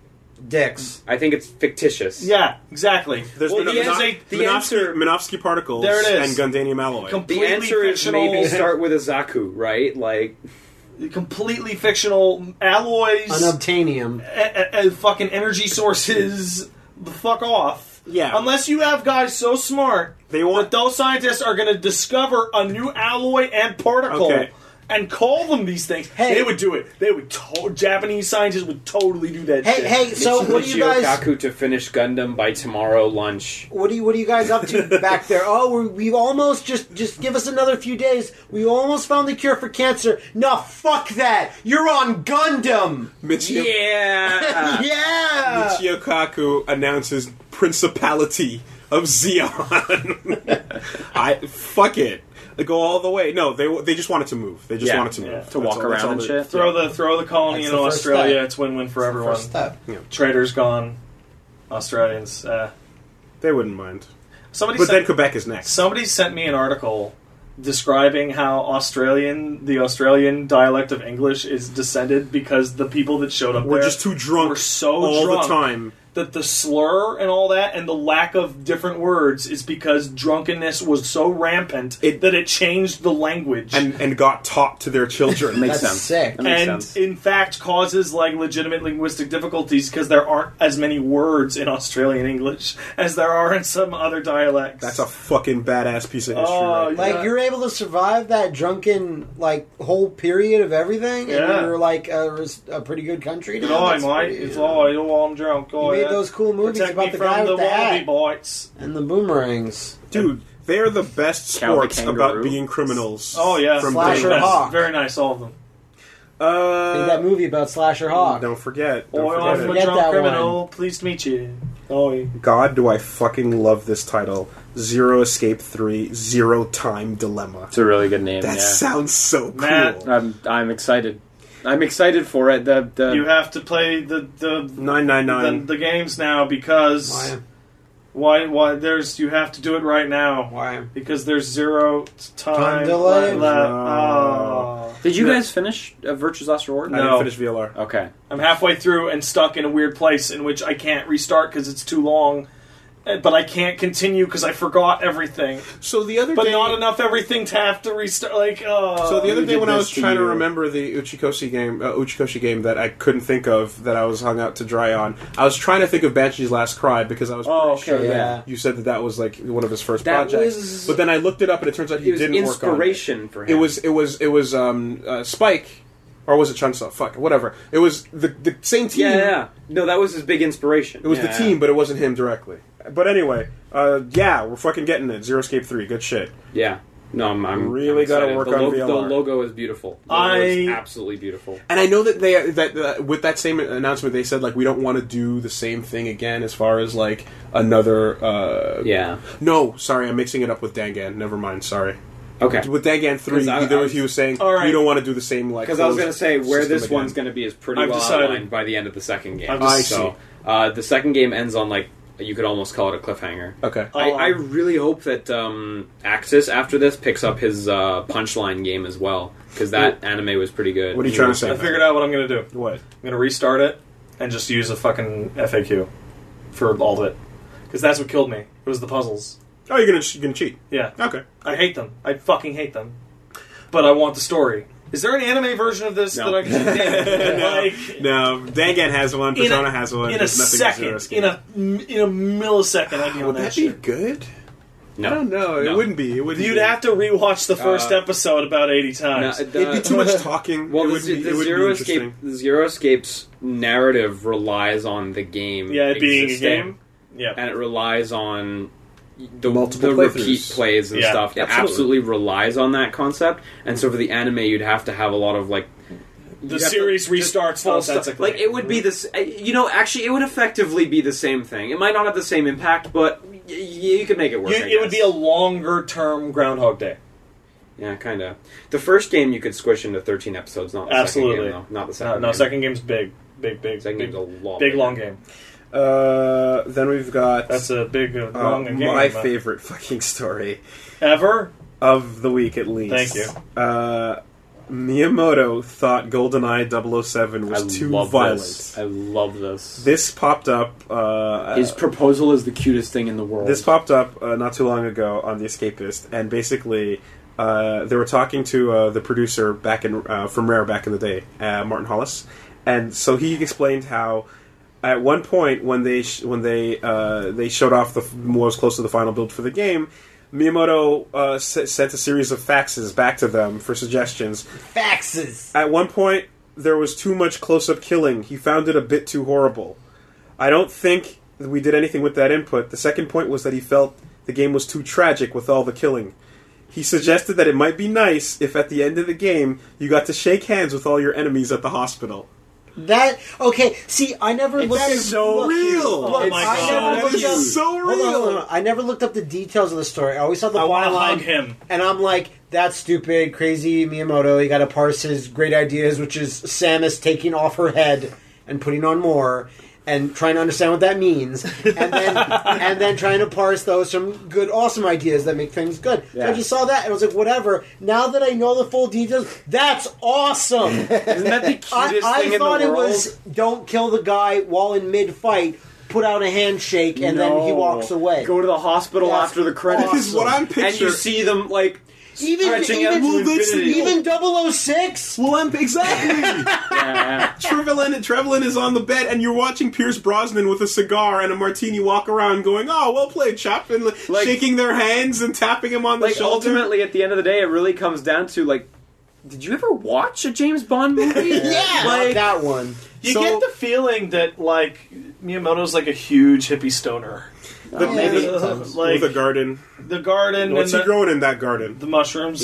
S1: dicks?
S4: I think it's fictitious.
S2: Yeah, exactly.
S3: There's
S4: Well,
S3: Mino-
S4: the
S3: Mino-
S4: answer- the
S3: Minovsky,
S4: answer-
S3: Minovsky particles
S2: There it is.
S3: and Gundanium alloy.
S4: The
S2: Completely
S4: answer is
S2: fictional,
S4: maybe start with a Zaku, right? Like
S2: completely fictional alloys,
S1: Unobtainium.
S2: a- a- a fucking energy sources. The fuck off.
S3: Yeah.
S2: Unless you have guys so smart
S3: they
S2: that
S3: want
S2: those scientists are going to discover a new alloy and particle.
S3: Okay.
S2: And call them these things.
S1: Hey.
S2: They would do it. They would. To- Japanese scientists would totally do that.
S1: Hey,
S2: shit.
S1: hey. So what do you
S4: Michio
S1: guys?
S4: Kaku to finish Gundam by tomorrow lunch.
S1: What do you What are you guys up
S3: [laughs]
S1: to back there? Oh, we're, we almost just just give us another few days. We almost found the cure for cancer. No, fuck that. You're on Gundam.
S3: Michio,
S4: Yeah.
S1: yeah.
S3: Michio Kaku announces Principality of
S4: [laughs]
S3: Zeon. I fuck it. They go all the way. No, they they just want it to move. They just
S4: Yeah,
S3: want it to move
S2: yeah.
S3: That's
S4: to walk
S3: all- that's
S4: around
S3: all
S4: and
S3: they-
S4: shit.
S2: Throw the throw the colony
S1: That's
S2: in
S1: the first
S2: Australia.
S1: step.
S2: It's win win for everyone.
S1: First step.
S2: Traders gone. Australians. Uh,
S3: They wouldn't mind.
S2: somebody
S3: But
S2: sent,
S3: then Quebec is next.
S2: somebody sent me an article describing how Australian the Australian dialect of English is descended because the people that showed up
S3: We're
S2: there
S3: just too drunk
S2: were so
S3: all
S2: drunk
S3: the time.
S2: that the slur and all that and the lack of different words is because drunkenness was so rampant
S3: It-
S2: that it changed the language.
S3: And and got taught to their children.
S4: [laughs] Makes
S1: That's
S4: sense.
S1: sick.
S4: That makes
S2: and
S4: sense.
S2: in fact causes like legitimate linguistic difficulties because there aren't as many words in Australian English as there are in some other dialects.
S3: That's a fucking badass piece of history.
S2: Oh,
S3: right?
S1: Like
S2: Yeah.
S1: you're able to survive that drunken like whole period of everything,
S2: Yeah.
S1: and you're like a, res- a pretty good country.
S2: Good
S1: now.
S2: eye,
S1: That's
S2: mate.
S1: pretty-
S2: It's all right. Oh, I'm drunk.
S1: You
S2: Oh,
S1: made
S2: yeah.
S1: those cool movies
S2: Protect
S1: about
S2: me
S1: the
S2: from
S1: guy
S2: the
S1: with the
S2: wallaby
S1: hat
S2: bites.
S1: and the boomerangs.
S3: Dude, they're the best
S4: Cow the
S3: sports about
S4: kangaroo.
S3: being criminals.
S2: Oh yeah,
S3: from
S1: Slasher
S3: Britain.
S2: Very nice.
S1: Hawk.
S2: Very nice, all of them.
S1: Did
S3: Uh,
S1: that movie about Slasher Hawk.
S3: Don't forget. Don't
S2: Oh, I'm
S3: forget
S2: a
S3: it.
S1: Forget
S2: drunk
S1: that
S2: criminal. Pleased to meet you. Oh, yeah.
S3: God, do I fucking love this title. Zero Escape 3, Zero Time Dilemma.
S4: [laughs] It's a really good name.
S3: That sounds so cool.
S2: Matt,
S4: I'm I'm excited. I'm excited for it. The
S3: Uh,
S4: the
S2: you have to play the the, the
S3: 999.
S2: the games now because
S1: Why?
S2: why why there's you have to do it right now.
S1: Why?
S2: Because there's zero t- time,
S1: Time delay?
S2: left.
S3: No.
S2: Oh.
S4: Did you
S2: The-
S4: guys finish uh, Virtue's Last Reward?
S3: I
S2: No.
S3: didn't finish VLR.
S4: Okay.
S2: I'm halfway through and stuck in a weird place in which I can't restart because it's too long. eh, But I can't continue because I forgot everything.
S3: So the other
S2: But
S3: day.
S2: not enough everything to have to restart. Like, oh.
S3: So the other
S4: Who
S3: day
S4: did
S3: when I
S4: this
S3: was
S4: to
S3: trying to
S4: uh, you?
S3: remember the Uchikoshi game, uh, Uchikoshi game that I couldn't think of that I was hung out to dry on, I was trying to think of Banshee's Last Cry because I was pretty
S4: Oh, okay,
S3: sure that
S1: yeah.
S3: you said that that was like one of his first
S4: That
S3: projects.
S4: was-
S3: but then I looked it up and it turns out he
S4: It was
S3: didn't work on it.
S4: inspiration for him.
S3: It was it was it was um, uh, Spike, or was it Chunsoft? Fuck, whatever. It was the the same team.
S4: Yeah, yeah, yeah. No, that was his big inspiration.
S3: It was
S4: Yeah.
S3: the team, but it wasn't him directly. But anyway, uh, yeah, we're fucking getting it. Zero Escape Three, good shit.
S4: Yeah. No, I'm, I'm
S3: Really
S4: I'm
S3: gotta
S4: excited.
S3: work
S4: the
S3: on
S4: lo-
S3: VLR.
S4: The logo is beautiful. The logo is
S2: I-
S4: absolutely beautiful.
S3: And I know that they that uh, with that same announcement they said like we don't want to do the same thing again as far as like another. Uh,
S4: Yeah.
S3: No, sorry, I'm mixing it up with Dangan. Never mind, sorry.
S4: Okay.
S3: With Dangan three,
S4: 'Cause I-
S3: either
S4: I
S3: of he was saying
S2: All right.
S3: we don't want to do the same like.
S4: Because I was
S3: closed
S4: going to say where
S3: system
S4: this
S3: again."
S4: one's going to be is pretty
S2: I've
S4: well
S2: decided.
S4: outlined by the end of the second game.
S2: I've I
S3: decided.
S4: so, uh, the second game ends on like you could almost call it a cliffhanger.
S3: Okay.
S4: I,
S2: Oh,
S4: I
S2: um,
S4: really hope that um, Axis after this picks up his uh, punchline game as well because that anime was pretty good.
S3: What are you trying to say?
S2: I figured out what I'm going to do.
S3: What?
S2: I'm going to restart it and just use a fucking FAQ for all of it. Because that's what killed me. It was the puzzles.
S3: Oh, you're gonna you're gonna cheat?
S2: Yeah.
S3: Okay.
S2: I hate them. I fucking hate them. But I want the story. Is there an anime version of this
S4: No.
S2: that I can like
S3: No, Dangan has one.
S2: In a-
S3: Persona has one.
S2: in a
S3: there's nothing Zero
S2: second,
S3: Escape.
S2: in a in a millisecond? I'd be on
S3: Would
S2: that,
S3: that be
S2: shit.
S3: good? I
S4: No.
S3: don't know. It
S4: No.
S3: wouldn't be. It wouldn't.
S2: You'd
S3: be.
S2: have to rewatch the first
S4: Uh,
S2: episode about eighty
S4: No,
S2: times.
S4: the-
S3: It'd be too much
S2: [laughs]
S3: talking.
S4: Well,
S3: it
S4: the,
S3: would
S4: Z-
S3: be,
S4: the
S3: it would
S4: Zero
S3: be
S4: Escape
S3: interesting.
S4: the Zero Escape's narrative relies on the game.
S2: yeah, it being a
S4: existing,
S2: game. Yeah.
S4: and it relies on the
S3: Multiple
S4: the repeat
S3: playthroughs.
S4: plays and
S2: Yeah,
S4: stuff. It
S3: absolutely.
S4: absolutely. relies on that concept, and so for the anime, you'd have to have a lot of like
S2: The
S4: you'd have to
S2: series
S4: just
S2: restarts
S4: full stuff.
S2: nonsensically.
S4: Like it eh, would be this, you know. Actually, it would effectively be the same thing. It might not have the same impact, but y- you could make it work.
S2: You,
S4: I
S2: it would be
S4: guess.
S2: a longer term Groundhog Day.
S4: yeah, kind of. The first game you could squish into thirteen episodes, not the
S2: Absolutely.
S4: second game, though. not the
S2: No,
S4: second.
S2: no
S4: game.
S2: second game's big, big, big,
S4: Second
S2: big,
S4: game's a lot
S2: big
S4: bigger.
S2: long game.
S3: Uh, then we've got
S2: That's a big uh,
S3: uh,
S2: long game.
S3: my
S2: but-
S3: favorite fucking story
S2: ever.
S3: of the week, at least.
S2: Thank you.
S3: Uh, Miyamoto thought GoldenEye 007 was
S4: I
S3: too
S4: love
S3: violent.
S4: This. I love this.
S3: This popped up. Uh,
S4: His proposal is the cutest thing in the world.
S3: This popped up uh, not too long ago on The Escapist, and basically uh, they were talking to uh, the producer back in uh, from Rare back in the day, uh, Martin Hollis, and so he explained how at one point when they sh- when they uh, they showed off the f- what was close to the final build for the game. Miyamoto uh, s- sent a series of faxes back to them for suggestions.
S1: Faxes.
S3: At one point, there was too much close-up killing. He found it a bit too horrible. I don't think that we did anything with that input. The second point was that he felt the game was too tragic with all the killing. He suggested that it might be nice if at the end of the game you got to shake hands with all your enemies at the hospital.
S1: That okay? See, I never looked.
S3: That is so
S1: look,
S3: real.
S1: look,
S2: Oh my
S1: I
S2: God.
S1: never
S2: That
S1: looked
S3: is
S1: up-
S3: so
S1: Hold on, hold
S3: real.
S1: on. I never looked up the details of the story. I always saw the
S2: I want to
S1: plot
S2: hug
S1: line,
S2: him.
S1: and I'm like, that's stupid, crazy Miyamoto. He got to parse his great ideas, which is Samus taking off her head and putting on more. And trying to understand what that means, and then and then trying to parse those from good, awesome ideas that make things good. So I
S7: Yeah.
S1: just saw that and I was like, whatever. Now that I know the full details, that's awesome.
S7: Isn't that the
S2: [laughs]
S7: cutest
S1: I, I
S7: thing in the
S1: thought
S7: world?
S1: it was don't kill the guy while in mid fight, put out a handshake, and then he
S7: No.
S1: walks away.
S7: Go to the hospital
S1: That's
S7: after the credits.
S1: awesome.
S8: This is what I'm picturing.
S4: and you see them like
S1: even
S4: stretching out
S1: even,
S4: to
S8: Well, that's the
S4: infinity.
S1: even 006?
S8: Well, I'm exactly.
S7: Yeah.
S8: Trevelyan Trevelyan is on the bed, and you're watching Pierce Brosnan with a cigar and a martini walk around, going, "Oh, well played, chap," and like,
S7: Like-
S8: shaking their hands and tapping him on the
S7: [laughs] like
S8: shoulder.
S7: ultimately at the end of the day it really comes down to like did you ever watch a James Bond movie?
S1: [laughs] Yeah,
S7: Like,
S1: not that one.
S2: You
S3: So-
S2: get the feeling that like Miyamoto's like a huge hippie stoner. uh,
S3: The,
S1: Yeah.
S3: the-
S1: Sometimes.
S2: like
S3: with a garden.
S2: the garden
S3: What's
S2: and
S3: he
S2: the,
S3: growing in that garden?
S2: the mushrooms.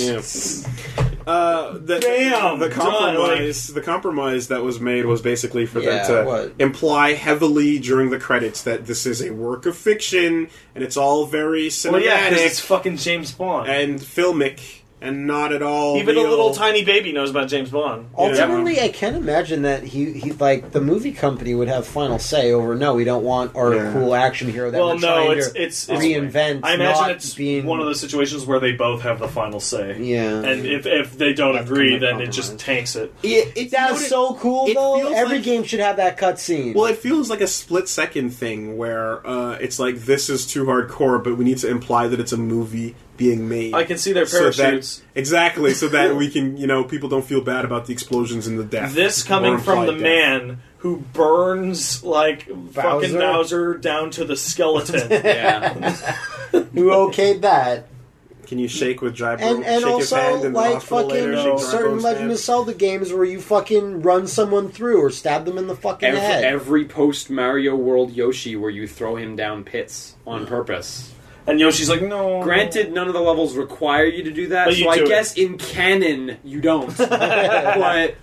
S3: Uh, the,
S2: Damn,
S3: the
S2: done,
S3: compromise the compromise that was made was basically for
S1: Yeah,
S3: them to
S1: what?
S3: imply heavily during the credits that this is a work of fiction and it's all very cinematic
S2: Well, yeah, because it's fucking James Bond.
S3: and filmic and not at all
S2: Even
S3: real.
S2: a little tiny baby knows about James Bond.
S1: Ultimately, I can imagine that he, he like the movie company would have final say over. No, we don't want our
S3: Yeah.
S1: cool action hero that
S2: Well,
S1: we're
S2: no,
S1: trying
S2: it's
S1: to
S2: it's, it's
S1: reinvent.
S2: I imagine
S1: not
S2: it's
S1: being
S2: one of those situations where they both have the final say.
S1: Yeah.
S2: And if, if they don't
S1: Have to
S2: agree,
S1: come to
S2: then it just
S1: compromise.
S2: tanks it.
S8: It- it's
S1: That's
S8: noted-
S1: so cool
S8: it
S1: though.
S8: feels
S1: Every
S8: like-
S1: game should have that cutscene.
S3: Well, it feels like a split second thing where uh, it's like this is too hardcore, but we need to imply that it's a movie being made.
S2: I can see their
S3: So that-
S2: parachutes.
S3: exactly, so that we can, you know, people don't feel bad about the explosions and the death.
S2: This
S3: Or
S2: coming from
S3: implied
S2: the
S3: death.
S2: man who burns like fucking
S1: Bowser?
S2: Bowser down to the
S1: [laughs]
S2: skeleton.
S4: yeah.
S1: Who okayed that?
S3: Can you shake with Jai Bro-
S1: and and
S3: shake his hand
S1: also
S3: in the
S1: like
S3: hospital
S1: fucking
S3: later, shake Jai
S1: certain
S3: Bro's
S1: Legend
S3: hand?
S1: of Zelda games where you fucking run someone through or stab them in the fucking
S4: every,
S1: head.
S4: every post Mario World Yoshi where you throw him down pits on purpose.
S2: and Yoshi's like, no.
S4: Granted, none of the levels require you to do that,
S2: But you
S4: so I
S2: do it.
S4: guess in canon
S1: [laughs]
S4: you don't. but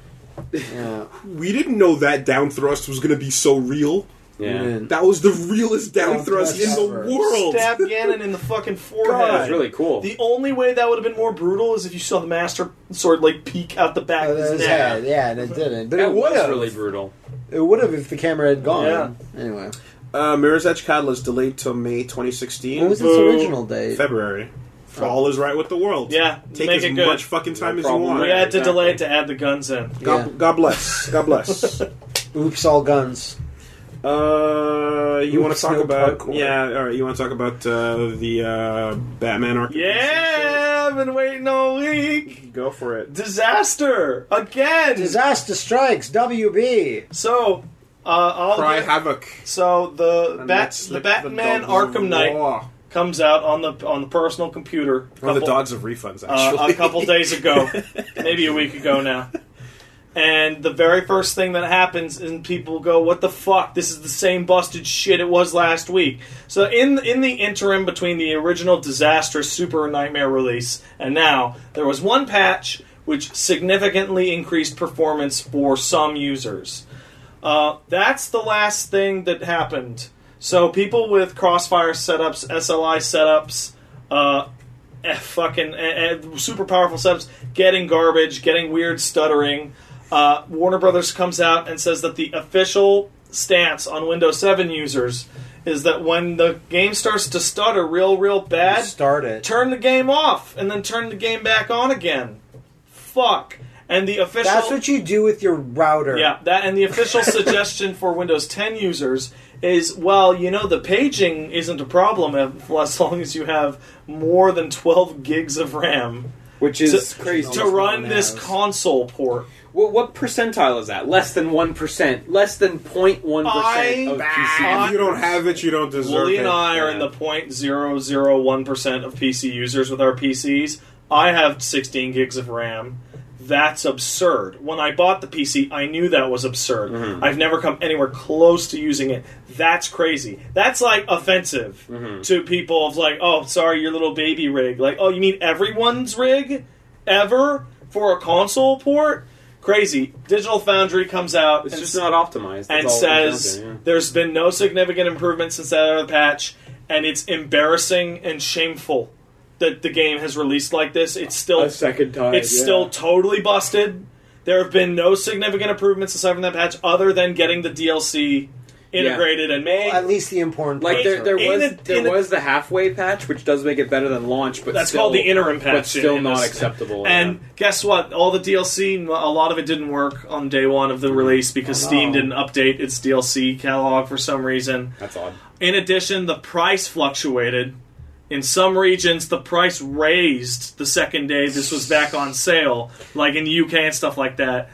S1: yeah.
S3: We didn't know that down thrust was going to be so real.
S4: yeah,
S3: That was the realest down,
S1: Down
S3: thrust,
S1: thrust
S3: in
S1: ever.
S3: the world.
S2: stab Ganon in the fucking
S3: God.
S4: that was
S2: forehead.
S4: really cool.
S2: The only way that would have been more brutal is if you saw the Master Sword like peek out the back
S1: Oh,
S2: of
S1: that
S2: his
S1: was
S2: neck.
S1: bad. yeah, and it didn't. But
S4: that
S1: it would
S4: was
S1: have.
S4: really brutal.
S1: It would have if the camera had gone. Anyway,
S3: Uh, Mirror's Edge Catalyst delayed till May 2016.
S1: what was its
S2: Boo.
S1: original date?
S3: February. All is right with the world.
S2: Yeah,
S3: Take
S2: make
S3: as
S2: it good.
S3: much fucking time
S4: No
S3: as you
S4: problem
S3: want.
S2: we
S4: there.
S2: had to
S4: Exactly.
S2: delay it to add the guns in.
S3: God,
S1: Yeah.
S3: God bless.
S1: [laughs]
S3: God bless.
S1: Oops, all guns.
S3: uh, you want
S1: Oops,
S3: to talk
S1: no
S3: about?
S1: parkour.
S3: Yeah, all right. You want to talk about uh, the uh, Batman arc?
S2: Yeah, I've been waiting all week.
S3: go for it.
S2: Disaster again.
S1: Disaster strikes. WB.
S2: so, uh, I'll
S3: Cry
S2: get-
S3: havoc.
S2: so the
S3: And
S2: bat,
S3: that's
S2: the Batman
S3: dogs of
S2: Arkham Knight
S3: law.
S2: comes out on the on the personal computer.
S3: One of the
S2: couple-
S3: dogs of refunds.
S2: uh,
S3: Actually,
S2: a couple days ago, maybe a week ago now. And the very first thing that happens, and people go, "What the fuck? This is the same busted shit it was last week." So in in the interim between the original disastrous Super Nightmare release and now, there was one patch which significantly increased performance for some users. Uh, that's the last thing that happened. So people with Crossfire setups, SLI setups, uh, eh, fucking eh, eh, super powerful setups, getting garbage, getting weird stuttering. Uh, Warner Brothers comes out and says that the official stance on Windows 7 users is that when the game starts to stutter real, real bad,
S1: Start it.
S2: turn the game off and then turn the game back on again. Fuck. And the official
S1: That's what you do with your router.
S2: yeah, that and the official suggestion for Windows 10 users is well, you know, the paging isn't a problem if, as long as you have more than 12 gigs of RAM
S4: which is
S2: To-
S4: crazy.
S2: to run
S1: one
S2: this
S1: has.
S2: console port.
S4: What, what percentile is that? Less than one percent. Less than 0.1 percent of
S2: I-
S4: PC.
S5: If you don't have it, you don't deserve
S2: Wooly
S5: it.
S2: and I are
S4: yeah.
S2: in the 0.001% of PC users with our PCs. I have 16 gigs of RAM. That's absurd. When I bought the PC, I knew that was absurd.
S4: Mm-hmm.
S2: I've never come anywhere close to using it. That's crazy. That's like offensive
S4: Mm-hmm.
S2: to people of like, oh, sorry, your little baby rig. Like, oh, you mean everyone's rig ever for a console port? Crazy. Digital Foundry comes out.
S4: It's
S2: and
S4: just not optimized. That's
S2: and
S4: all it comes
S2: says
S4: down to, yeah.
S2: there's been no significant improvement since that other patch, and it's embarrassing and shameful that the game has released like this. It's still
S4: a second time.
S2: it's
S4: yeah.
S2: still totally busted. There have been no significant improvements aside from that patch, other than getting the DLC integrated and made.
S1: At least the important
S4: like
S1: parts
S4: there,
S1: are-
S4: there
S2: In
S4: was
S2: a-
S4: there
S2: in a-
S4: was the halfway patch, which does make it better than launch, but
S2: That's
S4: still,
S2: called the interim patch.
S4: but still
S2: in
S4: not
S2: this-
S4: acceptable.
S2: And guess what? All the DLC, a lot of it didn't work on day one of the release because
S1: Oh, no.
S2: Steam didn't update its DLC catalog for some reason.
S4: yeah. that's odd.
S2: In addition, the price fluctuated. In some regions, the price raised the second day this was back on sale, like in the UK and stuff like that.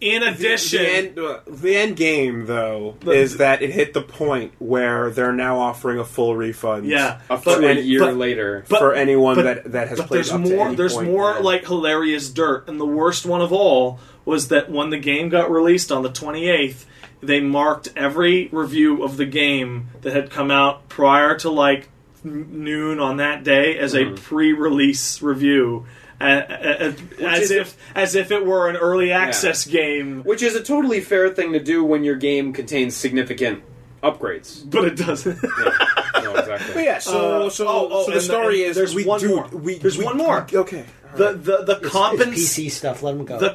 S2: In addition,
S5: The end, uh, the end game, though, is that it hit the point where they're now offering a full refund.
S2: yeah,
S4: A
S2: but-
S4: full
S5: and-
S4: year
S2: but-
S4: later,
S2: but-
S5: for anyone
S2: but-
S5: that that has
S2: but
S5: played
S2: there's
S5: up to
S2: more.
S5: any
S2: There's
S5: point.
S2: more like hilarious dirt, and the worst one of all was that when the game got released on the 28th, they marked every review of the game that had come out prior to like n- noon on that day as
S5: Mm-hmm.
S2: a pre-release review. a- a- a- As
S4: is-
S2: if, as if it were an early access game,
S4: which is a totally fair thing to do when your game contains significant
S2: [laughs]
S4: upgrades.
S2: but it doesn't.
S4: No, exactly.
S5: But yeah, so
S2: Uh,
S5: so,
S2: oh, oh,
S5: so the
S2: and the-
S5: story
S2: and
S5: is
S2: there's
S5: we
S2: one
S5: do
S2: more.
S5: we
S2: There's
S5: we-
S2: one more.
S5: Okay,
S2: the the the
S1: it's,
S2: compens-
S1: it's PC stuff. Let them go.
S2: the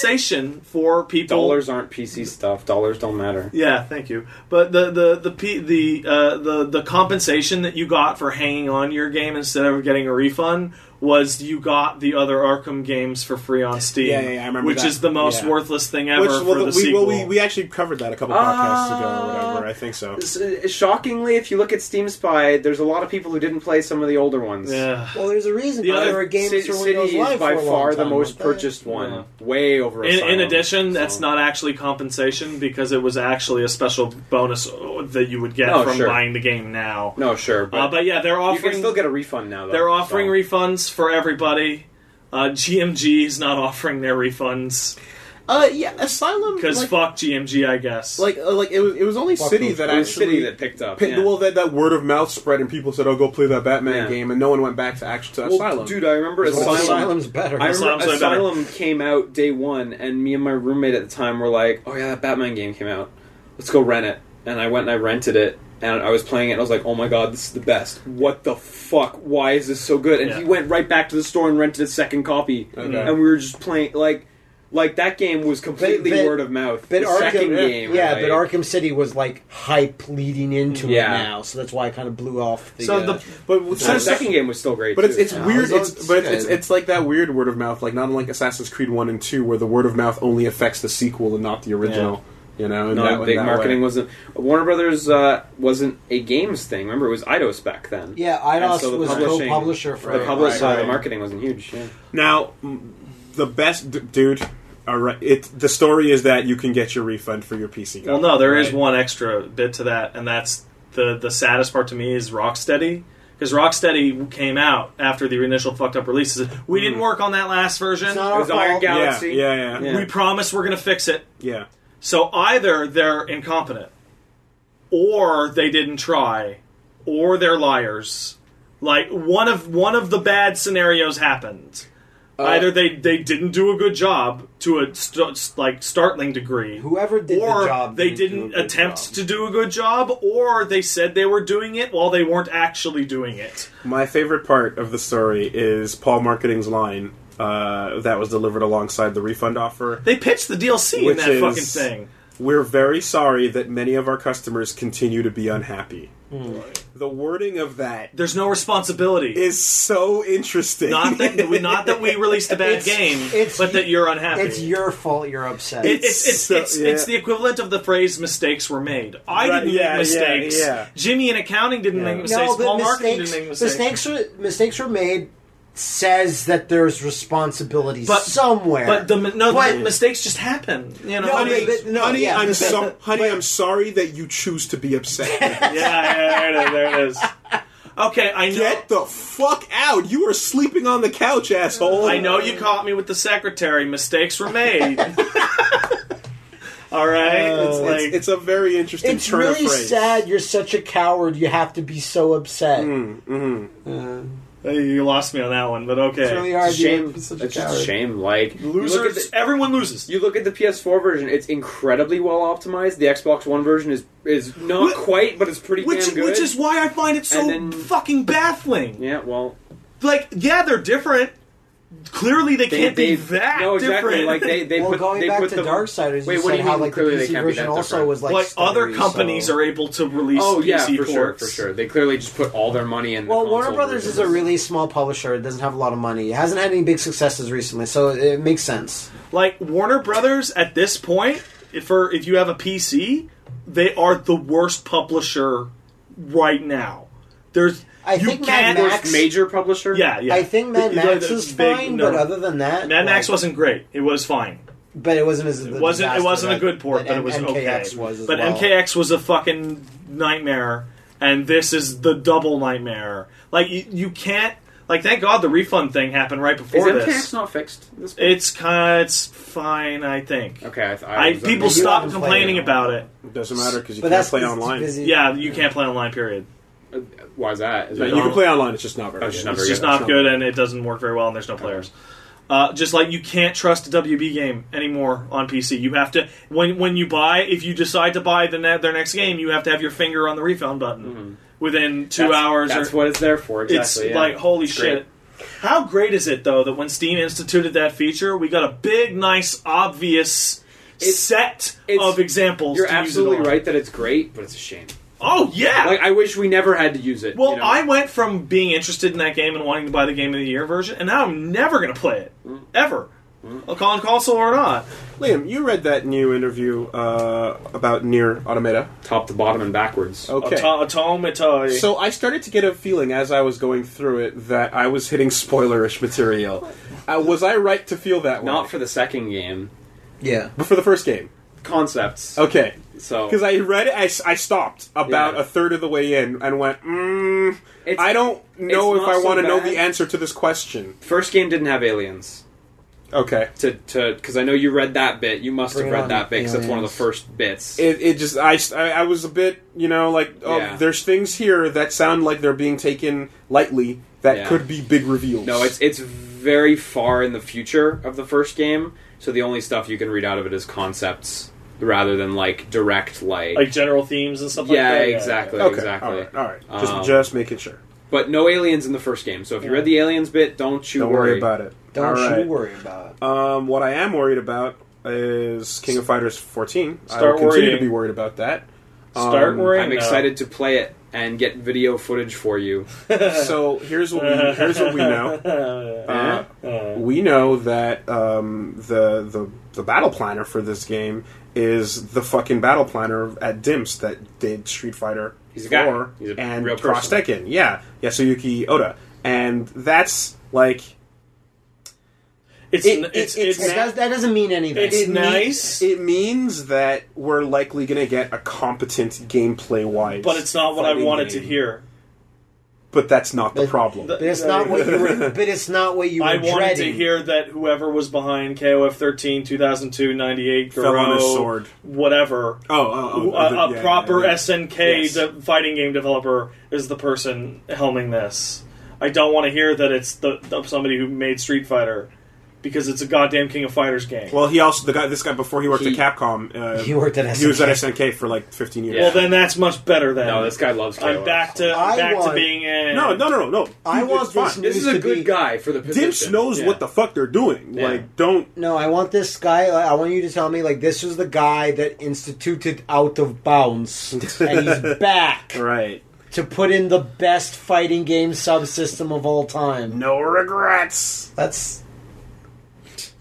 S2: compensation for people
S4: Dollars aren't PC stuff. Dollars don't matter.
S2: Yeah, thank you. But the the the P, the uh, the the compensation that you got for hanging on to your game instead of getting a refund was you got the other Arkham games for free on Steam.
S5: Yeah, yeah, yeah, I remember
S2: Which
S5: that.
S2: is the most
S5: Yeah.
S2: worthless thing ever
S5: Which
S2: for
S5: well,
S2: the
S5: we,
S2: sequel.
S5: well, we we actually covered that a couple podcasts ago or whatever. I think so.
S4: S- uh, Shockingly, if you look at Steam Spy, there's a lot of people who didn't play some of the older ones.
S2: yeah.
S1: well, there's a reason
S2: The
S1: why
S2: other
S1: there were games
S4: Ci-
S1: for
S4: City
S1: Windows
S4: is
S1: Live
S4: by
S1: for a long
S4: far the
S1: time,
S4: most
S1: weren't they?
S4: purchased one, way over.
S2: In, in
S4: Asylum,
S2: addition, that's
S4: so-
S2: not actually compensation because it was actually a special bonus uh, that you would get
S4: Oh,
S2: from
S4: sure.
S2: buying the game now.
S4: No, sure, but,
S2: uh, but yeah, they're
S4: you
S2: offering
S4: can still get a refund now. Though,
S2: They're offering
S4: so.
S2: refunds for everybody. Uh, GMG is not offering their refunds
S5: Uh, yeah, Asylum
S2: because
S5: like,
S2: fuck GMG, I guess.
S5: like uh, like it was it was only
S1: Fuck
S5: City
S1: those
S5: that
S4: It was
S5: actually
S4: City that picked up.
S5: Pit,
S4: yeah.
S5: Well, that, that word of mouth spread, and people said, "Oh, go play that Batman
S4: Yeah.
S5: game," and no one went back to actual to
S4: Well,
S5: Asylum.
S4: dude, I remember
S1: Well,
S4: Asylum.
S1: Asylum's better.
S4: I
S2: Asylum's
S4: remember
S2: way better.
S4: Asylum came out day one, and me and my roommate at the time were like, "Oh yeah, that Batman game came out. Let's go rent it." And I went and I rented it, and I was playing it, and I was like, "Oh my god, this is the best! What the fuck? Why is this so good?" And
S2: Yeah.
S4: he went right back to the store and rented a second copy,
S5: Okay.
S4: and we were just playing like. Like that game was completely
S1: But- but-
S4: word of mouth.
S1: But
S4: the
S1: Arkham,
S4: second game,
S1: yeah,
S4: like,
S1: but Arkham City was like hype leading into
S4: Yeah.
S1: it now, so that's why I kind of blew off. The,
S2: So
S1: uh,
S2: the-
S5: but with-
S4: the second game was still great.
S5: But it's
S4: too.
S5: it's
S1: Yeah,
S5: weird.
S1: those
S5: It's, but
S1: are
S5: it's
S1: good.
S5: it's like that weird word of mouth, like not unlike Assassin's Creed One and Two, where the word of mouth only affects the sequel and not the original. You know, in
S4: No,
S5: that, in
S4: big
S5: that
S4: marketing
S5: Way.
S4: wasn't. Warner Brothers uh, wasn't a games thing. Remember, it was Eidos back then.
S1: yeah, IDOS
S4: And so the
S1: was
S4: publishing-
S1: co-publisher for
S4: The
S1: it.
S4: publisher,
S5: right.
S4: the marketing wasn't huge. Yeah.
S5: Now, m- the best d- dude. All right, it the story is that you can get your refund for your PC.
S2: well, no, there is
S5: right?
S2: one extra bit to that, and that's the the saddest part to me is Rocksteady because Rocksteady came out after the initial fucked up releases. We didn't work on that last version.
S1: It's not our
S4: was Iron
S1: fault.
S4: Gal-
S5: Yeah,
S4: Galaxy.
S5: yeah, yeah, yeah.
S4: Yeah.
S2: we promise we're gonna fix it. So either they're incompetent, or they didn't try, or they're liars. Like one of one of the bad scenarios happened.
S1: Uh,
S2: Either they, they didn't do a good job to a st- like startling degree,
S1: Whoever did
S2: or
S1: the job,
S2: they
S1: do a
S2: didn't
S1: good
S2: attempt
S1: job.
S2: to do a good job, or they said they were doing it while they weren't actually doing it.
S3: My favorite part of the story is Paul Marketing's line uh, that was delivered alongside the refund offer.
S2: They pitched the DLC
S3: Which
S2: in that
S3: is-
S2: fucking thing.
S3: We're very sorry that many of our customers continue to be unhappy. The wording of that
S2: There's no responsibility.
S3: is so interesting.
S2: not that we, not that we
S1: [laughs]
S2: released a bad
S1: It's-
S2: game,
S1: it's-
S2: but that you're unhappy.
S1: It's your fault. You're upset.
S2: It- it's it's,
S3: So-
S2: it's,
S3: yeah.
S2: it's the equivalent of the phrase "mistakes were made." I
S3: Right,
S2: didn't
S3: yeah, yeah,
S2: make mistakes.
S3: yeah.
S2: Jimmy in accounting didn't
S3: Yeah.
S2: make mistakes.
S1: no,
S2: Paul
S1: but
S2: marketing
S1: mistakes
S2: didn't make mistakes.
S1: mistakes were mistakes were made. Says that there's responsibility
S2: But-
S1: somewhere.
S2: But the no,
S1: But-
S2: the mistakes just happen. You know,
S1: No,
S2: honey.
S1: but- but- no,
S3: [laughs] honey,
S1: yeah,
S3: I'm
S1: but-
S3: so, honey, I'm sorry that you choose to be upset.
S2: yeah, yeah, there it is. There it is. [laughs] Okay, I know.
S3: Get the fuck out! You are sleeping on the couch, asshole.
S2: I know you caught me with the secretary. Mistakes were
S4: [laughs]
S2: made. All right,
S3: It's,
S2: Oh, it's like
S3: it's, it's a very interesting
S1: it's
S3: turn
S1: really
S3: of phrase.
S1: sad. You're such a coward. You have to be so upset.
S4: Hmm.
S2: Hey, you lost me on that one, but okay.
S1: It's really hard.
S4: It's a shame.
S1: You're
S4: It's
S1: such a
S4: just a
S1: coward.
S4: shame. Like you look at
S2: Losers.
S4: the-
S2: everyone loses.
S4: You look at the PS4 version; it's incredibly well optimized. The Xbox One version is is not
S2: Which-
S4: quite, but it's pretty
S2: Which,
S4: damn good.
S2: which is why I find it so
S4: And then-
S2: fucking baffling.
S4: yeah, well,
S2: Like, yeah, they're different. Clearly, they,
S4: they,
S2: can't
S4: they
S2: be that
S4: no exactly
S2: different. [laughs]
S4: like they they
S1: well,
S4: put
S1: going
S4: they
S1: back
S4: put
S1: to
S4: the
S1: Darksiders,
S4: Wait,
S1: you
S4: what
S1: said
S4: do you
S1: how
S4: mean
S1: like the
S4: clearly they
S1: PC
S4: can't be
S1: version
S4: that
S1: also
S4: different?
S1: was like,
S2: like other
S1: stuttery, so-
S2: companies are able to release.
S4: oh yeah
S2: PC
S4: for sure
S2: ports.
S4: for sure they clearly just put all their money in.
S1: Well,
S4: the
S1: Warner
S4: console
S1: Brothers is a
S4: versions.
S1: really small publisher. It doesn't have a lot of money. It hasn't had any big successes recently, so it makes sense.
S2: Like Warner Brothers at this point, if for if you have a PC, they are the worst publisher right now. There's
S1: I
S2: you
S1: think Mad
S2: can't.
S1: Max-
S4: major publisher.
S2: yeah, yeah.
S1: I think Mad
S2: Like,
S1: Max
S2: the
S1: is
S2: big-
S1: fine,
S2: no.
S1: but other than that,
S2: Mad Max
S1: like-
S2: wasn't great. It was fine.
S1: but it wasn't as
S2: It wasn't it wasn't a good port, but it was
S1: MKX
S2: okay.
S1: was as
S2: but
S1: well.
S2: MKX was a fucking nightmare, and this is the double nightmare. Like you, you can't. Like thank God the refund thing happened right
S4: is
S2: before
S4: MKX
S2: this.
S4: not fixed? at This point?
S2: It's kind. It's fine, I think.
S4: okay. I, th- I
S2: I,
S4: was-
S2: people
S1: You
S2: stopped
S1: haven't played
S2: complaining
S1: it.
S2: about it.
S3: It doesn't matter because you
S1: But
S3: can't
S1: that's
S3: play
S1: it's
S3: online.
S1: busy.
S2: Yeah, you can't play online. Period.
S4: Why is that? Is
S3: No,
S4: it-
S3: you can play online. It's just not very.
S4: It's just
S3: good.
S4: not
S2: It's
S4: very
S2: just not good, and it doesn't work very well, and there's no players. Uh, just like you can't trust a WB game anymore on PC. You have to when when you buy, if you decide to buy the ne- their next game, you have to have your finger on the refund button within two
S4: Mm-hmm. That's-
S2: hours.
S4: That's
S2: or,
S4: what it's there for. Exactly.
S2: it's
S4: yeah.
S2: like holy
S4: It's great.
S2: shit. How great is it though that when Steam instituted that feature, we got a big, nice, obvious
S4: It's-
S2: set
S4: it's-
S2: of examples.
S4: You're
S2: to use it
S4: absolutely
S2: on.
S4: right that it's great, but it's a shame.
S2: Oh yeah,
S4: Like I wish we never had to use it.
S2: Well,
S4: you know?
S2: I went from being interested in that game and wanting to buy the game of the year version, and now I'm never going to play it
S3: Mm.
S2: ever, on console or not.
S3: Liam, you read that new interview uh, about near Automata.
S4: top to bottom and backwards.
S3: Okay.
S2: Automatoy.
S3: So I started to get a feeling as I was going through it that I was hitting spoilerish material. Uh, was I right to feel that way?
S4: Not for the second game
S1: yeah.
S3: but for the first game.
S4: concepts.
S3: Okay.
S4: So
S3: Because I read it, I, s- I stopped about
S4: Yeah.
S3: a third of the way in and went, mm,
S4: It's-
S3: I don't know
S4: it's
S3: if
S4: not
S3: I
S4: so
S3: want to know the
S4: bad.
S3: answer to this question.
S4: first game didn't have aliens.
S3: Okay.
S4: To to because I know you read that bit. You must
S1: Bring
S4: have read
S1: on
S4: that bit because that's one of the
S1: aliens.
S4: first bits.
S3: It, it just I, s- I- I was a bit you know like oh
S4: Yeah.
S3: there's things here that sound like they're being taken lightly that
S4: Yeah.
S3: could be big reveals.
S4: no, it's it's very far in the future of the first game. So the only stuff you can read out of it is concepts rather than like direct like.
S2: like general themes and stuff like
S4: Yeah,
S2: that.
S4: exactly.
S3: okay.
S4: exactly.
S3: All right, all right. just
S4: Um,
S3: just making sure.
S4: But no aliens in the first game. So if you read the aliens bit, don't you
S3: Don't worry, about it.
S1: Don't
S3: All right.
S1: you worry about it.
S3: Um, what I am worried about is King of Fighters 14. I
S2: Start
S3: will continue
S2: worrying.
S3: to be worried about that. Um,
S2: Start worrying.
S4: I'm excited to play it and get video footage for you.
S3: So here's what we here's what we know.
S2: [laughs]
S3: Uh, we know that um, the the the battle planner for this game is the fucking battle planner at Dimps that did Street Fighter
S4: He's a guy.
S3: Four
S4: He's a
S3: and
S4: real
S3: Cross
S4: person.
S3: Tekken. Yeah, Yasuyuki Oda, and that's like
S2: It's
S3: It-
S2: n- it's,
S3: it-
S2: it's,
S3: it's-
S1: That, does- that doesn't mean anything.
S2: It's
S3: it mean-
S2: nice.
S3: it means that we're likely going to get a competent gameplay wise,
S2: but it's not what I wanted to hear.
S3: But that's not the
S1: But-
S3: problem.
S1: but it's not what you
S2: [laughs]
S1: were. But it's not what you were
S2: I wanted
S1: dreading.
S2: to hear that whoever was behind KOF 13, 2002, 98,
S3: Fell on his
S2: Garou,
S3: sword.
S2: whatever,
S3: oh, oh, oh,
S2: a,
S3: the-
S2: a
S3: yeah,
S2: proper
S3: yeah.
S2: SNK
S3: Yes.
S2: de- fighting game developer is the person helming this. I don't want to hear that it's the, the- somebody who made Street Fighter because it's a goddamn King of Fighters game. Well,
S3: Well, he also the guy this guy before he worked
S4: He-
S3: at Capcom. Uh,
S1: He worked at
S3: He was at
S1: SNK.
S3: SNK for like 15 years.
S4: Yeah.
S2: then that's much better then.
S4: No, this guy loves
S2: I'm
S4: KOF.
S2: back to I'm
S1: I
S2: back to
S1: want-
S2: being eh.
S3: No, no, no, no, no.
S1: I
S3: It's
S1: want this
S3: fine.
S1: new-
S4: This is a
S1: to
S4: good
S1: be-
S4: guy for the position.
S3: Dimps knows
S4: Yeah.
S3: what the fuck they're doing.
S4: Yeah.
S3: Like, don't.
S1: No, I want this guy. like, I want you to tell me like this was the guy that instituted out of bounds, and
S2: [laughs]
S1: he's back
S3: Right.
S1: to put in the best fighting game subsystem of all time.
S3: No regrets.
S1: That's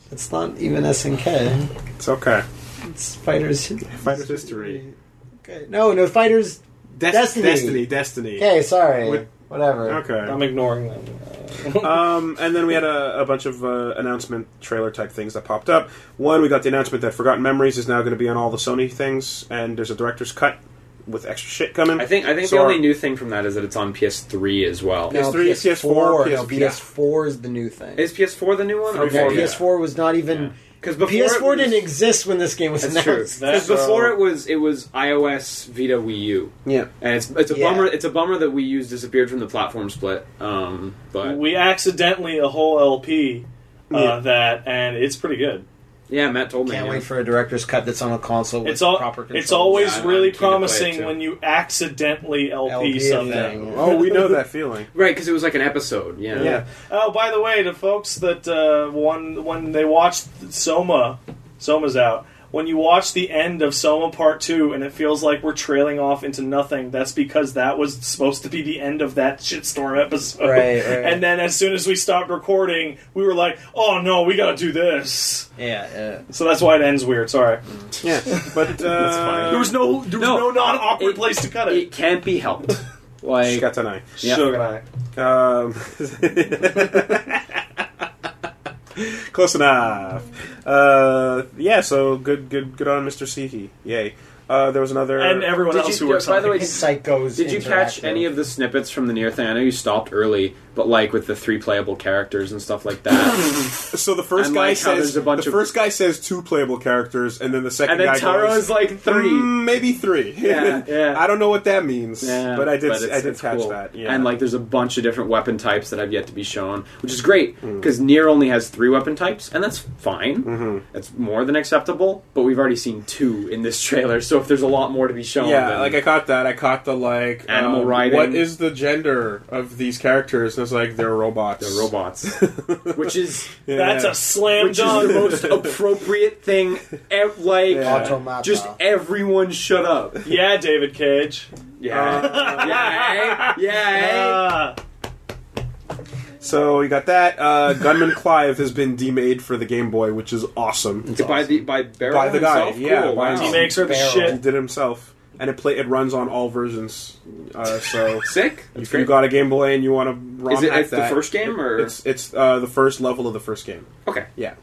S1: that's not even SNK.
S3: It's okay.
S1: It's fighters.
S3: Fighter's history.
S1: Okay. No, no fighters.
S3: Des-
S1: Destiny.
S3: Destiny. Destiny.
S1: Okay, sorry.
S3: With-
S1: Whatever.
S3: Okay.
S2: I'm ignoring them.
S3: Um, and then we had a, a bunch of uh, announcement trailer type things that popped up. One, we got the announcement that Forgotten Memories is now going to be on all the Sony things, and there's a director's cut with extra shit coming.
S4: I think I think
S3: So
S4: the
S3: our-
S4: only new thing from that is that it's on PS3 as well.
S1: No,
S3: PS3, PS4,
S1: No,
S3: PS4.
S1: PS4 is the new thing.
S4: Is PS4 the new one?
S3: Three,
S1: Okay,
S3: four,
S4: Okay,
S3: yeah.
S1: PS4 was not even.
S4: Because
S1: PS4 didn't exist when this game was
S4: That's true.
S1: announced.
S4: Because
S2: So-
S4: before it was it was iOS Vita Wii U,
S3: Yeah.
S4: and it's it's a
S1: Yeah.
S4: bummer it's a bummer that Wii U's disappeared from the platform split. Um, but
S2: We accidentally a whole LP uh,
S3: Yeah.
S2: that, and it's pretty good.
S4: yeah, Matt told me.
S1: Can't
S4: yeah.
S1: wait for a director's cut that's on a console with
S2: It's all.
S1: proper controls.
S2: It's always
S4: Yeah, I'm
S2: really
S4: keen to play it,
S2: promising
S4: too.
S2: when you accidentally LP,
S1: LP
S2: something.
S1: thing.
S3: Oh, we know that feeling.
S4: Right, because it was like an episode. Yeah.
S3: Yeah.
S2: Oh, by the way, the folks that uh, when when they watched Soma, Soma's out. When you watch the end of Soma Part Two and it feels like we're trailing off into nothing, that's because that was supposed to be the end of that shitstorm episode.
S1: Right, right.
S2: [laughs] And then as soon as we stopped recording, we were like, "Oh no, we gotta do this."
S1: Yeah, yeah.
S2: So that's why it ends weird. Sorry,
S3: Yeah. [laughs] But uh,
S2: there was no there was
S4: No.
S2: no, non awkward
S4: It-
S2: place to cut it.
S4: It can't be helped. [laughs] Like
S3: Shikatanai.
S4: yeah.
S2: Sugar Knight.
S3: Um, [laughs] close enough. Uh, yeah, so good, good, good on Mr. Seehee. Yay. Uh, there was another.
S2: and everyone
S4: Did
S2: else
S4: you-
S2: who works.
S4: by
S2: on
S4: the way,
S2: it.
S1: Psychos.
S4: Did you catch any of the snippets from the near thing? I know you stopped early, but like with the three playable characters and stuff like [laughs] that.
S3: so the first
S4: and
S3: guy
S4: like how
S3: says
S4: there's a bunch
S3: the
S4: of-
S3: first guy says two playable characters, and then the second
S4: and then
S3: guy
S4: Taro
S3: goes,
S4: is like three.
S3: "Mm, maybe three.
S4: Yeah, yeah.
S3: [laughs] I don't know what that means,
S4: Yeah,
S3: but I did,
S4: it's-
S3: I did
S4: it's
S3: catch
S4: cool.
S3: that. Yeah.
S4: And like, there's a bunch of different weapon types that have yet to be shown, which is great
S3: Mm.
S4: because Nier only has three weapon types, and that's fine.
S3: Mm-hmm.
S4: That's more than acceptable. But we've already seen two in this trailer, so if there's a lot more to be shown,
S3: Yeah,
S4: then-
S3: like I caught that. I caught the like
S4: Animal
S3: um,
S4: riding.
S3: What is the gender of these characters? And it's like they're robots. [laughs]
S4: they're robots, which is
S3: Yeah.
S2: That's a slam
S4: which is the
S2: dunk.
S4: [laughs] most appropriate thing. Ev- like,
S3: Yeah.
S1: Automata.
S4: just everyone shut up.
S2: Yeah, David Cage.
S4: Yeah, yeah, eh? yeah. eh?
S2: Ah.
S3: So you got that. Uh, Gunman Clive has been demade for the Game Boy, which is awesome.
S4: By the by, Barrel
S3: By the guy,
S4: himself?
S3: yeah,
S4: Cool,
S3: by
S4: wow.
S3: himself.
S2: He makes her the
S1: Barrel.
S3: He
S2: shit.
S3: did himself, and it play it runs on all versions. Uh, so
S4: sick. That's
S3: if you got a Game Boy and you want to ROM
S4: Is it
S3: hack
S4: it's the
S3: that,
S4: first game or
S3: It's it's uh, the first level of the first game.
S4: okay?
S3: Yeah,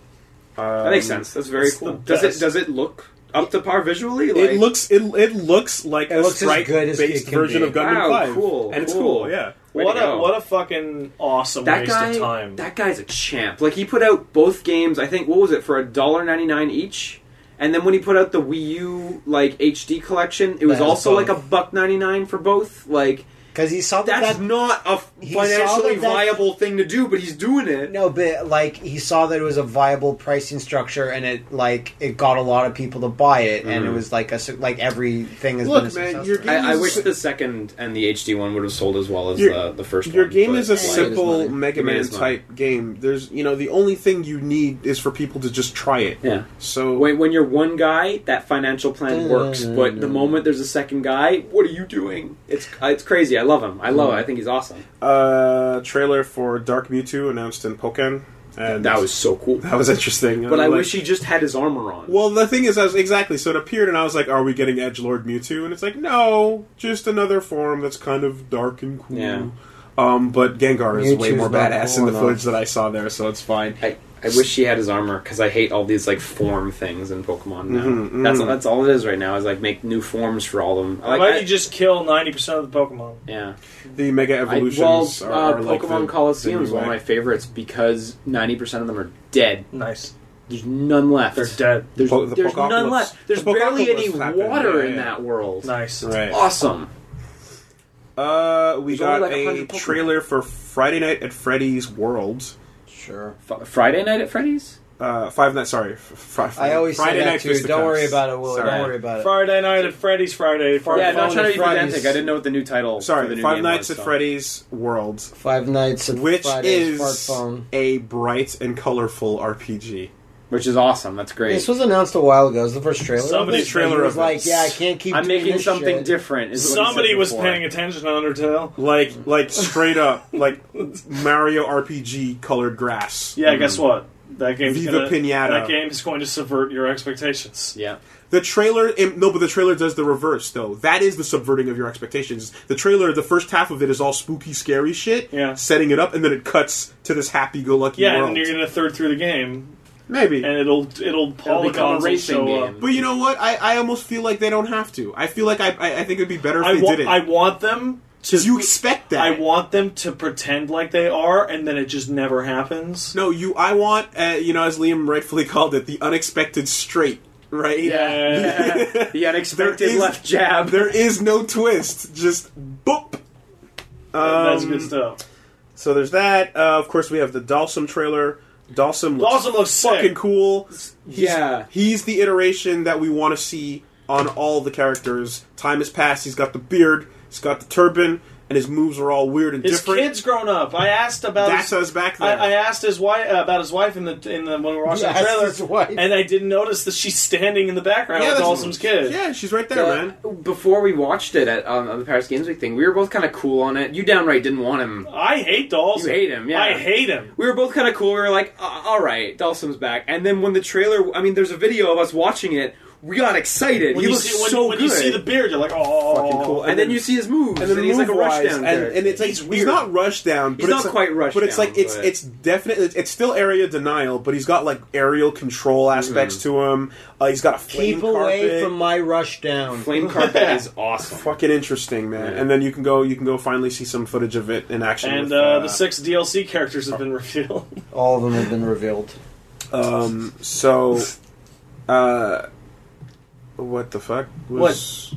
S4: That makes sense. That's very
S2: it's
S4: cool.
S2: the
S4: Does it
S2: best.
S4: does it look up to par visually? Like,
S3: Um, It looks it, it looks like
S1: It
S3: a
S1: looks as
S3: strike
S1: good as it
S3: based
S1: can
S3: version
S1: be.
S3: of Gunman
S4: Wow,
S3: Clive,
S4: cool,
S3: and it's
S4: cool.
S3: cool. Yeah,
S4: Way
S2: What
S4: to
S2: a
S4: go.
S2: what a fucking awesome
S4: that
S2: waste of
S4: guy.
S2: time.
S4: That guy's a champ. Like he put out both games. I think what was it for a dollar ninety nine each. And then when he put out the Wii U like HD collection, it was
S1: That was
S4: also like
S1: both.
S4: a buck ninety nine for both. Like
S1: Because he saw that,
S4: that's
S1: that
S4: not a
S1: he saw that
S4: financially
S1: that-
S4: viable thing to do, but he's doing it.
S1: No, but like he saw that it was a viable pricing structure, and it like it got a lot of people to buy it, and it was like a su- like everything has
S3: Look,
S1: been a
S3: man,
S1: success
S3: your
S1: story.
S3: game-
S4: I, I wish the second and the HD one would have sold as well as
S3: Your-
S4: the, the first
S3: Your
S4: one.
S3: game
S4: but
S3: is a
S4: like-
S3: simple Mega
S4: Give me
S3: Man
S4: his money.
S3: type game. There's, you know, the only thing you need is for people to just try it.
S4: Yeah.
S3: So
S4: When, when you're one guy, that financial plan works. But the moment there's a second guy, what are you doing? It's it's crazy. I love him. I love it. I think he's awesome.
S3: uh, trailer for Dark Mewtwo announced in Pokken, and
S4: That was so
S3: [laughs]
S4: cool.
S3: that was interesting.
S4: But I
S3: like-
S4: wish he just had his armor on.
S3: Well, the thing is, I was exactly so it appeared, and I was like, "Are we getting Edge Lord Mewtwo?" And it's like, "No, just another form that's kind of dark and cool."
S4: Yeah.
S3: Um, but Gengar is way
S1: Mewtwo's
S3: more
S1: not
S3: badass
S1: cool
S3: in the
S1: enough.
S3: footage that I saw there, so it's fine.
S4: I, I wish he had his armor because I hate all these like form things in Pokemon now. That's that's all it is right now is like make new forms for all of them. I
S2: Why
S4: Like,
S2: don't
S4: I-
S2: you just kill ninety percent of the Pokemon?
S4: yeah.
S3: The Mega
S4: I,
S3: Evolutions
S4: well,
S3: are,
S4: uh,
S3: are
S4: Pokemon
S3: like the- the
S4: Coliseum is
S3: new
S4: one of
S3: way.
S4: my favorites because ninety percent of them are dead.
S2: Nice.
S4: There's none left.
S2: They're dead.
S4: There's,
S3: Po- the
S4: there's none
S3: Pocopolis-
S4: left. There's
S3: the
S4: barely any
S3: Pocopolis happened,
S4: water
S3: yeah,
S4: in
S3: yeah.
S4: that world.
S2: Nice.
S3: Right.
S4: Awesome.
S3: Uh, we
S4: There's
S3: got
S4: only like
S3: a
S4: 100 Pokemon.
S3: trailer for Friday Night at Freddy's World,
S1: Sure.
S9: F- Friday Night at Freddy's.
S3: Uh, Five Night. Sorry, five,
S1: I always
S3: Friday
S1: say that
S3: Night
S1: too.
S3: Fisticuffs.
S1: Don't worry about it, Willie.
S9: Sorry.
S1: Don't worry about it.
S2: Friday night at Freddy's Friday. Friday
S9: yeah, not
S1: Five
S9: trying to be
S1: Night at Freddy's.
S9: pedantic. I didn't know what the new title. for the
S3: Sorry,
S9: new
S3: Five
S9: game
S3: Nights
S9: was,
S3: at
S9: so.
S3: Freddy's World,
S1: Five nights at
S3: which
S1: Friday's
S3: is
S1: smartphone.
S3: a bright and colorful RPG.
S9: which is awesome. That's great.
S1: This was announced a while ago. It was the first trailer. of
S2: Somebody's
S1: this, and
S3: trailer
S1: he was
S3: of
S1: like,
S3: this.
S1: yeah, I can't keep.
S9: I'm
S1: doing
S9: making
S1: this
S9: something
S1: shit.
S9: different. Is what he said
S2: Somebody was
S9: before.
S2: paying attention to Undertale.
S3: Like, like straight up, [laughs] like Mario RPG colored grass.
S2: Yeah, guess
S9: Hmm.
S2: what? That game's
S3: Viva
S2: gonna,
S3: Pinata.
S2: That game is going to subvert your expectations.
S9: Yeah,
S3: The trailer, im- no, but the trailer does the reverse though. That is the subverting of your expectations. The trailer, the first half of it is all spooky, scary shit,
S2: Yeah.
S3: setting it up, and then it cuts to this happy-go-lucky
S2: Yeah,
S3: world.
S2: and you're gonna third through the game,
S3: Maybe.
S2: and it'll it'll
S9: it'll become a
S2: polygons will
S9: racing
S2: show
S9: game.
S3: but you know what? I, I almost feel like they don't have to. I feel like I, I, I think it'd be better if
S2: up. I
S3: they
S2: want
S3: did it.
S2: I want them to.
S3: you expect that.
S2: I want them to pretend like they are, and then it just never happens.
S3: No, you. I want, uh, you know, as Liam rightfully [laughs] called it, the unexpected straight. Right?
S2: Yeah.
S9: [laughs] the unexpected
S3: There is-
S9: left jab.
S3: there is no twist. Just boop.
S2: That's
S3: Um,
S2: good stuff.
S3: So there's that. Uh, of course, we have the Dalsum trailer. Dalsum looks
S2: Dawson looks
S3: fucking
S2: sick.
S3: cool.
S9: yeah,
S3: He's the iteration that we want to see on all the characters. Time has passed. He's got the beard. He's got the turban, and his moves are all weird and
S2: His
S3: different.
S2: kid's grown up. I asked about
S3: That's
S2: his,
S3: us back
S2: I,
S3: there.
S2: I asked his wife about his wife in the in the when we were watching
S1: Yeah,
S2: the trailer,
S1: his wife.
S2: and I didn't notice that she's standing in the background with
S3: that's-
S2: Dawson's kid.
S3: Yeah, she's right there,
S4: Uh,
S3: man.
S4: before we watched it at um, on the Paris Games Week thing, we were both kind of cool on it. You downright didn't want him.
S2: I hate Dawson.
S4: You hate him, yeah.
S2: I hate him.
S4: We were both kind of cool. We were like, "Uh, "All right, Dalsum's back." And then when the trailer, I mean, there's a video of us watching it. We got excited.
S2: When
S4: he
S2: you
S4: looks
S2: see when,
S4: so
S2: when
S4: good.
S2: you see the beard, you're like, oh,
S3: Fucking cool.
S4: and, then, you see his moves, and, he's like a rush
S3: move-wise,
S4: down
S3: and,
S4: character.
S3: and it's like
S2: He's
S3: he's,
S2: weird.
S3: not rushed down, but
S4: He's
S3: it's
S4: not
S3: like-
S4: quite rushed
S3: But it's
S4: down,
S3: like it's
S4: but-
S3: it's definitely it's still area denial, but he's got like aerial control aspects to him. Uh, he's got a flame
S1: Keep away
S3: carpet.
S1: from my rush down.
S3: [laughs]
S4: Flame carpet is awesome.
S3: Fucking interesting, man.
S4: Yeah.
S3: And then you can go you can go finally see some footage of it in action.
S2: And
S3: with,
S2: uh, the six DLC characters have been [laughs] revealed.
S1: All of them have been revealed.
S3: um so uh what the fuck was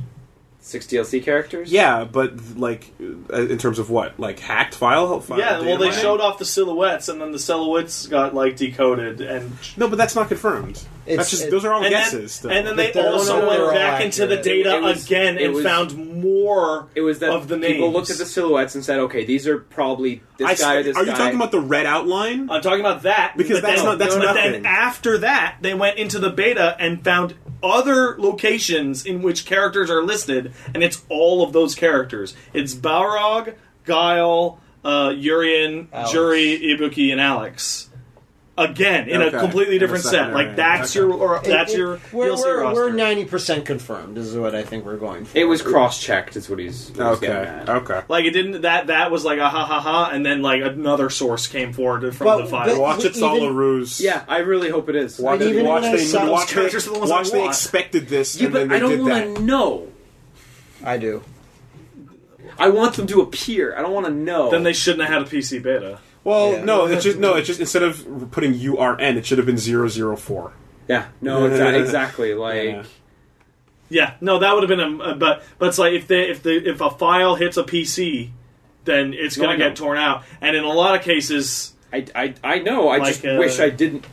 S4: Six DLC characters.
S3: yeah, but like uh, in terms of what like hacked file file.
S2: yeah, well, they
S3: data?
S2: showed off the silhouettes, and then the silhouettes got like decoded, and
S3: No, but that's not confirmed.
S1: It's-
S3: that's just
S1: it-
S3: those are all
S2: and
S3: guesses.
S2: Then,
S3: still.
S2: and then
S1: But
S2: they
S1: they're
S2: also
S1: all- they're all
S2: went back into the
S1: accurate.
S2: data
S4: It was-
S2: again
S4: it
S2: and
S4: was-
S2: found more
S4: It was that
S2: of the names.
S4: people looked at the silhouettes and said, "Okay, these are probably this
S3: I
S4: guy or
S3: st-
S4: this
S3: are
S4: guy."
S3: you talking about the red outline?
S2: I'm talking about that
S3: Because
S2: but
S3: that's
S2: then,
S3: not- that's
S2: but
S3: nothing.
S2: then after that, they went into the beta and found other locations in which characters are listed, and it's all of those characters. It's Balrog, Guile, uh, Urian,
S1: Alex.
S2: Jury, Ibuki, and Alex. Again, in
S3: Okay.
S2: a completely
S3: In a
S2: different
S3: second
S2: set.
S3: area.
S2: Like that's
S3: Okay.
S2: your, or that's
S1: It- it-
S2: your.
S1: We're
S2: DLC
S1: we're,
S2: roster.
S1: we're ninety percent confirmed. Is what I think we're going for.
S4: It was cross-checked, is what he's. what he's getting
S3: Okay,
S4: at.
S3: okay.
S2: Like it didn't that that was like a ha ha ha, and then like another source came forward from
S1: But-
S2: the file.
S1: but-
S3: Watch
S1: Even-
S3: it's all a ruse.
S4: Yeah, I really hope it is.
S3: Watch,
S1: But even
S3: watch,
S1: when I
S3: they,
S1: saw those
S3: watch,
S2: characters
S3: they,
S2: are the ones I
S3: watch they
S2: want.
S3: expected this,
S4: Yeah,
S3: and then
S4: but
S3: they
S4: I don't
S3: did
S4: want
S3: that.
S4: to know.
S1: I do.
S4: I want them to appear. I don't want to know.
S2: then they shouldn't have had a PC beta.
S3: Well,
S1: Yeah.
S3: no, it's just no, it's just instead of putting URN, it should have been 004.
S4: Yeah.
S3: [laughs]
S4: No. Exactly. exactly like.
S3: Yeah.
S2: Yeah, no, that would have been a, a- but but it's like if they if the if a file hits a PC, then it's
S4: No,
S2: gonna
S4: I know.
S2: get torn out, and in a lot of cases,
S4: I, I, I know. I
S2: Like,
S4: just
S2: uh,
S4: wish I didn't.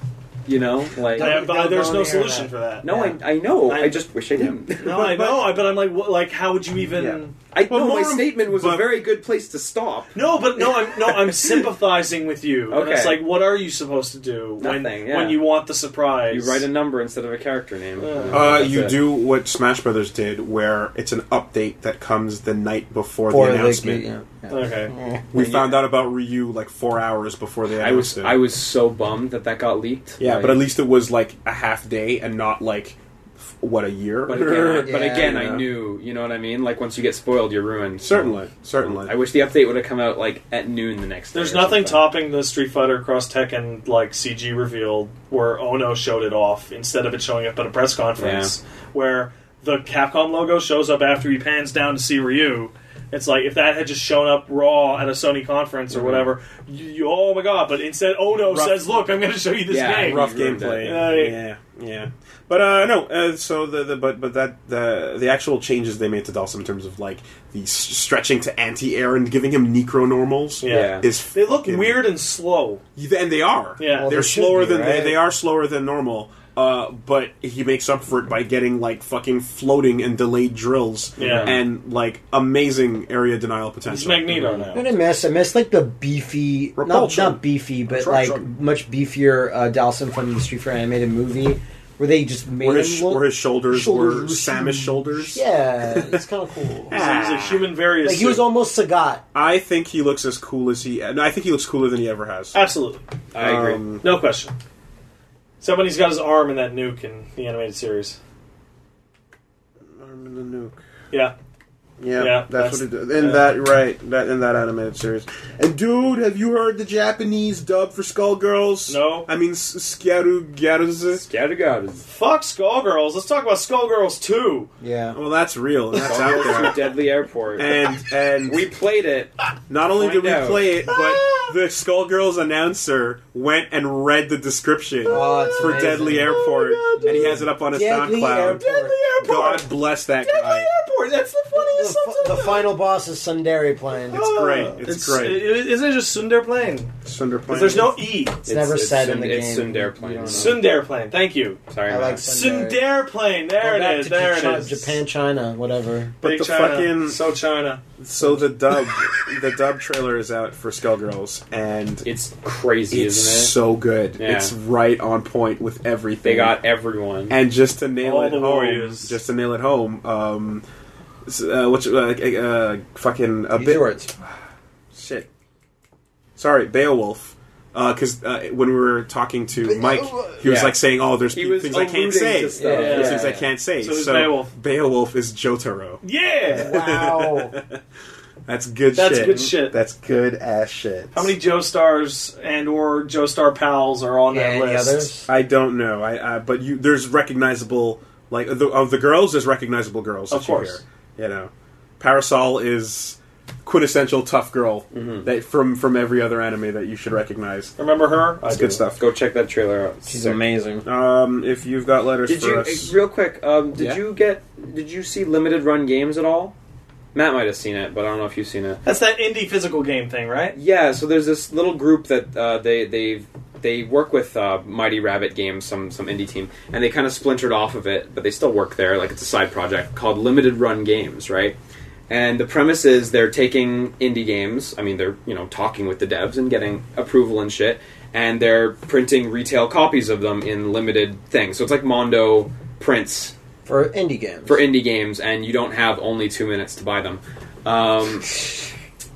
S4: You know, like
S1: Don't-
S2: I- I- there's
S1: don't
S2: no
S1: hear
S2: solution
S1: that.
S2: for that.
S4: no, I, I know.
S2: I-
S4: I, just wish I didn't.
S2: No,
S3: But-
S2: I
S3: but-
S2: know, I- but I'm like, what, like, how would you even?
S3: Yeah.
S4: I
S3: But
S4: know my
S3: more-
S4: statement was
S3: but-
S4: a very good place to stop.
S2: No, but no, I'm no,
S4: [laughs]
S2: I'm sympathizing with you. And it's
S4: Okay.
S2: like, what are you supposed to do when
S4: Nothing, yeah.
S2: when you want the surprise?
S4: You write a number instead of a character name.
S3: Uh,
S4: Oh, That's
S3: you
S4: it.
S3: do what Smash Brothers did, where it's an update that comes the night before
S1: Or
S3: the
S1: like,
S3: announcement.
S1: yeah, yeah.
S2: okay.
S3: We
S4: When you-
S3: found out about Ryu like four hours before they
S4: I was
S3: announced it.
S4: I was so bummed that that got leaked.
S3: yeah,
S4: Like,
S3: but at least it was like a half day and not like f- what a year. [laughs]
S4: But again, I, but
S1: Yeah.
S4: again,
S3: Yeah.
S4: I knew. You know what I mean? Like once you get spoiled, you're ruined.
S3: certainly, certainly.
S4: I wish the update would have come out like at noon the next day.
S2: There's
S4: or
S2: nothing
S4: something.
S2: topping the Street Fighter Cross Tekken like CG reveal where Ono showed it off instead of it showing up at a press conference where the Capcom logo shows up after he pans down to see Ryu It's like if that had just shown up raw at a Sony conference or
S1: Mm-hmm.
S2: whatever, you, you- oh my god! But instead, Ono
S3: Rough-
S2: says, "Look, I'm going to show you this
S4: Yeah,
S2: game."
S4: rough-
S3: rough
S4: You ruined
S3: gameplay.
S2: it.
S3: yeah, yeah. But uh, no, uh, so the, the but but that the the actual changes they made to Dawson in terms of like the s- stretching to anti-air and giving him necro normals
S2: Yeah.
S3: is
S2: They look
S3: fucking-
S2: weird and slow.
S3: and they are.
S2: Yeah. Well,
S3: they're
S1: they should
S3: slower
S1: be,
S3: than they,
S1: right?
S3: they are slower than normal. Uh, but he makes up for it by getting like fucking floating and delayed drills
S2: Yeah.
S3: and like amazing area denial potential.
S2: It's Magneto
S1: I'm
S2: now.
S1: gonna miss. I miss like the beefy, not,
S3: Repulsion.
S1: not beefy, but
S3: Repulsion.
S1: like much beefier uh, Dawson from the Street Fighter animated movie, where they just made
S3: Where his,
S1: him look.
S3: where his shoulders,
S1: shoulders
S3: were
S1: were
S3: Samus shoulders.
S1: yeah, it's kind of cool.
S2: He's a- he's a human various.
S1: like he was
S2: suit.
S1: almost Sagat.
S3: I think he looks as cool as he. No, I think he looks cooler than he ever has.
S2: absolutely
S4: I agree.
S3: Um,
S2: no question. Somebody's got his arm in that nuke in the animated series.
S3: Arm in the nuke.
S2: Yeah, Yeah,
S3: Yeah, that's,
S2: that's-
S3: what it did. In
S2: yeah.
S3: that right, that in that animated series. And dude, have you heard the Japanese dub for Skullgirls?
S2: No.
S3: I mean S- Skeru Garuze.
S4: Scattergods.
S2: fuck Skullgirls. Let's talk about Skullgirls too.
S1: Yeah,
S3: Well, that's real. and That's out
S4: Through
S3: there.
S4: Deadly Airport.
S3: And and
S4: we played it.
S3: not only did
S4: find
S3: we
S4: out.
S3: play it, but the Skullgirls announcer went and read the description
S1: Oh, it's
S3: for
S1: amazing.
S3: Deadly Airport, and he has it up on his
S1: Deadly
S3: SoundCloud.
S1: Airport. Deadly
S3: God bless that guy.
S2: Airport. That's the
S1: the,
S2: funniest.
S1: fi- the final boss is Sundari playing.
S2: Oh,
S1: It's,
S3: It's great. It's, great.
S2: It, it, isn't it just Sundar Plane?
S3: Sunder Plan.
S2: There's no E.
S1: never
S4: it's
S1: said in
S4: Sund-
S1: the
S4: it's
S1: game.
S4: Sundar playing.
S1: You don't know.
S4: Sund-
S2: Sundar Plane. Thank you.
S4: Sorry,
S1: I
S4: man.
S1: like Sundari.
S2: Sundar Plane. There
S1: Go back
S2: it is.
S1: to
S2: There
S1: Japan,
S2: it is.
S1: Japan, China, whatever.
S3: But
S2: Big
S3: the
S2: China.
S3: fucking-
S2: so China.
S3: So the dub, the dub trailer is out for Skullgirls, and it's
S4: It's crazy, isn't it?
S3: so good.
S4: Yeah.
S3: It's right on point with everything.
S4: They got everyone.
S3: and just to nail
S2: All
S3: it
S2: the
S3: home,
S2: warriors.
S3: just to nail it home. Um, s- uh, which uh, uh, fucking a
S1: Use
S3: bit
S1: your words.
S3: shit. Sorry, Beowulf. Because uh, when we were talking to Mike,
S1: uh,
S3: he was
S4: Yeah.
S3: like saying, "Oh, there's
S4: He was
S3: things I
S4: alluding
S3: can't
S4: to
S3: say.
S4: stuff.
S1: Yeah,
S3: There's
S1: yeah,
S3: things I
S4: yeah.
S3: can't say."
S2: So who's Beowulf?
S3: Beowulf is Jotaro.
S2: Yeah.
S1: Wow.
S3: That's good.
S2: That's
S3: shit.
S2: good shit.
S3: That's good ass shit.
S2: How many Joe Stars and or Joe Star pals are on
S1: yeah,
S2: that
S1: any
S2: list?
S1: others?
S3: I don't know. I, I but you there's recognizable like the, of the girls there's recognizable girls
S2: Of
S3: that
S2: course.
S3: you hear. You know, Parasol is quintessential tough girl
S2: Mm-hmm.
S3: that from from every other anime that you should recognize.
S2: Remember her?
S3: That's good stuff.
S4: Go check that trailer out.
S1: She's amazing.
S3: Um, if you've got letters
S4: Did
S3: for
S4: you
S3: us,
S4: real quick? Um, did
S3: Yeah.
S4: you get? Did you see limited run games at all? Matt might have seen it, but I don't know if you've seen it.
S2: That's that indie physical game thing, right?
S4: Yeah, so there's this little group that uh, they they they work with uh, Mighty Rabbit Games, some some indie team, and they kind of splintered off of it, but they still work there. Like it's a side project called Limited Run Games, right? And the premise is they're taking indie games. I mean, they're you know talking with the devs and getting approval and shit, and they're printing retail copies of them in limited things. So it's like Mondo prints
S1: For indie games.
S4: for indie games, and you don't have only two minutes to buy them. Um,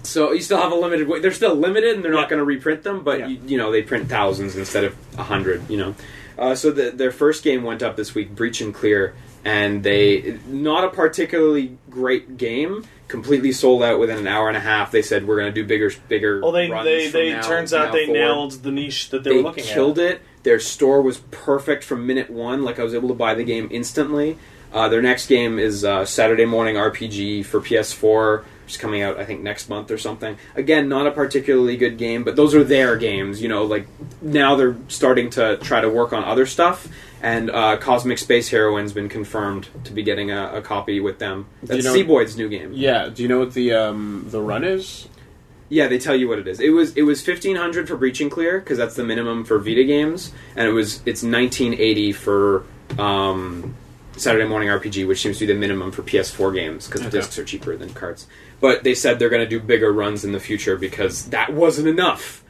S4: so you still have a limited. They're still limited, and they're not going to reprint them. But you, you know, they print thousands instead of a hundred. You know, uh, so the, their first game went up this week, Breach and Clear, and they not a particularly great game. Completely sold out within an hour and a half. They said we're going to do bigger, bigger.
S2: Well, they
S4: runs
S2: they,
S4: from
S2: they
S4: now-
S2: turns out
S4: now
S2: they
S4: forward
S2: nailed the niche that they,
S4: they
S2: were looking
S4: killed
S2: at.
S4: it. Their store was perfect from minute one. Like I was able to buy the game instantly. Uh, their next game is uh, Saturday Morning RPG for PS4, which is coming out I think next month or something. Again, not a particularly good game, but those are their games. You know, like now they're starting to try to work on other stuff. And uh, Cosmic Space Heroine's been confirmed to be getting a, a copy with them. That's
S3: know-
S4: Seaboyd's new game.
S3: yeah. Do you know what the um the run is?
S4: Yeah, they tell you what it is. It was it was fifteen hundred for breach and clear because that's the minimum for Vita games, and it was it's nineteen eighty for um, Saturday Morning RPG, which seems to be the minimum for PS4 games because the
S3: Okay.
S4: discs are cheaper than carts. But they said they're going to do bigger runs in the future because that wasn't enough.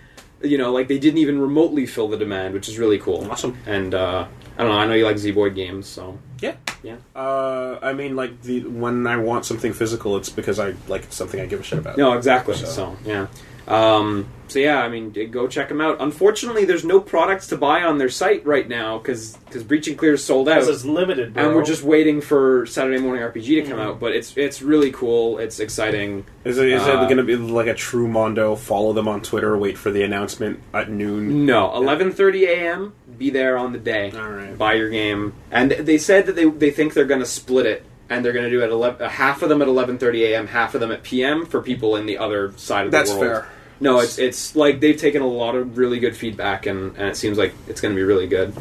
S4: You know, like they didn't even remotely fill the demand, which is really cool.
S3: Awesome.
S4: And uh, I don't know. I know you like Zboid games, so
S3: Yeah.
S4: Yeah.
S3: Uh, I mean, like the when I want something physical, it's because I like something I give a shit about.
S4: No, exactly.
S3: So-
S4: So, yeah. Um, so yeah, I mean, go check them out. Unfortunately, there's no products to buy on their site right now because Breach and Clear is sold out,
S2: Because it's Mm-hmm. limited, bro.
S4: and we're just waiting for Saturday Morning RPG to come out. But it's it's really cool. It's exciting.
S3: Is it, is
S4: Uh,
S3: it going to be like a true Mondo? Follow them on Twitter. Wait for the announcement at noon.
S4: No, 11:30 a.m. Be there on the day.
S3: All right.
S4: Buy your game, and they said that they they think they're going to split it and they're going to do it at 11, uh, half of them at 11:30 a.m., half of them at p.m. for people in the other side of
S3: That's
S4: the world.
S3: fair.
S4: No, it's it's like they've taken a lot of really good feedback, and, and it seems like it's going to be really good.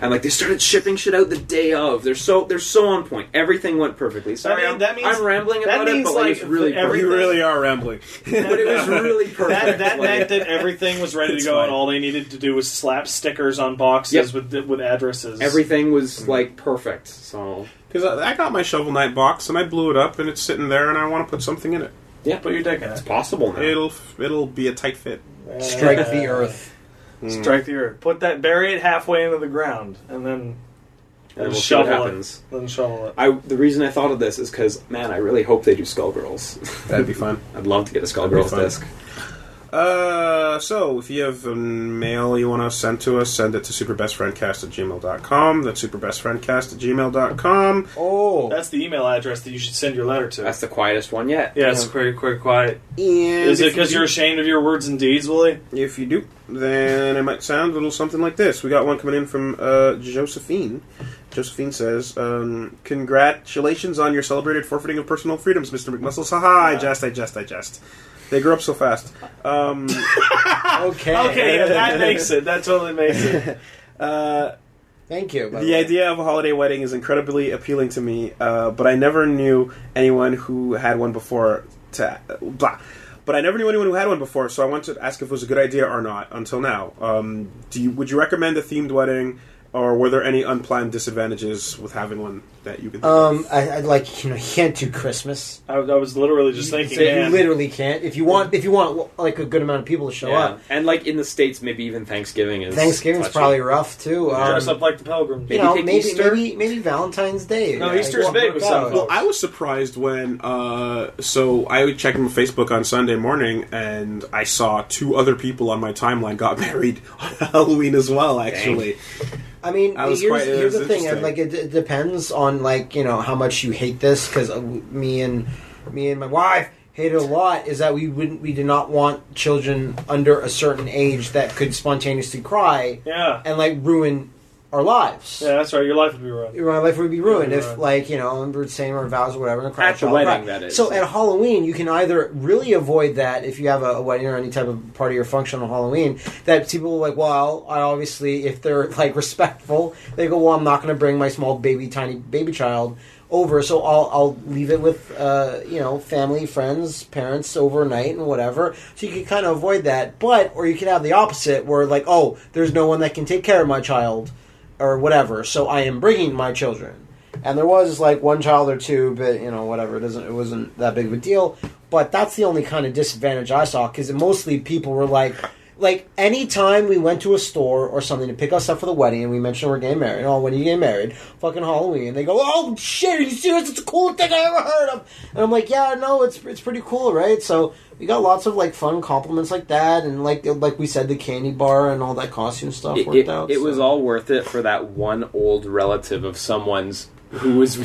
S4: And like they started shipping shit out the day of. They're so they're so on point. Everything went perfectly. Sorry,
S2: mean-
S4: I'm-
S2: that means-
S4: I'm rambling
S2: that
S4: about it,
S2: means,
S4: but like
S2: like,
S4: it's really
S2: every-
S4: perfect.
S3: You really are rambling. [laughs]
S4: but it
S2: [laughs]
S4: was really perfect.
S2: [laughs] That, that
S4: like,
S2: meant that everything was ready to
S3: It's
S2: go,
S3: fine.
S2: and all they needed to do was slap stickers on boxes
S4: Yep.
S2: with the- with addresses.
S4: everything was like perfect. So
S3: Because I, I got my Shovel Knight box and I blew it up and it's sitting there and I want to put something in it.
S2: put your dick in
S4: it's
S2: it.
S4: possible now.
S3: It'll it'll be a tight fit.
S1: Strike the
S2: [laughs]
S1: earth.
S4: Hmm.
S2: Strike the earth. Put that. Bury it halfway into the ground, and then
S4: and we'll see what
S2: shovel it.
S4: happens.
S2: then shovel it.
S4: I the reason I thought of this is because man, I really hope they do Skullgirls. [laughs]
S3: That'd be fun.
S4: I'd love to get a
S3: That'd be
S4: Skullgirls
S3: fun.
S4: disc.
S3: [laughs] Uh, so if you have a mail you want to send to us, send it to superbestfriendcast at gmail.com. That's superbestfriendcast at gmail.com.
S1: Oh,
S2: That's the email address that you should send your letter to.
S4: That's the quietest one yet.
S2: yeah, it's pretty quick, quiet.
S3: And
S2: Is it
S3: if you
S2: because you're ashamed of your words and deeds, Willie?
S3: do- If you do, then it might sound a little something like this. We got one coming in from uh, Josephine. Josephine says, um, Congratulations on your celebrated forfeiting of personal freedoms, Mr. McMuscles. Ha ha, I jest, I jest, I jest. They grew up so fast. Um,
S1: okay.
S2: Ah, Okay, yeah,
S4: [laughs]
S2: that makes it. That totally makes it.
S3: uh,
S1: Thank you. by
S3: The
S1: way.
S3: idea of a holiday wedding is incredibly appealing to me, uh, but I never knew anyone who had one before. To blah, but I never knew anyone who had one before, so I wanted to ask if it was a good idea or not. Until now, um, do you, would you recommend a themed wedding, or were there any unplanned disadvantages with having one that you could? Think
S1: Um, I, I like you know you can't do Christmas.
S2: I, I was literally just thinking.
S1: So you
S2: man,
S1: literally can't. If you want, if you want like a good amount of people to show
S4: Yeah.
S1: up,
S4: And like in the states, maybe even Thanksgiving is
S1: Thanksgiving's
S4: touchy.
S1: probably rough too. Um,
S2: dress up like the pilgrims.
S1: you
S4: Maybe
S1: know,
S4: take
S1: maybe,
S4: Easter?
S1: maybe maybe Valentine's Day.
S2: No,
S1: Like,
S2: Easter's
S1: what
S2: big with
S1: works out.
S2: some
S3: Well,
S2: folks.
S3: I was surprised when uh, so I was checking Facebook on Sunday morning, and I saw two other people on my timeline got [laughs] married on Halloween as well. Actually,
S1: I mean,
S3: I was
S1: here's,
S3: quite- it
S1: here's
S3: was
S1: the thing, and
S3: interesting.
S1: like it, it depends on like you know how much you hate this because me and me and my wife hated a lot is that we wouldn't we did not want children under a certain age that could spontaneously cry
S2: Yeah,
S1: and like ruin our lives.
S2: yeah, that's right. Your life would be ruined.
S1: My life would be ruined
S2: Yeah.
S1: if, like, you know, we we're saying our vows or whatever. And cry,
S4: At the
S1: cry, cry.
S4: wedding, that is.
S1: So at Halloween, you can either really avoid that if you have a, a wedding or any type of party or function on Halloween. That people are like, well, I obviously, if they're [laughs] like respectful, they go, well, I'm not going to bring my small baby, tiny baby child over, so I'll I'll leave it with uh, you know family, friends, parents overnight and whatever. So you can kind of avoid that, but or you can have the opposite where like, oh, there's no one that can take care of my child or whatever, so I am bringing my children. And there was like one child or two, but you know whatever. It doesn't. It wasn't that big of a deal. But that's the only kind of disadvantage I saw because mostly people were like, like any time we went to a store or something to pick us up for the wedding, and we mentioned we're getting married. Oh, when are you getting married? Fucking Halloween. And they go, oh shit, are you serious? It's the coolest thing I ever heard of. And I'm like, yeah, no, it's it's pretty cool, right? So we got lots of like fun compliments like that, and like like we said, the candy bar and all that costume stuff
S4: It,
S1: worked
S4: it-
S1: out.
S4: it was
S1: so.
S4: all worth it for that one old relative of someone's who was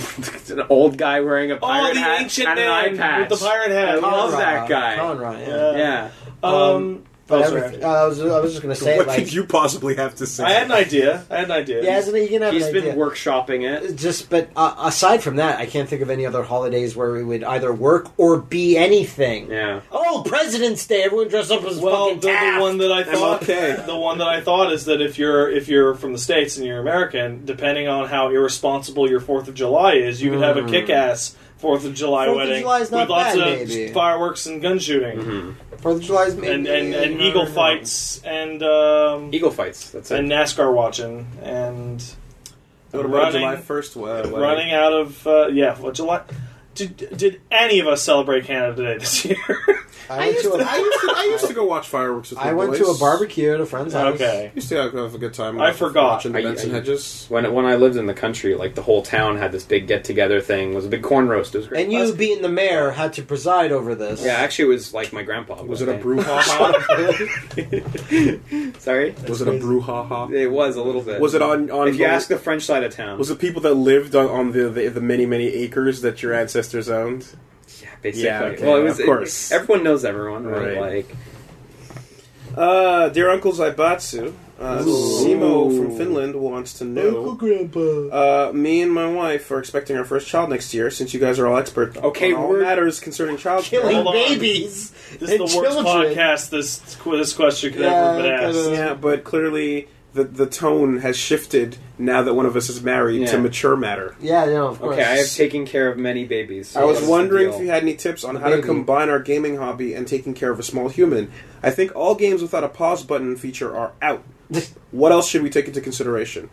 S4: [laughs] an old guy wearing a pirate
S2: the
S4: hat
S2: ancient
S4: and an
S2: man
S4: iPad
S2: with the pirate hat.
S4: I love
S1: Conrad,
S4: that guy.
S1: Conrad, yeah.
S2: Yeah.
S4: Yeah,
S2: Um,
S1: But
S2: oh, sorry.
S1: everything- uh, I was I was just gonna say
S3: what
S1: like
S3: could you possibly have to say?
S2: I had an idea. I had an idea.
S1: yeah, isn't it? You can have
S4: he's
S1: an
S4: been
S1: idea.
S4: workshopping it.
S1: just but uh, aside from that, I can't think of any other holidays where we would either work or be anything.
S4: Yeah,
S1: Oh, President's Day! Everyone dressed up as
S2: Well,
S1: fucking
S2: the, the
S1: Taft.
S2: one that I thought,
S3: okay.
S2: [laughs] the one that I thought is that if you're if you're from the states and you're American, depending on how irresponsible your Fourth of July is, you could have a kick-ass Fourth of July
S1: Mm. Fourth of
S2: wedding
S1: July is not
S2: with lots
S1: bad,
S2: of
S1: maybe.
S2: fireworks and gun shooting
S4: Mm-hmm.
S1: Fourth of July is maybe
S2: and and, and
S1: no,
S2: eagle
S1: no, no.
S2: fights and um,
S4: eagle fights. That's it.
S2: and NASCAR watching and
S3: What about
S2: running
S3: July first?
S2: running out of uh, yeah well, July. Did, did any of us celebrate Canada Day this [laughs] year?
S1: I
S3: I
S1: went
S3: used,
S1: to
S3: to,
S1: a,
S3: I, used to, I used to go watch fireworks with my
S1: I went
S3: boys.
S1: to a barbecue at a friend's house.
S2: okay.
S3: Used to have a good time.
S2: I forgot.
S3: Watching the
S4: I-
S3: Benson
S4: I-
S3: Hedges.
S4: when when I lived in the country, like the whole town had this big get together thing. It was a big corn roast. It was great.
S1: And you, being the mayor, had to preside over this.
S4: yeah, actually, it was like my grandpa.
S3: Was it
S4: but-
S1: [laughs]
S3: a brouhaha?
S4: Sorry,
S3: was it a brouhaha?
S4: it was a little bit.
S3: Was it on on?
S4: If you
S3: the-
S4: ask the French side of town,
S3: was it people that lived on, on the, the the many many acres that your ancestors owned?
S4: yeah, basically.
S3: Yeah, okay,
S4: well, it was.
S3: of course.
S4: everyone knows everyone, right?
S3: Right.
S4: Like,
S3: Uh, dear uncles Ibatsu Uh, Simo from Finland wants to know.
S1: Grandpa.
S3: Uh, me and my wife are expecting our first child next year. Since you guys are all expert,
S10: Okay,
S3: on all
S10: we're-
S3: matters concerning
S1: [laughs]
S3: child
S1: Killing
S2: Hold on.
S1: babies.
S2: This is the
S1: and
S2: worst
S1: children.
S2: podcast this this question could ever been
S1: Yeah,
S2: asked.
S1: kinda.
S3: Yeah, but clearly the the tone has shifted now that one of us is married to
S4: Yeah.
S3: mature matter.
S1: Yeah, no, of course.
S4: Okay, I have taken care of many babies. so
S3: I was
S4: what's the
S3: wondering
S4: deal?
S3: if you had any tips on how to
S1: Maybe.
S3: combine our gaming hobby and taking care of a small human. I think all games without a pause button feature are out. what else should we take into consideration?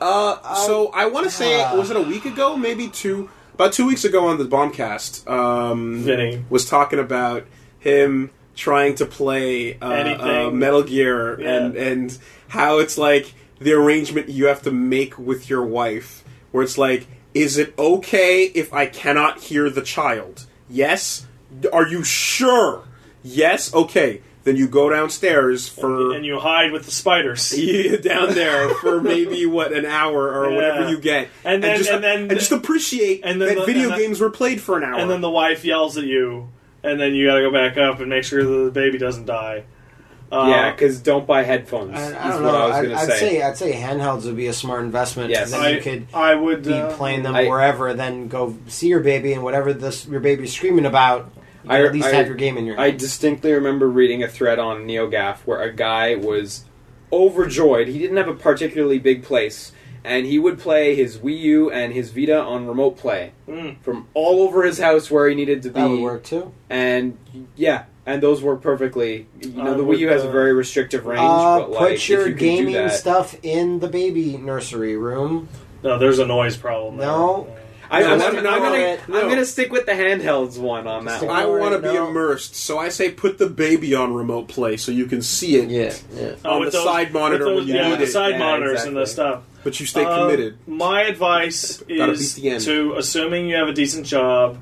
S3: Uh, so I want to say, was it a week ago? Maybe two, about two weeks ago on the Bombcast, um,
S2: Vinny.
S3: was talking about him trying to play uh,
S2: Anything.
S3: uh, Metal Gear
S2: Yeah.
S3: and and how it's like the arrangement you have to make with your wife, where it's like, is it okay if I cannot hear the child? Yes. D- Are you sure? Yes. Okay. Then you go downstairs for
S2: And you hide with the spiders.
S3: [laughs] you down there
S2: [laughs]
S3: for maybe what an hour or
S2: Yeah.
S3: whatever you get,
S2: And then-
S3: just,
S2: and then-
S3: just appreciate
S2: and then
S3: that
S2: the-
S3: video
S2: and the-
S3: games were played for an hour.
S2: And then the wife yells at you, and then you gotta go back up and make sure that the baby doesn't die. Uh,
S4: Yeah, because don't buy headphones.
S1: I, I
S4: is
S1: don't
S4: what
S1: know.
S4: I was
S1: I
S4: going to
S1: would
S4: say.
S1: say. I'd say handhelds would be a smart investment.
S4: Yes.
S1: then
S2: I,
S1: you could
S2: I would
S1: be
S2: uh,
S1: playing them
S4: I-
S1: wherever, then go see your baby and whatever this your baby's screaming about. You
S4: I-
S1: at least
S4: I-
S1: have your game in your
S4: I
S1: hand.
S4: distinctly remember reading a thread on NeoGAF where a guy was overjoyed. He didn't have a particularly big place, and he would play his Wii U and his Vita on remote play
S2: Mm.
S4: from all over his house where he needed to be.
S1: that would work too.
S4: And yeah, and those work perfectly. You know,
S2: I
S4: the Wii
S2: would,
S4: U has
S2: uh,
S4: a very restrictive range,
S1: Uh,
S4: but like
S1: put your
S4: if you can do
S1: gaming
S4: that,
S1: stuff in the baby nursery room.
S2: No, there's a noise problem. there.
S1: No.
S4: I,
S3: No,
S4: I'm,
S3: let
S4: I'm,
S3: me
S4: gonna,
S3: know
S4: I'm
S1: it.
S3: No.
S4: gonna stick with the handhelds one on that
S1: Stick
S4: one.
S3: I want to
S1: Alright,
S3: be
S1: no.
S3: immersed, so I say put the baby on remote play so you can see it
S1: yeah.
S2: Oh,
S3: on the
S2: with those-
S3: side
S2: with
S3: monitor when
S2: those-
S3: you
S2: yeah,
S3: need
S2: the
S3: it,
S2: side
S4: Yeah,
S2: monitors and the
S4: exactly.
S2: stuff.
S3: but you stay
S2: Um,
S3: committed.
S2: My advice
S3: [laughs] Gotta
S2: is
S3: beat the end.
S2: to, assuming you have a decent job,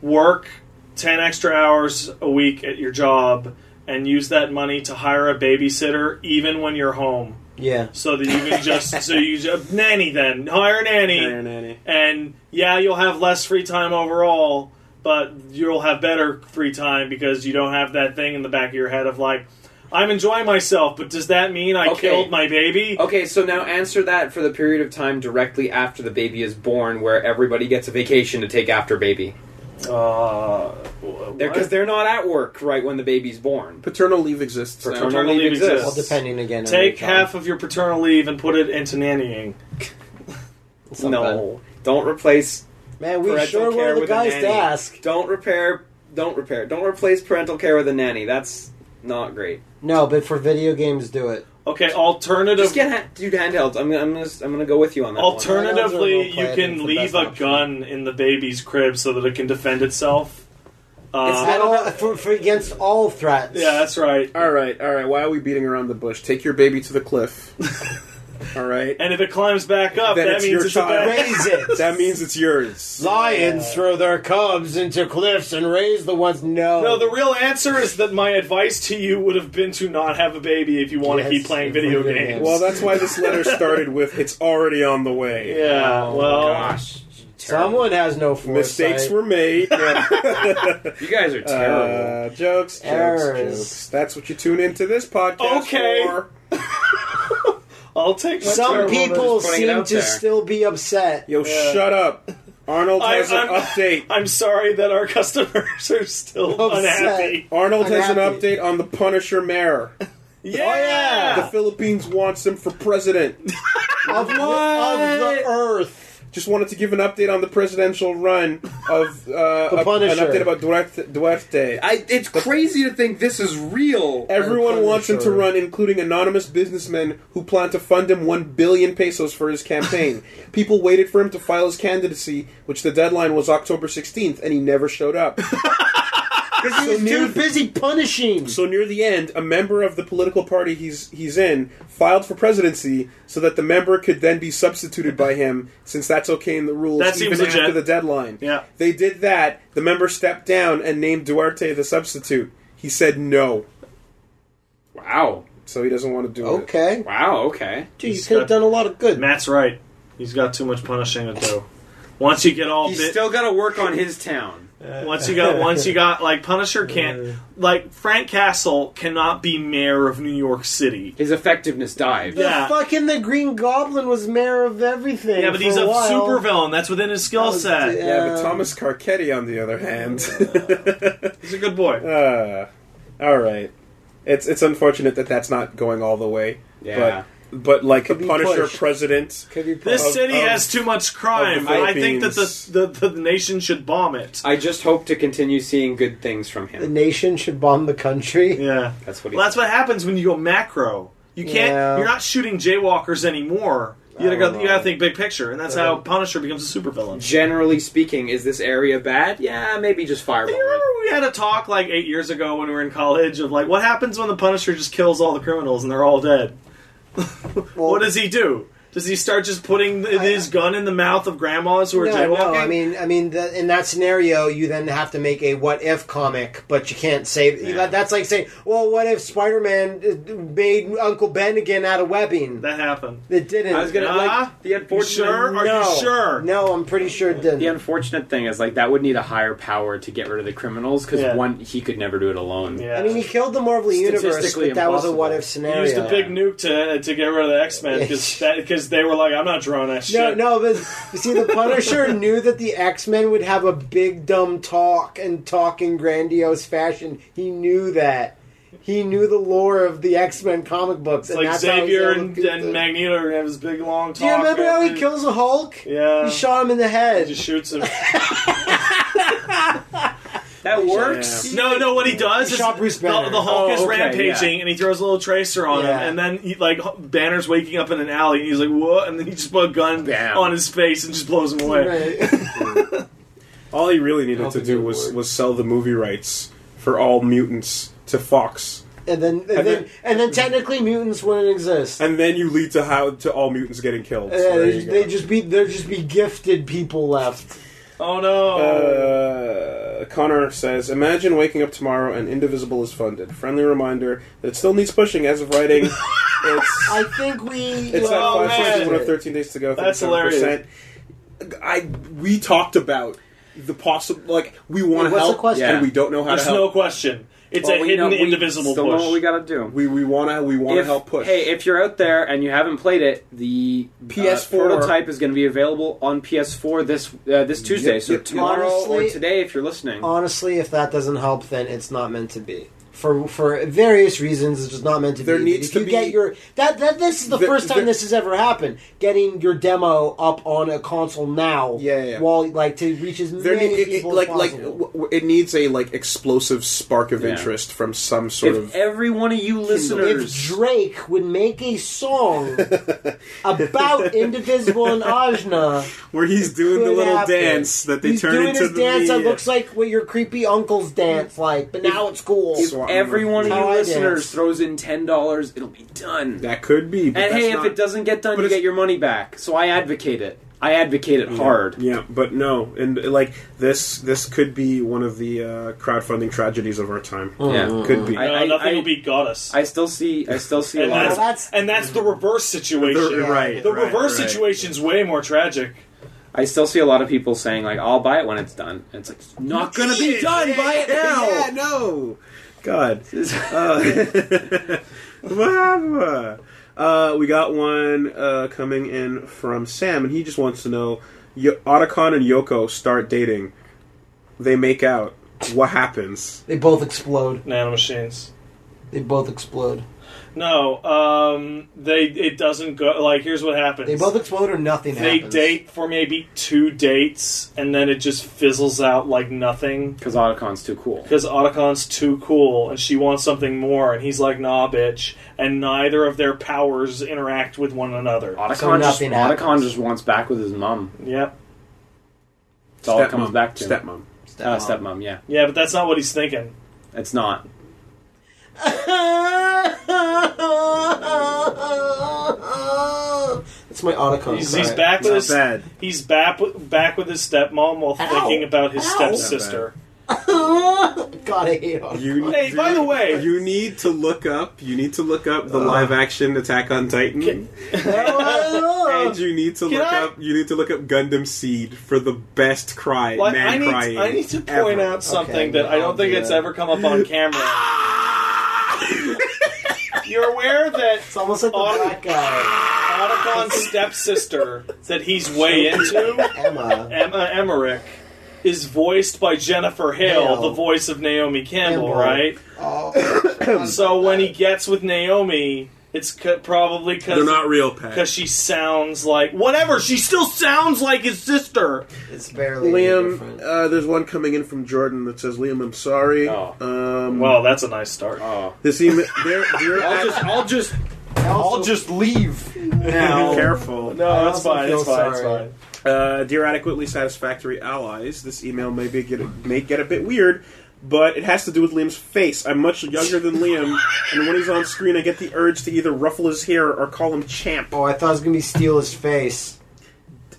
S2: work 10 extra hours a week at your job and use that money to hire a babysitter even when you're home
S1: Yeah.
S2: so that you can
S3: [laughs]
S2: just so you just nanny then hire a nanny and yeah you'll have less free time overall but you'll have better free time because you don't have that thing in the back of your head of like i'm enjoying myself but does that mean i
S4: Okay.
S2: killed my baby
S4: Okay, so now answer that for the period of time directly after the baby is born, where everybody gets a vacation to take after baby,
S2: uh,
S4: because
S2: what?
S4: they're not at work right when the baby's born.
S3: Paternal leave exists. now.
S4: Paternal
S2: Paternal leave
S4: leave exists.
S1: Well, depending again. on
S2: Take
S1: your job.
S2: half of your paternal leave and put it into nannying.
S1: It's not
S4: No, don't replace,
S1: bad. man, we
S4: parental
S1: sure
S4: care
S1: were the
S4: with a
S1: guys to
S4: nanny.
S1: ask.
S4: don't repair, don't repair, don't replace parental care with a nanny. That's not great.
S1: No, but for video games, do it.
S2: Okay, alternative.
S4: Just get ha- dude handhelds. I'm gonna, I'm gonna, I'm gonna go with you on that. one.
S2: alternatively,
S1: Handhelds are
S2: you
S1: no play, I think,
S2: can
S1: the
S2: leave
S1: best
S2: a
S1: option.
S2: gun in the baby's crib so that it can defend itself.
S4: It's
S1: At
S2: Uh,
S4: not-
S1: all, for, for against all threats.
S2: yeah, that's right.
S3: All right, all right. Why are we beating around the bush? Take your baby to
S2: [laughs]
S3: the cliff. all right,
S2: And if it climbs back up,
S3: Then
S2: that
S3: it's
S2: means
S3: your
S2: it's a
S3: child.
S2: bad.
S1: raise it.
S3: that means it's yours.
S1: Lions throw their cubs into cliffs and raise the ones. No,
S2: No, the real answer is that my advice to you would have been to not have a baby if you want
S1: Yes,
S2: to keep playing
S1: if
S2: video
S1: video
S2: games.
S1: games.
S3: Well, that's why this letter started with "It's already on the way."
S2: yeah,
S1: Oh,
S2: well,
S4: gosh, terrible.
S1: someone has no foresight.
S3: Mistakes were made.
S4: you guys are terrible.
S3: [laughs] Uh, jokes, jokes,
S1: Errors.
S3: jokes. That's what you tune into this podcast
S2: Okay.
S3: for.
S2: I'll take my
S1: Some
S2: terrible-
S1: people
S4: just pointing it
S1: seem
S4: out
S1: to
S4: there.
S1: still be upset.
S3: Yo,
S2: Yeah.
S3: shut up. Arnold
S2: I-
S3: has an
S2: I'm-
S3: update.
S2: I'm sorry that our [laughs] customers are still
S1: Upset.
S2: unhappy.
S3: Arnold
S1: I'm
S3: has an
S1: happy.
S3: update on the Punisher mayor.
S2: Oh, Yeah.
S3: The Philippines wants him for president.
S1: Of, the- of the earth.
S3: Just wanted to give an update on the presidential run
S1: [laughs]
S3: of uh,
S1: The
S3: a- an
S1: Punisher.
S3: update about Duarte. Duarte.
S4: I, it's crazy to think this is real.
S3: Everyone
S1: The
S3: wants him to
S1: Punisher.
S3: run, including anonymous businessmen who plan to fund him one billion pesos for his
S1: [laughs]
S3: campaign. People waited for him to file his candidacy, which the deadline was October 16th, and he never
S1: [laughs]
S3: showed up.
S1: Because he was too busy punishing.
S3: So near the end, a member of the political party he's he's in filed for presidency so that the member could then be substituted by him, since that's okay in the rules
S2: That
S3: even
S2: seems legit.
S3: after the deadline.
S2: Yeah.
S3: They did that. The member stepped down and named Duarte the substitute. He said no,
S4: Wow.
S3: so he doesn't want to do it.
S1: Okay.
S4: Wow. Okay.
S1: Gee, you could have done a lot of good.
S2: Matt's right. He's got too much punishing to do. Once you get all
S4: He's
S2: bit,
S4: still got to work on his town.
S2: once you got, once you got, like Punisher can't, like Frank Castle cannot be mayor of New York City.
S4: His effectiveness dived.
S2: Yeah.
S1: The fucking the Green Goblin was mayor of everything.
S2: Yeah, but
S1: for
S2: he's
S1: a
S2: a
S1: while.
S2: supervillain. That's within his skill set.
S3: Yeah, but
S1: Um,
S3: Thomas Carcetti, on the other hand, [laughs]
S2: He's a good boy.
S3: uh, all right. It's it's unfortunate that that's not going all the way.
S4: Yeah.
S3: But but like a
S1: be
S3: Punisher
S1: pushed.
S3: president.
S1: Could be oh.
S2: This
S3: Of-
S2: city
S3: of-
S2: has too much crime.
S3: of the
S2: I think that
S3: Philippines.
S2: the, the the nation should bomb it.
S4: I just hope to continue seeing good things from
S1: the
S4: him.
S1: nation should bomb the country.
S2: Yeah.
S4: That's what he.
S2: Well, that's what happens when you go macro. You can't.
S1: Yeah.
S2: You're not shooting jaywalkers anymore. You
S1: I
S2: gotta,
S1: don't
S2: go,
S1: know.
S2: you gotta think big picture, and that's how Punisher becomes a supervillain.
S4: Generally speaking, is this area bad? Yeah, maybe just
S2: Do
S4: fireball.
S2: you
S4: it.
S2: remember we had a talk like eight years ago when we were in college of like what happens when the Punisher just kills all the criminals and they're all dead? [laughs]
S1: Well-
S2: what does he do? Does he start just putting th- his gun in the mouth of grandmas who are
S1: No,
S2: jaywalking?
S1: no, I mean, I mean, the, in that scenario, you then have to make a what if comic, but you can't say that, that's like saying, well, what if Spider Man made Uncle Ben again out of webbing?
S2: that happened.
S1: It didn't.
S4: I was gonna
S2: Nah.
S4: like the
S2: You
S4: unfortunate.
S2: sure? Are
S1: no,
S2: you sure?
S1: No, I'm pretty sure it didn't.
S4: The unfortunate thing is like that would need a higher power to get rid of the criminals because
S2: Yeah.
S4: one he could never do it alone.
S2: Yeah.
S1: I mean, he killed the Marvel Universe,
S4: Statistically
S1: but that was a
S4: impossible.
S1: what if
S2: He
S1: scenario.
S2: used a big nuke to to get rid of the X Men
S1: Yeah.
S2: because they were like, I'm not drawing that shit.
S1: No, no, but you see, the
S2: [laughs]
S1: Punisher knew that the X Men would have a big dumb talk and talk in grandiose fashion. He knew that. He knew the lore of the X Men comic books,
S2: It's
S1: and
S2: like
S1: that's how he was
S2: Xavier
S1: able
S2: and,
S1: to do
S2: and
S1: that.
S2: Magneto are gonna have this big long talk.
S1: Do you remember how he
S2: and-
S1: kills a Hulk?
S2: Yeah,
S1: He shot him in the
S2: He
S1: head.
S2: just shoots
S1: [laughs]
S2: him.
S4: That
S3: works.
S4: works.
S2: no, no, what he does
S1: He
S2: is
S1: shot Bruce
S2: the,
S1: Banner.
S2: the Hulk
S4: Oh,
S2: is
S4: okay,
S2: rampaging and he throws a little tracer on
S1: Yeah.
S2: him, and then he, like H- Banner's waking up in an alley and he's like, "What?" And then he just put a gun
S4: Bam.
S2: on his face and just blows him away.
S1: Right.
S3: All he really needed to
S1: think
S3: do
S1: it
S3: was
S1: worked.
S3: was sell the movie rights for all mutants to Fox,
S1: And then, and,
S3: And
S1: then,
S3: then-
S1: and then, technically, mutants wouldn't exist.
S3: and then you lead to how to all mutants getting killed.
S1: Uh,
S3: So there
S1: they,
S3: you go.
S1: they just be there. Just be gifted people left.
S2: Oh no!
S3: Uh, Connor says, "Imagine waking up tomorrow and Indivisible is funded. Friendly reminder that it still needs pushing as of writing. it's
S1: I think we.
S3: it's at
S2: Oh,
S3: five
S2: man.
S3: seasons, one of thirteen days to go.
S2: That's
S3: 37%. I we talked about the possible like we
S1: Wait, what's
S3: want to
S1: the
S3: help
S1: question?
S3: and we don't know how
S2: There's
S3: to help.
S2: no question. It's
S4: Well,
S2: a
S4: we
S2: hidden,
S4: know- we
S2: indivisible
S4: still
S2: push.
S4: Know what we gotta do?
S3: we we want to we want to
S4: If-
S3: help push.
S4: Hey, if you're out there and you haven't played it, the
S3: PS4
S4: uh, prototype is going to be available on PS4 this uh, this Tuesday.
S3: Yep,
S4: so
S3: yep.
S4: tomorrow
S1: Honestly-
S4: or today, if you're listening.
S1: Honestly, if that doesn't help, then it's not meant to be. For for various reasons, it's just not meant to
S3: There
S1: be.
S3: needs
S1: if
S3: to
S1: you
S3: be-
S1: get your that that this is the
S3: There-
S1: first time
S3: there-
S1: this has ever happened. Getting your demo up on a console now,
S3: Yeah, yeah, yeah.
S1: while like to reach as
S3: there
S1: many
S3: need, it, it-
S1: people
S3: like
S1: as
S3: like
S1: possible.
S3: w- w- it needs a like explosive spark of
S4: Yeah.
S3: interest from some sort
S4: if
S3: of
S4: every one of you
S1: if
S4: listeners,
S1: Drake would make a
S3: [laughs]
S1: song about Indivisible and Ajna,
S11: Where he's doing the
S1: could
S11: little
S1: happen.
S11: dance that they
S1: he's
S11: turn
S1: doing
S11: into
S1: his
S11: the
S1: dance that
S11: media.
S1: looks like what your creepy uncle's dance like, but now it's cool.
S4: if
S3: Swat
S4: every one of
S1: How
S4: you
S1: I
S4: listeners
S1: dance.
S4: throws in ten dollars, it'll be done.
S3: that could be. But
S4: and
S3: that's
S4: hey,
S3: not-
S4: if it doesn't get done,
S3: but
S4: you
S3: it's-
S4: get your money back. So I advocate it. I advocate it hard.
S3: Yeah, but no, and like this, this could be one of the uh, crowdfunding tragedies of our time.
S4: Yeah.
S3: Could be.
S4: I-
S2: no, nothing
S4: I-
S2: will beat goddess.
S4: I still see. I still see a
S2: and,
S4: lot.
S2: that's,
S4: Of,
S1: Well, that's-
S2: and that's the reverse situation.
S3: The- right,
S2: The
S3: right,
S2: reverse
S3: right.
S2: situation's way more tragic.
S4: I still see a lot of people saying like, "I'll buy it when it's done." And it's like it's not gonna be done. Buy it now.
S3: Yeah, no. God. Uh, [laughs] Wah-wah. uh, we got one uh, coming in from Sam, and he just wants to know: Yo- Otacon and Yoko start dating. They make out. What happens?
S1: they both explode.
S2: Nanomachines.
S1: They both explode.
S2: No, um, they it doesn't go like here's what happens.
S1: They both explode or nothing
S2: They
S1: happens.
S2: date for maybe two dates and then it just fizzles out like nothing
S4: Because Otacon's too cool.
S2: because Otacon's too cool and she wants something more and he's like nah bitch and neither of their powers interact with one another.
S4: Otacon,
S1: So
S4: just,
S1: nothing happens.
S4: Otacon just wants back with his mum.
S2: Yep.
S4: That's all it comes
S3: Stepmom.
S4: back to.
S3: Stepmom.
S1: Step
S4: Uh,
S1: on. [laughs]
S4: stepmom, yeah.
S2: Yeah, but that's not what he's thinking.
S4: It's not.
S1: That's my Otacon.
S2: He's,
S1: cry.
S2: he's back with
S3: Not
S2: his
S3: bad.
S2: he's back with, back with his stepmom while
S1: Ow.
S2: thinking about his
S1: Ow.
S2: stepsister.
S1: [laughs] God, I hate him. [laughs]
S12: You,
S2: Hey, by the way,
S12: you need to look up. You need to look up the live action Attack on Titan, and
S3: Um,
S12: you need to
S2: Can
S12: look
S2: I-
S12: up. You need to look up Gundam Seed for the best cry,
S2: like,
S12: man
S2: I need
S12: crying.
S2: I need to point
S12: ever.
S2: out something
S1: Okay,
S2: that I
S1: I'll
S2: don't think
S1: do
S2: it's
S1: that.
S2: ever come up
S1: [laughs]
S2: on camera. You're aware that
S1: It's almost like the
S2: Autumn-
S1: black guy,
S2: Otacon's stepsister that he's way into,
S1: Emma.
S2: Emma Emmerich, is voiced by Jennifer Hale,
S1: Hale.
S2: the voice of Naomi Campbell,
S1: Campbell.
S2: right?
S1: Oh,
S2: [coughs] So when he gets with Naomi, it's c- probably
S12: They're
S2: because
S12: not real, Pat.
S2: because she sounds like whatever. She still sounds like his sister.
S1: it's barely
S3: Liam,
S1: different.
S3: uh, there's one coming in from Jordan that says, "Liam, I'm sorry."
S4: Oh.
S3: Um,
S2: Well, that's a nice start.
S4: Oh.
S3: this email. They're, they're
S4: I'll just, I'll just.
S1: Also-
S13: just leave.
S3: [laughs]
S1: now.
S3: careful.
S1: I
S2: No, that's
S1: also
S2: fine.
S1: feel
S2: That's fine. That's
S1: sorry.
S2: fine.
S3: Uh, dear adequately satisfactory allies, this email may be get may get a bit weird, but it has to do with Liam's face. I'm much younger than Liam, and when he's on screen, I get the urge to either ruffle his hair or call him champ.
S1: Oh, I thought it was gonna be steal his face.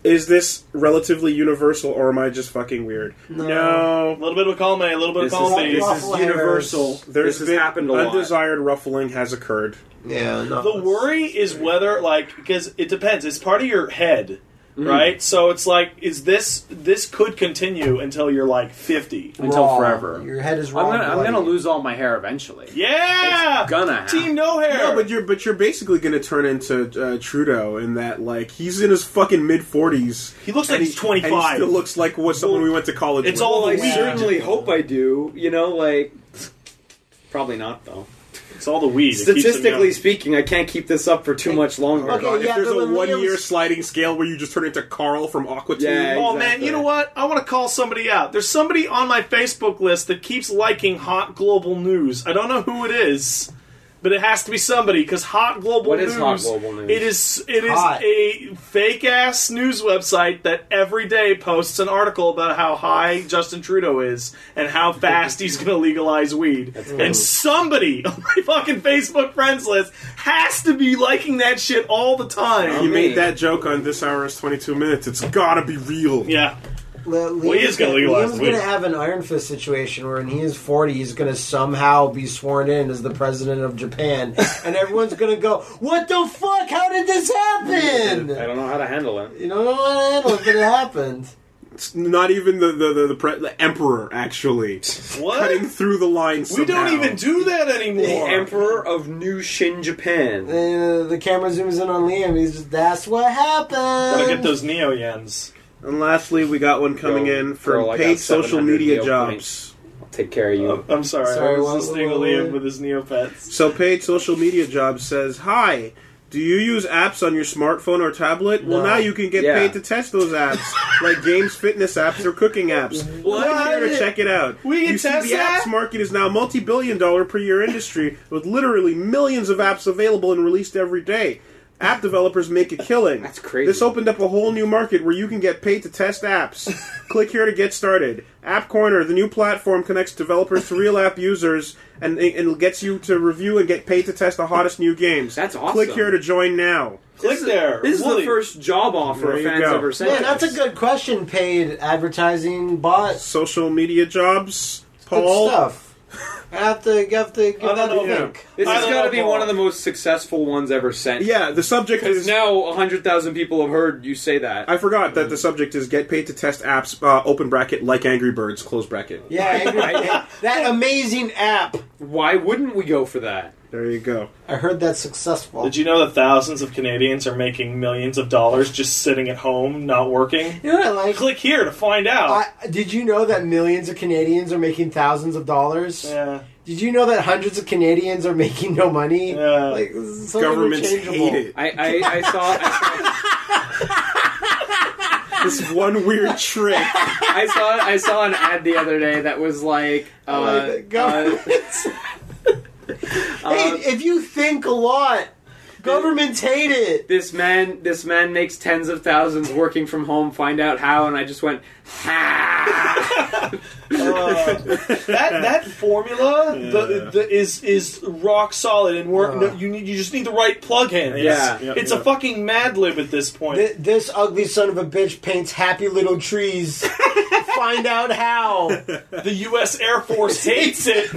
S3: Is this relatively universal, or am I just fucking weird? No.
S2: A little bit of a column A, a little bit of
S4: This
S2: a
S4: is,
S2: column B.
S4: this is
S1: Ruffle hairs.
S4: universal.
S3: There's
S4: this has
S3: been
S4: happened a lot.
S3: undesired ruffling has occurred.
S1: Yeah, no.
S2: The worry is whether, like, because it depends. It's part of your head,
S3: Mm.
S2: right? So it's like, is this this could continue until you're like fifty?
S4: Until forever.
S1: Your head is
S4: I'm
S1: wrong.
S4: gonna, I'm gonna lose all my hair eventually.
S2: Yeah,
S4: It's gonna happen.
S2: team no hair.
S3: No, but you're but you're basically going to turn into uh, Trudeau in that like he's in his fucking mid forties.
S2: he looks like he's twenty
S3: And he
S2: five.
S3: still looks like what someone we went to college.
S2: It's
S3: with.
S2: all
S4: I
S2: the weed.
S4: certainly hope I do. You know, like probably not though.
S2: It's all the weed. It keeps him
S4: Statistically
S2: young.
S4: speaking, I can't keep this up for too much longer.
S1: Okay,
S3: God,
S1: yeah,
S3: if there's
S1: but
S3: a
S1: when
S3: one year
S1: Liam's-
S3: sliding scale where you just turn into Carl from Aqua Teen,
S4: Yeah,
S2: Oh man,
S4: Exactly.
S2: you know what? I want to call somebody out. There's somebody on my Facebook list that keeps liking Hot Global News. I don't know who it is, but it has to be somebody because Hot Global
S4: What
S2: News.
S4: is Hot Global News?
S2: It is it is
S1: Hot.
S2: a fake ass news website that every day posts an article about how high Justin Trudeau is and how fast he's going to legalize weed. And somebody [laughs] on my fucking Facebook friends list has to be liking that shit all the
S3: you
S2: time.
S4: Um,
S3: made that joke on this hour is 22 minutes. It's gotta be real.
S2: Yeah.
S1: Li-
S2: Well, he is gonna legalize
S1: Liam's
S2: the weed.
S1: gonna have an Iron Fist situation where, when he is forty, he's gonna somehow be sworn in as the president of
S2: [laughs]
S1: Japan, and everyone's gonna go, "What the fuck? How did this
S4: I
S1: happen?"
S4: don't know how to handle it.
S1: You don't know what happened, but it happened.
S3: It's not even the the, the, the, pre- the emperor
S2: [laughs]
S3: actually
S2: What?
S3: cutting through the line.
S2: We
S3: Somehow.
S2: don't even do that anymore.
S4: Emperor of New Shin Japan.
S1: Uh, the camera zooms in on Liam. He's just, "That's what happened."
S2: Gotta get those neo yens.
S3: And lastly, we got one coming
S4: Yo,
S3: in from
S4: girl, I got
S3: paid social
S4: 700
S3: media
S4: Neo
S3: jobs.
S4: I'll take care of you.
S2: I'm sorry,
S1: Sorry,
S2: I was
S1: what-
S2: listening
S1: what-
S2: to Liam
S1: what-
S2: with his Neopets.
S3: So paid social media jobs says hi. Do you use apps on your smartphone or tablet? Well,
S1: No.
S3: now you can get
S4: Yeah.
S3: paid to test those apps, like games, fitness apps, or
S2: [laughs]
S3: cooking apps. Click here to check it out.
S2: We can
S3: you see,
S2: test
S3: the
S2: that?
S3: apps market is now a multi-billion-dollar per year industry with literally millions of apps available and released every day. App developers
S4: [laughs]
S3: make a killing.
S4: That's crazy.
S3: This opened up a whole new market where you can get paid to test
S4: [laughs]
S3: apps. Click here to get started. App Corner, the new platform, connects developers to real app users and, and gets you to review and get paid to test the hottest new games.
S4: That's awesome.
S3: Click here to join now.
S2: Click there.
S4: This is
S2: Wooly.
S4: the first job
S3: There
S4: offer
S3: you
S4: fans
S3: go.
S4: ever sent.
S1: Man, that's a
S4: us.
S1: good question. Paid advertising bot
S3: Social media jobs.
S1: good
S3: Paul.
S1: stuff. I have to you have to give
S2: I don't
S1: that a
S2: know.
S1: think.
S4: This
S2: I
S4: has
S2: don't
S4: got to
S2: know,
S4: be
S2: Paul.
S4: one of the most successful ones ever sent.
S3: Yeah, the subject
S4: Because
S3: is
S4: now 100,000 people have heard you say that.
S3: I forgot that the subject is get paid to test apps, uh, open bracket, like Angry Birds, close bracket.
S1: Yeah, I agree. that amazing app.
S4: Why wouldn't we go for that?
S3: There you go.
S1: I heard that's successful.
S2: Did you know that thousands of Canadians are making millions of dollars just sitting at home, not working?
S1: You know what I like?
S2: Click here to find out.
S1: I, did you know that millions of Canadians are making thousands of dollars?
S2: yeah.
S1: Did you know that hundreds of Canadians are making no money?
S2: Yeah.
S1: Like, this is so
S3: Governments
S1: interchangeable.
S3: hate it.
S4: I, I, I saw. I saw
S3: This one weird trick.
S4: I saw I saw an ad the other day that was like, uh,
S1: Like, the governments. hey, if you think a lot, governments hate it.
S4: this man this man makes tens of thousands working from home find out how and i just went ha
S2: Uh, that [laughs] that formula the, the, is is rock solid, and we're, no,
S1: Uh.
S2: you need you just need the right plugins.
S4: Yeah.
S3: Yep,
S2: it's
S3: yep.
S2: a fucking Mad Lib at this point.
S1: Th- This ugly son of a bitch paints happy little trees. find out how.
S2: the U.S. Air Force hates it.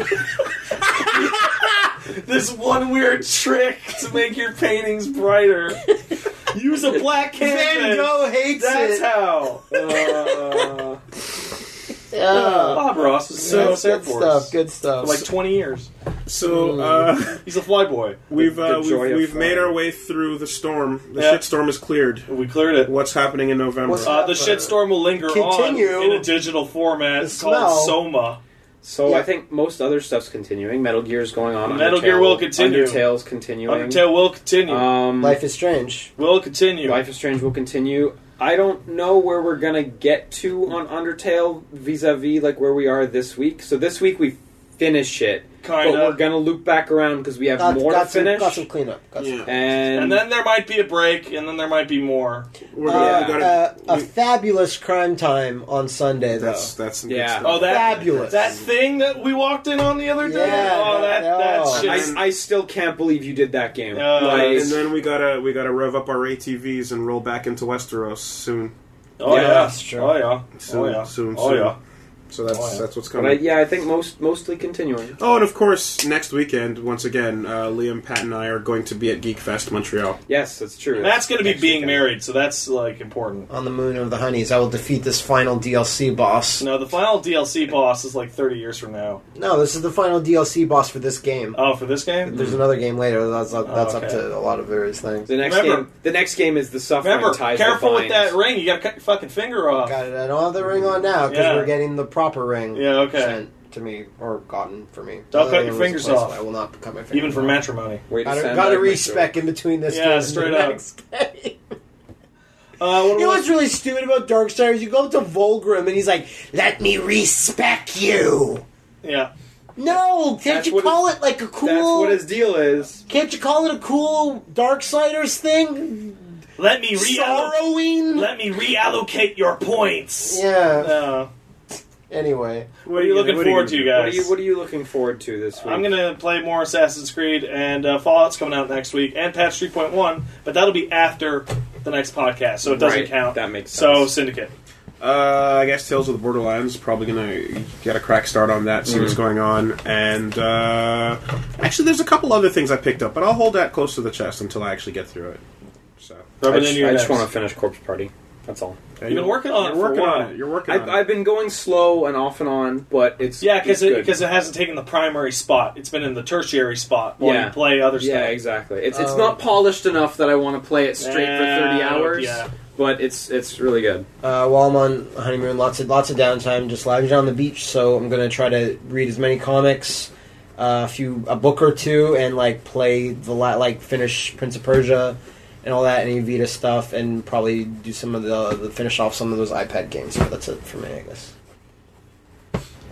S2: this one weird trick to make your paintings brighter. Use a black
S1: Van
S2: canvas.
S1: Gogh hates
S2: That's
S1: it.
S2: how. Uh, Bob Ross was in the
S1: so
S2: U.S.
S1: Uh,
S2: Air
S1: good
S2: Force
S1: stuff. Good
S2: for
S1: stuff.
S2: like 20 years.
S3: So uh,
S2: He's a flyboy.
S3: we've
S4: the
S3: uh,
S4: joy
S3: we've,
S4: of
S3: we've made
S4: flying.
S3: our way through the storm. The
S2: Yeah.
S3: shit storm is cleared.
S2: We cleared it.
S3: What's happening in November?
S1: What's up?
S2: Uh, the shitstorm will linger
S1: Continue.
S2: on in a digital format
S1: The smell.
S2: called Soma.
S4: So
S1: Yeah.
S4: I think most other stuff's continuing. Metal Gear's going on.
S2: Metal
S4: Undertale-
S2: Gear will continue.
S4: Undertale's continuing.
S2: Undertale will continue.
S1: Uh,
S4: Um,
S1: Life is strange.
S2: will continue.
S4: Life is Strange will continue. I don't know where we're gonna get to on Undertale vis-a-vis like where we are this week. So this week we finish it, but we're
S2: Kinda.
S4: gonna loop back around because we have
S1: Got,
S4: more
S1: got
S4: to
S1: some,
S4: finish.
S1: got some cleanup. Got some.
S3: Yeah.
S4: and,
S2: And then there might be a break, and then there might be more.
S3: We're
S1: Uh,
S3: gonna,
S4: Yeah.
S3: we gotta,
S1: uh, a
S3: we-
S1: fabulous crime time on Sunday, though.
S3: that's that's some
S4: Yeah.
S3: good stuff.
S2: Oh, that
S1: Fabulous.
S2: that thing that we walked in on the other day.
S1: Yeah,
S2: oh, that
S1: yeah.
S2: that shit.
S4: I, I still can't believe you did that game.
S2: Uh,
S4: Like,
S3: and then we gotta we gotta rev up our ATVs and roll back into Westeros soon.
S2: oh
S4: Yeah,
S2: yeah,
S1: that's true.
S2: oh yeah,
S3: Soon,
S2: oh yeah,
S3: soon,
S2: oh
S3: soon.
S2: yeah.
S3: So that's
S2: Oh, yeah.
S3: that's what's
S4: but
S3: coming.
S4: I, yeah, I think most mostly continuing.
S3: Oh, and of course, next weekend, once again, uh, Liam, Pat, and I are going to be at Geek Fest Montreal.
S4: Yes, that's true.
S2: Matt's going to be
S4: Next
S2: being
S4: weekend.
S2: married, so that's like important.
S1: On the moon of the honeys, I will defeat this final DLC boss.
S2: No, the final DLC boss is like 30 years from now.
S1: No, this is the final DLC boss for this game.
S2: Oh, for this game,
S1: There's another game later. That's up,
S2: Oh,
S1: that's up
S2: okay.
S1: to a lot of various things.
S4: The next
S2: Remember-
S4: game. The next game is the suffering
S2: remember,
S4: ties.
S2: careful
S4: that
S2: with that
S4: binds.
S2: ring. You got to cut your fucking finger off.
S1: Got it. I don't have the ring on now because
S2: Yeah.
S1: we're getting the proper ring.
S2: Yeah, okay.
S1: Sent to me or gotten for me.
S2: Don't
S1: The
S2: cut
S1: other
S2: your
S1: one was
S2: fingers
S1: replaced,
S2: off.
S1: but I will not cut my fingers.
S2: Even for
S1: off.
S2: matrimony.
S4: Way to
S1: Got a,
S4: send
S1: got
S4: that
S1: a
S4: message.
S1: respec in between this
S2: Yeah,
S1: game and
S2: straight
S1: the
S2: up.
S1: next [laughs] game.
S2: Uh, what
S1: You know
S2: was-
S1: what's really stupid about Darksiders? You go up to Volgrim and he's like, let me respec you.
S2: yeah,
S1: No, can't
S4: That's
S1: you
S4: what
S1: call it like a cool?
S4: That's what his deal is.
S1: can't you call it a cool Darksiders thing?
S2: let me reallocate.
S1: Sorrowing.
S2: Let me reallocate your points.
S1: yeah.
S2: No.
S1: Anyway,
S2: What are you looking forward to, guys?
S4: What are you What are you looking forward to this week?
S2: I'm gonna play more Assassin's Creed and uh, Fallout's coming out next week and Patch 3.1, but that'll be after the next podcast, so it doesn't
S4: Right,
S2: count.
S4: that makes
S2: So
S4: sense.
S2: Syndicate.
S3: Uh, I guess Tales of the Borderlands probably gonna get a crack start on that, see what's going on, and uh, actually, there's a couple other things I picked up, but I'll hold that close to the chest until I actually get through it. So
S4: I
S2: Rub it
S4: just,
S2: into your
S4: I just
S2: nose.
S4: want to finish Corpse Party. That's all.
S3: you've
S2: been working on it
S3: You're
S2: for a
S3: working
S2: while.
S3: on it. You're working
S4: I've,
S3: on it.
S4: I've been going slow and off and on, but it's
S2: Yeah, because
S4: it's
S2: it,
S4: good.
S2: because it hasn't taken the primary spot. It's been in the tertiary spot while
S4: Yeah.
S2: you play other
S4: yeah,
S2: stuff.
S4: exactly. It's it's
S2: Oh.
S1: Um,
S4: not polished enough that I want to play it straight
S2: Yeah,
S4: for 30 hours.
S2: yeah.
S4: But it's it's really good.
S1: uh, while I'm on honeymoon, lots of lots of downtime, just lounging on the beach. So I'm gonna try to read as many comics, uh, a few, a book or two, and like play the la- like finish Prince of Persia. And all that, any Vita stuff, and probably do some of the, the finish off some of those iPad games. But that's it for me, I guess.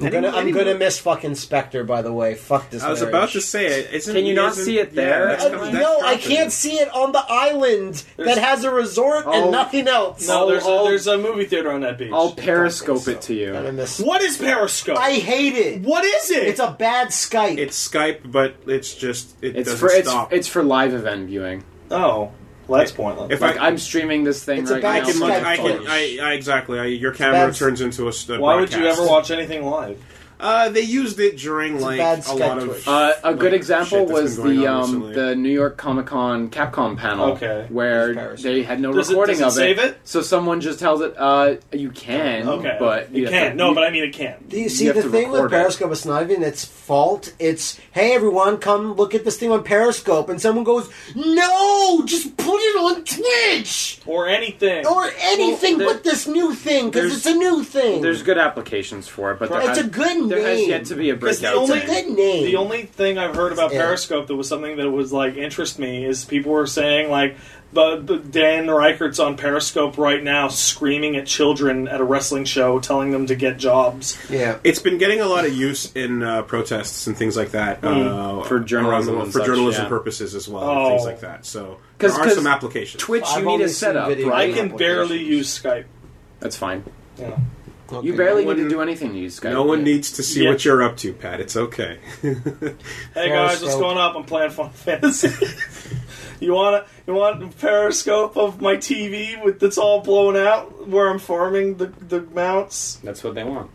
S1: I'm
S3: Any-
S1: gonna, I'm
S3: any-
S1: gonna miss fucking Spectre. By the way, fuck this.
S3: I was
S1: marriage.
S3: about to say it. Isn't
S4: Can you not
S3: isn't-
S4: see it
S3: yeah,
S4: there?
S3: that's
S1: Uh,
S3: coming- that's
S1: no, I
S3: happening.
S1: can't see it on the island that
S2: There's-
S1: has a resort
S4: Oh.
S1: and nothing else.
S2: No,
S4: I'll-
S2: there's a,
S4: I'll-
S2: there's a movie theater on that beach.
S4: I'll periscope
S1: so.
S4: it to
S1: And I
S4: you.
S1: miss.
S2: what is Periscope?
S1: I hate it.
S2: what is it?
S1: It's a bad Skype.
S3: It's Skype, but it's just it
S4: It's
S3: doesn't
S4: for it's,
S3: stop.
S4: it's for live event viewing.
S2: oh, well, that's pointless.
S3: If
S4: Like
S3: I-
S4: I'm streaming this thing
S1: It's a
S4: right
S1: bad
S3: I
S4: now.
S3: can,
S1: Skype
S3: look,
S4: on my
S3: I
S1: footage.
S3: can,
S4: phone.
S3: I, I exactly. I, your camera
S1: That's-
S3: turns into a. s- a
S2: Why would you
S3: broadcast.
S2: ever watch anything live?
S4: Mm-hmm.
S3: Uh, they used it during
S1: a
S3: like
S1: bad
S3: a
S1: Skype
S3: lot
S1: twitch.
S3: of.
S4: Uh, a
S3: like,
S4: good example
S3: shit that's
S4: was
S3: been going
S4: the
S3: on
S4: um,
S3: recently.
S4: the New York Comic Con Capcom panel,
S2: Okay.
S1: It's
S4: where
S1: Paris.
S4: they had no
S2: Does it-
S4: recording
S2: does it
S4: of
S2: save it? Oh,
S4: So someone just tells it, uh, "You can,
S2: Okay,
S4: but
S2: you
S4: have
S2: can't.
S4: to-
S2: no,
S4: you-
S2: but I mean it can.
S1: Do you see
S4: have
S1: the
S4: to
S1: thing with
S4: record it.
S1: Periscope? It's not even its fault. It's hey everyone, come look at this thing on Periscope, and someone goes, "No, just put it on Twitch
S2: Or anything.
S1: or anything
S4: there-
S1: but this new thing because it's
S4: there's-
S1: a new thing."
S4: There's good applications for it, but there
S1: It's
S4: has,
S1: a good
S4: there has
S1: name.
S4: yet to be a
S2: 'Cause the
S4: breakout.
S2: only-
S1: it's a
S4: thing.
S1: good name.
S2: The only thing I've heard about
S1: Yeah.
S2: Periscope that was something that was like interest me is people were saying like, but, but Dan Reichert's on Periscope right now, screaming at children at a wrestling show, telling them to get jobs.
S1: yeah.
S3: It's been getting a lot of use in uh, protests and things like that
S2: Hmm.
S3: uh,
S4: For journalism
S3: around the world-
S4: and
S3: for
S4: such,
S3: journalism
S4: yeah.
S3: purposes as well, and things
S2: Oh.
S3: like that. So
S4: 'Cause-
S3: there are
S4: 'cause
S3: some applications.
S4: Twitch,
S1: I've
S4: you need
S1: only
S4: a
S1: seen
S4: setup,
S1: video
S4: right?
S2: I can barely use Skype.
S4: That's fine.
S2: Yeah.
S1: Okay,
S4: You barely
S3: no one-
S4: need to do anything to use Skype.
S3: No one needs to see
S2: Yeah.
S3: what you're up
S2: [laughs]
S3: to, Pat. It's okay.
S2: Hey guys, what's
S1: Periscope.
S2: going up? I'm playing Final Fantasy. [laughs] You want you want a periscope of my TV with that's all blown out where I'm farming the the mounts?
S4: That's what they want.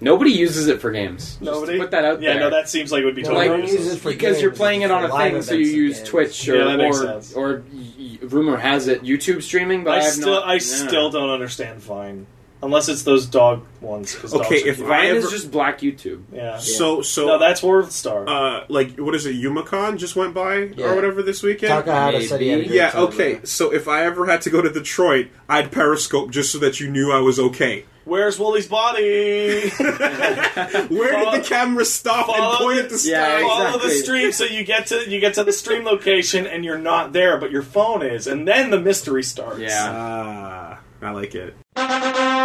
S4: Nobody uses it for games. Just
S2: Nobody
S4: put that out
S2: yeah,
S4: there.
S2: no, that seems like it would be totally
S4: Like,
S1: Nobody
S2: useless.
S1: uses it for
S4: because you're
S1: games,
S4: playing it
S1: it's
S4: on
S1: for
S4: a
S1: live
S4: thing, so you
S1: events
S4: use
S1: again.
S4: Twitch or
S2: Yeah, that makes
S4: or,
S2: sense.
S4: or y- y- rumor has it YouTube streaming. But
S2: I
S4: I've
S2: still
S4: not-
S2: I
S4: yeah.
S2: still don't understand Vine unless it's those dog ones. 'cause dogs
S3: Okay,
S2: are
S3: if
S2: cute.
S3: I-
S4: Vine is
S3: ever-
S4: just black YouTube.
S2: yeah.
S3: So so
S2: No, that's World Star.
S3: uh, like what is it? Yumacon just went by
S1: Yeah.
S3: or whatever this weekend.
S1: Takahata said he had a
S4: Maybe.
S1: great
S3: yeah,
S1: time
S3: okay. So if I ever had to go to Detroit, I'd periscope just so that you knew I was okay.
S2: Where's Wooly's body?
S3: [laughs] Where
S2: Follow-
S3: did the camera stop and
S2: follow
S3: point
S2: the-
S3: at the
S4: Yeah,
S3: sky?
S2: Follow the
S4: exactly.
S2: stream, so you get to you get to the stream location, and you're not there, but your phone is, and then the mystery starts.
S4: Yeah.
S3: Ah, I like it.
S1: there.